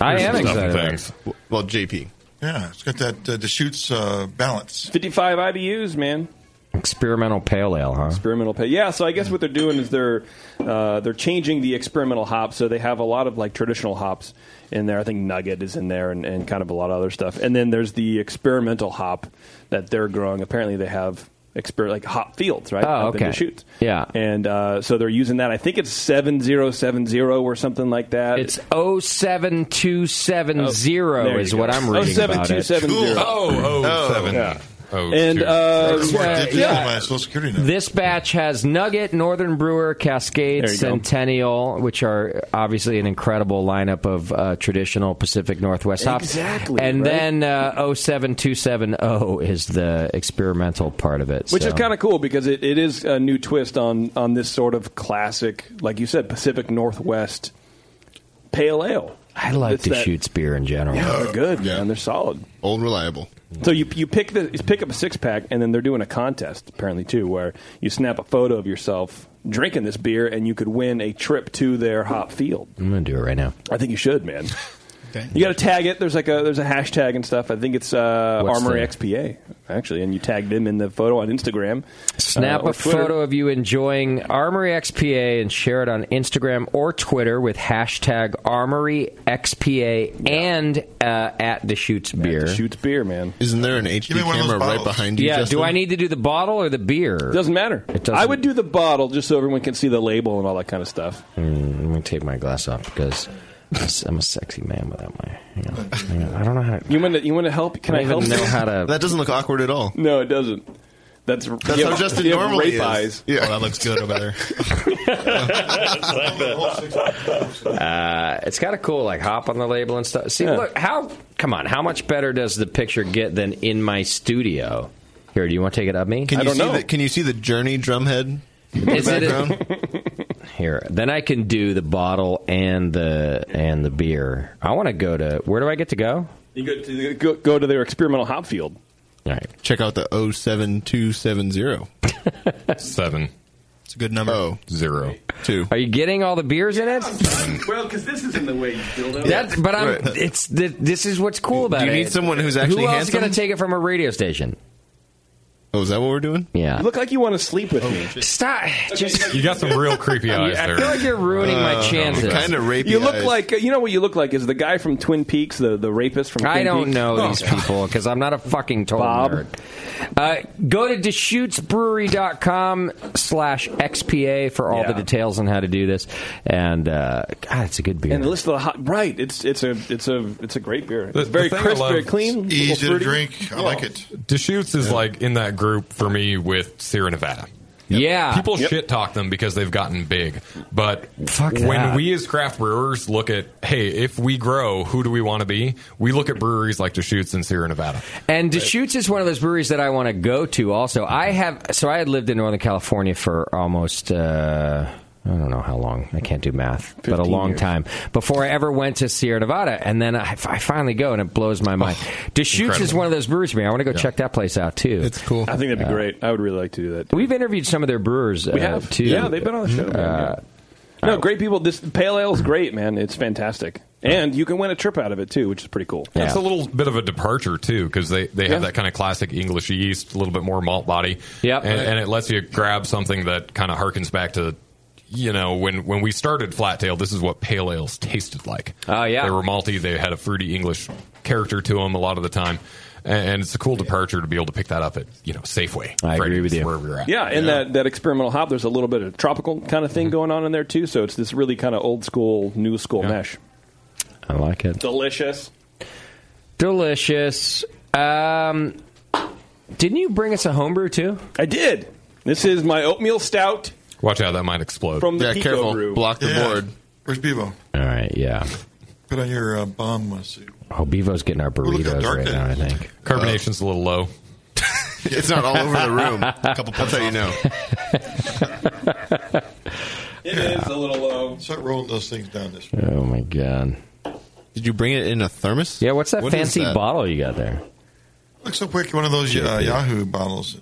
F: I am
R: Stuff and
F: excited about
R: things. Well, JP.
J: Yeah, it's got that uh, Deschutes uh, balance.
H: 55 IBUs, man.
F: experimental pale ale, huh?
H: experimental pay. Yeah, so I guess what they're doing is they're uh, they're changing the experimental hops. So they have a lot of like traditional hops in there. I think Nugget is in there, and, and kind of a lot of other stuff. And then there's the experimental hop that they're growing. Apparently, they have exper- like hop fields, right?
F: Oh,
H: up in
F: okay.
H: Deschutes.
F: Yeah.
H: and uh, so they're using that. I think it's seven zero seven zero or something like that.
F: It's 07270
H: Oh, There
F: is
H: you
F: what
H: go. Oh,
F: I'm reading about it.
H: 07270.
I: Oh, oh,
H: Oh.
I: seven.
H: Yeah.
I: Oh,
H: And
I: two.
H: uh,
J: That's more addictive than
F: yeah.
J: my social security number.
F: This batch has Nugget, Northern Brewer, Cascade,
J: There you go.
F: Centennial, which are obviously an incredible lineup of uh, traditional Pacific Northwest hops.
H: Exactly,
F: And
H: right?
F: then uh, 07270 is the experimental part of it.
H: Which is
F: so.
H: kind of cool because it, it is a new twist on on this sort of classic, like you said, Pacific Northwest pale ale.
F: I like
H: It's that-
F: Deschutes beer in general.
H: Yeah, they're good, man. They're solid,
R: old reliable.
H: So you you pick the you pick up a six pack, and then they're doing a contest apparently too, where you snap a photo of yourself drinking this beer, and you could win a trip to their hop field.
F: I'm going to do it right now.
H: I think you should, man. You got to tag it. There's like a there's a hashtag and stuff. I think it's uh,
F: What's
H: Armory
F: that?
H: XPA actually, and you tag them in the photo on Instagram.
F: Snap
H: uh, or
F: a
H: Twitter.
F: photo of you enjoying Armory XPA and share it on Instagram or Twitter with hashtag Armory XPA and uh, at Deschutes Beer.
H: Deschutes Beer, man.
R: Isn't there an HD
H: me one of those
R: camera right
H: bottles.
R: behind you?
F: Yeah,
R: Justin?
F: do I need to do the bottle or the beer?
H: It doesn't matter.
F: It doesn't.
H: I would do the bottle just so everyone can see the label and all that kind of stuff.
F: Mm, let me take my glass off because I'm s- I'm a sexy man without my. Hang on, hang on. I don't know how. To,
H: You want to you want to help? Can I,
F: I don't
H: help?
F: even
H: you?
F: know how to- That
R: doesn't look awkward at all.
H: No, it doesn't. That's
R: That's
H: you
R: how
H: have-
R: Justin
H: you have
R: normally
H: rape
R: is.
H: eyes.
R: Yeah.
B: Oh, that looks good over there.
F: Uh, it's got a cool like hop on the label and stuff. See, look how come on, how much better does the picture get than in my studio? Here, do you want to take it up me?
R: Can you see The, can you see the Journey drumhead? in the
F: Is it a-
R: background?
F: Here, then I can do the bottle and the and the beer. I want to go to where do I get to go?
H: You go to, go, go to their experimental hop field.
F: All right.
R: Check out the 07270.
I: Seven.
B: It's a good number.
R: Oh.
I: Zero.
R: Two.
F: Are you getting all the beers in it?
H: Well, because this is in the way you build up.
F: That's, but I'm. It's th- this is what's cool about
R: you
F: it.
R: need someone who's actually
F: Who else is
R: handsome?
F: going to take it from a radio station?
R: Oh, is that what we're doing?
F: Yeah.
H: You look like you want to sleep with me.
F: Stop.
H: Just
I: You got some real creepy eyes
H: I
I: there.
H: feel like you're ruining my
I: Uh,
H: chances.
I: Kind of rapey.
H: You look
I: eyes.
H: like you know what you look like is the guy from Twin Peaks, the the rapist from. Twin
F: I don't
H: Peaks.
F: know
H: Oh,
F: these
H: God.
F: people because I'm not a fucking total
H: Bob.
F: nerd. Uh, go to deschutesbrewery.com slash XPA for all the details on how to do this. And uh, God, it's a good beer.
H: And listen to the hot right. It's it's a it's a it's a great beer.
I: The-
H: It's very
I: the thing I
H: crisp,
I: love-
H: very clean,
I: Easy
H: little
I: to
H: fruity. Oh.
I: drink. I
H: Yeah.
I: like it. Deschutes is like in that group for me with Sierra Nevada.
F: Yeah.
I: People shit talk them because they've gotten big. But
F: Fuck
I: when
F: that.
I: we as craft brewers look at, hey, if we grow, who do we want to be? We look at breweries like Deschutes and Sierra Nevada.
F: And Deschutes is one of those breweries that I want to go to. Also, I have so I had lived in Northern California for almost uh, I don't know how long. I can't do math, but a
V: 15
F: long
V: years.
F: time before I ever went to Sierra Nevada. And then I, I finally go, and it blows my mind. Deschutes is
H: Oh, incredible.
F: one of those breweries for me. I want to go
H: Yeah.
F: check that place out too. It's
R: cool.
H: I think that'd be great. I would really like to do that.
F: We've interviewed some of their brewers.
H: We
F: uh,
H: have.
F: too.
H: Yeah, they've been on the show.
F: Uh,
H: No, great people. This pale ale's great, man. It's fantastic, and you can win a trip out of it too, which is pretty cool.
I: That's a little bit of a departure too, because they, they have
H: Yeah.
I: that kind of classic English yeast, a little bit more malt body.
F: Yep.
I: and, and it lets you grab something that kind of harkens back to, you know, when when we started Flat Tail, this is what pale ales tasted like. Oh yeah, they were malty. They had a fruity English character to them a lot of the time, and, and it's a cool departure to be able to pick that up at you know Safeway. I agree with you wherever you're at.
H: Yeah, and that, that experimental hop, there's a little bit of tropical kind of
F: Mm-hmm.
H: thing going on in there too. So it's this really kind of old school, new school mesh.
F: I like it.
H: Delicious.
F: Delicious. Um, didn't you bring us a homebrew too?
H: I did. This is my oatmeal stout.
I: Watch out, that might explode.
H: From the Uh, Yeah, Pico careful. brew. Block the board.
J: Where's Bevo?
F: All right, yeah.
J: Put on your uh, bomb uh, suit.
F: Oh, Bevo's getting our
J: look how
F: burritos
J: dark
F: right
J: that
F: now. I think
I: carbonation's a little low.
R: It's not all over the room. That's how you know.
J: It
F: is
H: a little low.
J: Start rolling those things down this way.
F: Oh my god!
R: Did you bring it in a thermos?
F: Yeah. What's that
J: What is
F: fancy
J: that?
F: bottle you got there?
J: Looks so quick. One of those uh, Yahoo bottles.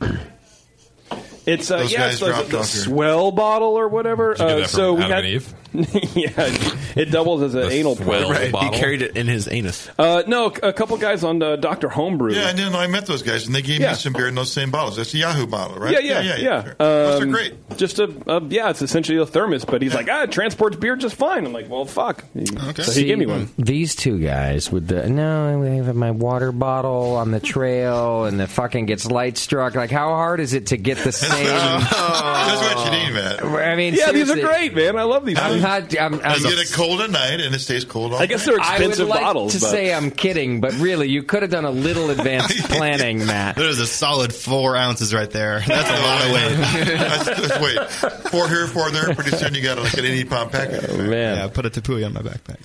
H: It's uh,
J: Those
H: yeah,
J: guys
H: it's like
J: dropped
H: the
J: off here.
H: swell bottle or whatever.
J: Did you do
H: uh,
J: that
H: so
J: from
H: we
J: Adam
H: had,
J: and Eve?
H: yeah, it doubles as an anal
R: Well,
H: point.
R: right. He carried it in his anus.
H: Uh, no, a couple guys on uh, Doctor Homebrew.
J: Yeah, and then I met those guys, and they gave
H: Yeah.
J: me some beer in those same bottles. That's a Yahoo bottle, right?
H: Yeah, yeah, yeah.
J: Those are
H: Um,
J: great.
H: Just a, a yeah, it's essentially a thermos, but he's like, ah, it transports beer just fine. I'm like, well, fuck. So he gave me one.
F: These two guys with the no, I have my water bottle on the trail, and the fucking gets light struck. Like, how hard is it to get the same? Oh.
J: That's what you need, man.
F: I mean, Yeah, these are seriously. great,
H: man. I love these.
F: I'm not. I'm, I'm,
J: you get it cold at night, and it stays cold all
F: I would like To say uh, I'm kidding, but really, you could have done a little advanced planning, Matt.
B: There's a solid four ounces right there. That's a lot of weight.
J: Just wait. Four here, four there. Pretty soon you got like an 80 pound
H: Oh,
J: packet.
F: man.
B: Yeah, I put a tapui on my backpack.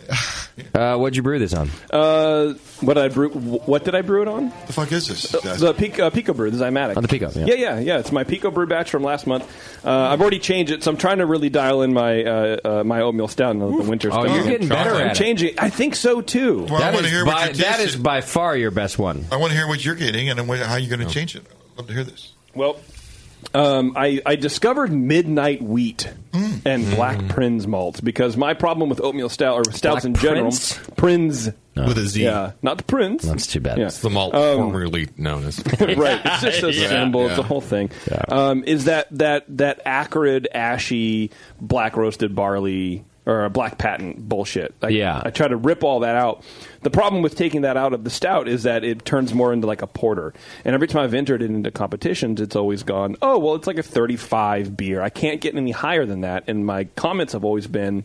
F: Uh, what'd you brew this on?
H: Uh, what I brew? What did I brew it on?
J: The fuck is this?
H: The Pico, uh, Pico Brew, the Zymatic.
F: Oh, the Pico, yeah.
H: yeah, yeah, yeah. It's my Pico Brew batch from last month. Uh, I've already changed it, so I'm trying to really dial in my uh, uh, my oatmeal stout and the, the winter.
F: Oh,
H: stout.
F: you're getting better
H: I'm
F: at it.
H: changing. I think so too.
J: Well, I
F: That
J: want
F: is
J: to hear
F: by-
J: what you're
F: that
J: tasting.
F: is by far your best one.
J: I want to hear what you're getting and what- how you're going to change it. I'd love to hear this.
H: Well, um, I, I discovered midnight wheat
J: Mm.
H: and black
F: Mm.
H: Prinz malts because my problem with oatmeal stout or with
I: Black
H: stouts in general,
I: Prinz?
H: Prinz
I: With a Z.
H: yeah, not the Prinz.
I: That's
F: too bad.
H: Yeah.
I: It's the malt
H: Um,
I: formerly known as.
H: right. It's just a
I: Yeah.
H: symbol. It's a
I: Yeah.
H: whole thing. Um, is that that that acrid, ashy, black roasted barley or a black patent bullshit? I, yeah. I try to rip all that out. The problem with taking that out of the stout is that it turns more into like a porter. And every time I've entered it into competitions, it's always gone. Oh well, it's like a thirty-five beer. I can't get any higher than that. And my comments have always been.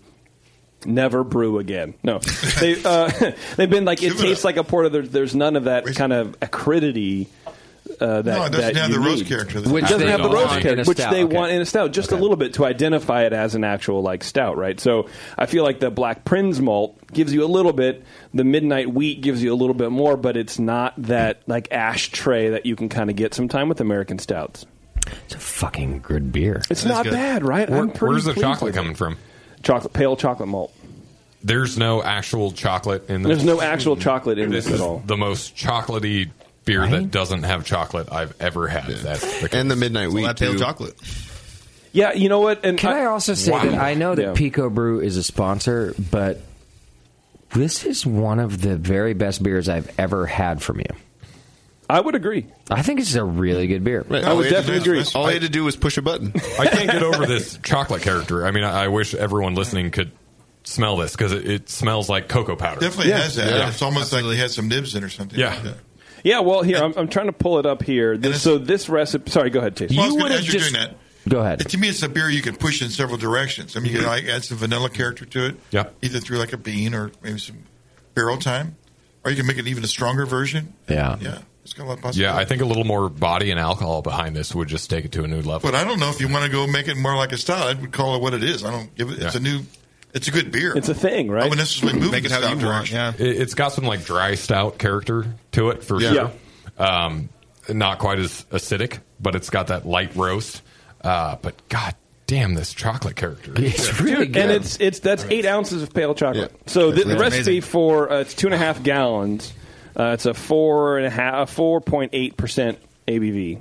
H: Never brew again. No, they uh, they've been like it tastes like a porter. There, there's none of that kind of acridity. Uh, that
J: No, it doesn't
H: that
J: have
H: you
J: the roast
H: need.
J: character that-
H: Which
J: Which
H: doesn't
J: they
H: have the
J: don't
H: roast
J: want in
H: character,
J: a
H: which
J: stout,
H: they
J: okay.
H: want in a stout, just a little bit to identify it as an actual like stout, right? So I feel like the Black Prinz malt gives you a little bit, the Midnight Wheat gives you a little bit more, but it's not that like ashtray that you can kind of get sometime with American stouts.
F: It's a fucking good beer.
H: It's not bad, right?
I: Where-
H: I'm pretty
I: where's the
H: pleased
I: chocolate
H: with it.
I: coming from?
H: Chocolate, pale chocolate malt.
I: There's no actual chocolate in this.
H: There's no actual chocolate in
I: This
H: this
I: is
H: at all.
I: the most chocolatey beer that doesn't have chocolate I've ever had. That's the and the midnight wheat
B: that pale too. chocolate.
H: Yeah, you know what? And
F: Can I, also say
I: Wow.
F: that I know that
I: Yeah.
F: Pico Brew is a sponsor, but this is one of the very best beers I've ever had from you.
H: I would agree.
F: I think it's a really good beer.
I: I would definitely agree.
R: All you had to do was push a button.
I: I can't get over this chocolate character. I mean, I, I wish everyone listening could smell this because it, it smells like cocoa powder.
J: Definitely
I: Yeah.
J: has that.
I: Yeah.
J: It's almost like he had some nibs in or something.
I: Yeah.
J: like that.
H: Yeah, well, here I'm, I'm trying to pull it up here. This, so this recipe. Sorry, go ahead, Chase.
J: Well, I was gonna- as you're doing that,
F: Go ahead.
J: To me, it's a beer you can push in several directions. I mean, you can like, add some vanilla character to it,
I: Yeah.
J: either through like a bean or maybe some barrel time, or you can make it even a stronger version.
I: Yeah.
J: Yeah, it's got a lot of possibilities.
I: Yeah, I think a little more body and alcohol behind this would just take it to a new level.
J: But I don't know if you want to go make it more like a style. I would call it what it is. I don't give it. It's
I: Yeah.
J: a new. It's a good beer.
I: It's a
H: thing, right?
J: I would necessarily move
I: Make
J: in
I: it how
J: style
I: you want,
J: direction.
I: It, it's got some like dry stout character to it for
J: Yeah.
I: sure. Um, not quite as acidic, but it's got that light roast. Uh, but god damn, this chocolate character.
H: Dude, And it's it's that's eight ounces of pale chocolate.
I: Yeah.
H: So the,
I: That's
H: the
I: amazing.
H: recipe for uh, it's two and a half gallons. Uh, it's a four and a half, four point eight percent ABV.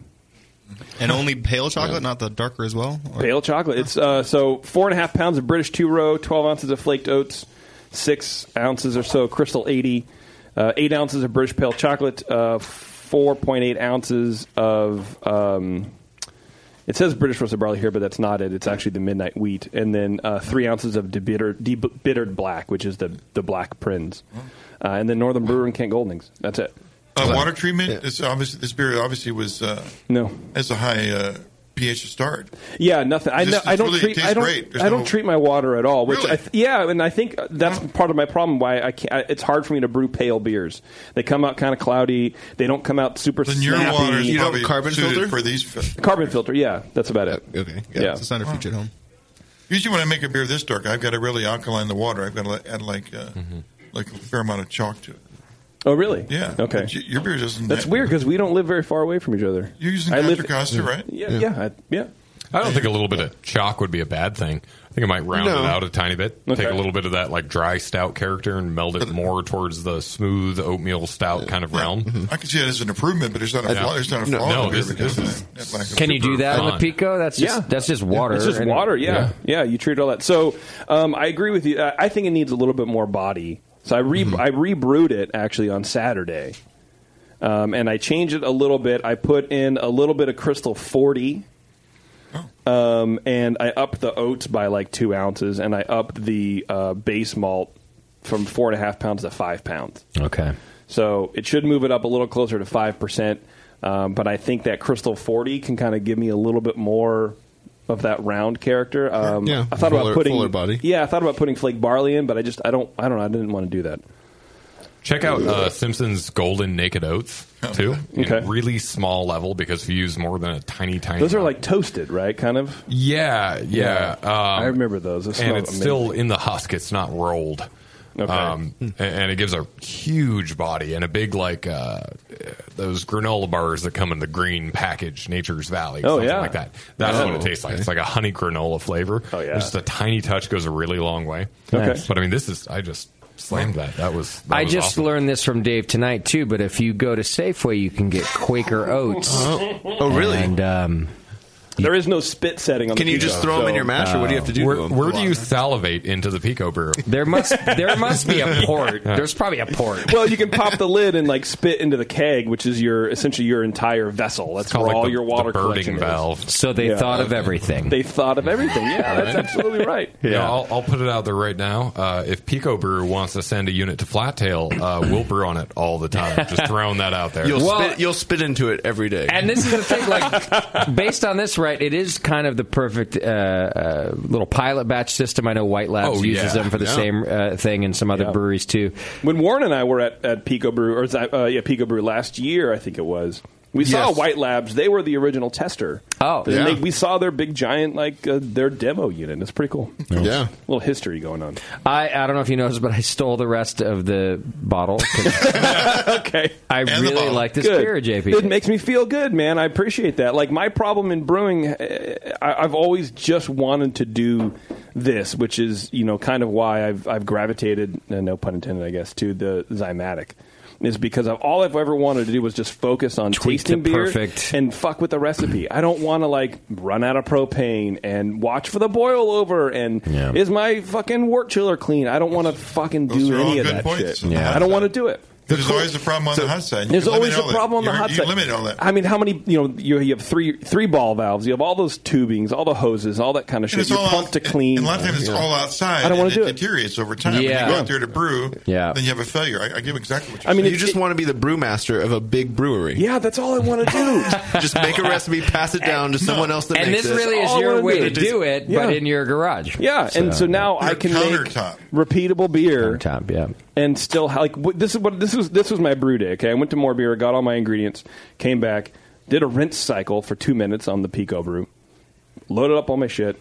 B: And only pale chocolate, not the darker as well.
H: Pale chocolate. It's uh, so four and a half pounds of British two row, twelve ounces of flaked oats, six ounces or so crystal eighty, uh, eight ounces of British pale chocolate, uh, four point eight ounces of. Um, it says British roasted barley here, but that's not it. It's actually the midnight wheat, and then uh, three ounces of debittered, debittered black, which is the the black Prinz, uh, and then Northern Brewer and Kent Goldings. That's it.
J: Uh, water treatment. This obviously this beer obviously was uh,
H: no
J: as a high uh, pH to start.
H: Yeah, nothing. I,
J: This-
H: know,
J: this
H: I don't
J: really
H: treat.
J: tastes
H: I don't.
J: great. There's
H: I don't
J: no-
H: treat my water at all. Which I th- yeah, and I think that's part of my problem. Why I can't. I, it's hard for me to brew pale beers. They come out kind of cloudy. They don't come out super.
J: Then your
H: snappy.
J: water is probably suited for these. fi-
H: Carbon filter. Yeah, that's about it.
J: Okay.
H: Yeah. Yeah.
B: It's a centrifuge at home.
J: Usually, when I make a beer this dark, I've got to really alkaline the water. I've got to li- add like uh, like a fair amount of chalk to it.
H: Oh really?
J: Yeah.
H: Okay.
J: But y- your beer doesn't.
H: That's weird because we don't live very far away from each other.
J: You're using
H: I live-
J: Contra Costa, right?
H: Yeah. Yeah. I, yeah.
I: I don't think a little bit of chalk would be a bad thing. I think it might round
H: No.
I: it out a tiny bit. Take a little bit of that like dry stout character and meld
J: Uh,
I: it more towards the smooth oatmeal stout kind of realm.
J: Mm-hmm. I can see that as an improvement, but there's not a
I: Yeah.
J: flaw. There's not a
I: No,
J: flaw.
I: no,
J: in the beer
I: this-
J: because
I: this
J: of
I: is-
J: that- that lack of
F: Can you do
J: super
F: that in the
J: fun.
F: Pico? That's
H: yeah.
F: just that's just water.
H: It's just
F: and-
H: water. Yeah. yeah, You treat all that. So um, I agree with you. I, I think it needs a little bit more body. So I re I rebrewed it actually on Saturday, um, and I changed it a little bit. I put in a little bit of Crystal Forty. Um, and I upped the oats by like two ounces, and I upped the uh, base malt from four and a half pounds to five pounds.
F: Okay.
H: So it should move it up a little closer to 5%. Um, but I think that Crystal 40 can kind of give me a little bit more of that round character. Um,
R: Yeah,
H: I thought
R: fuller-
H: about putting
R: fuller body.
H: Yeah, I thought about putting flake barley in, but I just I don't I don't know, I didn't want to do that.
I: Check out uh, Simpson's Golden Naked Oats too. In
H: Okay.
I: really small level because if you use more than a tiny, tiny.
H: Those are like toasted, right? Kind of.
I: Yeah, yeah.
H: Yeah.
I: Um,
H: I remember those. Those
I: and
H: smell
I: it's
H: amazing.
I: still in the husk. It's not rolled.
H: Okay.
I: Um, and, and it gives a huge body and a big like uh, those granola bars that come in the green package, Nature's Valley,
H: Oh,
I: something
H: yeah.
I: like that. That's what it
H: Oh,
I: tastes like.
H: okay.
I: It's like a honey granola flavor. Oh
H: yeah.
I: just a tiny touch goes a really long way.
F: Okay. Nice.
I: but I mean, this is I just slammed that. That was that
F: I
I: was
F: just
I: awesome.
F: learned this from Dave tonight too. But if you go to Safeway, you can get Quaker oats.
R: Oh. Oh, really?
F: And um,
H: There is no spit setting on the pizza, so- uh,
I: Where, where do you salivate into the pico brew?
F: There must there must be a port.
I: Yeah.
F: There's probably a port.
H: well, you can pop the lid and like spit into the keg, which is your essentially your entire vessel. That's where all your water collection is.
F: So they
H: Yeah.
F: thought of everything.
H: They thought of everything. Yeah, that's absolutely right.
I: Yeah, I'll, I'll put it out there right now. Uh, if Pico Brew wants to send a unit to Flattail, uh, we'll brew on it all the time. Just throwing that out there.
R: You'll spit, you'll spit into it every day.
F: And this is the thing, like, based on this, right? It is kind of the perfect uh, uh, little pilot batch system. I know White Labs
H: Oh,
F: uses
H: yeah.
F: them for the
H: Yeah.
F: same uh, thing, and some other
H: Yeah.
F: breweries too.
H: When Warren and I were at, at Pico Brew, or uh, yeah, Pico Brew last year, I think it was. We saw
F: Yes.
H: White Labs. They were the original tester.
F: Oh,
H: And
F: yeah.
H: they- we saw their big giant, like uh, their demo unit. It's pretty cool.
F: Yeah.
H: little history going on.
F: I, I don't know if you noticed, but I stole the rest of the bottle. 'cause
H: okay.
F: I really like this
H: Good.
F: beer, JP.
H: It makes me feel good, man. I appreciate that. Like my problem in brewing, uh, I, I've always just wanted to do this, which is you know kind of why I've I've gravitated, uh, no pun intended, I guess, to the Zymatic. Is because I've, all I've ever wanted to do was just focus on
F: Tweak
H: tasting
F: to
H: beer
F: perfect.
H: and fuck with the recipe. I don't want to like run out of propane and watch for the boil over and
F: Yeah.
H: is my fucking wort chiller clean? I don't want to fucking do
J: are all
H: any of
J: good
H: that
J: points.
H: shit.
J: Yeah.
H: I don't want to do it.
J: There's always a problem on the hot side. You
H: There's
J: can limit
H: always a
J: all that.
H: problem on the
J: You-
H: hot
J: you
H: side.
J: limit all that.
H: I mean, how many? You know, you, you have three three ball valves. You have all those tubings, all the hoses, all that kind
J: And
H: of shit.
J: it's
H: You
J: all
H: pump to clean.
J: And a lot of times it's
H: Yeah.
J: all outside.
H: I don't
J: and
H: want to do
J: it
H: it.
J: deteriorates over time. When
H: Yeah.
J: you go out there to brew,
R: Yeah.
J: then you have a failure. I, I give exactly what you're
R: I mean,
J: saying.
R: you just want to be the brewmaster of a big brewery.
H: Yeah, that's all I want to do.
R: just make a recipe, pass it down to someone else that
F: and
R: makes
F: this
R: it.
F: really is
R: All I
F: your
R: wanna
F: way to
R: is-
F: do it,
H: Yeah.
F: but in your garage.
H: Yeah, and so now I can make repeatable beer
F: countertop, yeah,
H: and still ha- like wh- this is what this was this was my brew day. Okay, I went to more beer, got all my ingredients, came back, did a rinse cycle for two minutes on the Pico brew, loaded up all my shit,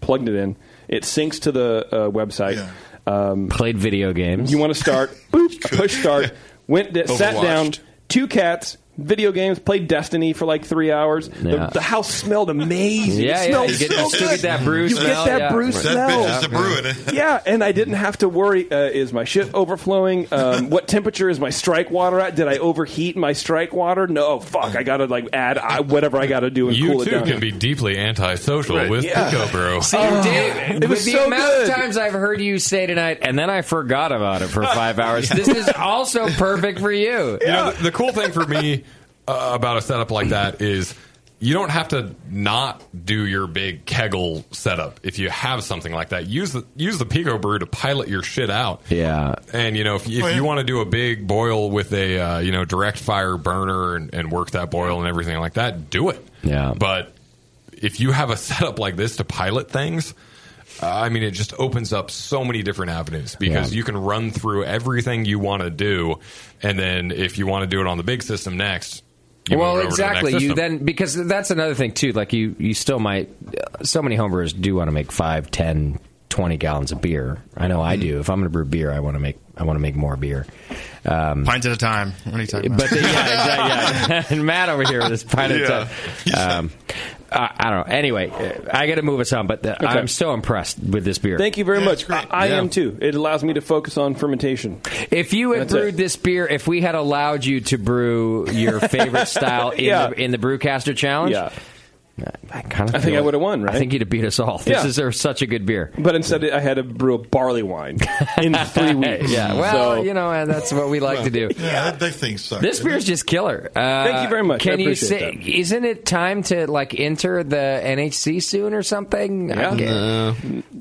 H: plugged it in. It syncs to the uh, website. Um,
F: Played video games.
H: You want to start? boop, I push start. Went d- sat
F: Overwatched.
H: down. Two cats. Video games. Played Destiny for like three hours.
F: Yeah.
H: The, the house smelled amazing.
F: Yeah, yeah,
H: it smelled
F: you get-
H: so
F: you still
H: good.
F: get that brew
H: You
F: smell,
H: get that
F: yeah.
H: brew
F: That
H: smell.
F: bitch is the brew
J: in it.
H: Yeah, and I didn't have to worry. Uh, is my shit overflowing? Um, what temperature is my strike water at? Did I overheat my strike water? No, fuck. I gotta like add I, whatever I gotta do and
I: You
H: cool it
I: too
H: down.
I: can be deeply antisocial
H: Right,
I: with
H: yeah.
I: Pico Bro.
F: See,
H: Oh,
F: Dave,
H: it was
F: with the
H: so
F: amount
H: good.
F: of times I've heard you say tonight, and then I forgot about it for five hours. This is also perfect for you.
I: You know, the, the cool thing for me uh, about a setup like that is you don't have to not do your big kegel setup if you have something like that. Use the use the Pico Brew to pilot your shit out.
F: Yeah.
I: And you know, if, if
F: Oh, yeah.
I: you want to do a big boil with a uh, you know direct fire burner and, and work that boil and everything like that, do it.
F: Yeah.
I: But if you have a setup like this to pilot things, uh, I mean, it just opens up so many different avenues because
F: Yeah.
I: you can run through everything you want to do, and then if you want to do it on the big system next, you
F: well,
I: move it over to the next
F: exactly. You
I: system.
F: then because that's another thing too. Like you, you still might. So many homebrewers do want to make five, ten, twenty gallons of beer. I know I
B: Mm.
F: do. If I'm going to brew beer, I want to make. I want to make more beer. Um,
B: Pints at a time. What are you talking about?
F: But the- yeah, exactly. Yeah. and Matt over here with his pint of
B: Yeah.
F: time. Um, I, I don't know. Anyway, uh, I got to move us on, but the,
H: Okay.
F: I'm so impressed with this beer.
H: Thank you very much. I, I
F: Yeah.
H: am too. It allows me to focus on fermentation.
F: If you had
H: That's
F: brewed
H: it.
F: this beer, if we had allowed you to brew your favorite style in,
H: Yeah.
F: the, in the Brewcaster Challenge,
H: Yeah.
F: I, kind of
H: I think I would have won. Right?
F: I think you'd have beat us all. This
H: Yeah.
F: is a, such a good beer.
H: But instead, I had to brew a barley wine in three weeks.
F: Yeah, well,
H: So-
F: you know, and that's what we like to do.
J: Yeah, that, that thing sucks.
F: This beer's just killer. Uh,
H: Thank you very much.
F: Can
H: I
F: you
H: appreciate
F: say? Isn't it time to like enter the NHC soon or something? I get-
R: No.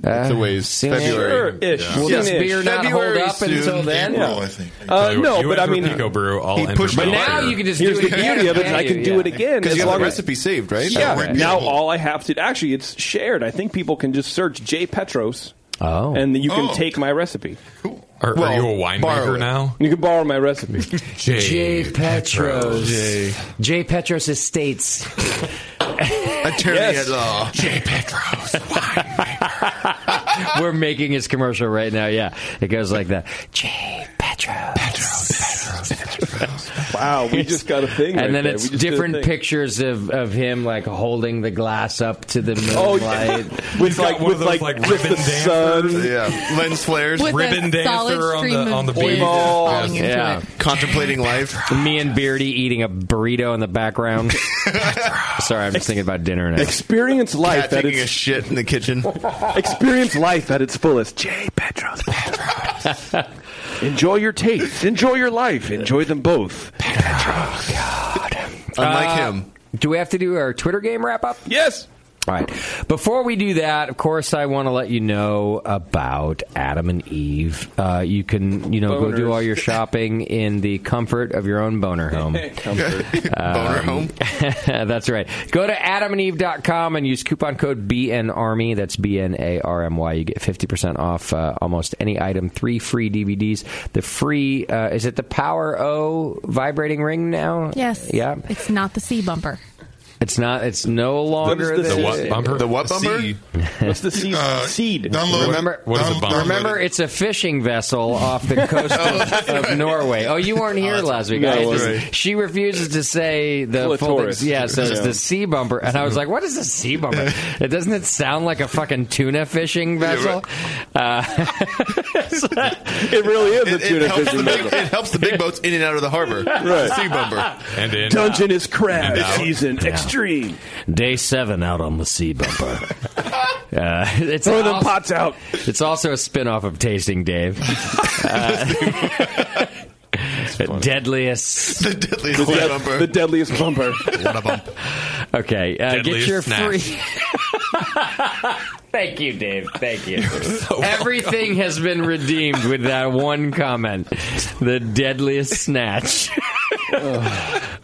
R: it's a ways.
F: soon-
R: February.
F: Sure-ish,
R: Will this
F: soon-ish.
R: beer not hold
F: February
R: up
F: soon.
R: until then?
F: April, I think. Uh,
I: You-
F: no,
I: you
F: but I
I: enter
F: mean-
I: Pico Brew, I'll
F: He
I: enter
F: pushed
I: Big
F: it Now
I: Lager.
F: you can just
H: Here's
F: do it
H: the
F: again.
H: beauty of it.
F: Can
H: I can
F: you?
H: do
F: Yeah.
H: it again.
R: 'Cause you
H: as
R: have the
H: long as-
R: recipe saved, right?
H: Yeah.
R: So we're
H: Now
R: beautiful.
H: all I have to actually, it's shared. I think people can just search J Petros.
F: Oh.
H: And then you can
I: Oh.
H: take my recipe. Cool.
I: Are- are you a winemaker now?
H: You can borrow my recipe.
I: J.
F: J. Petros.
I: J.
F: J. Petros Estates.
R: Attorney
F: Yes.
R: at law.
I: J. Petros.
F: We're making his commercial right now. Yeah, it goes like that. J. Petros.
H: Wow, we just got a thing. right
F: and then
H: there.
F: it's
H: We just did a
F: different
H: thing.
F: pictures of, of him like holding the glass up to the
H: Oh,
F: moonlight.
H: yeah. With like, with like, with the sun.
R: Yeah. Lens flares.
F: With a Ribbon dancer solid on the- stream on the of beach.
R: Oil.
F: falling into Yeah. it.
R: Contemplating life.
F: Me and Beardy eating a burrito in the background. Sorry, I'm just thinking about dinner now.
H: Experience life
R: Cat
H: at
R: taking
H: its-
R: a shit in the kitchen.
H: Experience life at its fullest. J. Petros. Enjoy your tastes. Enjoy your life. Enjoy them both.
R: Unlike
F: Uh,
R: him.
F: Do we have to do our Twitter game wrap up?
H: Yes.
F: All right. Before we do that, of course, I want to let you know about Adam and Eve. Uh, you can, you know, go do
H: Boners.
F: all your shopping in the comfort of your own boner home.
H: Comfort.
F: Boner home. that's right. Go to adamandeve.com and use coupon code BNARMY. That's B N A R M Y. You get 50% off uh, almost any item, three free DVDs. The free, uh, is it the Power O vibrating ring now?
K: Yes.
F: Yeah.
K: It's not the C bumper.
F: It's not, it's no longer
K: the
F: the
I: what bumper?
R: The what bumper?
H: What's the seed? seed.
F: Remember,
I: What is a bumper?
F: remember, it's a fishing vessel off the coast of, of Norway. Oh, you weren't here last week.
H: No,
F: I
H: I
F: just-
H: wasn't.
F: she refuses to say the full
H: Clitoris.
F: thing. Yeah, so it's
H: Yeah.
F: the sea bumper, and I was like, "What is a sea bumper? It doesn't it sound like a fucking tuna fishing vessel?" Uh,
H: It really is
R: It,
H: a tuna
R: it, helps
H: fishing
R: the big,
H: vessel.
R: it helps the big boats in and out of the harbor.
H: Right.
R: Sea bumper.
I: And in.
F: uh,
I: uh,
H: Dungeon is crab
I: And out.
H: season
I: Yeah.
H: extreme.
F: Day seven out on the sea bumper. Uh, it's
H: Throw them pots out.
F: It's also a spin off of Tasting Dave. Uh, Deadliest.
H: The
F: deadliest bumper.
H: The deadliest bumper.
B: what a bump.
F: Okay, uh, get
H: Deadliest
F: your
H: snack.
F: free. Thank you, Dave. Thank you. Everything has been redeemed with that one comment. The deadliest snatch.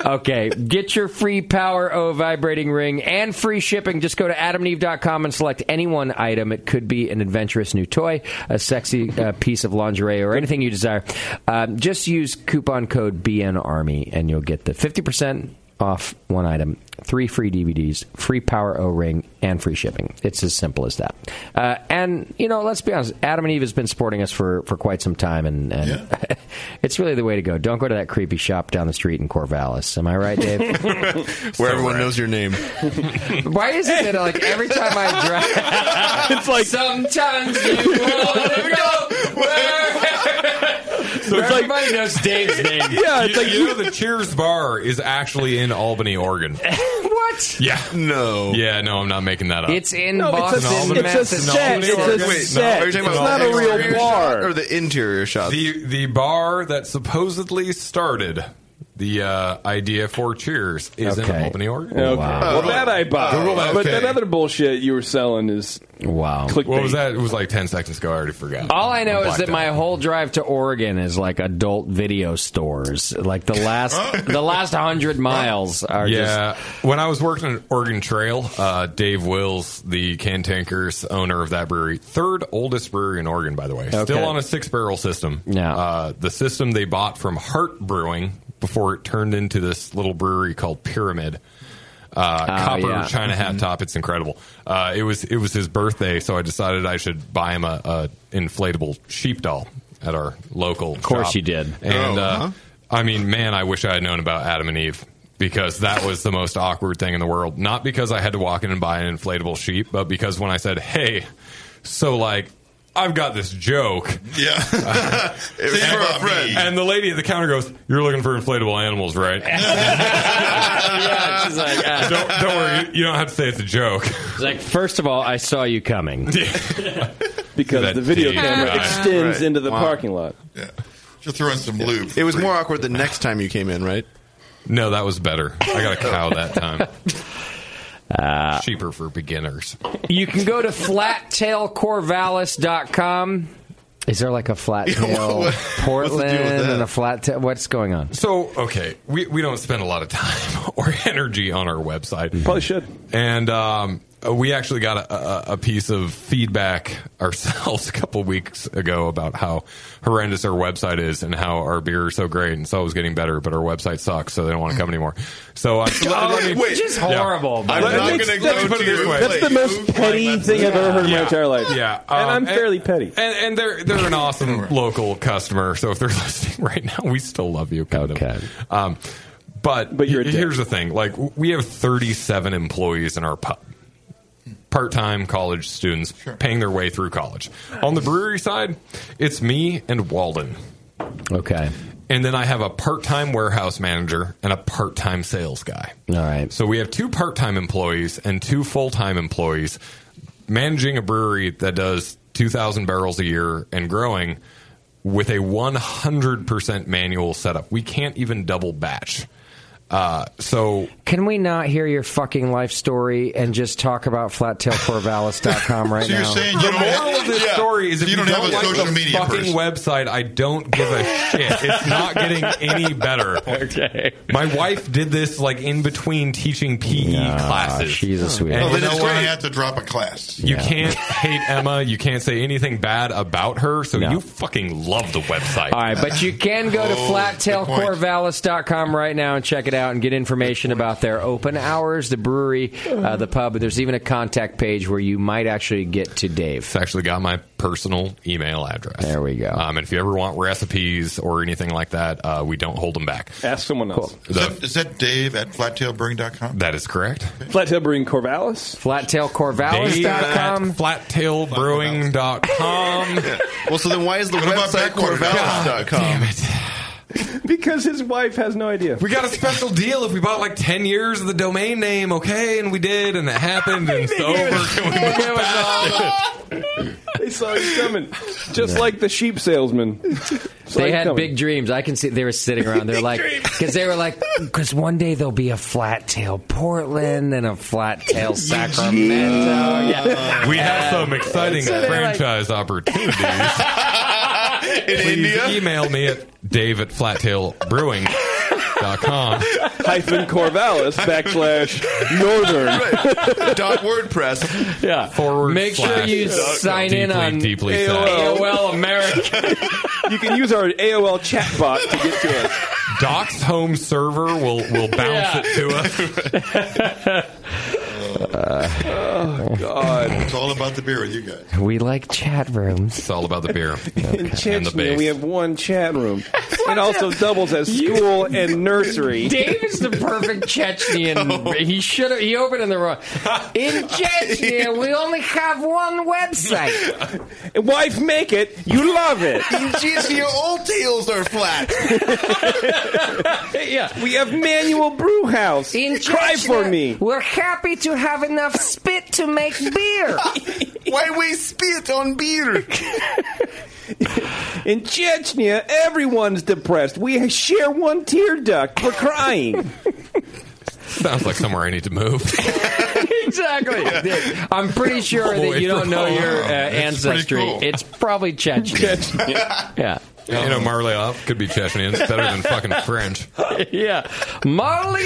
F: okay, get your free Power O vibrating ring and free shipping. Just go to adamandeve.com and select any one item. It could be an adventurous new toy, a sexy uh, piece of lingerie, or anything you desire. Um, just use coupon code BNARMY and you'll get the 50% off one item, three free DVDs, free Power O ring, and free shipping. It's as simple as that. Uh, and you know, let's be honest. Adam and Eve has been supporting us for, for quite some time, and, and it's really the way to go. Don't go to that creepy shop down the street in Corvallis. Am I right, Dave?
R: Where everyone knows your name.
F: Why is it that like every time I drive, it's like sometimes you want to go where
I: So it's like-
F: everybody knows Dave's name.
I: Yeah, it's like you know the Cheers bar is actually in Albany, Oregon.
F: what?
I: Yeah, no. Yeah, no, I'm not making that up.
F: It's in
I: No,
F: Boston,
I: it's a- it's a set.
F: Massachusetts.
I: It's a
R: Wait, no, are you talking about the exterior shot or the interior shot?
I: The the bar that supposedly started the uh, idea for Cheers is in
H: Okay.
I: Albany, Oregon.
H: Okay. well,
I: Oh,
H: that I buy.
I: Okay.
H: But that other bullshit you were selling is
F: wow.
H: Clickbait.
I: What was that? It was like ten seconds ago. I already forgot.
F: All I know is
I: Blacked
F: that my whole drive to Oregon is like adult video stores. Like the last the last hundred miles are
I: yeah. when I was working at Oregon Trail, uh, Dave Wills, the Cantankers owner of that brewery, third oldest brewery in Oregon, by the way,
F: Okay.
I: still on a six barrel system. Yeah. Uh, the system they bought from Hart Brewing before it turned into this little brewery called Pyramid. Uh,
F: Oh,
I: copper
F: yeah.
I: China hat
F: Mhm.
I: top. It's incredible. Uh, it was it was his birthday, so I decided I should buy him a, a inflatable sheep doll at our local. Of
F: course you did.
I: And
F: Oh,
I: uh,
F: uh-huh.
I: I mean, man, I wish I had known about Adam and Eve because that was the most awkward thing in the world. Not because I had to walk in and buy an inflatable sheep, but because when I said, "Hey, so like." I've got this joke.
J: Yeah.
I: and, and the lady at the counter goes, You're looking for inflatable animals, right?
F: she's like,
I: don't, don't worry. You don't have to say it's a joke.
F: just like first of all, I saw you coming.
H: because
F: That
H: the video
F: Dave
H: camera
F: guy.
H: extends
F: Right.
H: into the
F: Wow.
H: parking lot.
J: Just throw in some lube.
R: It was more awkward the next time you came in, right?
I: No, that was better. I got a cow that time.
R: Uh,
I: Cheaper for beginners.
F: You can go to flattailcorvallis.com. Is there like a flat tail Portland and a flat tail? What's going on?
I: So, okay, we, we don't spend a lot of time or energy on our website. Probably
H: Mm-hmm. should.
I: And um, we actually got a, a, a piece of feedback ourselves a couple weeks ago about how horrendous our website is and how our beer is so great and so it was getting better, but our website sucks, so they don't want to come anymore. So, uh, so let- let me-
F: which is
I: Yeah.
F: horrible.
I: I'm
H: That
I: not
H: makes-
I: gonna
H: that's-
I: go to your
H: That's the
I: place.
H: most petty thing I've ever heard in my entire life.
I: Yeah, um,
H: and I'm fairly petty.
I: And, and they're they're an awesome local customer. So if they're listening right now, we still love you, kind of. Um, but but here's the thing: like w- we have 37 employees in our pub, part-time college students paying their way through college. On the brewery side, it's me and Walden.
F: Okay.
I: And then I have a part time warehouse manager and a part time sales guy.
F: All right.
I: So we have two part time employees and two full time employees managing a brewery that does 2,000 barrels a year and growing with a 100% manual setup. We can't even double batch. Uh, so
F: Can we not hear your fucking life story and just talk about flattailcorvallis.com right now?
I: the moral of this
J: yeah.
I: story is if you don't,
J: have a
I: like
J: social
I: the
J: media person.
I: fucking website, I don't give a shit. It's not getting any better. Okay. My wife did this like in between teaching PE classes.
F: she's a sweetheart.
I: And
J: Well,
I: you
J: Oh, then
I: know
J: it's where
I: what?
J: you have to drop a class.
I: You can't hate Emma. You can't say anything bad about her. So you fucking love the website.
F: All right, but you can go to
I: Oh,
F: flattailcorvallis.com right now and check it out and get information about their open hours, the brewery, uh, the pub. There's even a contact page where you might actually get to Dave. It's
I: actually got my personal email address.
F: There we go.
I: Um, and if you ever want recipes or anything like that, uh, we don't hold them back.
H: Ask someone else.
J: Is that, is that Dave at flattailbrewing.com?
I: That is correct.
H: Flattail Brewing Corvallis.
I: Flattailcorvallis.com. Flattailbrewing.com.
R: Well, so then why is the
H: What about
R: website
H: backwater?
R: corvallis.com? Damn
I: it.
H: because his wife has no idea.
I: We got a special deal if we bought like 10 years of the domain name, okay? And we did, and it happened, and it's over. Can we move past it?
H: they saw you coming, just like the sheep salesman.
F: they had big dreams. I can see they were sitting around. They're like, because they were like, because one day there'll be a flat tail Portland and a flat tail Sacramento. Yeah.
I: We have some exciting
F: So they're like-
I: franchise opportunities.
F: uh,
I: Please email me at dave at flattailbrewing.com.
H: hyphen Corvallis backslash Northern
I: Dot
H: WordPress. Yeah,
I: forward.
F: Make sure slash you sign in deeply, on deeply sad. AOL America.
H: you can use our AOL chat bot to get to us.
I: Doc's home server will will bounce
H: Yeah.
I: it to us.
H: oh God!
J: It's all about the beer with you guys.
F: We like chat rooms.
I: It's all about the beer.
H: In Chechnya, we have one chat room. It also doubles as school and nursery.
F: Dave is the perfect Chechenian.
I: Oh.
F: He should have. He opened in the wrong. In Chechnya, we only have one website.
H: Wife, make it. You love it.
R: Jeez, your old tails are flat.
F: yeah,
H: we have Manual Brew House.
F: In
H: Cry for me.
F: We're happy to have enough spit to make beer.
R: Why we spit on beer?
H: In Chechnya, everyone's depressed. We share one tear duct. We're crying.
I: Sounds like somewhere I need to move.
F: exactly. I'm pretty sure that you don't know your uh, ancestry. It's probably Chechen. yeah.
I: You know, Marleov could be Chechnyan. It's better than fucking French.
F: yeah. Marley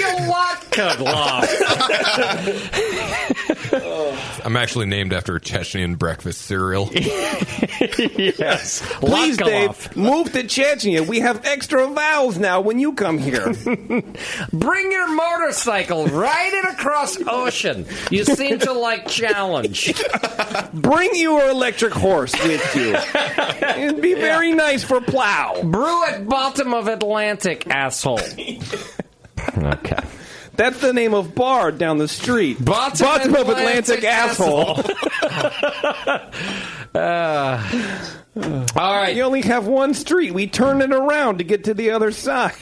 I: I'm actually named after a Chechnyan breakfast cereal.
H: yes. Please, Dave, move to Chechnya. We have extra vowels now when you come here.
F: Bring your motorcycle, ride it across ocean. You seem to like challenge.
H: Bring your electric horse with you. It'd be very nice for plow.
F: Brew at bottom of Atlantic, asshole. okay.
H: That's the name of bar down the street. Bottom, of Atlantic, asshole.
F: all right.
H: Uh, You only have one street. We turn it around to get to the other side.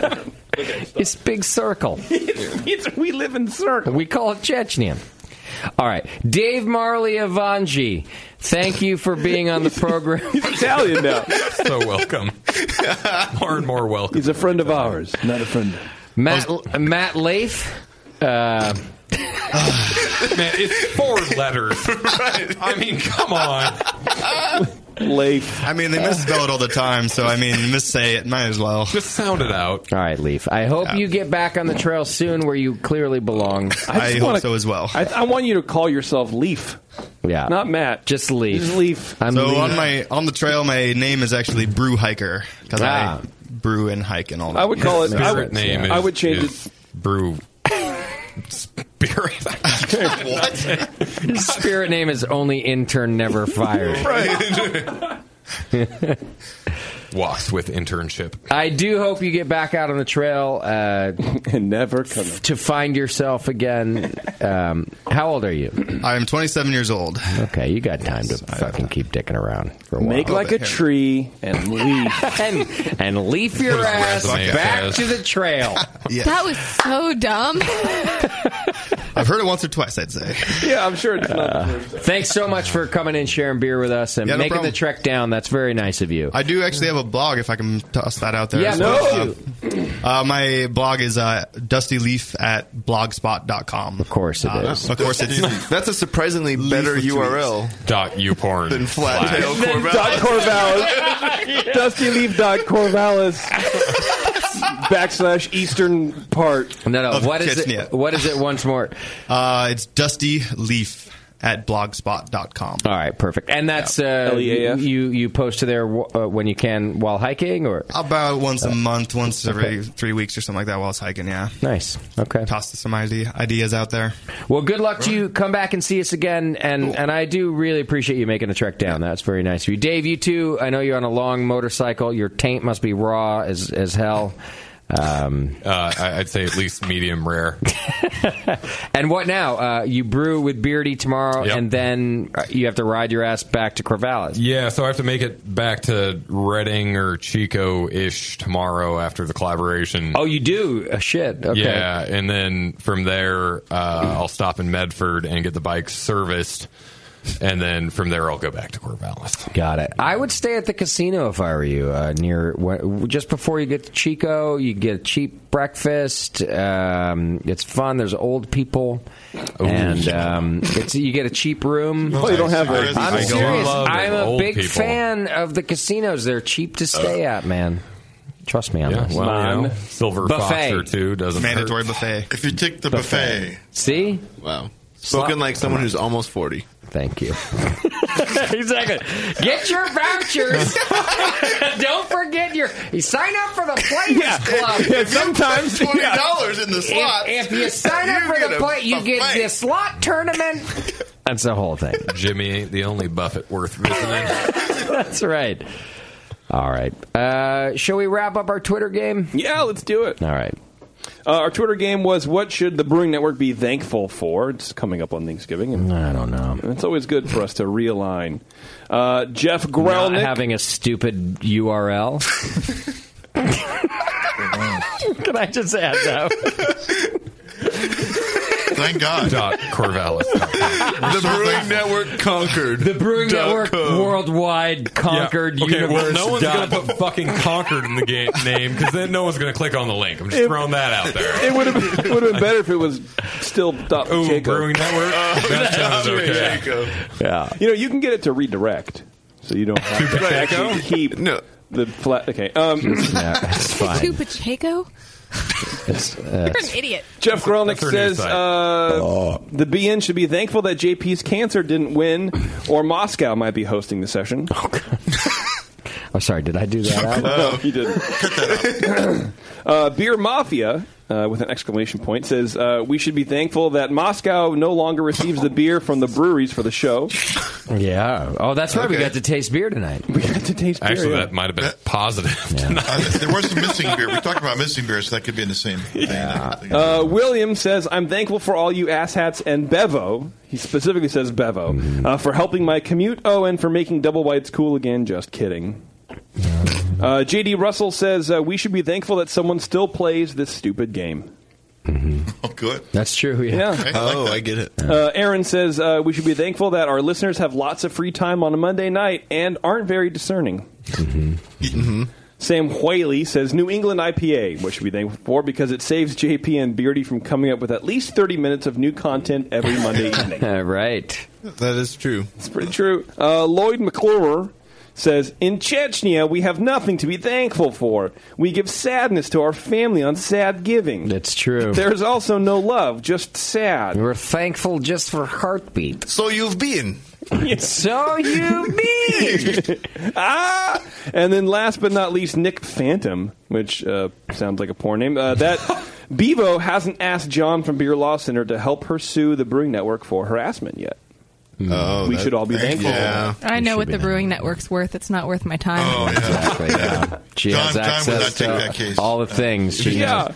F: It's big circle.
H: It's, we live in circles.
F: We call it Chechnya. All right, Dave Marley Avanji, thank you for being on the program.
H: Italian now.
I: so welcome. More and more welcome.
H: He's a friend of ours, not a friend.
F: Matt Matt Leif. Uh,
I: Man, it's four letters. I mean, come on.
H: Leif.
B: I mean, they misspell it all the time, so I mean, missay it. Might as well.
I: Just sound it out.
F: All right, Leaf. I hope you get back on the trail soon, where you clearly belong.
H: I just wanna- I, I want you to call yourself Leaf.
F: Yeah,
H: not Matt.
F: Just Leaf.
H: Just Leaf.
F: I'm
B: so
F: leaving.
B: on my on the trail, my name is actually Brew Hiker because
F: Ah.
B: I brew and hike and all that.
H: I would call it. I
I: Spirit
H: would,
I: name is-
H: I would change
I: is
H: it.
I: Brew. Spirit.
B: what?
F: Spirit name is only intern never fired.
I: Walks with internship.
F: I do hope you get back out on the trail uh,
H: and never come
F: to find yourself again. Um, how old are you?
B: I am 27 years old.
F: Okay, you got time to fucking keep dicking around for a while.
H: Make like a tree and leaf.
F: and, and leaf your ass
B: resume
F: back
B: says.
F: to the trail.
K: That was so dumb.
B: I've heard it once or twice. I'd say.
H: yeah, I'm sure it's not.
F: Thanks so much for coming and sharing beer with us and
B: Yeah, no
F: making the
B: problem.
F: trek down. That's very nice of you.
B: I do actually have a blog if I can toss that out there.
F: Yeah,
B: as
F: No.
B: well. Uh, my blog is uh, Dusty Leaf at blogspot.com. Of
F: course it is.
B: Uh, Of course it's
R: That's a surprisingly better
B: with two
R: URL.
I: Dot uporn.
R: Than flat
I: Slash.
R: tail
H: Dot Corvallis. Dusty Leaf dot Corvallis. Backslash Eastern part.
F: No, no.
B: of
F: What is
B: Chechnya.
F: it? What is it once more?
B: Uh, it's Dusty Leaf at blogspot.com.
F: All right, perfect. And that's uh,
B: LEAF.
F: you you post to there uh, when you can while hiking or
B: About once a month, once every
F: uh, okay.
B: three weeks or something like that while I was hiking, yeah.
F: Nice. Okay.
B: Toss some ide- ideas out there.
F: Well, good luck to you. Come back and see us again. And and I do really appreciate you making a trek down. That's very nice of you, Dave. You too. I know you're on a long motorcycle. Your taint must be raw as as hell. Um,
I: Uh, I- I'd say at least medium rare.
F: and what now? Uh, you brew with Beardy tomorrow,
I: Yep.
F: and then uh, you have to ride your ass back to Corvallis.
I: Yeah, so I have to make it back to Reading or Chico ish tomorrow after the collaboration.
F: Oh, you do? Uh, shit. Okay.
I: Yeah, and then from there, uh, I'll stop in Medford and get the bike serviced. and then from there I'll go back to Corvallis.
F: Got it. I would stay at the casino if I were you. Uh, near wh- just before you get to Chico, you get a cheap breakfast. Um, it's fun. There's old people, and um, it's you get a cheap room.
R: Well, you don't have a-
F: I'm
R: I
F: serious.
R: love
F: I'm a
R: old
F: big
R: people.
F: fan of the casinos. They're cheap to stay at, man. Trust me on
I: Uh, Yeah,
F: that.
I: well, you know, silver
F: buffet.
I: fox or two doesn't
B: Mandatory
I: hurt.
B: buffet.
J: If you take the
F: buffet. See?
R: Wow. Spoken
F: Slop-
R: like someone who's almost 40.
F: Thank you. exactly. Get your vouchers. Don't forget your. You sign up for the Players
R: Yeah.
F: Club.
R: Yeah, sometimes-
F: If you put
R: $20 in the
F: If-
R: slots,
F: If, you sign up
R: you
F: for
R: get
F: the
R: a-
F: play, you
R: a
F: get
R: play.
F: the slot tournament. That's the whole thing.
I: Jimmy ain't the only Buffett worth visiting.
F: That's right. All right. Uh, shall we wrap up our Twitter game?
H: Yeah, let's do it.
F: All right.
H: Uh, our Twitter game was "What should the Brewing Network be thankful for?" It's coming up on Thanksgiving, and
F: I don't know.
H: It's always good for us to realign. Uh, Jeff Grelnick
F: Not having a stupid URL. Can I just add that?
J: Thank God.
I: Dot Corvallis.
R: the Brewing Network conquered.
F: The Brewing
R: Dot
F: Network
R: com.
F: worldwide conquered
I: okay, well,
F: universe.
I: no one's
F: dot-
I: going to put fucking Concord in the game name because then no one's going to click on the link. I'm just throwing that out there.
H: It would have been, would have been better if it was still dot
I: Ooh,
H: Pacheco.
I: Brewing Network. that sounds okay.
H: Yeah, you know you can get it to redirect, so you don't have to actually keep no. the flat. Okay, um,
F: that's
K: To Pacheco? You're an idiot.
H: Jeff Grelnick
K: that's our news
H: says
K: site.
H: uh, the BN should be thankful that JP's cancer didn't win, or Moscow might be hosting the session.
I: Oh,
F: I'm sorry, did I do that? out?
H: no, he didn't. uh, Beer Mafia, uh, with an exclamation point, says uh, we should be thankful that Moscow no longer receives the beer from the breweries for the show.
F: Yeah. Oh, that's right. We
H: Okay.
F: got to taste beer tonight.
H: We got to taste beer.
I: Actually,
H: yeah.
I: that might have been positive.
J: Uh, there were some missing beer. We talked about missing beer, so that could be in the same.
H: Uh, William says, I'm thankful for all you asshats and Bevo. He specifically says Bevo. Uh, for helping my commute. Oh, and for making double whites cool again. Just kidding. Uh, JD Russell says, uh, We should be thankful that someone still plays this stupid game.
J: Oh, good.
F: That's true.
H: Yeah.
R: oh, I get it.
H: Uh, Aaron says, uh, We should be thankful that our listeners have lots of free time on a Monday night and aren't very discerning. Sam Whaley says New England IPA, which should be thankful for because it saves JP and Beardy from coming up with at least 30 minutes of new content every Monday evening.
F: right.
R: That is true.
H: It's pretty true. Uh, Lloyd McClure says In Chechnya, we have nothing to be thankful for. We give sadness to our family on sad giving.
F: That's true.
H: There's also no love, just sad.
F: We're thankful just for heartbeat.
R: So you've been.
F: So you mean?
H: ah! And then last but not least, Nick Phantom, which uh, sounds like a porn name. Uh, that Bevo hasn't asked John from Beer Law Center to help her sue the Brewing Network for harassment yet.
R: Oh,
H: we
R: that-
H: should all be thankful.
R: Yeah.
K: I know what the brewing network's worth. It's not worth my time.
F: Oh, exactly. Yeah. She
R: John-
F: has
R: John would
F: access
R: not
F: to
R: take that case.
F: all the things. She
J: Yeah.
F: knows.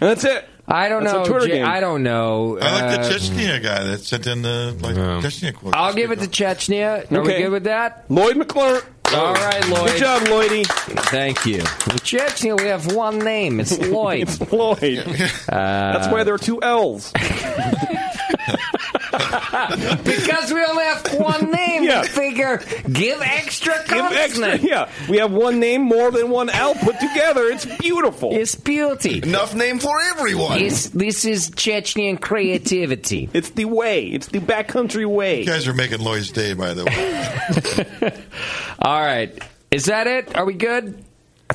H: And that's it.
F: I don't
J: That's
F: know.
J: a Twitter
F: J-
J: game.
F: I don't know.
J: Oh, I like the
F: Uh,
J: Chechnya guy that sent in the like, Chechnya quote.
F: I'll give it to Chechnya. Are we
J: Okay.
F: good with that?
H: Lloyd McClure.
F: All right, Lloyd.
H: Good job, Lloydy.
F: Thank you. With Chechnya, we have one name. It's Lloyd. Uh,
H: it's Lloyd. That's why there are two L's.
F: because we only have one name.
H: Yeah.
F: We figure give extra
H: Give extra-
F: consonant.
H: yeah, we have one name more than one L put together. It's beautiful.
F: It's beauty.
R: Enough name for everyone.
F: It's, this is Chechnyan creativity.
H: It's the way. It's the backcountry way.
J: You guys are making Lloyd's day, by the way.
F: All right. Is that it? Are we good?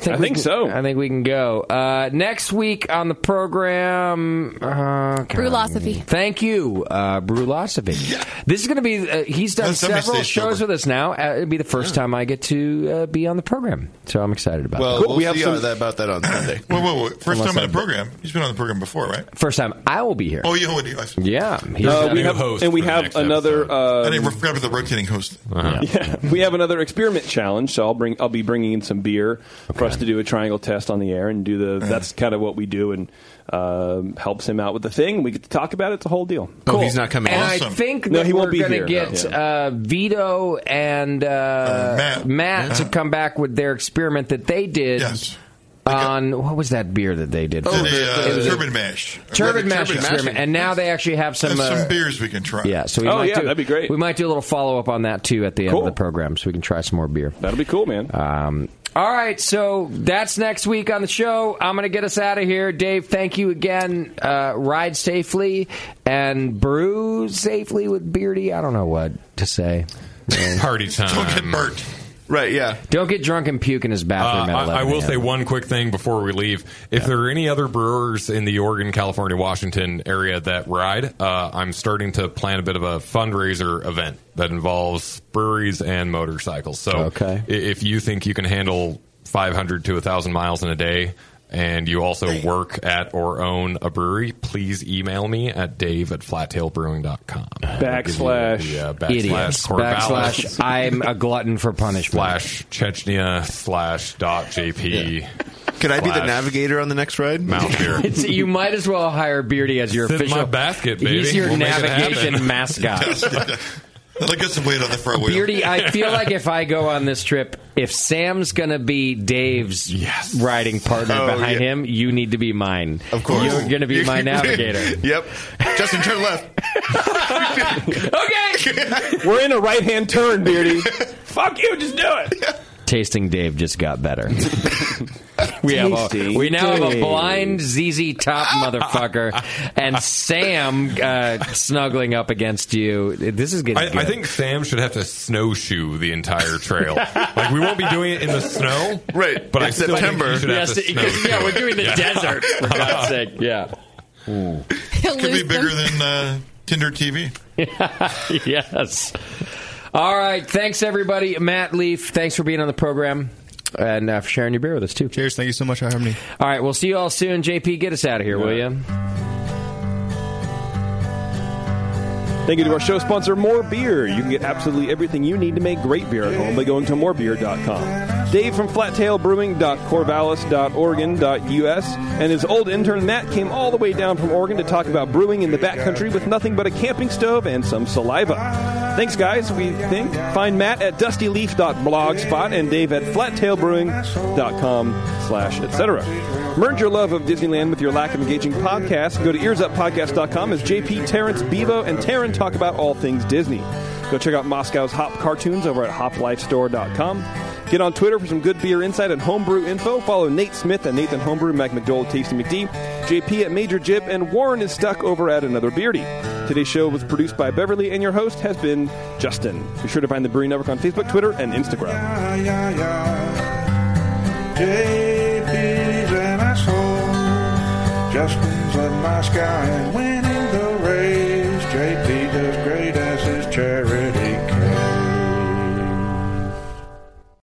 F: I
H: I
F: we
H: think
F: can-
H: so.
F: I think we can go. Uh, next week on the program, uh, God.
K: Brewlosophy.
F: Thank you, uh, Brewlosophy. This is going to be. Uh, he's done
R: somebody
F: several
R: stay
F: shows with us now. Uh, it'll be the first time I get to uh, be on the program, so I'm excited about.
R: Well,
F: it.
R: we'll see how that, about that on Sunday.
J: Whoa, whoa, whoa. First
F: Unless
J: time on
F: I'm-
J: the program. He's been on the program before, right?
F: First time I will be here.
J: Oh, you already. I
F: Yeah, he's
H: Uh,
F: the
H: we
F: new
H: have,
F: host
H: and we
F: for the
H: have
F: next
H: another. Uh,
J: I didn't forgot about the rotating host.
R: Uh-huh.
H: Yeah. we have another experiment challenge. So I'll bring I'll be bringing in some beer for us to do a triangle test on the air and do the. That's kind of what we do and um, helps him out with the thing. We get to talk about it. It's a whole deal.
R: Oh, he's not coming.
F: And I
R: Awesome.
F: think that
H: No, he won't
F: we're
H: be
F: going to
H: here.
F: get
H: Yeah.
F: uh, Vito Uh, and uh, Matt, to come back with their experiment that they did on what was that beer that they did?
J: Oh,
F: for
J: the,
F: us?
J: uh,
F: It was a-
J: Turban Mash.
F: Turban
J: Yeah, the
F: mash
J: Turban Mash.
F: experiment, and now they actually have some
J: There's
F: uh,
J: some beers we can try.
F: Yeah, so we
J: Oh,
F: might
J: yeah,
F: do,
J: that'd be great.
F: We might do a little follow up on that too at the end
H: Cool.
F: of the program, Um, so we can try some more beer.
H: That'll be cool, man.
F: Um, all right, so that's next week on the show. I'm going to get us out of here, Dave. Thank you again. Uh, ride safely and brew safely with Beardy. I don't know what to say.
I: Party time. Don't get burnt.
R: Right, yeah.
F: Don't get drunk and puke in his bathroom at
I: Uh,
F: 11
I: I, I will
F: a.m.
I: say one quick thing before we leave. If there are any other brewers in the Oregon, California, Washington area that ride, uh, I'm starting to plan a bit of a fundraiser event that involves breweries and motorcycles. So
F: Okay.
I: i- if you think you can handle 500 to 1,000 miles in a day, and you also work at or own a brewery, please email me at dave at flattailbrewing.com.
H: Backslash
I: Yeah,
F: Idiots.
I: backslash Corvallis.
F: Backslash I'm a glutton for punishment.
I: Slash Chechnya slash dot JP.
R: Could I be the
I: slash
R: navigator on the next ride?
I: Mount Beer.
F: It's, you might as well hire Beardy as your
I: Sit in
F: official
I: my basket, baby.
F: He's your
I: We'll make it
F: navigation
I: happen.
F: mascot.
J: Let's get some weight on the front wheel.
F: Beardy, I feel like if I go on this trip, if Sam's going to be Dave's riding partner
R: Oh,
F: behind
R: yeah.
F: him, you need to be mine. Of
R: course.
F: You're going to be my navigator.
R: yep. Justin, turn left.
H: okay. We're in a right hand turn, Beardy. Fuck you. Just do it.
F: Tasting Dave just got better. we have a,
H: Tasty
F: we now have a
H: Dave.
F: blind ZZ Top motherfucker and Sam uh, snuggling up against you. This is getting.
I: I, I
F: good.
I: think Sam should have to snowshoe the entire trail. like we won't be doing it in the snow, right? But I
F: In
I: still think
F: September.
I: you should have
F: Yes,
I: to
F: because-
I: snowshoe
F: yeah, we're
I: it.
F: doing the desert, for God's sake. Yeah.
J: Could be bigger than uh, Tinder TV.
F: yes. All right. Thanks, everybody. Matt Leaf, thanks for being on the program and uh, for sharing your beer with us, too.
B: Cheers. Thank you so much for having me.
F: All right. We'll see you all soon. JP, get us out of here, will you?
H: Thank you to our show sponsor, More Beer. You can get absolutely everything you need to make great beer at home by going to morebeer.com. Dave from flattailbrewing.corvallis.oregon.us and his old intern Matt came all the way down from Oregon to talk about brewing in the backcountry with nothing but a camping stove and some saliva. Thanks, guys. We think find Matt at dustyleaf.blogspot and Dave at flattailbrewing.com slash etc. Merge your love of Disneyland with your lack of engaging podcasts. Go to earsuppodcast.com as JP, Terrence, Bebo, and Taryn talk about all things Disney. Go check out Moscow's Hop cartoons over at hoplifestore.com. Get on Twitter for some good beer insight and homebrew info. Follow Nate Smith and Nathan Homebrew, Mac McDowell, Tasty McD, JP at Major Jib, and Warren is stuck over at Another Beardy. Today's show was produced by Beverly, and your host has been Justin. Be sure to find the Brewing Network on Facebook, Twitter, and Instagram.
M: yeah, yeah, yeah. JP's an asshole. Justin's a nice guy and winning the race. JP does great as his charity.